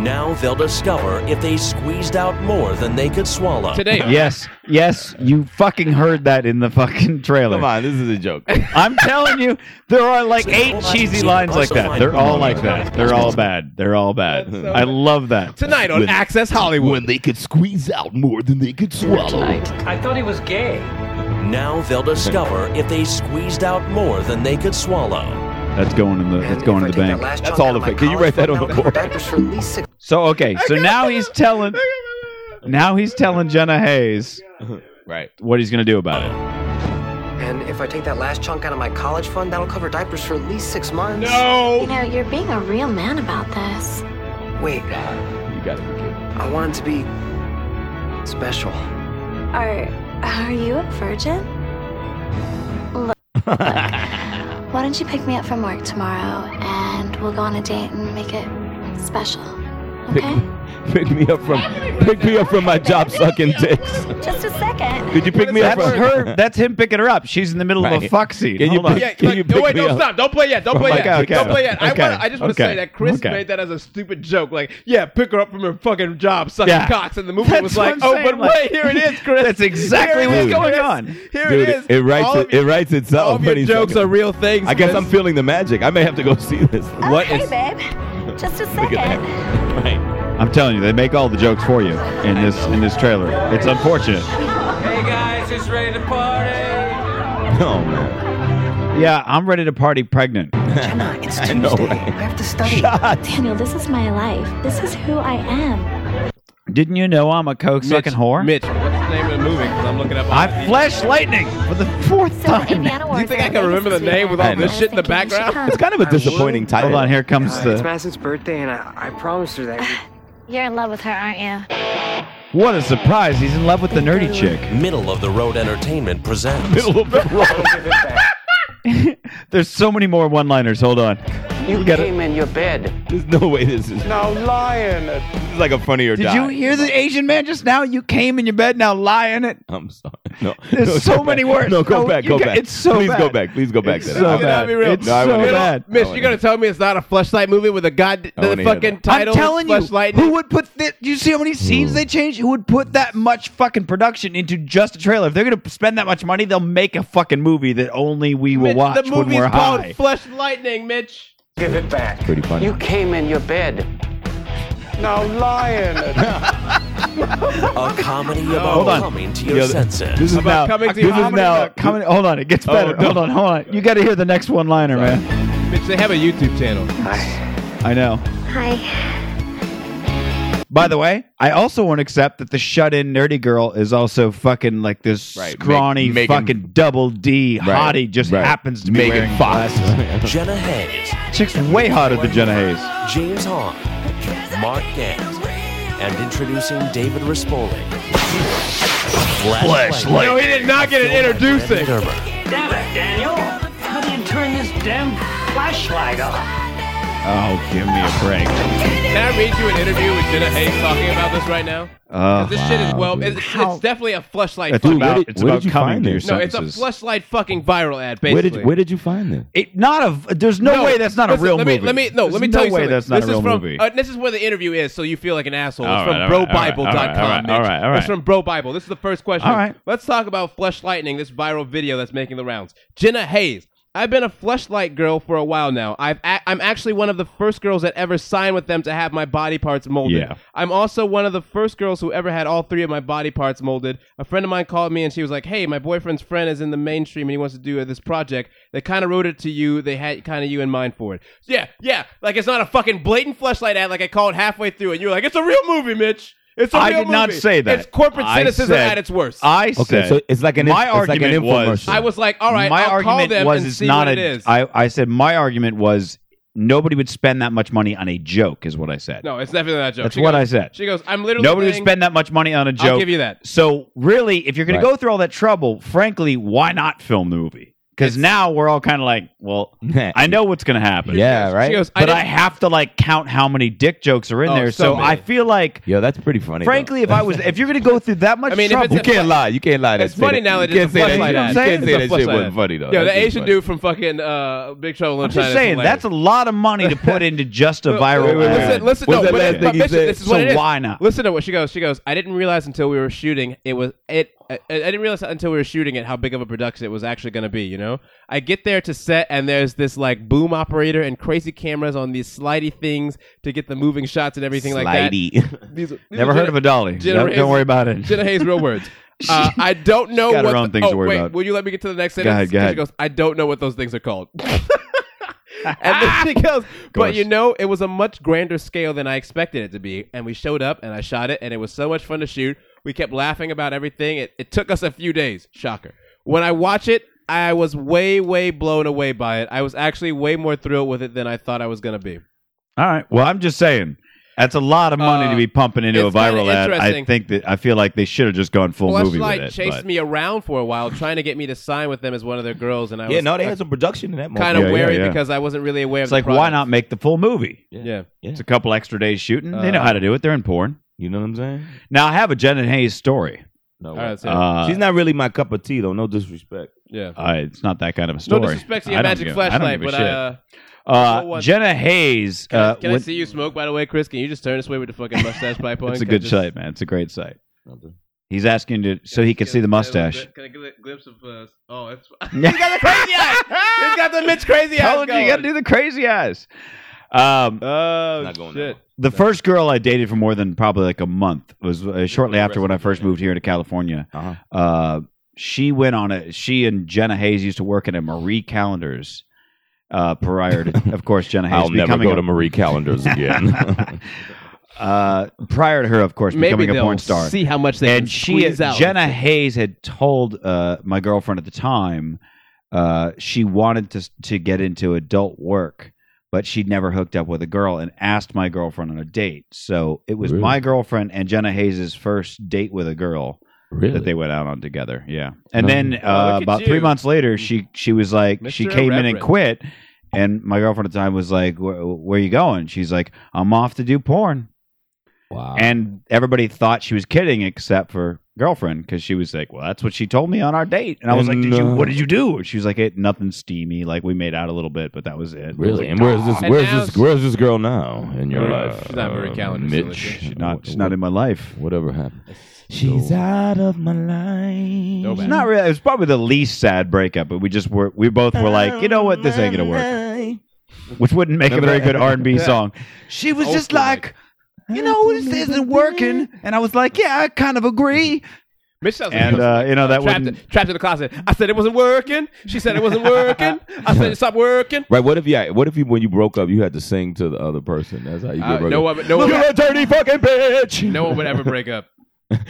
[SPEAKER 16] Now they'll discover if they squeezed out more than they could swallow.
[SPEAKER 6] Today,
[SPEAKER 7] Yes, yes, you fucking heard that in the fucking trailer.
[SPEAKER 8] Come on, this is a joke.
[SPEAKER 7] I'm telling you, there are like eight cheesy lines like that. They're all like that. They're all bad. They're all bad. I love that.
[SPEAKER 6] tonight on Access Hollywood.
[SPEAKER 8] when they could squeeze out more than they could swallow.
[SPEAKER 16] I thought he was gay. Now they'll discover if they squeezed out more than they could swallow.
[SPEAKER 7] That's going in the. That's going in the bank.
[SPEAKER 8] That's all of it. Can you write that on the board?
[SPEAKER 7] So okay, so now he's telling. Now he's telling Jenna Hayes
[SPEAKER 16] Uh-huh.
[SPEAKER 8] Right.
[SPEAKER 7] what he's gonna do about it.
[SPEAKER 21] And if I take that last chunk out of my college fund, that'll cover diapers for at least six months.
[SPEAKER 4] You know, you're being a real man about this.
[SPEAKER 21] Wait,
[SPEAKER 8] You got it.
[SPEAKER 21] I want it to be special.
[SPEAKER 4] Are are you a virgin? Look, why don't you pick me up from work tomorrow and we'll go on a date and make it special? Okay?
[SPEAKER 8] Pick me up from pick me up from my job sucking dicks.
[SPEAKER 4] Just a second.
[SPEAKER 8] Could you pick me up
[SPEAKER 7] That's
[SPEAKER 8] from
[SPEAKER 7] her. That's him picking her up. She's in the middle of a
[SPEAKER 8] Right.
[SPEAKER 7] fuck scene.
[SPEAKER 8] Can you
[SPEAKER 7] Hold on.
[SPEAKER 8] pick-
[SPEAKER 6] Yeah,
[SPEAKER 8] Can
[SPEAKER 6] like,
[SPEAKER 8] you
[SPEAKER 6] no,
[SPEAKER 8] pick
[SPEAKER 6] wait,
[SPEAKER 8] me
[SPEAKER 6] don't
[SPEAKER 8] up?
[SPEAKER 6] stop. Don't play yet. Don't play
[SPEAKER 7] Okay,
[SPEAKER 6] yet.
[SPEAKER 7] okay,
[SPEAKER 6] don't play yet. I,
[SPEAKER 7] okay,
[SPEAKER 6] wanna, I just want to
[SPEAKER 7] okay,
[SPEAKER 6] say that Chris
[SPEAKER 7] okay.
[SPEAKER 6] made that as a stupid joke. Like, yeah, pick her up from her fucking job sucking
[SPEAKER 7] Yeah.
[SPEAKER 6] cocks. And the movie
[SPEAKER 7] That's
[SPEAKER 6] was
[SPEAKER 7] what
[SPEAKER 6] like,
[SPEAKER 7] I'm
[SPEAKER 6] oh,
[SPEAKER 7] saying,
[SPEAKER 6] but
[SPEAKER 7] like-
[SPEAKER 6] wait, here it is, Chris.
[SPEAKER 7] That's exactly
[SPEAKER 6] Here it
[SPEAKER 7] what's
[SPEAKER 6] is,
[SPEAKER 7] going
[SPEAKER 6] Chris.
[SPEAKER 7] on.
[SPEAKER 6] Here
[SPEAKER 8] Dude,
[SPEAKER 6] it is.
[SPEAKER 8] it, writes
[SPEAKER 6] All of
[SPEAKER 8] it,
[SPEAKER 6] your-
[SPEAKER 8] it writes itself.
[SPEAKER 6] all of your
[SPEAKER 8] pretty
[SPEAKER 6] jokes
[SPEAKER 8] fucking-
[SPEAKER 6] are real things.
[SPEAKER 8] I guess
[SPEAKER 6] Chris.
[SPEAKER 8] I'm feeling the magic. I may have to go see this.
[SPEAKER 4] What okay, babe. Just a
[SPEAKER 8] Look at
[SPEAKER 4] second.
[SPEAKER 8] that. Right.
[SPEAKER 7] I'm telling you, they make all the jokes for you in this in this trailer. It's unfortunate.
[SPEAKER 16] Hey guys, it's ready to party.
[SPEAKER 8] No man.
[SPEAKER 7] Yeah, I'm ready to party pregnant.
[SPEAKER 21] Jenna, it's Tuesday.
[SPEAKER 8] I know, right?
[SPEAKER 21] I have to study.
[SPEAKER 4] Daniel, this is my life. This is who I am.
[SPEAKER 7] Didn't you know I'm a coke
[SPEAKER 6] Mitch,
[SPEAKER 7] sucking whore?
[SPEAKER 6] Mitch, what's the name of the movie? 'Cause I'm looking up. on
[SPEAKER 7] I
[SPEAKER 6] IMDb.
[SPEAKER 7] flash lightning for the fourth
[SPEAKER 4] So
[SPEAKER 7] time.
[SPEAKER 6] Do
[SPEAKER 4] Indiana Warfare.
[SPEAKER 6] you think I can remember the name with all
[SPEAKER 8] I know.
[SPEAKER 6] this shit in the background?
[SPEAKER 8] It's kind of a disappointing title.
[SPEAKER 7] Hold on, here comes
[SPEAKER 21] Uh, it's
[SPEAKER 7] the.
[SPEAKER 21] Madison's birthday, and I, I promised her that. we-
[SPEAKER 4] You're in love with her, aren't you?
[SPEAKER 7] What a surprise! He's in love with the nerdy chick.
[SPEAKER 16] Middle of the Road Entertainment presents
[SPEAKER 7] There's so many more one-liners. Hold on.
[SPEAKER 8] You
[SPEAKER 22] You
[SPEAKER 8] gotta-
[SPEAKER 22] came in your bed.
[SPEAKER 8] There's no way this is.
[SPEAKER 22] Now lying.
[SPEAKER 8] This is like a funny or
[SPEAKER 7] Did
[SPEAKER 8] die.
[SPEAKER 7] you hear the Asian man just now? You came in your bed now lying it.
[SPEAKER 8] I'm sorry. No,
[SPEAKER 7] There's
[SPEAKER 8] no,
[SPEAKER 7] so
[SPEAKER 8] go
[SPEAKER 7] many
[SPEAKER 8] back.
[SPEAKER 7] words.
[SPEAKER 8] No, go
[SPEAKER 7] No,
[SPEAKER 8] back.
[SPEAKER 7] you
[SPEAKER 8] Go
[SPEAKER 7] ca-
[SPEAKER 8] back.
[SPEAKER 7] it's so
[SPEAKER 8] Please go
[SPEAKER 7] bad.
[SPEAKER 8] back. Please go back.
[SPEAKER 7] It's
[SPEAKER 8] to
[SPEAKER 7] so
[SPEAKER 8] that.
[SPEAKER 7] bad. It's
[SPEAKER 8] I
[SPEAKER 7] so
[SPEAKER 8] wanna hear that.
[SPEAKER 7] bad.
[SPEAKER 8] I
[SPEAKER 6] Miss,
[SPEAKER 8] wanna
[SPEAKER 6] you're gonna tell me it's not a fleshlight movie with a god
[SPEAKER 8] I wanna
[SPEAKER 6] the
[SPEAKER 8] hear
[SPEAKER 6] fucking
[SPEAKER 8] that.
[SPEAKER 6] title?
[SPEAKER 7] I'm telling you,
[SPEAKER 6] Fleshlight?
[SPEAKER 7] who would put that? Do you see how many scenes they changed? Who would put that much fucking production into just a trailer? If they're gonna spend that much money, they'll make a fucking movie that only we will
[SPEAKER 6] Mitch,
[SPEAKER 7] watch
[SPEAKER 6] the
[SPEAKER 7] when
[SPEAKER 6] movie's
[SPEAKER 7] we're
[SPEAKER 6] called
[SPEAKER 7] high.
[SPEAKER 6] Flesh Lightning, Mitch.
[SPEAKER 22] Give it back.
[SPEAKER 8] Pretty funny.
[SPEAKER 22] You came in your bed. Now lying.
[SPEAKER 16] A comedy about
[SPEAKER 7] Hold on.
[SPEAKER 16] coming to your
[SPEAKER 7] Yeah,
[SPEAKER 16] senses.
[SPEAKER 7] This is now.
[SPEAKER 6] About coming to
[SPEAKER 7] this is
[SPEAKER 6] comedy
[SPEAKER 7] now.
[SPEAKER 6] about-
[SPEAKER 7] Coming, hold on, it gets
[SPEAKER 8] Oh,
[SPEAKER 7] better.
[SPEAKER 8] no.
[SPEAKER 7] Hold on, hold on. You got to hear the next one liner, man.
[SPEAKER 6] Mitch, they have a YouTube channel.
[SPEAKER 7] I know.
[SPEAKER 4] Hi.
[SPEAKER 7] By the way, I also won't accept that the shut-in nerdy girl is also fucking like this
[SPEAKER 8] Right, make-
[SPEAKER 7] scrawny
[SPEAKER 8] Megan-
[SPEAKER 7] fucking double D
[SPEAKER 8] Right,
[SPEAKER 7] hottie just
[SPEAKER 8] right.
[SPEAKER 7] happens to be
[SPEAKER 8] Megan
[SPEAKER 7] wearing
[SPEAKER 8] Fox.
[SPEAKER 7] glasses.
[SPEAKER 16] Jenna Hayes,
[SPEAKER 7] Chick's way hotter than Jenna Hayes.
[SPEAKER 16] James Hong, Mark Gant, and introducing David Rispoli. Flash Light.
[SPEAKER 6] No, he did not get an introducing.
[SPEAKER 23] Damn it, Daniel! How do you turn this damn flashlight on?
[SPEAKER 7] Oh, give me a break.
[SPEAKER 6] Can I read you an interview with Jenna Hayes talking about this right now? 'Cause
[SPEAKER 7] Oh,
[SPEAKER 6] this shit is
[SPEAKER 7] wow,
[SPEAKER 6] well.
[SPEAKER 7] dude.
[SPEAKER 6] It's, it's definitely a fleshlight.
[SPEAKER 7] It's
[SPEAKER 6] fucking-
[SPEAKER 7] about,
[SPEAKER 8] did-
[SPEAKER 7] it's
[SPEAKER 8] where
[SPEAKER 7] about
[SPEAKER 8] did you
[SPEAKER 7] coming
[SPEAKER 8] find
[SPEAKER 7] to your
[SPEAKER 8] this?
[SPEAKER 6] no, it's a
[SPEAKER 7] senses.
[SPEAKER 6] fleshlight fucking viral ad. Basically,
[SPEAKER 8] Where did where did you find that?
[SPEAKER 7] It not a. There's no, way that's not
[SPEAKER 6] listen,
[SPEAKER 7] a real
[SPEAKER 6] let
[SPEAKER 7] movie.
[SPEAKER 6] Me, let me no.
[SPEAKER 7] There's
[SPEAKER 6] let me
[SPEAKER 7] no
[SPEAKER 6] tell you
[SPEAKER 7] way
[SPEAKER 6] something.
[SPEAKER 7] that's not
[SPEAKER 6] this
[SPEAKER 7] a real
[SPEAKER 6] is from,
[SPEAKER 7] movie.
[SPEAKER 6] Uh, this is where the interview is, so you feel like an asshole.
[SPEAKER 7] All
[SPEAKER 6] it's from
[SPEAKER 7] right, all right, all
[SPEAKER 6] BroBible.com.
[SPEAKER 7] right, all right, all right,
[SPEAKER 6] Mitch.
[SPEAKER 7] all right, all
[SPEAKER 6] It's
[SPEAKER 7] right.
[SPEAKER 6] from Bro Bible. This is the first question.
[SPEAKER 7] All right.
[SPEAKER 6] Let's talk about Flesh Lightning, this viral video that's making the rounds. Jenna Hayes. I've been a fleshlight girl for a while now. I've a- I'm actually one of the first girls that ever signed with them to have my body parts molded.
[SPEAKER 7] Yeah.
[SPEAKER 6] I'm also one of the first girls who ever had all three of my body parts molded. A friend of mine called me and she was like, "Hey, my boyfriend's friend is in the mainstream and he wants to do this project. They kind of wrote it to you. They had kind of you in mind for it." Yeah, yeah. Like it's not a fucking blatant fleshlight ad. Like I called halfway through and you were like, "It's a real movie, Mitch. It's a
[SPEAKER 7] I
[SPEAKER 6] real
[SPEAKER 7] did not
[SPEAKER 6] movie.
[SPEAKER 7] say that.
[SPEAKER 6] It's corporate
[SPEAKER 7] I
[SPEAKER 6] cynicism
[SPEAKER 7] said-
[SPEAKER 6] at its worst."
[SPEAKER 7] I said.
[SPEAKER 8] Okay, so it's like an
[SPEAKER 7] my
[SPEAKER 8] it's like an
[SPEAKER 7] argument was.
[SPEAKER 8] infomercial.
[SPEAKER 6] I was like, "All right,
[SPEAKER 7] my
[SPEAKER 6] I'll call
[SPEAKER 7] argument
[SPEAKER 6] them
[SPEAKER 7] was
[SPEAKER 6] and
[SPEAKER 7] it's
[SPEAKER 6] see
[SPEAKER 7] not
[SPEAKER 6] what
[SPEAKER 7] a.
[SPEAKER 6] it is."
[SPEAKER 7] I I said my argument was nobody would spend that much money on a joke. Is what I said.
[SPEAKER 6] no, it's definitely not a joke.
[SPEAKER 7] That's
[SPEAKER 6] She
[SPEAKER 7] what
[SPEAKER 6] goes-
[SPEAKER 7] I said.
[SPEAKER 6] She goes, "I'm literally
[SPEAKER 7] Nobody would
[SPEAKER 6] saying-
[SPEAKER 7] spend that much money on a joke.
[SPEAKER 6] I'll give you that.
[SPEAKER 7] So really, if you're going
[SPEAKER 8] Right.
[SPEAKER 7] to go through all that trouble, frankly, why not film the movie? Because now we're all kind of like, well, I know what's going to happen.
[SPEAKER 8] yeah, right.
[SPEAKER 6] She goes,
[SPEAKER 7] but I,
[SPEAKER 6] didn't-
[SPEAKER 7] have to like count how many dick jokes are in
[SPEAKER 6] Oh,
[SPEAKER 7] there.
[SPEAKER 6] so
[SPEAKER 7] So, I
[SPEAKER 6] many.
[SPEAKER 7] feel like,
[SPEAKER 8] Yo, that's pretty funny.
[SPEAKER 7] frankly,
[SPEAKER 8] though.
[SPEAKER 7] if I was, if you're going to go through that much
[SPEAKER 6] I mean, if
[SPEAKER 7] trouble,
[SPEAKER 6] it's
[SPEAKER 8] you
[SPEAKER 6] a-
[SPEAKER 8] can't lie. You can't lie. That
[SPEAKER 6] It's funny now that
[SPEAKER 8] you can't
[SPEAKER 6] it's a
[SPEAKER 8] say that.
[SPEAKER 6] fleshlight
[SPEAKER 8] You
[SPEAKER 6] ad.
[SPEAKER 7] It's
[SPEAKER 8] can't
[SPEAKER 7] a
[SPEAKER 8] say that shit
[SPEAKER 6] fleshlight
[SPEAKER 8] wasn't
[SPEAKER 6] ad.
[SPEAKER 8] funny though.
[SPEAKER 6] Yeah,
[SPEAKER 8] That
[SPEAKER 6] the
[SPEAKER 8] shit's
[SPEAKER 6] Asian
[SPEAKER 8] funny.
[SPEAKER 6] dude from fucking uh, Big Trouble in
[SPEAKER 7] I'm
[SPEAKER 6] China.
[SPEAKER 7] just
[SPEAKER 6] is
[SPEAKER 7] saying
[SPEAKER 6] hilarious.
[SPEAKER 7] that's a lot of money to put into just a
[SPEAKER 8] wait,
[SPEAKER 7] viral.
[SPEAKER 8] wait,
[SPEAKER 7] ad.
[SPEAKER 6] Listen, listen,
[SPEAKER 8] What's
[SPEAKER 6] no,
[SPEAKER 8] that
[SPEAKER 6] but,
[SPEAKER 8] last
[SPEAKER 6] but
[SPEAKER 8] thing he
[SPEAKER 6] bitch,
[SPEAKER 8] said?
[SPEAKER 6] this is
[SPEAKER 7] So
[SPEAKER 6] what it is.
[SPEAKER 7] why not?
[SPEAKER 6] Listen to what she goes. She goes, I didn't realize until we were shooting it was it. I, I didn't realize until we were shooting it how big of a production it was actually going to be. You know, I get there to set and there's this like boom operator and crazy cameras on these slidey things to get the moving shots and everything like that. These, these
[SPEAKER 7] Never
[SPEAKER 6] are
[SPEAKER 7] heard
[SPEAKER 6] Jenna-
[SPEAKER 7] of a dolly.
[SPEAKER 6] Jenna
[SPEAKER 7] Don't-
[SPEAKER 6] Hayes-
[SPEAKER 7] don't worry about it.
[SPEAKER 6] Jenna Hayes, real words. Uh, I don't know
[SPEAKER 7] got her
[SPEAKER 6] what.
[SPEAKER 7] own
[SPEAKER 6] the-
[SPEAKER 7] things
[SPEAKER 6] oh,
[SPEAKER 7] to worry
[SPEAKER 6] wait,
[SPEAKER 7] about.
[SPEAKER 6] Will you let me get to the next sentence?
[SPEAKER 7] ahead, go
[SPEAKER 6] And
[SPEAKER 7] ahead.
[SPEAKER 6] She goes, I don't know what those things are called. and then she goes, but
[SPEAKER 7] course.
[SPEAKER 6] you know, it was a much grander scale than I expected it to be. And we showed up and I shot it, and it was so much fun to shoot. We kept laughing about everything. It, it took us a few days. Shocker. When I watch it, I was way, way blown away by it. I was actually way more thrilled with it than I thought I was going to be.
[SPEAKER 7] All right. Well, I'm just saying. That's a lot of money
[SPEAKER 6] Uh,
[SPEAKER 7] to be pumping into a
[SPEAKER 6] it's kinda
[SPEAKER 7] viral ad. I
[SPEAKER 6] interesting.
[SPEAKER 7] think that I feel like they should have just gone full movie with
[SPEAKER 6] Fleshlight
[SPEAKER 7] it.
[SPEAKER 6] chased
[SPEAKER 7] but-
[SPEAKER 6] me around for a while, trying to get me to sign with them as one of their girls, and I
[SPEAKER 8] Yeah,
[SPEAKER 6] was
[SPEAKER 8] no, they had some production in that.
[SPEAKER 6] kind
[SPEAKER 8] moment.
[SPEAKER 6] of
[SPEAKER 7] Yeah, yeah,
[SPEAKER 6] wary
[SPEAKER 7] yeah.
[SPEAKER 6] because I wasn't really aware
[SPEAKER 7] It's
[SPEAKER 6] of. the
[SPEAKER 7] like, why
[SPEAKER 6] product.
[SPEAKER 7] not make the full movie?
[SPEAKER 6] Yeah. Uh,
[SPEAKER 7] It's a couple extra days shooting. they know how to do it. They're in porn.
[SPEAKER 8] You know what I'm saying?
[SPEAKER 7] Now I have a Jen and Hayes story.
[SPEAKER 8] No.
[SPEAKER 6] All right, so,
[SPEAKER 7] Uh,
[SPEAKER 8] She's not really my cup of tea though. No disrespect.
[SPEAKER 6] yeah.
[SPEAKER 7] uh, it's not that kind of a
[SPEAKER 6] No
[SPEAKER 7] story.
[SPEAKER 6] disrespect to
[SPEAKER 7] I
[SPEAKER 6] your
[SPEAKER 7] don't
[SPEAKER 6] magic
[SPEAKER 7] give- I don't
[SPEAKER 6] flashlight,
[SPEAKER 7] give a
[SPEAKER 6] but
[SPEAKER 7] shit.
[SPEAKER 6] uh,
[SPEAKER 7] Uh,
[SPEAKER 6] Oh, what-
[SPEAKER 7] Jenna Hayes.
[SPEAKER 6] can,
[SPEAKER 7] uh,
[SPEAKER 6] I, can I
[SPEAKER 7] when-
[SPEAKER 6] see you smoke? By the way, Chris, can you just turn this way with the fucking mustache pipe on?
[SPEAKER 7] It's a
[SPEAKER 6] Can I
[SPEAKER 7] good
[SPEAKER 6] just-
[SPEAKER 7] site, man. It's a great site.
[SPEAKER 8] Okay.
[SPEAKER 7] He's asking to so he can see the
[SPEAKER 6] Can I get a little
[SPEAKER 7] mustache.
[SPEAKER 6] bit- Can I get a glimpse of? Uh, oh, that's. He's got the crazy eyes. He's got the Mitch crazy eyes.
[SPEAKER 7] Told you, you
[SPEAKER 6] going.
[SPEAKER 7] got to do the crazy eyes. Um,
[SPEAKER 6] Oh
[SPEAKER 8] Not going
[SPEAKER 6] shit!
[SPEAKER 7] The first girl I dated for more than probably like a month was uh, shortly after when I first moved here to California.
[SPEAKER 8] Uh-huh.
[SPEAKER 7] Uh, she went on a. She and Jenna Hayes used to work in a Marie Callender's. Uh, prior to, of course, Jenna Hayes
[SPEAKER 8] I'll never
[SPEAKER 7] becoming
[SPEAKER 8] go
[SPEAKER 7] a-
[SPEAKER 8] to Marie Callender's again.
[SPEAKER 7] uh, prior to her, of course,
[SPEAKER 6] Maybe
[SPEAKER 7] becoming a
[SPEAKER 6] they'll
[SPEAKER 7] porn star.
[SPEAKER 6] see how much they can
[SPEAKER 7] and she,
[SPEAKER 6] squeeze out.
[SPEAKER 7] Jenna Hayes, had told uh, my girlfriend at the time uh, she wanted to to get into adult work, but she'd never hooked up with a girl and asked my girlfriend on a date. So it was
[SPEAKER 8] Really?
[SPEAKER 7] my girlfriend and Jenna Hayes' first date with a girl
[SPEAKER 8] really?
[SPEAKER 7] that they went out on together. Yeah, and
[SPEAKER 8] Oh.
[SPEAKER 7] then
[SPEAKER 6] Oh,
[SPEAKER 7] uh,
[SPEAKER 6] look at
[SPEAKER 7] about
[SPEAKER 6] you.
[SPEAKER 7] three months later, she she was like she
[SPEAKER 6] Mr.
[SPEAKER 7] came in and
[SPEAKER 6] Reverend.
[SPEAKER 7] quit, And my girlfriend at the time was like, "Where, where are you going?" She's like, "I'm off to do porn."
[SPEAKER 8] Wow.
[SPEAKER 7] And everybody thought she was kidding, except for girlfriend, because she was like, "Well, that's what she told me on our date." And I was like, "Did you?
[SPEAKER 8] No.
[SPEAKER 7] What did you do?" And she was like, "It nothing steamy. Like we made out a little bit, but that was it."
[SPEAKER 8] Really?
[SPEAKER 7] And
[SPEAKER 8] And where's this?
[SPEAKER 6] And
[SPEAKER 8] Where's
[SPEAKER 6] now
[SPEAKER 8] this? Where's this girl now in your
[SPEAKER 7] Uh,
[SPEAKER 8] life?
[SPEAKER 6] she's not very calendar syllabus,
[SPEAKER 8] Mitch.
[SPEAKER 7] she's not. She's not in my life.
[SPEAKER 8] Whatever happened. She's out of my life.
[SPEAKER 7] It's not really. It was probably the least sad breakup, but we just were. We both were like, you know what? This ain't gonna work. Which wouldn't make a
[SPEAKER 8] Remember
[SPEAKER 7] very
[SPEAKER 8] that?
[SPEAKER 7] good R and B
[SPEAKER 8] Yeah.
[SPEAKER 7] song. She was just like, you know, this isn't working. And I was like, yeah, I kind of agree.
[SPEAKER 6] Mitch sounds like
[SPEAKER 7] And
[SPEAKER 6] Gilson.
[SPEAKER 7] uh, you know that
[SPEAKER 6] trapped,
[SPEAKER 7] wouldn't.
[SPEAKER 6] trapped in the closet. I said it wasn't working. She said it wasn't working. I said it stopped working.
[SPEAKER 8] Right. What if you? What if you? When you broke up, you had to sing to the other person. That's how you get
[SPEAKER 6] Uh,
[SPEAKER 8] broke
[SPEAKER 6] no
[SPEAKER 8] up.
[SPEAKER 6] one, no,
[SPEAKER 8] You're
[SPEAKER 6] one,
[SPEAKER 8] a dirty fucking bitch.
[SPEAKER 6] no one would ever break up.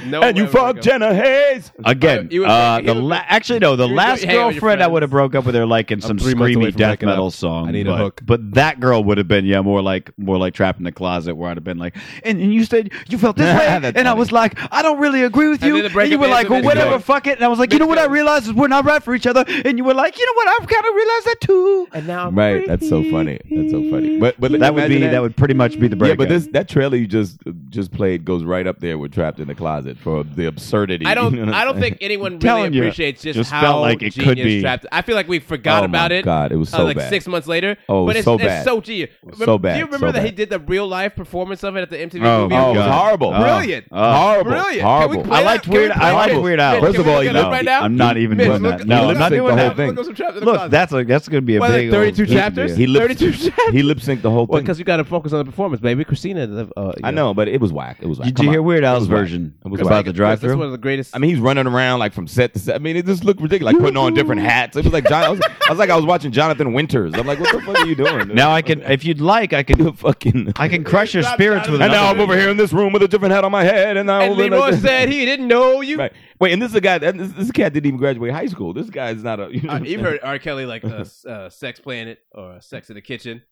[SPEAKER 6] No one
[SPEAKER 8] and you
[SPEAKER 6] would ever break
[SPEAKER 8] fucked
[SPEAKER 6] up.
[SPEAKER 8] Jenna Hayes.
[SPEAKER 7] Again,
[SPEAKER 6] You would-
[SPEAKER 7] uh,
[SPEAKER 6] you
[SPEAKER 7] the
[SPEAKER 6] would-
[SPEAKER 7] la- actually no, the
[SPEAKER 6] you would
[SPEAKER 7] last
[SPEAKER 6] hang out with your
[SPEAKER 7] girlfriend I
[SPEAKER 6] friends.
[SPEAKER 7] would have broke up with her like in some
[SPEAKER 6] three months away
[SPEAKER 7] screamy
[SPEAKER 6] from
[SPEAKER 7] death
[SPEAKER 6] breaking
[SPEAKER 7] metal
[SPEAKER 6] up.
[SPEAKER 7] song.
[SPEAKER 6] I need a
[SPEAKER 7] but,
[SPEAKER 6] hook.
[SPEAKER 7] But that girl would have been yeah, more like more like trapped in the closet where I'd have been like, and, and you said you felt this way, and
[SPEAKER 8] That's
[SPEAKER 7] I
[SPEAKER 8] funny.
[SPEAKER 7] was like, I don't really agree with
[SPEAKER 6] And
[SPEAKER 7] you,
[SPEAKER 6] then the
[SPEAKER 7] and,
[SPEAKER 6] breakup
[SPEAKER 7] you were
[SPEAKER 6] ends
[SPEAKER 7] like, well,
[SPEAKER 6] with
[SPEAKER 7] whatever,
[SPEAKER 6] Mitch
[SPEAKER 7] fuck it, and I was like, you know what I realized is we're not right for each other, and you were like, you know what, I've kind of realized that too.
[SPEAKER 6] And now, I'm
[SPEAKER 8] Right. That's so funny. That's so funny. But but
[SPEAKER 7] That would be
[SPEAKER 8] imagine
[SPEAKER 7] that. would pretty much be the
[SPEAKER 8] Yeah,
[SPEAKER 7] breakup.
[SPEAKER 8] but this that trailer you just just played goes right up there with "Trapped in the Closet" for the absurdity.
[SPEAKER 6] I
[SPEAKER 8] You know
[SPEAKER 6] don't.
[SPEAKER 8] what I'm
[SPEAKER 6] I don't
[SPEAKER 8] saying?
[SPEAKER 6] think anyone really
[SPEAKER 7] telling you,
[SPEAKER 6] appreciates just,
[SPEAKER 7] just
[SPEAKER 6] how
[SPEAKER 7] felt like it could
[SPEAKER 6] genius
[SPEAKER 7] be.
[SPEAKER 6] Trapped. I feel like we forgot
[SPEAKER 8] Oh my
[SPEAKER 6] about it.
[SPEAKER 8] God, it was
[SPEAKER 6] uh,
[SPEAKER 8] so
[SPEAKER 6] like
[SPEAKER 8] bad.
[SPEAKER 6] six months later.
[SPEAKER 8] Oh, it was
[SPEAKER 6] but it's,
[SPEAKER 8] so
[SPEAKER 6] it's
[SPEAKER 8] bad.
[SPEAKER 6] so genius.
[SPEAKER 8] So
[SPEAKER 6] Remember-
[SPEAKER 8] bad,
[SPEAKER 6] Do you remember
[SPEAKER 8] so
[SPEAKER 6] that he
[SPEAKER 8] bad.
[SPEAKER 6] did the real life performance of it at the MTV?
[SPEAKER 7] Oh,
[SPEAKER 6] movie
[SPEAKER 7] my
[SPEAKER 8] Oh, it was
[SPEAKER 6] Awards?
[SPEAKER 7] God.
[SPEAKER 8] horrible. Uh,
[SPEAKER 6] Uh,
[SPEAKER 7] Oh.
[SPEAKER 6] Brilliant.
[SPEAKER 7] Oh.
[SPEAKER 8] Horrible.
[SPEAKER 6] Brilliant.
[SPEAKER 8] Horrible.
[SPEAKER 6] Can we play
[SPEAKER 7] I
[SPEAKER 6] that?
[SPEAKER 7] liked
[SPEAKER 6] Can we
[SPEAKER 7] Weird.
[SPEAKER 6] play
[SPEAKER 7] I liked
[SPEAKER 6] that?
[SPEAKER 7] Weird Al.
[SPEAKER 6] Mitch,
[SPEAKER 8] First
[SPEAKER 6] can
[SPEAKER 8] of
[SPEAKER 6] we
[SPEAKER 8] all,
[SPEAKER 6] look
[SPEAKER 8] you
[SPEAKER 6] it up
[SPEAKER 8] know,
[SPEAKER 6] right now?
[SPEAKER 7] I'm not even
[SPEAKER 6] Mitch,
[SPEAKER 7] doing
[SPEAKER 6] look-
[SPEAKER 7] that. No,
[SPEAKER 8] he
[SPEAKER 7] I'm not
[SPEAKER 8] lip-synced
[SPEAKER 7] doing
[SPEAKER 8] the whole
[SPEAKER 7] that.
[SPEAKER 6] Let's
[SPEAKER 8] thing.
[SPEAKER 6] go some Trapped in the
[SPEAKER 7] Look,
[SPEAKER 6] Closet.
[SPEAKER 7] that's a, that's gonna be a
[SPEAKER 6] Well,
[SPEAKER 7] big. old-
[SPEAKER 6] 32
[SPEAKER 7] Yeah.
[SPEAKER 6] chapters?
[SPEAKER 8] He lip
[SPEAKER 6] 32 chapters.
[SPEAKER 8] he lip synked the whole thing.
[SPEAKER 6] because you got to focus on the performance, baby. Christina, uh,
[SPEAKER 8] I know, but it was whack. It was whack.
[SPEAKER 7] Did
[SPEAKER 8] Come
[SPEAKER 7] you hear
[SPEAKER 8] on.
[SPEAKER 7] Weird
[SPEAKER 8] It
[SPEAKER 7] Al's
[SPEAKER 8] was whack.
[SPEAKER 7] version
[SPEAKER 8] It was
[SPEAKER 7] about
[SPEAKER 8] whack.
[SPEAKER 7] the
[SPEAKER 6] That's one
[SPEAKER 7] drive-through?
[SPEAKER 6] of the greatest.
[SPEAKER 8] I mean, he's running around like from set to set. I mean, it just looked ridiculous, like putting on different hats. It was like John. I was, I was like, I was watching Jonathan Winters. I'm like, what the fuck are you doing?
[SPEAKER 7] Now I can, if you'd like, I
[SPEAKER 8] The
[SPEAKER 7] can,
[SPEAKER 8] fucking.
[SPEAKER 7] I can crush your spirits with.
[SPEAKER 8] and now I'm
[SPEAKER 7] another-
[SPEAKER 8] over here in this room with a different hat on my head, and now
[SPEAKER 6] and
[SPEAKER 8] over
[SPEAKER 6] Leroy
[SPEAKER 8] like this.
[SPEAKER 6] said he didn't know you.
[SPEAKER 8] Right. Wait, and this is a guy. This, this cat didn't even graduate high school. This guy's not a. You know
[SPEAKER 6] Uh,
[SPEAKER 8] what I'm
[SPEAKER 6] you've
[SPEAKER 8] saying?
[SPEAKER 6] heard R. Kelly like uh, s- uh, "Sex Planet" or "Sex in the Kitchen."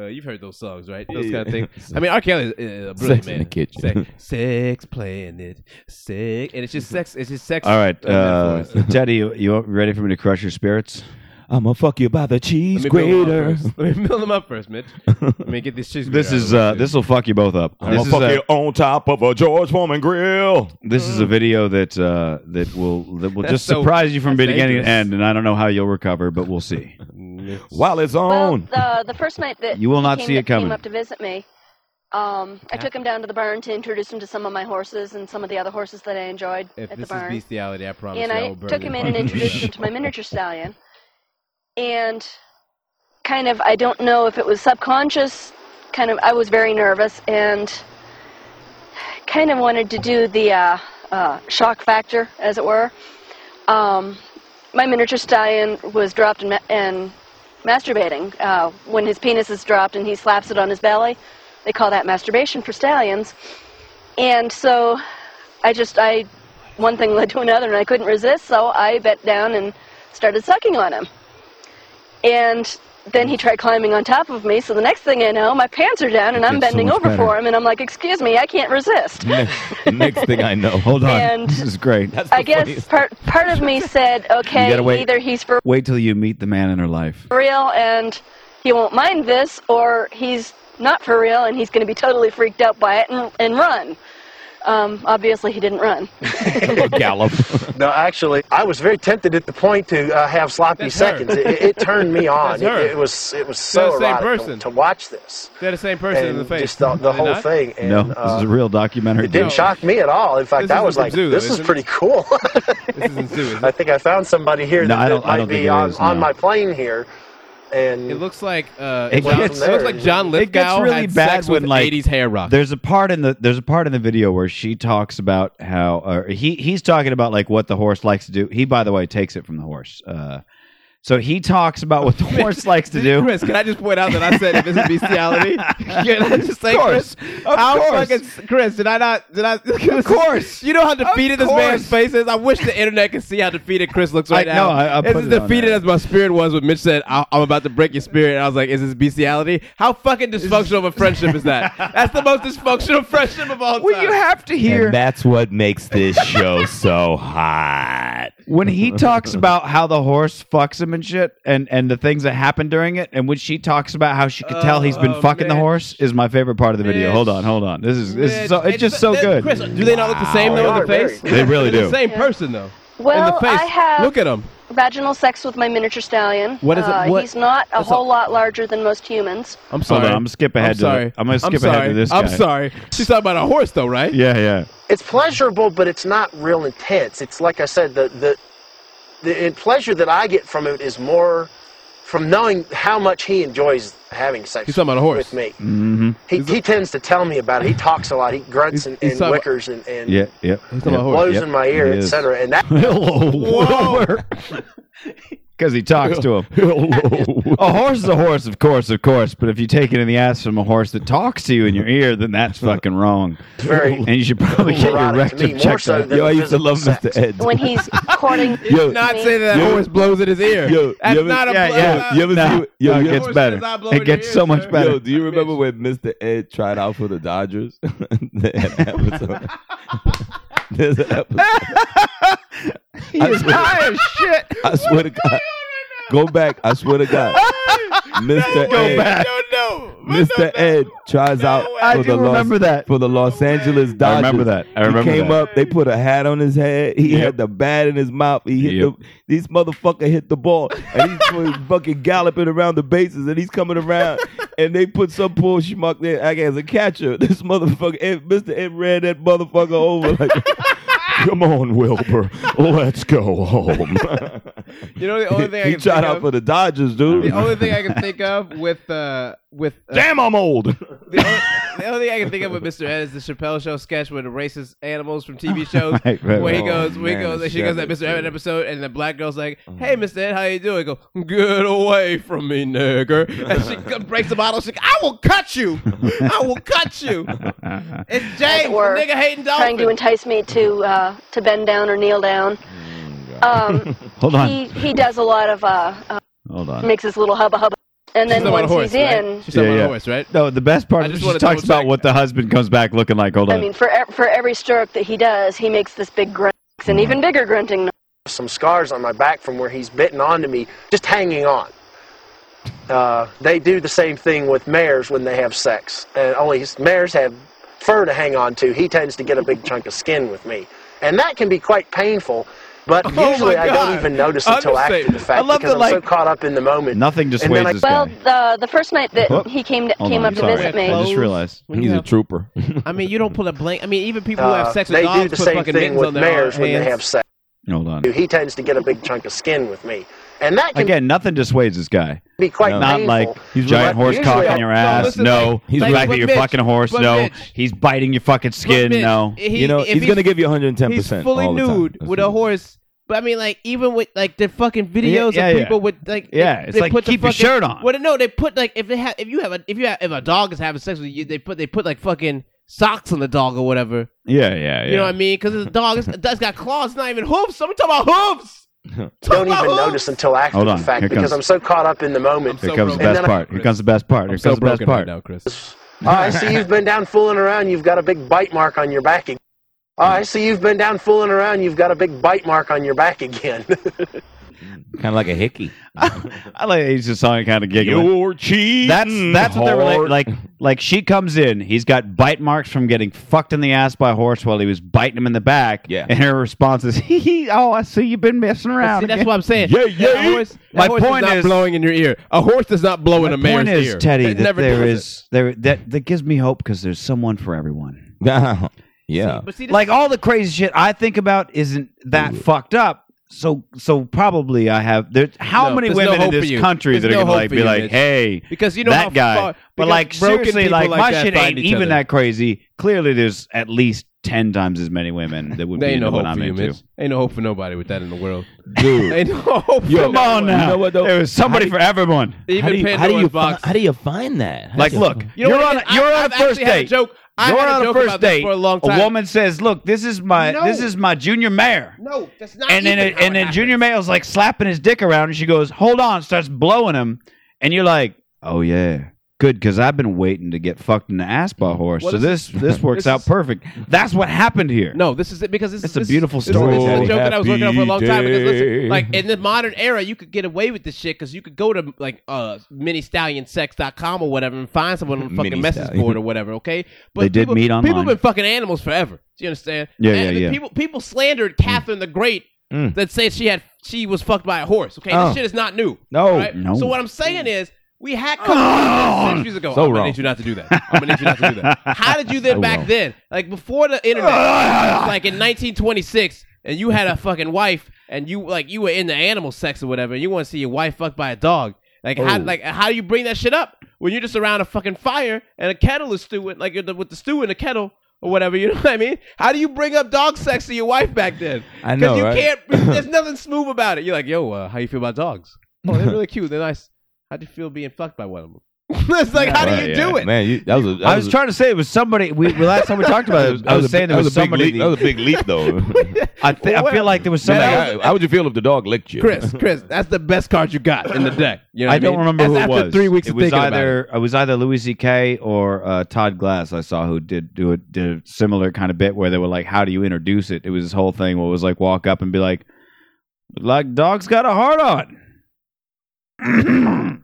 [SPEAKER 6] Uh, you've heard those songs, right? Those kind of
[SPEAKER 8] Yeah.
[SPEAKER 6] things. I mean, R. Kelly is uh, a brilliant
[SPEAKER 8] Sex
[SPEAKER 6] man.
[SPEAKER 8] in the Kitchen.
[SPEAKER 6] Sex, sex Planet, sex, and it's just sex. It's just sex.
[SPEAKER 7] All right, uh,
[SPEAKER 6] metaphors.
[SPEAKER 7] Teddy, you, you ready for me to crush your spirits?
[SPEAKER 8] I'm gonna fuck you by the cheese
[SPEAKER 6] Let me build them up
[SPEAKER 8] grater.
[SPEAKER 6] first. Let me build them up first, Mitch. Let me get this cheese.
[SPEAKER 7] This
[SPEAKER 6] grater out of
[SPEAKER 7] is
[SPEAKER 6] the way,
[SPEAKER 7] uh,
[SPEAKER 6] too.
[SPEAKER 7] this will fuck you both up.
[SPEAKER 8] I'm
[SPEAKER 7] This
[SPEAKER 8] gonna
[SPEAKER 7] is
[SPEAKER 8] fuck
[SPEAKER 7] a,
[SPEAKER 8] you on top of a George Foreman grill.
[SPEAKER 7] this is a video that uh, that will that will
[SPEAKER 6] That's
[SPEAKER 7] just
[SPEAKER 6] so-
[SPEAKER 7] surprise you from
[SPEAKER 6] that's
[SPEAKER 7] beginning to
[SPEAKER 6] dangerous.
[SPEAKER 7] end, and I don't know how you'll recover, but we'll see.
[SPEAKER 8] While it's
[SPEAKER 15] Well,
[SPEAKER 8] on.
[SPEAKER 15] the, the first night that
[SPEAKER 7] You will
[SPEAKER 15] he
[SPEAKER 7] not
[SPEAKER 15] came,
[SPEAKER 7] see it
[SPEAKER 15] that
[SPEAKER 7] coming.
[SPEAKER 15] Came up to visit me. Um, I took him down to the barn to introduce him to some of my horses and some of the other horses that I enjoyed
[SPEAKER 6] If
[SPEAKER 15] at the
[SPEAKER 6] this is
[SPEAKER 15] barn.
[SPEAKER 6] bestiality, I promise
[SPEAKER 15] and
[SPEAKER 6] you, I
[SPEAKER 15] I
[SPEAKER 6] will burn
[SPEAKER 15] took
[SPEAKER 6] you.
[SPEAKER 15] him in and introduced him to my miniature stallion. And kind of, I don't know if it was subconscious. Kind of, I was very nervous and kind of wanted to do the uh, uh, shock factor, as it were. Um, my miniature stallion was dropped and, ma- and masturbating. Uh, when his penis is dropped and he slaps it on his belly, they call that masturbation for stallions. And so I just, I, one thing led to another and I couldn't resist, so I bent down and started sucking on him. And then he tried climbing on top of me, so the next thing I know, my pants are down and I'm
[SPEAKER 8] It's so
[SPEAKER 15] bending
[SPEAKER 8] much
[SPEAKER 15] over for
[SPEAKER 8] better.
[SPEAKER 15] him, and I'm like, excuse me, I can't resist.
[SPEAKER 8] next, next thing I know,
[SPEAKER 7] Hold on,
[SPEAKER 15] And-
[SPEAKER 7] this is great.
[SPEAKER 8] That's the
[SPEAKER 15] I guess
[SPEAKER 8] funniest-
[SPEAKER 15] part, part of me said, okay,
[SPEAKER 7] gotta wait.
[SPEAKER 15] either he's for
[SPEAKER 7] Wait till you meet the man in her life.
[SPEAKER 15] real and he won't mind this, or he's not for real and he's going to be totally freaked out by it and, and run. Um, obviously, he didn't run.
[SPEAKER 8] gallop.
[SPEAKER 18] No, actually, I was very tempted at the point to uh, have sloppy
[SPEAKER 6] That's her.
[SPEAKER 18] seconds. It, it, it turned me on.
[SPEAKER 6] That's her.
[SPEAKER 18] It, it was it was
[SPEAKER 6] They're the
[SPEAKER 18] so
[SPEAKER 6] same
[SPEAKER 18] erotic
[SPEAKER 6] person.
[SPEAKER 18] to, to watch this.
[SPEAKER 6] They're the same person in
[SPEAKER 18] And
[SPEAKER 6] the face.
[SPEAKER 18] Just the, the
[SPEAKER 6] Are they
[SPEAKER 18] whole
[SPEAKER 6] not?
[SPEAKER 18] thing. And,
[SPEAKER 7] no, this
[SPEAKER 18] uh,
[SPEAKER 7] is a real documentary.
[SPEAKER 18] it didn't
[SPEAKER 6] No.
[SPEAKER 18] shock me at all. In fact,
[SPEAKER 6] This
[SPEAKER 18] I
[SPEAKER 6] is
[SPEAKER 18] was
[SPEAKER 6] from
[SPEAKER 18] like,
[SPEAKER 6] Zoo,
[SPEAKER 18] "This is
[SPEAKER 6] isn't it?
[SPEAKER 18] pretty cool."
[SPEAKER 6] This isn't Zoo, is
[SPEAKER 18] I think I found somebody here
[SPEAKER 7] No,
[SPEAKER 18] that,
[SPEAKER 7] I don't-
[SPEAKER 18] that
[SPEAKER 7] I
[SPEAKER 18] might
[SPEAKER 7] don't think
[SPEAKER 18] be
[SPEAKER 7] it
[SPEAKER 18] on,
[SPEAKER 7] is,
[SPEAKER 18] on
[SPEAKER 7] no.
[SPEAKER 18] my plane here. And
[SPEAKER 6] It looks like uh,
[SPEAKER 7] It
[SPEAKER 6] John- it,
[SPEAKER 7] gets-
[SPEAKER 6] looks like John
[SPEAKER 7] It gets
[SPEAKER 6] Lithgow
[SPEAKER 7] really
[SPEAKER 6] had
[SPEAKER 7] bad
[SPEAKER 6] sex
[SPEAKER 7] when,
[SPEAKER 6] with
[SPEAKER 7] like,
[SPEAKER 6] '80s hair rock.
[SPEAKER 7] There's a part in the there's a part in the video where she talks about how or he he's talking about like what the horse likes to do. He by the way takes it from the horse. Uh, so he talks about what the horse likes to do.
[SPEAKER 6] Chris, can I just point out that I said if this is bestiality? can I just say,
[SPEAKER 7] Of course.
[SPEAKER 6] Chris?
[SPEAKER 7] Of
[SPEAKER 6] how
[SPEAKER 7] course.
[SPEAKER 6] fucking Chris? Did I not? Did I? Of
[SPEAKER 7] course.
[SPEAKER 6] You know how defeated this man's
[SPEAKER 7] course.
[SPEAKER 6] face is. I wish the internet could see how defeated Chris looks right
[SPEAKER 7] I-
[SPEAKER 6] now.
[SPEAKER 7] no, I- I
[SPEAKER 6] It's
[SPEAKER 7] put
[SPEAKER 6] as
[SPEAKER 7] it on
[SPEAKER 6] defeated
[SPEAKER 7] there.
[SPEAKER 6] as my spirit was when Mitch said, I- "I'm about to break your spirit." And I was like, "Is this bestiality? How fucking dysfunctional of a friendship is that? That's the most dysfunctional friendship of all time."
[SPEAKER 7] Well, you have to hear.
[SPEAKER 8] And that's what makes this show so hot.
[SPEAKER 7] when he talks about how the horse fucks him and shit and and the things that happen during it and when she talks about how she could tell he's been
[SPEAKER 6] Oh,
[SPEAKER 7] fucking the
[SPEAKER 6] Mitch.
[SPEAKER 7] horse is my favorite part of the video hold on hold on this is this is so, it's just so good
[SPEAKER 6] Chris, uh, do they not look the same though in the face?
[SPEAKER 7] They really
[SPEAKER 6] They're
[SPEAKER 7] do.
[SPEAKER 6] The same person though.
[SPEAKER 15] Well,
[SPEAKER 6] in the face.
[SPEAKER 15] I have-
[SPEAKER 6] Look at them.
[SPEAKER 15] Vaginal sex with my miniature stallion.
[SPEAKER 6] What is it-
[SPEAKER 15] Uh,
[SPEAKER 6] what-
[SPEAKER 15] He's not a
[SPEAKER 6] that's a-
[SPEAKER 15] whole lot larger than most humans.
[SPEAKER 6] I'm sorry.
[SPEAKER 7] on, I'm gonna skip ahead
[SPEAKER 6] I'm
[SPEAKER 7] to the-
[SPEAKER 6] sorry.
[SPEAKER 7] I'm gonna skip ahead to
[SPEAKER 6] sorry.
[SPEAKER 7] this
[SPEAKER 6] I'm
[SPEAKER 7] guy.
[SPEAKER 6] sorry. She's talking about a horse though, right?
[SPEAKER 7] yeah yeah
[SPEAKER 18] It's pleasurable, but it's not real intense. It's like I said, the the the in- pleasure that I get from it is more from knowing how much he enjoys having sex
[SPEAKER 6] He's talking about a horse.
[SPEAKER 18] with me.
[SPEAKER 7] mm-hmm.
[SPEAKER 18] He, he tends to tell me about it. He talks a lot. He grunts and,
[SPEAKER 6] he's
[SPEAKER 18] and
[SPEAKER 6] talking about-
[SPEAKER 18] whickers and, and
[SPEAKER 7] yeah yeah
[SPEAKER 6] about a horse.
[SPEAKER 18] blows
[SPEAKER 7] Yep,
[SPEAKER 18] in my ear,
[SPEAKER 7] he is.
[SPEAKER 18] etc. And that
[SPEAKER 7] because he talks to him a horse is a horse of course of course but if you take it in the ass from a horse that talks to you in your ear then that's fucking wrong
[SPEAKER 18] very
[SPEAKER 7] and you should probably get your
[SPEAKER 18] erotic to me,
[SPEAKER 7] rectum
[SPEAKER 18] more
[SPEAKER 7] checked
[SPEAKER 18] so
[SPEAKER 7] out
[SPEAKER 18] than
[SPEAKER 8] Yo, I used to
[SPEAKER 18] physical
[SPEAKER 8] love
[SPEAKER 18] sex.
[SPEAKER 8] Mr. Ed.
[SPEAKER 15] When he's courting
[SPEAKER 8] Yo,
[SPEAKER 15] not
[SPEAKER 6] Not say that that
[SPEAKER 8] Yo.
[SPEAKER 6] horse blows in his ear.
[SPEAKER 8] Yo,
[SPEAKER 6] That's
[SPEAKER 8] you ever-
[SPEAKER 6] not a
[SPEAKER 7] yeah,
[SPEAKER 6] blow.
[SPEAKER 7] yeah.
[SPEAKER 8] You ever
[SPEAKER 7] Nah,
[SPEAKER 8] see? Yo,
[SPEAKER 7] no,
[SPEAKER 8] you
[SPEAKER 7] it
[SPEAKER 8] ever-
[SPEAKER 7] gets better.
[SPEAKER 6] not blowing
[SPEAKER 7] It gets
[SPEAKER 6] your
[SPEAKER 7] so
[SPEAKER 6] ears,
[SPEAKER 7] much
[SPEAKER 6] sir.
[SPEAKER 7] better.
[SPEAKER 8] Yo, do you remember when Mr. Ed tried out for the Dodgers? They had an episode. There's an episode.
[SPEAKER 7] He's high as shit.
[SPEAKER 8] I swear to God. Go back. I swear to God. Mr.
[SPEAKER 7] Go
[SPEAKER 8] Ed.
[SPEAKER 7] back.
[SPEAKER 8] Mr. Ed tries out
[SPEAKER 7] I
[SPEAKER 8] for
[SPEAKER 7] do
[SPEAKER 8] the Los,
[SPEAKER 7] remember that.
[SPEAKER 8] for the Los Angeles
[SPEAKER 7] I
[SPEAKER 8] Dodgers.
[SPEAKER 7] remember that. I remember
[SPEAKER 8] he came
[SPEAKER 7] that.
[SPEAKER 8] up. They put a hat on his head. He
[SPEAKER 7] Yep.
[SPEAKER 8] had the bat in his mouth. He hit
[SPEAKER 7] Yep.
[SPEAKER 8] the. These motherfucker hit the ball, and he's fucking- fucking galloping around the bases, and he's coming around, and they put some poor schmuck there like, as a catcher. This motherfucker, Ed, Mr. Ed, ran that motherfucker over. Like, Come on, Wilbur. Let's go home.
[SPEAKER 6] Oh, You Oh, know the only thing I
[SPEAKER 8] he
[SPEAKER 6] can
[SPEAKER 8] tried
[SPEAKER 6] think
[SPEAKER 8] out
[SPEAKER 6] of.
[SPEAKER 8] for the Dodgers,
[SPEAKER 6] the
[SPEAKER 8] dude.
[SPEAKER 6] only thing I can think of with uh with uh,
[SPEAKER 8] Damn, I'm old.
[SPEAKER 6] the, only, the only thing I can think of with Mr. Ed is the Chappelle Show sketch with the racist animals from TV shows.
[SPEAKER 7] Right, right,
[SPEAKER 6] where he
[SPEAKER 8] right.
[SPEAKER 6] goes,
[SPEAKER 8] Oh,
[SPEAKER 6] where
[SPEAKER 8] man,
[SPEAKER 6] he goes,
[SPEAKER 8] the Oh.
[SPEAKER 6] and she goes that
[SPEAKER 8] Chappelle
[SPEAKER 6] Mr. Ed
[SPEAKER 8] Show.
[SPEAKER 6] episode, and the black girl's like, "Hey, Mr. Ed, how you doing?" He goes, "Get away from me, nigger!" And she c- breaks the bottle. She's like, "I will cut you! I will cut you!" It's James, the
[SPEAKER 15] were
[SPEAKER 6] nigga hating
[SPEAKER 15] trying to
[SPEAKER 6] dolphin.
[SPEAKER 15] entice me to uh, to bend down or kneel down.
[SPEAKER 6] Mm,
[SPEAKER 15] Um,
[SPEAKER 7] Hold on.
[SPEAKER 15] He he does a lot of uh, uh,
[SPEAKER 7] Hold on.
[SPEAKER 15] makes his little hubba hubba, and then
[SPEAKER 6] She's talking about a
[SPEAKER 15] once
[SPEAKER 6] horse,
[SPEAKER 15] he's
[SPEAKER 6] right?
[SPEAKER 15] in,
[SPEAKER 6] She's talking
[SPEAKER 7] Yeah,
[SPEAKER 6] about
[SPEAKER 7] yeah.
[SPEAKER 6] a horse, right?
[SPEAKER 7] No, the best part
[SPEAKER 6] I
[SPEAKER 7] is
[SPEAKER 6] just
[SPEAKER 7] she
[SPEAKER 6] wanna
[SPEAKER 7] talks
[SPEAKER 6] double
[SPEAKER 7] about
[SPEAKER 6] check.
[SPEAKER 7] what the husband comes back looking like. Hold
[SPEAKER 15] I
[SPEAKER 7] on.
[SPEAKER 15] mean, for ev- for every stroke that he does, he makes this big grunt, an even bigger grunting noise.
[SPEAKER 18] some scars on my back from where he's bitten onto me, just hanging on. Uh, they do the same thing with mares when they have sex, and only his- mares have fur to hang on to. He tends to get a big chunk of skin with me, and that can be quite painful. But
[SPEAKER 6] Oh my
[SPEAKER 18] usually I don't
[SPEAKER 6] God.
[SPEAKER 18] even notice until after the
[SPEAKER 6] Understatement.
[SPEAKER 18] fact
[SPEAKER 7] I love
[SPEAKER 18] because
[SPEAKER 7] that,
[SPEAKER 18] I'm so
[SPEAKER 7] like,
[SPEAKER 18] caught up in the moment.
[SPEAKER 7] Nothing just
[SPEAKER 18] And then
[SPEAKER 7] weighs
[SPEAKER 18] I-
[SPEAKER 7] this
[SPEAKER 15] Well,
[SPEAKER 7] guy.
[SPEAKER 15] the the first night that
[SPEAKER 7] Oh,
[SPEAKER 15] he came to,
[SPEAKER 7] Hold
[SPEAKER 15] came
[SPEAKER 7] on,
[SPEAKER 15] up to
[SPEAKER 7] sorry.
[SPEAKER 15] visit me,
[SPEAKER 7] I just realized.
[SPEAKER 6] When
[SPEAKER 8] He's
[SPEAKER 6] you
[SPEAKER 8] a
[SPEAKER 6] have-
[SPEAKER 8] trooper.
[SPEAKER 6] I mean, you don't pull a blank. I mean, even people who
[SPEAKER 18] uh,
[SPEAKER 6] have sex with
[SPEAKER 18] they
[SPEAKER 6] dogs
[SPEAKER 18] do the
[SPEAKER 6] put
[SPEAKER 18] same
[SPEAKER 6] fucking
[SPEAKER 18] thing
[SPEAKER 6] mittens
[SPEAKER 18] with
[SPEAKER 6] on their
[SPEAKER 18] mares when they
[SPEAKER 6] hands.
[SPEAKER 18] have sex.
[SPEAKER 7] Hold on.
[SPEAKER 18] He tends to get a big chunk of skin with me, and that can
[SPEAKER 7] Again, nothing dissuades this guy.
[SPEAKER 18] be quite
[SPEAKER 7] Not
[SPEAKER 18] painful.
[SPEAKER 7] like
[SPEAKER 8] He's
[SPEAKER 7] giant
[SPEAKER 8] right.
[SPEAKER 7] horse
[SPEAKER 18] Usually
[SPEAKER 7] cock
[SPEAKER 18] I-
[SPEAKER 7] in your
[SPEAKER 18] No,
[SPEAKER 7] ass.
[SPEAKER 6] listen,
[SPEAKER 7] No,
[SPEAKER 6] like-
[SPEAKER 7] he's
[SPEAKER 6] like,
[SPEAKER 7] the fact
[SPEAKER 6] but
[SPEAKER 7] that you're
[SPEAKER 6] Mitch-
[SPEAKER 7] fucking a horse.
[SPEAKER 6] but
[SPEAKER 7] No,
[SPEAKER 6] Mitch-
[SPEAKER 7] he's biting your fucking skin.
[SPEAKER 6] But Mitch,
[SPEAKER 7] No,
[SPEAKER 6] he-
[SPEAKER 8] you know,
[SPEAKER 6] if
[SPEAKER 8] he's, gonna give you 110.
[SPEAKER 6] He's
[SPEAKER 8] percent
[SPEAKER 6] fully nude with a horse. But I mean, like even with like the fucking videos
[SPEAKER 7] yeah,
[SPEAKER 6] of
[SPEAKER 7] yeah.
[SPEAKER 6] people with like they-
[SPEAKER 7] Yeah, it's
[SPEAKER 6] they
[SPEAKER 7] like,
[SPEAKER 6] put the
[SPEAKER 7] keep your
[SPEAKER 6] fucking-
[SPEAKER 7] shirt on.
[SPEAKER 6] Well, no, they put like if they have if you have a if you have if a dog is having sex with you, they put they put like fucking socks on the dog or whatever.
[SPEAKER 7] Yeah, yeah, yeah.
[SPEAKER 6] You know what I mean? Because the dog is, that's got claws, not even hooves. So we talking about hooves.
[SPEAKER 18] don't
[SPEAKER 6] Talking about
[SPEAKER 18] even
[SPEAKER 6] hooves.
[SPEAKER 18] notice until after
[SPEAKER 7] Hold
[SPEAKER 18] the
[SPEAKER 7] on,
[SPEAKER 18] fact
[SPEAKER 7] here
[SPEAKER 18] because
[SPEAKER 7] comes-
[SPEAKER 18] I'm so caught up in the moment.
[SPEAKER 7] Here comes the
[SPEAKER 18] And
[SPEAKER 7] best
[SPEAKER 18] then I-
[SPEAKER 7] part. Here comes the best part. Here comes the best part.
[SPEAKER 6] Chris.
[SPEAKER 18] Oh, I see you've been down fooling around. You've got a big bite mark on your back. Again. Oh, I see you've been down fooling around. You've got a big bite mark on your back again.
[SPEAKER 8] kind of like a hickey.
[SPEAKER 7] I like he's just song kind of giggling.
[SPEAKER 8] You're cheating.
[SPEAKER 7] That's that's what they're
[SPEAKER 8] hard.
[SPEAKER 7] related. Like like she comes in, he's got bite marks from getting fucked in the ass by a horse while he was biting him in the back.
[SPEAKER 8] Yeah.
[SPEAKER 7] and her response is, "Hee hee, oh, I see you've been messing around."
[SPEAKER 6] See, that's
[SPEAKER 7] again."
[SPEAKER 6] what I'm saying.
[SPEAKER 8] Yeah,
[SPEAKER 6] That
[SPEAKER 8] yeah.
[SPEAKER 6] horse- that
[SPEAKER 7] My
[SPEAKER 6] horse
[SPEAKER 7] point
[SPEAKER 6] is not
[SPEAKER 7] is-
[SPEAKER 6] blowing in your ear. A horse does not blow in a
[SPEAKER 7] My
[SPEAKER 6] mare's
[SPEAKER 7] point is,
[SPEAKER 6] ear.
[SPEAKER 7] Teddy,
[SPEAKER 6] It
[SPEAKER 7] that
[SPEAKER 6] never
[SPEAKER 7] there
[SPEAKER 6] does it.
[SPEAKER 7] is there that that gives me hope because there's someone for everyone.
[SPEAKER 8] yeah.
[SPEAKER 6] But see, this-
[SPEAKER 7] Like all the crazy shit I think about isn't that fucked up. So so probably I have there's how
[SPEAKER 6] No,
[SPEAKER 7] many
[SPEAKER 6] there's no
[SPEAKER 7] women in
[SPEAKER 6] hope for
[SPEAKER 7] this
[SPEAKER 6] you.
[SPEAKER 7] country
[SPEAKER 6] There's
[SPEAKER 7] that are
[SPEAKER 6] no
[SPEAKER 7] gonna
[SPEAKER 6] hope
[SPEAKER 7] like
[SPEAKER 6] for
[SPEAKER 7] be
[SPEAKER 6] you,
[SPEAKER 7] like,
[SPEAKER 6] Mitch.
[SPEAKER 7] hey,
[SPEAKER 6] Because you know
[SPEAKER 7] that
[SPEAKER 6] how
[SPEAKER 7] guy.
[SPEAKER 6] far-
[SPEAKER 7] but
[SPEAKER 6] because
[SPEAKER 7] like
[SPEAKER 6] broken
[SPEAKER 7] seriously,
[SPEAKER 6] people
[SPEAKER 7] like,
[SPEAKER 6] like
[SPEAKER 7] my
[SPEAKER 6] that
[SPEAKER 7] shit
[SPEAKER 6] find
[SPEAKER 7] ain't
[SPEAKER 6] each
[SPEAKER 7] even
[SPEAKER 6] other.
[SPEAKER 7] that crazy. Clearly, there's at least ten times as many women that would
[SPEAKER 6] There
[SPEAKER 7] be
[SPEAKER 6] ain't no
[SPEAKER 7] into what
[SPEAKER 6] hope
[SPEAKER 7] I'm
[SPEAKER 6] for you,
[SPEAKER 7] into.
[SPEAKER 6] Mitch. Ain't no hope for nobody with that in the world.
[SPEAKER 8] Dude.
[SPEAKER 6] Ain't no hope. for
[SPEAKER 7] Come
[SPEAKER 6] nobody.
[SPEAKER 7] on now,
[SPEAKER 8] know what, though?
[SPEAKER 7] there was somebody
[SPEAKER 8] How
[SPEAKER 7] for everyone.
[SPEAKER 6] Even Pandora's box.
[SPEAKER 8] do you find that?
[SPEAKER 7] Like, look,
[SPEAKER 6] You know
[SPEAKER 7] you're
[SPEAKER 6] what
[SPEAKER 7] on
[SPEAKER 6] it is?
[SPEAKER 7] you're
[SPEAKER 6] I-
[SPEAKER 7] on
[SPEAKER 6] I've
[SPEAKER 7] a first
[SPEAKER 6] actually had a
[SPEAKER 7] date.
[SPEAKER 6] joke. I
[SPEAKER 7] you're
[SPEAKER 6] had a
[SPEAKER 7] on
[SPEAKER 6] joke
[SPEAKER 7] first
[SPEAKER 6] about this
[SPEAKER 7] date
[SPEAKER 6] for a long time.
[SPEAKER 7] woman says, "Look, this is my
[SPEAKER 6] No.
[SPEAKER 7] this is my junior mayor."
[SPEAKER 6] No, that's not.
[SPEAKER 7] and then
[SPEAKER 6] even
[SPEAKER 7] it,
[SPEAKER 6] how
[SPEAKER 7] and
[SPEAKER 6] it
[SPEAKER 7] then
[SPEAKER 6] happens.
[SPEAKER 7] junior male's like slapping his dick around, and she goes, "Hold on," starts blowing him, and you're like, "Oh yeah, Good, because I've been waiting to get fucked in the ass by a horse. so this this works out perfect. That's what happened here.
[SPEAKER 6] No, this is it because this,
[SPEAKER 7] it's
[SPEAKER 6] this,
[SPEAKER 7] a beautiful
[SPEAKER 6] this-
[SPEAKER 7] story.
[SPEAKER 6] This, is
[SPEAKER 7] Teddy.
[SPEAKER 6] a joke that I was working on for a long time. Because
[SPEAKER 7] day.
[SPEAKER 6] listen, like in the modern era, you could get away with this shit because you could go to like uh ministallionsex.com or whatever and find someone on the fucking
[SPEAKER 7] Mini
[SPEAKER 6] message
[SPEAKER 7] stallion.
[SPEAKER 6] board or whatever. Okay, but
[SPEAKER 7] They did
[SPEAKER 6] people,
[SPEAKER 7] meet
[SPEAKER 6] People
[SPEAKER 7] online.
[SPEAKER 6] have been fucking animals forever. Do you understand?
[SPEAKER 7] Yeah,
[SPEAKER 6] And
[SPEAKER 7] yeah,
[SPEAKER 6] the
[SPEAKER 7] yeah.
[SPEAKER 6] People people slandered Catherine the Great.
[SPEAKER 7] Mm.
[SPEAKER 6] That said, she had she was fucked by a horse. Okay,
[SPEAKER 7] Oh.
[SPEAKER 6] this shit is not new.
[SPEAKER 7] No.
[SPEAKER 6] all right?
[SPEAKER 7] No.
[SPEAKER 6] So what I'm saying is, we had come centuries ago.
[SPEAKER 7] So
[SPEAKER 6] I'm gonna
[SPEAKER 7] wrong.
[SPEAKER 6] need you not to do that. I'm gonna need you not to do that. How did you then
[SPEAKER 7] I
[SPEAKER 6] back
[SPEAKER 7] will.
[SPEAKER 6] then, like before the internet, like in 1926, and you had a fucking wife, and you like you were in the animal sex or whatever, and you want to see your wife fucked by a dog? Like how
[SPEAKER 7] Oh.
[SPEAKER 6] like how do you bring that shit up when you're just around a fucking fire and a kettle is stewing like with the stew in the kettle? Or whatever you know what I mean. How do you bring up dog sex to your wife back then?
[SPEAKER 8] I know,
[SPEAKER 6] you
[SPEAKER 8] right?
[SPEAKER 6] can't. There's nothing smooth about it. You're like, yo, uh, how you feel about dogs? Oh, they're really cute. They're nice. How do you feel being fucked by one of them? it's like, how do you do it?
[SPEAKER 8] Man, you, that was. A, that
[SPEAKER 7] I was trying to say it was somebody. We the last time we talked about it, I was
[SPEAKER 8] a-
[SPEAKER 7] saying
[SPEAKER 8] that
[SPEAKER 7] there was,
[SPEAKER 8] a big
[SPEAKER 7] somebody.
[SPEAKER 8] leap- That was a big leap, though.
[SPEAKER 7] I, thi- I feel like there was
[SPEAKER 8] Man,
[SPEAKER 7] somebody.
[SPEAKER 8] like, how, how would you feel if the dog licked you?
[SPEAKER 6] Chris, Chris, that's the best card you got in the deck. You know what
[SPEAKER 7] I don't
[SPEAKER 6] mean?
[SPEAKER 7] remember
[SPEAKER 6] That's
[SPEAKER 7] who it
[SPEAKER 6] after
[SPEAKER 7] was.
[SPEAKER 6] Three weeks
[SPEAKER 7] it
[SPEAKER 6] of
[SPEAKER 7] was
[SPEAKER 6] thinking about
[SPEAKER 7] either
[SPEAKER 6] it.
[SPEAKER 7] it. was either Louis C.K. or uh, Todd Glass. I saw who did do it did a similar kind of bit where they were like, "How do you introduce it?" It was this whole thing where it was like, walk up and be like, "Like dog's got a heart on,"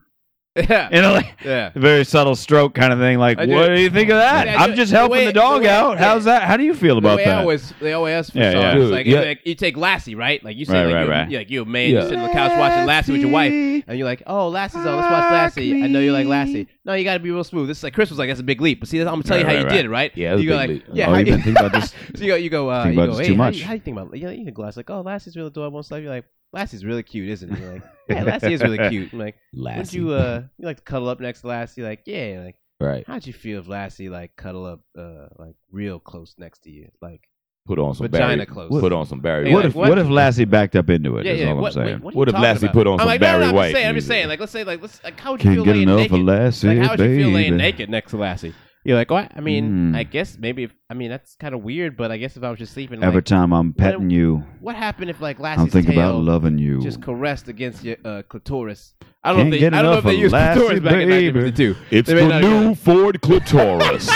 [SPEAKER 6] Yeah.
[SPEAKER 7] you know, like
[SPEAKER 6] Yeah.
[SPEAKER 7] very subtle stroke kind of thing. Like,
[SPEAKER 6] I do.
[SPEAKER 7] what do you think of that?
[SPEAKER 6] Yeah, I do.
[SPEAKER 7] I'm just
[SPEAKER 6] The
[SPEAKER 7] helping
[SPEAKER 6] way-
[SPEAKER 7] the dog
[SPEAKER 6] the way-
[SPEAKER 7] out. How's that? How do you feel about
[SPEAKER 6] they
[SPEAKER 7] that?
[SPEAKER 6] Always, they always ask for
[SPEAKER 7] Yeah,
[SPEAKER 6] yeah,
[SPEAKER 7] yeah.
[SPEAKER 8] Dude,
[SPEAKER 6] Like,
[SPEAKER 8] yeah.
[SPEAKER 6] like, you take Lassie, right? Like you say,
[SPEAKER 7] Right,
[SPEAKER 6] like,
[SPEAKER 7] right,
[SPEAKER 6] you're,
[SPEAKER 7] right.
[SPEAKER 6] you're like you're a man,
[SPEAKER 8] Yeah.
[SPEAKER 6] you sit on the couch watching Lassie with your wife, and you're like, oh, Lassie's on, let's watch Lassie. I know you like Lassie. No, you got to be real smooth. This is like Chris was like, that's a big leap. But see, that's, I'm gonna tell you how
[SPEAKER 7] Right, right,
[SPEAKER 6] you
[SPEAKER 7] right.
[SPEAKER 6] did it, right?
[SPEAKER 8] Yeah, it was
[SPEAKER 6] you go
[SPEAKER 8] a
[SPEAKER 6] like,
[SPEAKER 8] big leap.
[SPEAKER 6] yeah,
[SPEAKER 7] Oh,
[SPEAKER 6] how
[SPEAKER 7] you've
[SPEAKER 6] you-
[SPEAKER 7] been thinking about this-
[SPEAKER 6] so you go, you go, uh,
[SPEAKER 7] Think
[SPEAKER 6] you
[SPEAKER 7] about
[SPEAKER 6] go,
[SPEAKER 7] this
[SPEAKER 6] hey,
[SPEAKER 7] too
[SPEAKER 6] how
[SPEAKER 7] much.
[SPEAKER 6] do you, how do you think about, you know, you think Lassie, like, oh, Lassie's real adorable and stuff. You're like, Lassie's really cute, isn't he? You're like, yeah, Lassie is really cute. I'm like, would
[SPEAKER 8] Lassie.
[SPEAKER 6] you uh, you like to cuddle up next to Lassie? Like, yeah, You're like.
[SPEAKER 8] Right.
[SPEAKER 6] How'd you feel if Lassie like cuddle up uh like real close next to you? Like
[SPEAKER 8] Put on some
[SPEAKER 6] Vagina
[SPEAKER 8] Barry.
[SPEAKER 6] clothes.
[SPEAKER 8] Put on some Barry.
[SPEAKER 6] Yeah,
[SPEAKER 7] what
[SPEAKER 6] like,
[SPEAKER 7] if
[SPEAKER 6] what-
[SPEAKER 7] what, if Lassie backed up into it? Is all I'm
[SPEAKER 6] what-
[SPEAKER 7] saying.
[SPEAKER 6] wait, what are you
[SPEAKER 8] What if
[SPEAKER 6] talking
[SPEAKER 8] Lassie
[SPEAKER 6] about?
[SPEAKER 8] put on
[SPEAKER 6] I'm
[SPEAKER 8] some
[SPEAKER 6] like,
[SPEAKER 8] Barry
[SPEAKER 6] no, no, I'm
[SPEAKER 8] White?
[SPEAKER 6] Just saying, I'm just
[SPEAKER 8] music?
[SPEAKER 6] saying, like, let's say, like, let's, like, how would you
[SPEAKER 7] Can't
[SPEAKER 6] feel
[SPEAKER 7] get
[SPEAKER 6] laying
[SPEAKER 7] enough of
[SPEAKER 6] naked?
[SPEAKER 7] Lassie,
[SPEAKER 6] like, how would you feel laying
[SPEAKER 7] baby.
[SPEAKER 6] naked next to Lassie? You're like, what? I mean,
[SPEAKER 7] Mm.
[SPEAKER 6] I guess maybe. If, I mean, that's kind of weird, but I guess if I was just sleeping, like,
[SPEAKER 7] Every time I'm petting you,
[SPEAKER 6] what happened if like Lassie's
[SPEAKER 7] I'm thinking
[SPEAKER 6] tail
[SPEAKER 7] about loving you.
[SPEAKER 6] just caressed against your uh, clitoris? I don't
[SPEAKER 7] Can't
[SPEAKER 6] know. If
[SPEAKER 7] get
[SPEAKER 6] they, I don't know
[SPEAKER 7] enough
[SPEAKER 6] if they
[SPEAKER 7] of
[SPEAKER 6] used
[SPEAKER 7] Lassie,
[SPEAKER 6] clitoris back in
[SPEAKER 7] baby.
[SPEAKER 6] 1952.
[SPEAKER 24] It's
[SPEAKER 6] They may
[SPEAKER 24] the
[SPEAKER 6] not
[SPEAKER 24] new
[SPEAKER 6] have-
[SPEAKER 24] Ford Clitoris.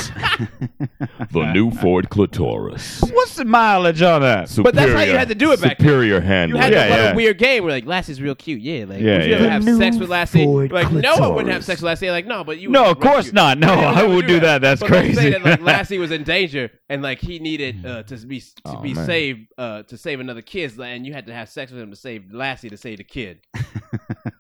[SPEAKER 24] the new Ford Clitoris.
[SPEAKER 7] What's the mileage on that?
[SPEAKER 24] Superior,
[SPEAKER 6] But that's how you had to do it back then.
[SPEAKER 24] Superior
[SPEAKER 6] You
[SPEAKER 24] handling.
[SPEAKER 6] had
[SPEAKER 7] Yeah,
[SPEAKER 6] to play
[SPEAKER 7] yeah.
[SPEAKER 6] a weird game where like Lassie's real cute, yeah. Like,
[SPEAKER 7] Yeah,
[SPEAKER 6] would you
[SPEAKER 7] yeah.
[SPEAKER 6] ever have
[SPEAKER 7] The
[SPEAKER 6] sex with Lassie?
[SPEAKER 7] Ford
[SPEAKER 6] Like, no, I wouldn't have
[SPEAKER 7] clitoris.
[SPEAKER 6] sex with Lassie. Like, no, but you.
[SPEAKER 7] No,
[SPEAKER 6] would-
[SPEAKER 7] of course
[SPEAKER 6] you-
[SPEAKER 7] not. No,
[SPEAKER 6] you would
[SPEAKER 7] I
[SPEAKER 6] never
[SPEAKER 7] would
[SPEAKER 6] do
[SPEAKER 7] do that. That's
[SPEAKER 6] But they Say
[SPEAKER 7] crazy.
[SPEAKER 6] that like Lassie was in danger and like he needed uh, to be to
[SPEAKER 8] Oh,
[SPEAKER 6] be
[SPEAKER 8] man.
[SPEAKER 6] saved uh, to save another kid, and you had to have sex with him to save Lassie to save the kid.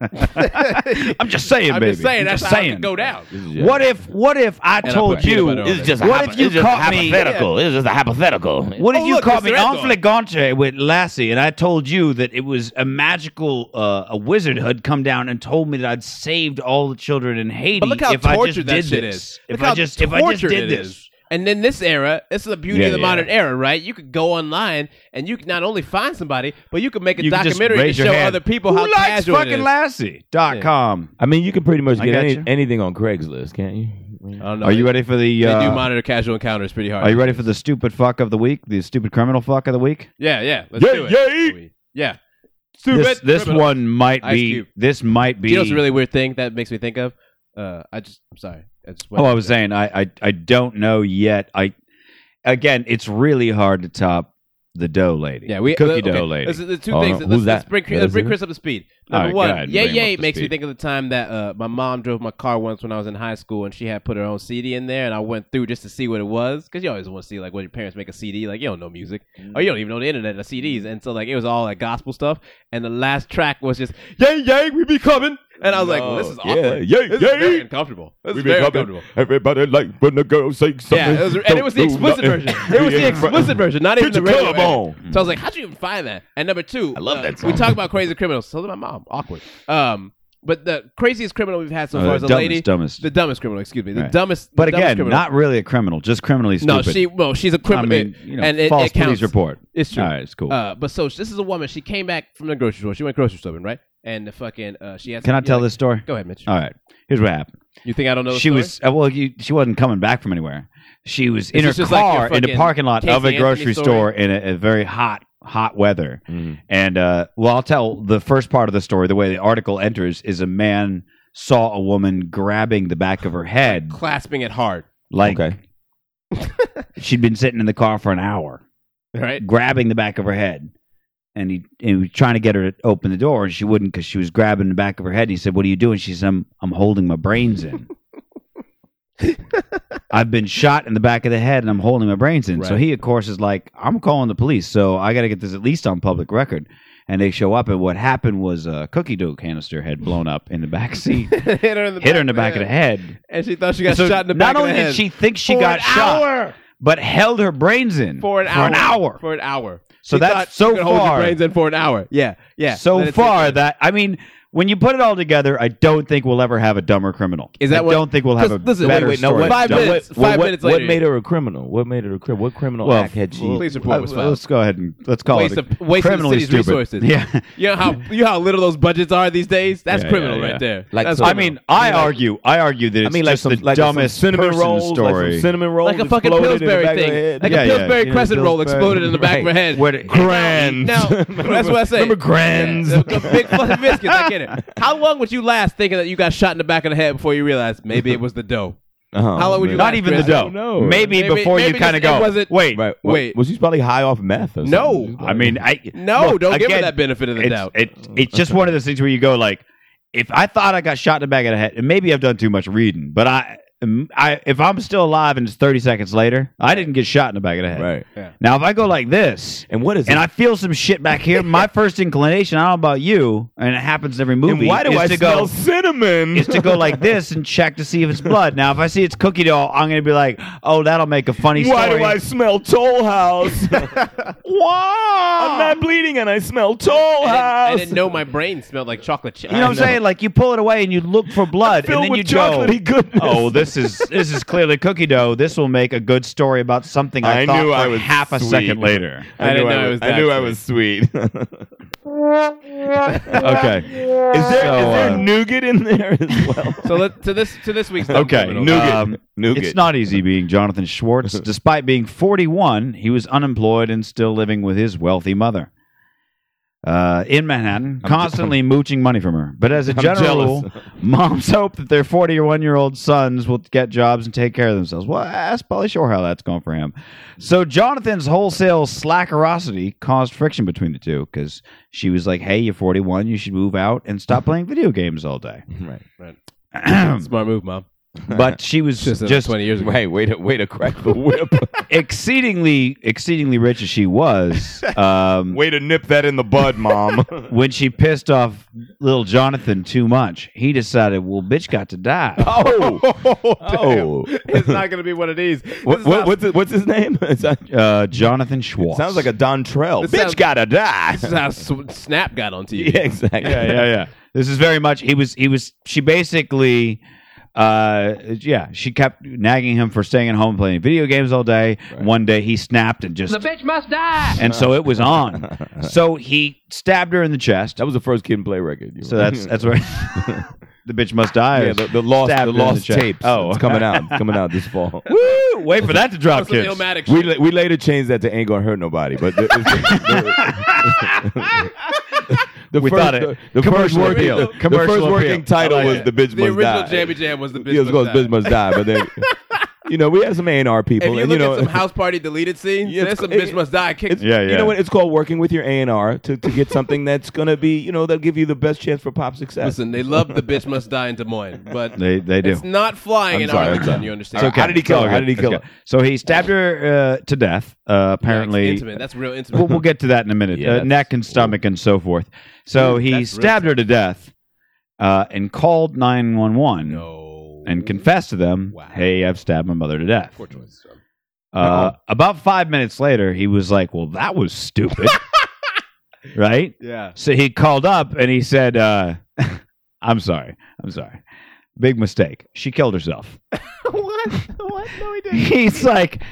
[SPEAKER 7] I'm just saying,
[SPEAKER 6] I'm
[SPEAKER 7] baby.
[SPEAKER 6] just saying
[SPEAKER 7] I'm
[SPEAKER 6] that's
[SPEAKER 7] just
[SPEAKER 6] how it
[SPEAKER 7] saying.
[SPEAKER 6] could go down.
[SPEAKER 7] What if? What if I
[SPEAKER 6] I
[SPEAKER 7] told
[SPEAKER 6] put peanut
[SPEAKER 7] you?
[SPEAKER 6] butter on it. It's
[SPEAKER 8] just
[SPEAKER 7] what if you caught me?
[SPEAKER 8] hypothetical. It's just a hypothetical.
[SPEAKER 7] What if
[SPEAKER 6] Oh,
[SPEAKER 7] you
[SPEAKER 6] look,
[SPEAKER 7] caught
[SPEAKER 6] Mr.
[SPEAKER 7] me
[SPEAKER 6] Red
[SPEAKER 7] en
[SPEAKER 6] Dog.
[SPEAKER 7] flagrante with Lassie, and I told you that it was a magical, uh, a wizard had come down and told me that I'd saved all the children in Haiti.
[SPEAKER 6] But look how
[SPEAKER 7] if I
[SPEAKER 6] tortured
[SPEAKER 7] just
[SPEAKER 6] that
[SPEAKER 7] did
[SPEAKER 6] shit
[SPEAKER 7] this.
[SPEAKER 6] is.
[SPEAKER 7] If
[SPEAKER 6] Look how
[SPEAKER 7] I just, if I just
[SPEAKER 6] tortured
[SPEAKER 7] did
[SPEAKER 6] it
[SPEAKER 7] this,
[SPEAKER 6] is. And then this era, this is the beauty
[SPEAKER 7] Yeah,
[SPEAKER 6] of the
[SPEAKER 7] yeah.
[SPEAKER 6] modern era, right? You could go online and you could not only find somebody, but you could make a
[SPEAKER 7] you could just
[SPEAKER 6] documentary to
[SPEAKER 7] raise your
[SPEAKER 6] show
[SPEAKER 7] hand.
[SPEAKER 6] other people
[SPEAKER 7] Who
[SPEAKER 6] how
[SPEAKER 7] likes
[SPEAKER 6] casual it
[SPEAKER 7] fucking
[SPEAKER 6] is.
[SPEAKER 7] Lassie dot
[SPEAKER 6] Yeah.
[SPEAKER 7] com.
[SPEAKER 8] I mean, you can pretty much
[SPEAKER 7] I
[SPEAKER 8] get
[SPEAKER 7] got
[SPEAKER 8] any,
[SPEAKER 7] you.
[SPEAKER 8] anything on Craigslist, can't you?
[SPEAKER 6] I don't know.
[SPEAKER 7] Are
[SPEAKER 6] Oh, They-
[SPEAKER 7] you ready for the?
[SPEAKER 6] They do
[SPEAKER 7] Uh,
[SPEAKER 6] monitor casual encounters pretty hard.
[SPEAKER 7] are you ready for the stupid fuck of the week? The stupid criminal fuck of the week.
[SPEAKER 6] Yeah, yeah. Let's
[SPEAKER 7] Yeah,
[SPEAKER 6] do it. Yeah. Stupid.
[SPEAKER 7] This, this
[SPEAKER 6] criminal.
[SPEAKER 7] one might
[SPEAKER 6] Ice
[SPEAKER 7] be.
[SPEAKER 6] Cube.
[SPEAKER 7] This might be.
[SPEAKER 6] You know, it's a really weird thing that makes me think of. Uh, I just, I'm sorry. I just
[SPEAKER 7] Oh, I was saying I, I I don't know yet. I again, it's really hard to top the dough lady.
[SPEAKER 6] Yeah, we uh,
[SPEAKER 7] cookie
[SPEAKER 6] okay,
[SPEAKER 7] dough lady.
[SPEAKER 6] This is the two
[SPEAKER 8] Oh,
[SPEAKER 6] things.
[SPEAKER 8] no,
[SPEAKER 6] Let's,
[SPEAKER 8] who's
[SPEAKER 6] let's
[SPEAKER 8] that?
[SPEAKER 6] bring,
[SPEAKER 8] That
[SPEAKER 6] let's
[SPEAKER 8] is
[SPEAKER 6] bring
[SPEAKER 8] it?
[SPEAKER 6] Chris up to speed.
[SPEAKER 7] All
[SPEAKER 6] Number
[SPEAKER 7] right, go ahead
[SPEAKER 6] one,
[SPEAKER 7] and
[SPEAKER 6] yay
[SPEAKER 7] bring him
[SPEAKER 6] yay
[SPEAKER 7] up to
[SPEAKER 6] makes me
[SPEAKER 7] speed.
[SPEAKER 6] think of the time that uh, my mom drove my car once when I was in high school, and she had put her own CD in there, and I went through just to see what it was, because you always want to see like what your parents make a CD, like you don't know music, or you don't even know the internet, the CDs, and so like it was all like gospel stuff, and the last track was just yay yay we be coming, and I was like, well, this is
[SPEAKER 8] Yeah,
[SPEAKER 6] awkward,
[SPEAKER 8] yay,
[SPEAKER 6] this
[SPEAKER 8] yay.
[SPEAKER 6] is very uncomfortable, this
[SPEAKER 8] We
[SPEAKER 6] is
[SPEAKER 8] be
[SPEAKER 6] very
[SPEAKER 8] coming.
[SPEAKER 6] uncomfortable.
[SPEAKER 24] Everybody like when the girls say something.
[SPEAKER 6] Yeah, it was, and it was the
[SPEAKER 24] Don't do
[SPEAKER 6] explicit
[SPEAKER 24] nothing.
[SPEAKER 6] version. It was
[SPEAKER 24] Be
[SPEAKER 6] the
[SPEAKER 24] in front-
[SPEAKER 6] explicit version, not even
[SPEAKER 24] Get
[SPEAKER 6] the
[SPEAKER 24] your
[SPEAKER 6] radio.
[SPEAKER 24] club
[SPEAKER 6] edit.
[SPEAKER 24] on.
[SPEAKER 6] So I was like, how did you even find that? And number two,
[SPEAKER 8] I love
[SPEAKER 6] uh,
[SPEAKER 8] that
[SPEAKER 6] We
[SPEAKER 8] song.
[SPEAKER 6] talk about crazy criminals. So did my mom. Awkward. Um, but the craziest criminal we've had so
[SPEAKER 7] Uh,
[SPEAKER 6] far is a
[SPEAKER 7] dumbest,
[SPEAKER 6] lady,
[SPEAKER 7] dumbest.
[SPEAKER 6] the dumbest criminal. Excuse me, the
[SPEAKER 7] Right.
[SPEAKER 6] dumbest. the
[SPEAKER 7] but
[SPEAKER 6] dumbest
[SPEAKER 7] again,
[SPEAKER 6] criminal.
[SPEAKER 7] not really a criminal, just criminally stupid.
[SPEAKER 6] No, she well, she's a
[SPEAKER 7] I
[SPEAKER 6] criminal,
[SPEAKER 7] mean, you know,
[SPEAKER 6] and it,
[SPEAKER 7] false
[SPEAKER 6] it counts.
[SPEAKER 7] police report.
[SPEAKER 6] It's true.
[SPEAKER 7] All right, it's cool.
[SPEAKER 6] Uh, but so this is a woman. She came back from the grocery store. She went grocery shopping, right? And the fucking uh, she had.
[SPEAKER 7] Can I
[SPEAKER 6] you know,
[SPEAKER 7] tell
[SPEAKER 6] like-
[SPEAKER 7] this story?
[SPEAKER 6] Go ahead, Mitch.
[SPEAKER 7] All right, here's what happened.
[SPEAKER 6] You think I don't know? the
[SPEAKER 7] she
[SPEAKER 6] story?
[SPEAKER 7] was uh, well. You, she wasn't coming back from anywhere. She was in her
[SPEAKER 6] this just like
[SPEAKER 7] car
[SPEAKER 6] your
[SPEAKER 7] in the
[SPEAKER 6] fucking
[SPEAKER 7] parking lot of a
[SPEAKER 6] Casey Anthony
[SPEAKER 7] grocery
[SPEAKER 6] story?
[SPEAKER 7] store in a, a very hot, hot weather.
[SPEAKER 8] Mhm.
[SPEAKER 6] Mm.
[SPEAKER 7] And uh, well, I'll tell the first part of the story. The way the article enters is a man saw a woman grabbing the back of her head,
[SPEAKER 6] clasping it hard.
[SPEAKER 7] Like she'd been sitting in the car for an hour,
[SPEAKER 6] right?
[SPEAKER 7] Grabbing the back of her head, and he, and he was trying to get her to open the door, and she wouldn't because she was grabbing the back of her head. And he said, "What are you doing?" She said, "I'm I'm holding my brains in." I've been shot in the back of the head and I'm holding my brains in. So
[SPEAKER 6] Right.
[SPEAKER 7] he, of course, is like, I'm calling the police. So I got to get this at least on public record. And they show up, and what happened was a cookie dough canister had blown up in the back seat, hit
[SPEAKER 6] hit her in the
[SPEAKER 7] her in the back of the head.
[SPEAKER 6] and she thought she got
[SPEAKER 7] So
[SPEAKER 6] shot in the back.
[SPEAKER 7] not
[SPEAKER 6] of
[SPEAKER 7] only
[SPEAKER 6] the
[SPEAKER 7] did
[SPEAKER 6] head.
[SPEAKER 7] she think she
[SPEAKER 6] For
[SPEAKER 7] got
[SPEAKER 6] an
[SPEAKER 7] shot,
[SPEAKER 6] hour!
[SPEAKER 7] but held her brains in
[SPEAKER 6] for an hour.
[SPEAKER 7] an hour.
[SPEAKER 6] For an hour.
[SPEAKER 7] So
[SPEAKER 6] She
[SPEAKER 7] that's
[SPEAKER 6] thought
[SPEAKER 7] so
[SPEAKER 6] she could Hold
[SPEAKER 7] far.
[SPEAKER 6] your brains in for an hour. Yeah, yeah.
[SPEAKER 7] so
[SPEAKER 6] Let it
[SPEAKER 7] far
[SPEAKER 6] sink in.
[SPEAKER 7] that I mean, when you put it all together, I don't think we'll ever have a dumber criminal.
[SPEAKER 6] Is that
[SPEAKER 7] I
[SPEAKER 6] what-
[SPEAKER 7] don't think we'll have a
[SPEAKER 6] 'cause listen,
[SPEAKER 7] better
[SPEAKER 6] wait, wait, no,
[SPEAKER 7] story.
[SPEAKER 6] what- Five
[SPEAKER 8] Now,
[SPEAKER 6] minutes- five
[SPEAKER 8] what,
[SPEAKER 6] minutes
[SPEAKER 8] what
[SPEAKER 6] later.
[SPEAKER 8] made her a criminal? What made her a criminal? What criminal
[SPEAKER 7] Well,
[SPEAKER 8] act had she?
[SPEAKER 6] police report was filed.
[SPEAKER 7] Let's go ahead and let's call
[SPEAKER 6] Waste
[SPEAKER 7] it
[SPEAKER 6] of,
[SPEAKER 7] a
[SPEAKER 6] waste of the
[SPEAKER 7] criminally
[SPEAKER 6] city's
[SPEAKER 7] stupid.
[SPEAKER 6] resources.
[SPEAKER 7] Yeah.
[SPEAKER 6] you know how you know how little those budgets are these days. That's
[SPEAKER 7] Yeah,
[SPEAKER 6] criminal
[SPEAKER 7] yeah, yeah.
[SPEAKER 6] right there.
[SPEAKER 8] Like,
[SPEAKER 6] That's
[SPEAKER 8] so-
[SPEAKER 7] I
[SPEAKER 6] criminal.
[SPEAKER 7] mean, I argue, I argue that it's
[SPEAKER 8] I mean, like
[SPEAKER 7] just
[SPEAKER 8] some,
[SPEAKER 7] the
[SPEAKER 8] like
[SPEAKER 7] dumbest
[SPEAKER 8] some cinnamon
[SPEAKER 7] person
[SPEAKER 8] rolls, like
[SPEAKER 7] story.
[SPEAKER 8] some cinnamon rolls,
[SPEAKER 6] like a fucking
[SPEAKER 8] exploded in the
[SPEAKER 6] Pillsbury
[SPEAKER 8] back of her
[SPEAKER 6] thing,
[SPEAKER 8] head.
[SPEAKER 6] like
[SPEAKER 7] Yeah,
[SPEAKER 6] a
[SPEAKER 7] yeah.
[SPEAKER 6] Pillsbury
[SPEAKER 8] You know,
[SPEAKER 6] Crescent roll
[SPEAKER 8] Pillsbury.
[SPEAKER 6] exploded in the back of her
[SPEAKER 8] Right.
[SPEAKER 6] head.
[SPEAKER 7] Where did-
[SPEAKER 8] Grands.
[SPEAKER 6] Now, that's what I say.
[SPEAKER 8] Remember grands.
[SPEAKER 6] Yeah, the- the big fluffy biscuits. I get it. How long would you last thinking that you got shot in the back of the head before you realized maybe it was the dough?
[SPEAKER 8] Uh-huh.
[SPEAKER 6] How long would you
[SPEAKER 7] Not
[SPEAKER 6] last,
[SPEAKER 7] even the
[SPEAKER 6] Chris?
[SPEAKER 7] dough.
[SPEAKER 8] know.
[SPEAKER 7] Maybe,
[SPEAKER 6] Maybe-
[SPEAKER 7] before you
[SPEAKER 6] maybe
[SPEAKER 7] kind of
[SPEAKER 6] just-
[SPEAKER 7] go.
[SPEAKER 6] it wasn't-
[SPEAKER 7] wait.
[SPEAKER 8] Right.
[SPEAKER 6] Wait.
[SPEAKER 8] Wait. Well, she's probably high off meth. Or
[SPEAKER 6] No.
[SPEAKER 8] something. She's
[SPEAKER 7] I
[SPEAKER 8] probably-
[SPEAKER 7] mean, I
[SPEAKER 6] No,
[SPEAKER 7] look,
[SPEAKER 6] don't give her
[SPEAKER 7] again,
[SPEAKER 6] that benefit of the
[SPEAKER 7] it's,
[SPEAKER 6] doubt.
[SPEAKER 7] It, it's just one of those things where you go like, if I thought I got shot in the back of the head, and maybe I've done too much reading, but I, um, I, if I'm still alive and it's 30 seconds later, I didn't get shot in the back of the head.
[SPEAKER 8] right.
[SPEAKER 7] Now, if I go like this,
[SPEAKER 8] And what is
[SPEAKER 7] and
[SPEAKER 8] it?
[SPEAKER 7] I feel some shit back here, my first inclination, I don't know about you, and it happens in every
[SPEAKER 8] And
[SPEAKER 7] movie.
[SPEAKER 8] why do
[SPEAKER 7] is
[SPEAKER 8] I
[SPEAKER 7] to
[SPEAKER 8] smell
[SPEAKER 7] go,
[SPEAKER 8] cinnamon?
[SPEAKER 7] is to go like this and check to see if it's blood. Now, if I see it's cookie dough, I'm gonna be like, oh, that'll make a funny
[SPEAKER 8] Why
[SPEAKER 7] story.
[SPEAKER 8] do I smell Toll House? Why? I'm not bleeding and I smell Toll
[SPEAKER 6] I
[SPEAKER 8] House.
[SPEAKER 6] didn't know my brain smelled like chocolate chip.
[SPEAKER 7] you know what I'm saying? Like you pull it away and you look for blood, and
[SPEAKER 8] Filled
[SPEAKER 7] then
[SPEAKER 8] with
[SPEAKER 7] you
[SPEAKER 8] chocolatey
[SPEAKER 7] go,
[SPEAKER 8] goodness.
[SPEAKER 7] "Oh, this is this is clearly cookie dough. This will make a good story about something I,
[SPEAKER 8] I
[SPEAKER 7] thought
[SPEAKER 8] knew
[SPEAKER 7] for
[SPEAKER 8] I was
[SPEAKER 7] half a
[SPEAKER 8] sweet.
[SPEAKER 7] second later."
[SPEAKER 6] I didn't
[SPEAKER 8] knew
[SPEAKER 6] know it
[SPEAKER 8] was-
[SPEAKER 6] was
[SPEAKER 8] I
[SPEAKER 6] that
[SPEAKER 8] knew I was sweet. is there
[SPEAKER 7] Okay,
[SPEAKER 8] is
[SPEAKER 7] So,
[SPEAKER 8] there
[SPEAKER 7] uh,
[SPEAKER 8] nougat in there as well?
[SPEAKER 6] So let, to this to this week's
[SPEAKER 7] okay, nougat.
[SPEAKER 8] Nougat.
[SPEAKER 7] It's not easy being Jonathan Schwartz. Despite being 41, he was unemployed and still living with his wealthy mother uh, in Manhattan, constantly mooching money from her. But as a general rule, moms hope that their 41 year old sons will get jobs and take care of themselves. Well, ask Polly Shore how that's going for him. So Jonathan's wholesale slackerosity caused friction between the two because she was like, hey, you're 41, you should move out and stop playing video games all day.
[SPEAKER 8] right.
[SPEAKER 6] Smart move, mom.
[SPEAKER 7] But she was
[SPEAKER 6] Just,
[SPEAKER 7] just,
[SPEAKER 6] twenty years ago.
[SPEAKER 8] Right. Way to way to crack the whip.
[SPEAKER 7] exceedingly exceedingly rich as she was um,
[SPEAKER 8] way to nip that in the bud, mom.
[SPEAKER 7] when she pissed off little jonathan too much he decided well bitch got to die
[SPEAKER 8] oh. Oh.
[SPEAKER 6] It's not going to be one of these.
[SPEAKER 8] What, what, what's, his, what's his name? It sounds-
[SPEAKER 7] uh, jonathan schwartz
[SPEAKER 8] sounds like a Dontrell.
[SPEAKER 6] This
[SPEAKER 8] Bitch
[SPEAKER 6] sounds-
[SPEAKER 8] gotta die.
[SPEAKER 6] This is how Sw- Snap got on TV.
[SPEAKER 8] yeah, exactly.
[SPEAKER 7] yeah yeah yeah this is very much he was he was she basically uh yeah she kept nagging him for staying at home playing video games all day one day he snapped and just
[SPEAKER 23] The bitch must die.
[SPEAKER 7] and so it was on so he stabbed her in the chest
[SPEAKER 8] That was the first Kid and Play record. You
[SPEAKER 7] so
[SPEAKER 8] know.
[SPEAKER 7] that's that's where the bitch must die
[SPEAKER 8] yeah,
[SPEAKER 7] is
[SPEAKER 8] the, the lost
[SPEAKER 7] stabbed
[SPEAKER 8] the
[SPEAKER 7] her in the
[SPEAKER 8] lost
[SPEAKER 7] chest.
[SPEAKER 8] tapes.
[SPEAKER 7] oh
[SPEAKER 8] Oh, it's coming out, It's coming out this fall.
[SPEAKER 7] Woo! Wait for that to drop,
[SPEAKER 6] That's some
[SPEAKER 7] kids.
[SPEAKER 6] Illmatic
[SPEAKER 8] We
[SPEAKER 6] shit.
[SPEAKER 8] la- we later changed that to "Ain't Gonna Hurt Nobody," but the, the- the
[SPEAKER 7] We
[SPEAKER 8] first,
[SPEAKER 7] thought it.
[SPEAKER 8] The, the first
[SPEAKER 7] Commercial
[SPEAKER 8] working,
[SPEAKER 7] appeal.
[SPEAKER 8] the
[SPEAKER 7] Commercial
[SPEAKER 8] first working
[SPEAKER 7] appeal.
[SPEAKER 8] title
[SPEAKER 7] I like
[SPEAKER 8] was
[SPEAKER 7] it.
[SPEAKER 8] "The Bitch
[SPEAKER 6] The
[SPEAKER 8] Must
[SPEAKER 6] original
[SPEAKER 8] Die."
[SPEAKER 6] Jammy Jam was the bitch.
[SPEAKER 8] yeah, it was called
[SPEAKER 6] must die.
[SPEAKER 8] "Bitch Must Die," but then you know we had some A and R people,
[SPEAKER 6] If you
[SPEAKER 8] and
[SPEAKER 6] look
[SPEAKER 8] you know
[SPEAKER 6] at some house party deleted scenes,
[SPEAKER 8] Yeah,
[SPEAKER 6] there's
[SPEAKER 8] it's-
[SPEAKER 6] some bitch
[SPEAKER 8] it-
[SPEAKER 6] must die.
[SPEAKER 8] It's,
[SPEAKER 6] Kick.
[SPEAKER 7] Yeah,
[SPEAKER 8] You
[SPEAKER 7] yeah.
[SPEAKER 8] know what? It's called working with your A and R to to get something that's gonna be you know that'll give you the best chance for pop success.
[SPEAKER 6] Listen, they love the bitch must die in Des Moines, but
[SPEAKER 7] They they do.
[SPEAKER 6] it's not flying
[SPEAKER 8] I'm
[SPEAKER 6] in
[SPEAKER 8] sorry, I'm
[SPEAKER 6] Arlington.
[SPEAKER 8] sorry.
[SPEAKER 6] You
[SPEAKER 8] It's
[SPEAKER 6] understand?
[SPEAKER 8] okay. How did he
[SPEAKER 7] It's
[SPEAKER 8] kill
[SPEAKER 7] all
[SPEAKER 8] her?
[SPEAKER 7] good.
[SPEAKER 8] How did he
[SPEAKER 7] It's
[SPEAKER 8] kill
[SPEAKER 7] good.
[SPEAKER 8] her?
[SPEAKER 7] So he stabbed her uh, to death. Uh,
[SPEAKER 6] Yeah, it's
[SPEAKER 7] apparently,
[SPEAKER 6] intimate. That's real intimate.
[SPEAKER 7] we'll, we'll get to that in a minute.
[SPEAKER 8] Yeah,
[SPEAKER 7] uh,
[SPEAKER 8] that's-
[SPEAKER 7] neck and stomach and so forth. So
[SPEAKER 6] Ooh,
[SPEAKER 7] he
[SPEAKER 6] that's real
[SPEAKER 7] stabbed her to death uh, and called nine one one
[SPEAKER 6] no.
[SPEAKER 7] and confessed to them,
[SPEAKER 6] Wow.
[SPEAKER 7] "Hey, I've stabbed my mother to death."
[SPEAKER 6] Poor choice. son.
[SPEAKER 7] Uh, about five minutes later, he was like, "Well, that was stupid." right?
[SPEAKER 6] Yeah.
[SPEAKER 7] So he called up and he said, uh, "I'm sorry. I'm sorry. Big mistake. She killed herself."
[SPEAKER 6] what? What? No, he didn't.
[SPEAKER 7] He's like,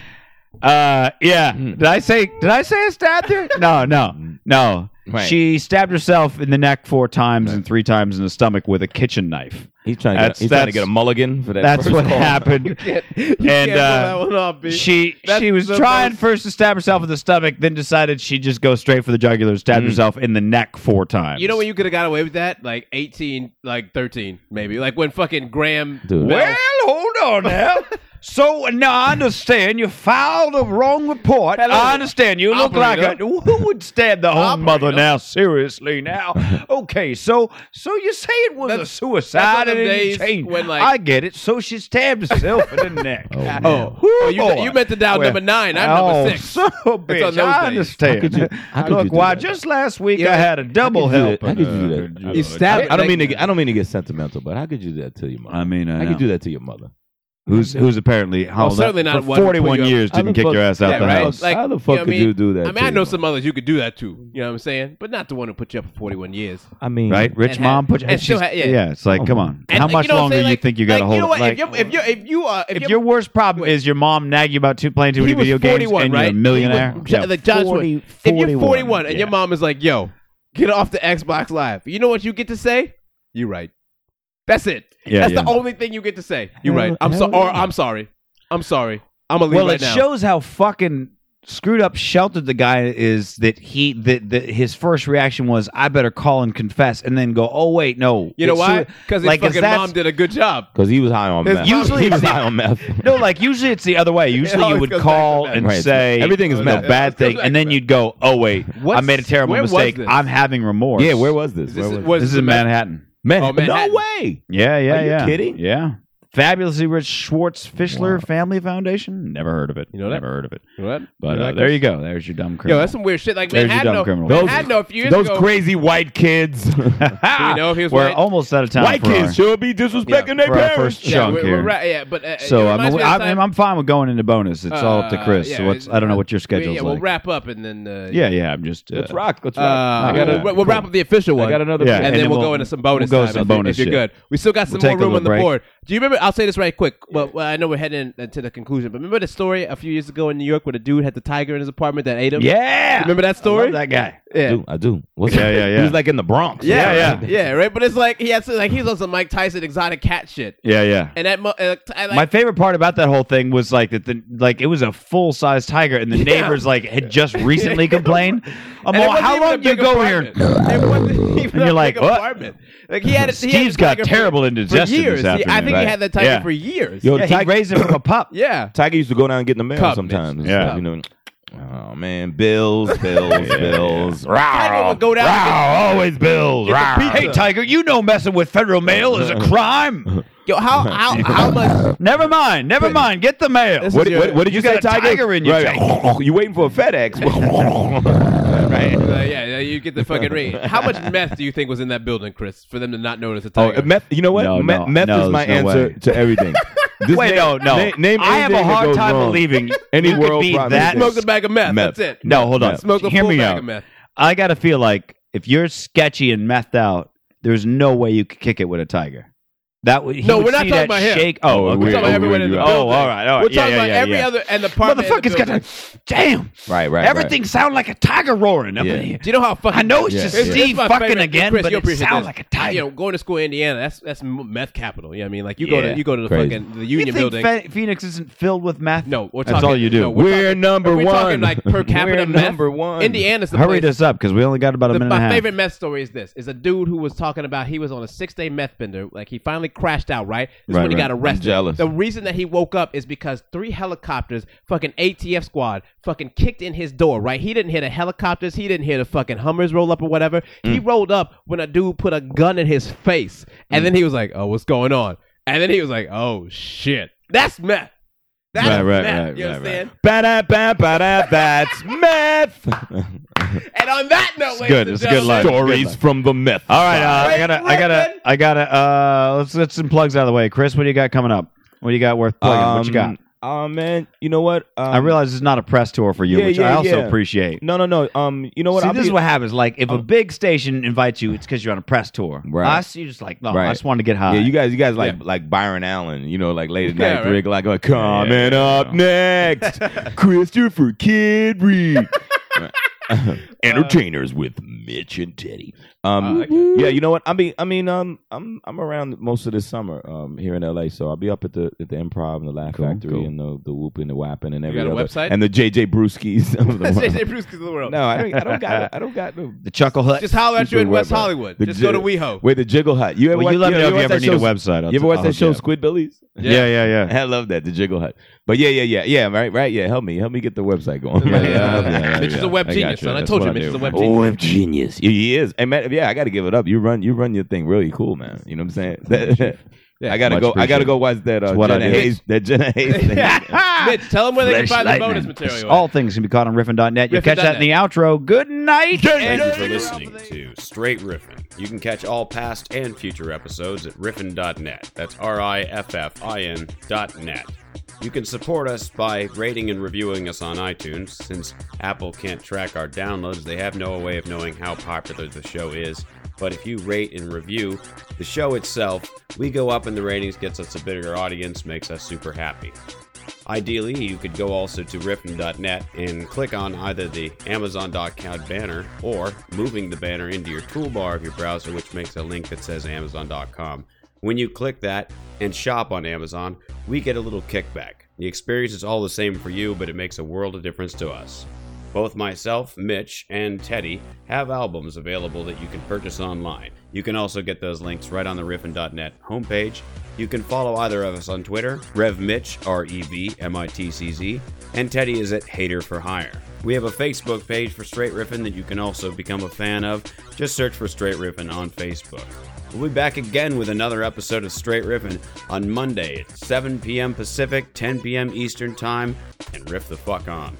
[SPEAKER 7] Uh, yeah. Did I say? Did I say I stabbed her? No, no, no.
[SPEAKER 8] Right.
[SPEAKER 7] She stabbed herself in the neck four times and three times in the stomach with a kitchen knife.
[SPEAKER 8] He's trying. To,
[SPEAKER 7] That's-
[SPEAKER 8] he's trying to
[SPEAKER 7] that's-
[SPEAKER 8] get a mulligan for that.
[SPEAKER 7] That's
[SPEAKER 8] first
[SPEAKER 7] what
[SPEAKER 8] call.
[SPEAKER 7] happened. and uh, she she was trying first to stab herself in the stomach, then decided she'd just go straight for the jugular, and stabbed herself in the neck four times.
[SPEAKER 6] You know when you could have got away with that? Like 18, like 13, maybe. Like when fucking Graham.
[SPEAKER 8] Dude.
[SPEAKER 6] Bell-
[SPEAKER 7] Well, hold on now. So now I understand you filed a wrong report. I understand you look like a who would stab the home mother now? Seriously, now. Okay, so so you say it was a suicide
[SPEAKER 6] that's one
[SPEAKER 7] and
[SPEAKER 6] of them
[SPEAKER 7] it
[SPEAKER 6] days
[SPEAKER 7] changed.
[SPEAKER 6] when, like-
[SPEAKER 7] I get it. So she stabbed herself in the neck.
[SPEAKER 8] man.
[SPEAKER 6] Oh, oh, you, you meant to dial
[SPEAKER 7] Well,
[SPEAKER 6] number nine. I'm
[SPEAKER 7] oh,
[SPEAKER 6] number six.
[SPEAKER 7] So,
[SPEAKER 6] on
[SPEAKER 7] bitch,
[SPEAKER 6] those
[SPEAKER 7] I
[SPEAKER 6] days.
[SPEAKER 7] understand.
[SPEAKER 8] How could you- how could you
[SPEAKER 7] Look,
[SPEAKER 8] do
[SPEAKER 7] why
[SPEAKER 8] that?
[SPEAKER 7] just last week
[SPEAKER 6] Yeah.
[SPEAKER 7] I had a double
[SPEAKER 8] How could you do
[SPEAKER 7] helper.
[SPEAKER 8] that? How could you do that?
[SPEAKER 6] You stabbed.
[SPEAKER 8] I don't mean to.
[SPEAKER 6] like-
[SPEAKER 8] Get, I don't mean to get sentimental, but how could you do that to your mother?
[SPEAKER 7] I mean, I
[SPEAKER 8] how could
[SPEAKER 7] know.
[SPEAKER 8] you do that to your mother?
[SPEAKER 7] who's who's apparently held up
[SPEAKER 6] certainly not
[SPEAKER 7] for
[SPEAKER 6] one who put
[SPEAKER 7] 41
[SPEAKER 6] you up-
[SPEAKER 7] years
[SPEAKER 8] How
[SPEAKER 7] didn't
[SPEAKER 8] the
[SPEAKER 7] kick
[SPEAKER 8] fuck-
[SPEAKER 7] your ass out
[SPEAKER 6] Yeah,
[SPEAKER 7] the
[SPEAKER 6] right.
[SPEAKER 7] house.
[SPEAKER 6] Like,
[SPEAKER 8] how the
[SPEAKER 6] you
[SPEAKER 8] fuck
[SPEAKER 6] know
[SPEAKER 8] could
[SPEAKER 6] what I
[SPEAKER 8] you
[SPEAKER 6] mean?
[SPEAKER 8] do that?
[SPEAKER 6] I mean, I
[SPEAKER 8] to
[SPEAKER 6] know
[SPEAKER 8] your
[SPEAKER 6] some others you could do that to. You know what I'm saying? But not the one who put you up for 41 years.
[SPEAKER 8] mother? I mean,
[SPEAKER 7] Right, rich
[SPEAKER 6] And
[SPEAKER 7] mom
[SPEAKER 6] had-
[SPEAKER 7] put you.
[SPEAKER 6] and
[SPEAKER 7] And she's,
[SPEAKER 6] still had-
[SPEAKER 7] yeah.
[SPEAKER 6] yeah.
[SPEAKER 7] it's like, come on.
[SPEAKER 6] Oh. And,
[SPEAKER 7] How
[SPEAKER 6] like,
[SPEAKER 7] much
[SPEAKER 6] you know what I'm
[SPEAKER 7] longer
[SPEAKER 6] saying?
[SPEAKER 7] do you
[SPEAKER 6] Like-
[SPEAKER 7] think you got to
[SPEAKER 6] like,
[SPEAKER 7] hold?
[SPEAKER 6] You know what?
[SPEAKER 7] Like,
[SPEAKER 6] if, you're, if, you're, if you are, if,
[SPEAKER 7] if
[SPEAKER 6] you're,
[SPEAKER 7] your worst problem is your mom nag you about too playing too many
[SPEAKER 6] he was
[SPEAKER 7] video games
[SPEAKER 6] 41,
[SPEAKER 7] and
[SPEAKER 6] right?
[SPEAKER 7] you're a millionaire,
[SPEAKER 6] He was- the judge was-
[SPEAKER 10] 40
[SPEAKER 6] if you're
[SPEAKER 10] 41,
[SPEAKER 6] 41 and your mom is like, "Yo, get off the Xbox Live," you know what you get to say? You right. That's it.
[SPEAKER 7] Yeah,
[SPEAKER 6] That's
[SPEAKER 7] yeah.
[SPEAKER 6] the only thing you get to say. You
[SPEAKER 8] Hell-
[SPEAKER 6] right. I'm
[SPEAKER 8] hell
[SPEAKER 6] so or
[SPEAKER 8] yeah.
[SPEAKER 6] I'm sorry. I'm sorry. I'm gonna leave
[SPEAKER 7] well,
[SPEAKER 6] right
[SPEAKER 7] it
[SPEAKER 6] now.
[SPEAKER 7] shows how fucking screwed up, sheltered the guy is. That he that, that his first reaction was, "I better call and confess," and then go, "Oh wait, no."
[SPEAKER 6] you know
[SPEAKER 7] It's
[SPEAKER 6] why?
[SPEAKER 7] sui-
[SPEAKER 6] Because
[SPEAKER 7] like, is
[SPEAKER 6] his fucking
[SPEAKER 7] that's-
[SPEAKER 6] mom did a good job.
[SPEAKER 8] because he was high on meth.
[SPEAKER 7] usually-
[SPEAKER 8] he was high on meth.
[SPEAKER 7] No, like usually it's the other way. Usually you
[SPEAKER 6] always
[SPEAKER 7] would
[SPEAKER 6] goes back to
[SPEAKER 7] call
[SPEAKER 6] that.
[SPEAKER 7] and
[SPEAKER 8] Right.
[SPEAKER 7] say
[SPEAKER 8] Everything is
[SPEAKER 7] the
[SPEAKER 8] meth.
[SPEAKER 7] bad
[SPEAKER 6] goes
[SPEAKER 7] thing,
[SPEAKER 6] back
[SPEAKER 7] and
[SPEAKER 6] to
[SPEAKER 7] then
[SPEAKER 6] that.
[SPEAKER 7] you'd go, "Oh wait, I
[SPEAKER 6] What's-
[SPEAKER 7] made a terrible
[SPEAKER 6] where was
[SPEAKER 7] mistake.
[SPEAKER 6] this?
[SPEAKER 7] I'm having remorse."
[SPEAKER 8] Yeah, where was this? Where
[SPEAKER 6] this-
[SPEAKER 8] was
[SPEAKER 6] was-
[SPEAKER 7] this is
[SPEAKER 6] the
[SPEAKER 7] in
[SPEAKER 6] Met-
[SPEAKER 7] Manhattan.
[SPEAKER 8] Man,
[SPEAKER 6] Oh, Manhattan.
[SPEAKER 8] no way.
[SPEAKER 7] Yeah, yeah,
[SPEAKER 8] Are you
[SPEAKER 7] yeah.
[SPEAKER 8] kidding?
[SPEAKER 7] Yeah. Fabulously Rich Schwartz Fischler Family Foundation. Never heard of it.
[SPEAKER 6] You know that?
[SPEAKER 7] Never heard of it.
[SPEAKER 6] What?
[SPEAKER 7] But
[SPEAKER 6] You
[SPEAKER 7] uh,
[SPEAKER 6] like
[SPEAKER 7] there
[SPEAKER 6] this?
[SPEAKER 7] you go. There's your dumb
[SPEAKER 6] Yo,
[SPEAKER 7] criminal.
[SPEAKER 6] that's some weird shit. Like
[SPEAKER 7] There's your
[SPEAKER 6] Manhattan,
[SPEAKER 7] dumb
[SPEAKER 6] no,
[SPEAKER 7] criminal. Those-
[SPEAKER 6] Manhattan, no, a few years
[SPEAKER 8] Those
[SPEAKER 6] ago.
[SPEAKER 8] crazy white kids.
[SPEAKER 6] Do we know if he was
[SPEAKER 7] We're
[SPEAKER 6] white?
[SPEAKER 7] almost out of time
[SPEAKER 8] white
[SPEAKER 7] for
[SPEAKER 8] kids
[SPEAKER 7] our-
[SPEAKER 8] should be disrespecting their
[SPEAKER 7] for our
[SPEAKER 8] parents.
[SPEAKER 7] first
[SPEAKER 6] yeah,
[SPEAKER 7] chunk
[SPEAKER 6] we're,
[SPEAKER 7] here.
[SPEAKER 6] we're right. Yeah, but uh,
[SPEAKER 7] So
[SPEAKER 6] it
[SPEAKER 7] I'm,
[SPEAKER 6] reminds me of
[SPEAKER 7] I'm,
[SPEAKER 6] the time-
[SPEAKER 7] I'm fine with going into bonus. It's all up to
[SPEAKER 6] Uh,
[SPEAKER 7] Chris.
[SPEAKER 6] yeah,
[SPEAKER 7] so what's, I don't know what your schedule's
[SPEAKER 6] yeah,
[SPEAKER 7] like.
[SPEAKER 6] We'll wrap up and then. Uh,
[SPEAKER 7] yeah, yeah. I'm just. Uh,
[SPEAKER 8] Let's rock. Let's
[SPEAKER 6] Uh,
[SPEAKER 8] rock.
[SPEAKER 6] I gotta-
[SPEAKER 7] yeah.
[SPEAKER 6] we'll, we'll wrap up the official one.
[SPEAKER 8] I got another.
[SPEAKER 7] Yeah.
[SPEAKER 8] pick.
[SPEAKER 6] and, then we'll, go into some bonus.
[SPEAKER 7] we'll go
[SPEAKER 6] time
[SPEAKER 7] some
[SPEAKER 6] if you-
[SPEAKER 7] bonus
[SPEAKER 6] if,
[SPEAKER 7] shit.
[SPEAKER 6] you're good. We still got some
[SPEAKER 7] We'll take
[SPEAKER 6] more
[SPEAKER 7] a
[SPEAKER 6] room
[SPEAKER 7] little
[SPEAKER 6] on the
[SPEAKER 7] break.
[SPEAKER 6] board. Do you remember? I'll say this right quick. Well, well I know we're heading into the conclusion, but remember the story a few years ago in New York where the dude had the tiger in his apartment that ate him.
[SPEAKER 7] yeah.
[SPEAKER 6] remember that
[SPEAKER 7] I
[SPEAKER 6] story?
[SPEAKER 7] love that guy.
[SPEAKER 8] I
[SPEAKER 6] yeah.
[SPEAKER 8] do. I do. What's
[SPEAKER 7] Yeah, yeah, yeah.
[SPEAKER 8] He was like in the Bronx.
[SPEAKER 6] Yeah,
[SPEAKER 7] Yeah, yeah.
[SPEAKER 6] yeah, right. But it's like he had some, like he was on some Mike Tyson exotic cat shit,
[SPEAKER 7] Yeah, yeah.
[SPEAKER 6] and that mo- uh, t- I, like,
[SPEAKER 7] My favorite part about that whole thing was like that the like it was a full size tiger and the neighbors like had just recently complained. I'm
[SPEAKER 6] And it
[SPEAKER 7] all,
[SPEAKER 6] wasn't
[SPEAKER 7] how
[SPEAKER 6] even a
[SPEAKER 7] long do you
[SPEAKER 6] big
[SPEAKER 7] go here?
[SPEAKER 6] apartment. it wasn't even
[SPEAKER 7] And you're
[SPEAKER 6] a
[SPEAKER 7] like,
[SPEAKER 6] big
[SPEAKER 7] "What?"
[SPEAKER 6] apartment. Like he had it. he had
[SPEAKER 7] Steve's
[SPEAKER 6] the
[SPEAKER 7] got
[SPEAKER 6] tiger for-
[SPEAKER 7] terrible indigestion
[SPEAKER 6] for years.
[SPEAKER 7] this
[SPEAKER 6] He- I
[SPEAKER 7] afternoon,
[SPEAKER 6] think
[SPEAKER 7] right?
[SPEAKER 6] he had that tiger
[SPEAKER 7] Yeah.
[SPEAKER 6] for years.
[SPEAKER 8] Yo,
[SPEAKER 7] Yeah, he
[SPEAKER 8] Tiger,
[SPEAKER 7] raised him from a pup.
[SPEAKER 6] yeah.
[SPEAKER 8] Tiger used to go down and get in the mail
[SPEAKER 6] Cup,
[SPEAKER 8] sometimes.
[SPEAKER 7] bitch. Yeah.
[SPEAKER 8] Yeah. You know, oh man, bills, bills, bills.
[SPEAKER 6] Tiger
[SPEAKER 8] Wow.
[SPEAKER 6] would go down and
[SPEAKER 8] Wow. Always bills. Wow.
[SPEAKER 7] Hey Tiger, you know messing with federal mail is a crime.
[SPEAKER 6] Yo, how how how much? uh,
[SPEAKER 7] never mind, never mind. Get the mail.
[SPEAKER 6] This
[SPEAKER 8] What,
[SPEAKER 6] is your-
[SPEAKER 8] what, what did you,
[SPEAKER 7] You
[SPEAKER 8] say,
[SPEAKER 7] got a tiger in your
[SPEAKER 8] right. You waiting for a FedEx? right.
[SPEAKER 6] Uh, yeah, yeah, you get the fucking read. How much meth do you think was in that building, Chris, for them to not notice a
[SPEAKER 8] Oh,
[SPEAKER 6] tiger?
[SPEAKER 8] meth. You know what?
[SPEAKER 7] No,
[SPEAKER 8] meth
[SPEAKER 7] no,
[SPEAKER 8] meth
[SPEAKER 7] no,
[SPEAKER 8] is my
[SPEAKER 7] there's no
[SPEAKER 8] answer
[SPEAKER 7] way.
[SPEAKER 8] to everything. This
[SPEAKER 7] Wait,
[SPEAKER 8] name-
[SPEAKER 7] no, no.
[SPEAKER 8] na- Name
[SPEAKER 7] I have a
[SPEAKER 8] anything that
[SPEAKER 7] hard
[SPEAKER 8] goes
[SPEAKER 7] time
[SPEAKER 8] wrong.
[SPEAKER 7] believing
[SPEAKER 8] any
[SPEAKER 7] you could
[SPEAKER 8] world
[SPEAKER 7] be
[SPEAKER 8] problem.
[SPEAKER 7] that-
[SPEAKER 8] is-
[SPEAKER 6] smoked a bag of meth.
[SPEAKER 8] Meth.
[SPEAKER 6] That's it.
[SPEAKER 7] No, hold on.
[SPEAKER 6] Smoked a
[SPEAKER 7] Hear
[SPEAKER 6] full
[SPEAKER 7] me
[SPEAKER 6] bag
[SPEAKER 7] out.
[SPEAKER 6] of meth.
[SPEAKER 7] I gotta feel like if you're sketchy and methed out, there's no way you could kick it with a tiger. That would he
[SPEAKER 6] No,
[SPEAKER 7] would
[SPEAKER 6] we're not
[SPEAKER 7] see
[SPEAKER 6] talking
[SPEAKER 7] that
[SPEAKER 6] about him.
[SPEAKER 7] shake. Oh,
[SPEAKER 8] We're
[SPEAKER 7] okay.
[SPEAKER 6] We're talking about
[SPEAKER 8] Oh,
[SPEAKER 6] everyone in the
[SPEAKER 8] you
[SPEAKER 7] out.
[SPEAKER 6] building.
[SPEAKER 7] Oh, all right, all right.
[SPEAKER 6] We're
[SPEAKER 7] Yeah,
[SPEAKER 6] talking
[SPEAKER 7] yeah,
[SPEAKER 6] about
[SPEAKER 7] yeah,
[SPEAKER 6] every
[SPEAKER 7] yeah.
[SPEAKER 6] other and the part.
[SPEAKER 7] Motherfucker's got that. Damn.
[SPEAKER 8] Right, right.
[SPEAKER 7] Everything sound like a tiger roaring up
[SPEAKER 8] Yeah.
[SPEAKER 7] in here.
[SPEAKER 6] Do you know how fucking?
[SPEAKER 7] I know it's
[SPEAKER 8] Yeah,
[SPEAKER 7] just
[SPEAKER 8] yeah.
[SPEAKER 6] This is
[SPEAKER 7] Steve
[SPEAKER 6] my
[SPEAKER 7] fucking
[SPEAKER 6] favorite-
[SPEAKER 7] again,
[SPEAKER 6] Chris,
[SPEAKER 7] but
[SPEAKER 6] you'll
[SPEAKER 7] it
[SPEAKER 6] appreciate this.
[SPEAKER 7] sounds like a tiger.
[SPEAKER 6] You know, going to school in Indiana, that's that's m- meth capital. You know what I mean? Like you go
[SPEAKER 8] Yeah.
[SPEAKER 6] to you go to the
[SPEAKER 8] Crazy.
[SPEAKER 6] fucking the
[SPEAKER 7] you
[SPEAKER 6] Union
[SPEAKER 7] think
[SPEAKER 6] building.
[SPEAKER 7] Phe- Phoenix isn't filled with meth?
[SPEAKER 6] no, we're
[SPEAKER 7] That's
[SPEAKER 6] talking,
[SPEAKER 7] all you do.
[SPEAKER 6] no,
[SPEAKER 8] We're,
[SPEAKER 6] we're, talking,
[SPEAKER 8] number
[SPEAKER 6] we're
[SPEAKER 8] one.
[SPEAKER 6] talking like per capita
[SPEAKER 8] We're
[SPEAKER 6] meth.
[SPEAKER 8] number one.
[SPEAKER 6] Indiana's the
[SPEAKER 7] Hurry
[SPEAKER 6] place.
[SPEAKER 7] this up because we only got about a
[SPEAKER 6] The-
[SPEAKER 7] minute
[SPEAKER 6] my
[SPEAKER 7] and a half.
[SPEAKER 6] favorite meth story is this: is a dude who was talking about he was on a six day meth bender. Like he finally crashed out. Right, this is
[SPEAKER 7] Right,
[SPEAKER 6] when he
[SPEAKER 7] right.
[SPEAKER 6] got arrested.
[SPEAKER 8] jealous.
[SPEAKER 6] The reason that he woke up is because three helicopters, fucking ATF squad, fucking kicked in his door. Right, he didn't hear the helicopters. He didn't hear the fucking Hummers roll up or whatever. He
[SPEAKER 7] Mm.
[SPEAKER 6] rolled up when a dude put a gun in his face, and then he was like, "Oh, what's going on?" And then he was like, "Oh shit, that's meth." That's
[SPEAKER 7] Right, right,
[SPEAKER 6] meth.
[SPEAKER 7] right,
[SPEAKER 6] you
[SPEAKER 7] right, right.
[SPEAKER 6] understand?
[SPEAKER 8] Ba-da, ba, ba-da, that's meth.
[SPEAKER 6] And on that note, ladies
[SPEAKER 7] good.
[SPEAKER 6] and
[SPEAKER 7] It's a good
[SPEAKER 6] gentlemen,
[SPEAKER 7] life.
[SPEAKER 8] Stories from the meth.
[SPEAKER 7] All right, uh, I
[SPEAKER 6] Wait,
[SPEAKER 7] gotta, I
[SPEAKER 6] wait,
[SPEAKER 7] gotta,
[SPEAKER 6] wait.
[SPEAKER 7] I gotta. Uh, let's get some plugs out of the way. Chris, what do you got coming up? What do you got worth plugging? what you
[SPEAKER 8] Um,
[SPEAKER 7] got?
[SPEAKER 8] Uh, man, you know what? Um,
[SPEAKER 7] I realize it's not a press tour for you,
[SPEAKER 8] Yeah,
[SPEAKER 7] which I
[SPEAKER 8] yeah,
[SPEAKER 7] also
[SPEAKER 8] yeah.
[SPEAKER 7] appreciate.
[SPEAKER 8] No, no, no. Um, you know what?
[SPEAKER 7] See,
[SPEAKER 8] I'll
[SPEAKER 7] this
[SPEAKER 8] be- Oh.
[SPEAKER 7] is what happens. Like, if a big station invites you, it's because you're on a press tour.
[SPEAKER 8] Right.
[SPEAKER 7] Us, you're just like, no,
[SPEAKER 8] Right.
[SPEAKER 7] I just wanted to get high.
[SPEAKER 8] Yeah, you guys, you guys like like Byron Allen, you know, like late at
[SPEAKER 7] Yeah,
[SPEAKER 8] night, three
[SPEAKER 7] right.
[SPEAKER 8] o'clock, like coming up next, Christopher Kidry, entertainers with Mitch and Teddy. Um, yeah, you know what? I mean, I mean, um, I'm I'm around most of the summer um here in L.A., so I'll be up at the at the Improv and the Laugh Factory
[SPEAKER 7] cool.
[SPEAKER 8] and the the Whoop and the Wapping and every
[SPEAKER 6] got a
[SPEAKER 8] other
[SPEAKER 6] website?
[SPEAKER 8] and the JJ Brewskis of
[SPEAKER 6] Say,
[SPEAKER 8] the
[SPEAKER 6] say
[SPEAKER 8] world.
[SPEAKER 6] Bruce Kids of the world.
[SPEAKER 8] No, I don't, I don't got I don't got no
[SPEAKER 7] the Chuckle Hut.
[SPEAKER 6] Just holler at you in
[SPEAKER 8] Stupid
[SPEAKER 6] West
[SPEAKER 8] website.
[SPEAKER 6] Hollywood.
[SPEAKER 8] The
[SPEAKER 6] Just go to
[SPEAKER 8] Jig-
[SPEAKER 6] WeHo.
[SPEAKER 8] Wait, the Jiggle Hut. You ever
[SPEAKER 7] Well,
[SPEAKER 8] watch,
[SPEAKER 7] you let me know if
[SPEAKER 8] watch
[SPEAKER 7] you ever
[SPEAKER 8] that
[SPEAKER 7] need a
[SPEAKER 8] show-
[SPEAKER 7] website. I'll-
[SPEAKER 8] You ever watch
[SPEAKER 7] I'll
[SPEAKER 8] that
[SPEAKER 7] hook
[SPEAKER 8] show
[SPEAKER 7] you up.
[SPEAKER 8] Squidbillies?
[SPEAKER 7] Yeah, yeah, yeah.
[SPEAKER 8] I love that, the Jiggle Hut. But yeah, yeah, yeah, yeah. Right, right. Yeah, help me, help me get the website going.
[SPEAKER 6] Yeah,
[SPEAKER 8] Yeah,
[SPEAKER 6] yeah.
[SPEAKER 8] yeah, yeah,
[SPEAKER 6] Mitch is
[SPEAKER 8] yeah.
[SPEAKER 6] a web
[SPEAKER 8] got
[SPEAKER 6] genius, son. I
[SPEAKER 8] That's
[SPEAKER 6] told
[SPEAKER 8] what
[SPEAKER 6] you Mitch is a
[SPEAKER 8] do.
[SPEAKER 6] web
[SPEAKER 8] Oh, web genius. He is. And man, yeah, I got to give it up. You run, you run your thing really cool, man. You know what I'm saying? I gotta
[SPEAKER 7] Much
[SPEAKER 8] go. I gotta
[SPEAKER 7] appreciated.
[SPEAKER 8] go watch that. Uh,
[SPEAKER 7] It's what I
[SPEAKER 8] Jenna
[SPEAKER 7] do.
[SPEAKER 8] Hayes. That Jenna Hayes thing.
[SPEAKER 6] Mitch, tell them where they can find the bonus material.
[SPEAKER 7] All things can be caught on riffin.net. You'll catch that in the outro. Good night.
[SPEAKER 1] Thank you for listening to Straight Riffin. You can catch all past and future episodes at riffin.net. That's R I F F I N dot net. You can support us by rating and reviewing us on iTunes. Since Apple can't track our downloads, they have no way of knowing how popular the show is. But if you rate and review the show itself, we go up in the ratings, gets us a bigger audience, makes us super happy. Ideally, you could go also to riffin.net and click on either the Amazon.count banner or moving the banner into your toolbar of your browser, which makes a link that says Amazon.com. When you click that and shop on Amazon, we get a little kickback. The experience is all the same for you, but it makes a world of difference to us. Both myself, Mitch, and Teddy have albums available that you can purchase online. You can also get those links right on the riffin.net homepage. You can follow either of us on Twitter, RevMitch, R E V M I T C Z, and Teddy is at Hater for Hire. We have a Facebook page for Straight Riffin that you can also become a fan of. Just search for Straight Riffin on Facebook. We'll be back again with another episode of Straight Riffin on Monday at 7 p.m. Pacific, 10 p.m. Eastern Time, and riff the fuck on.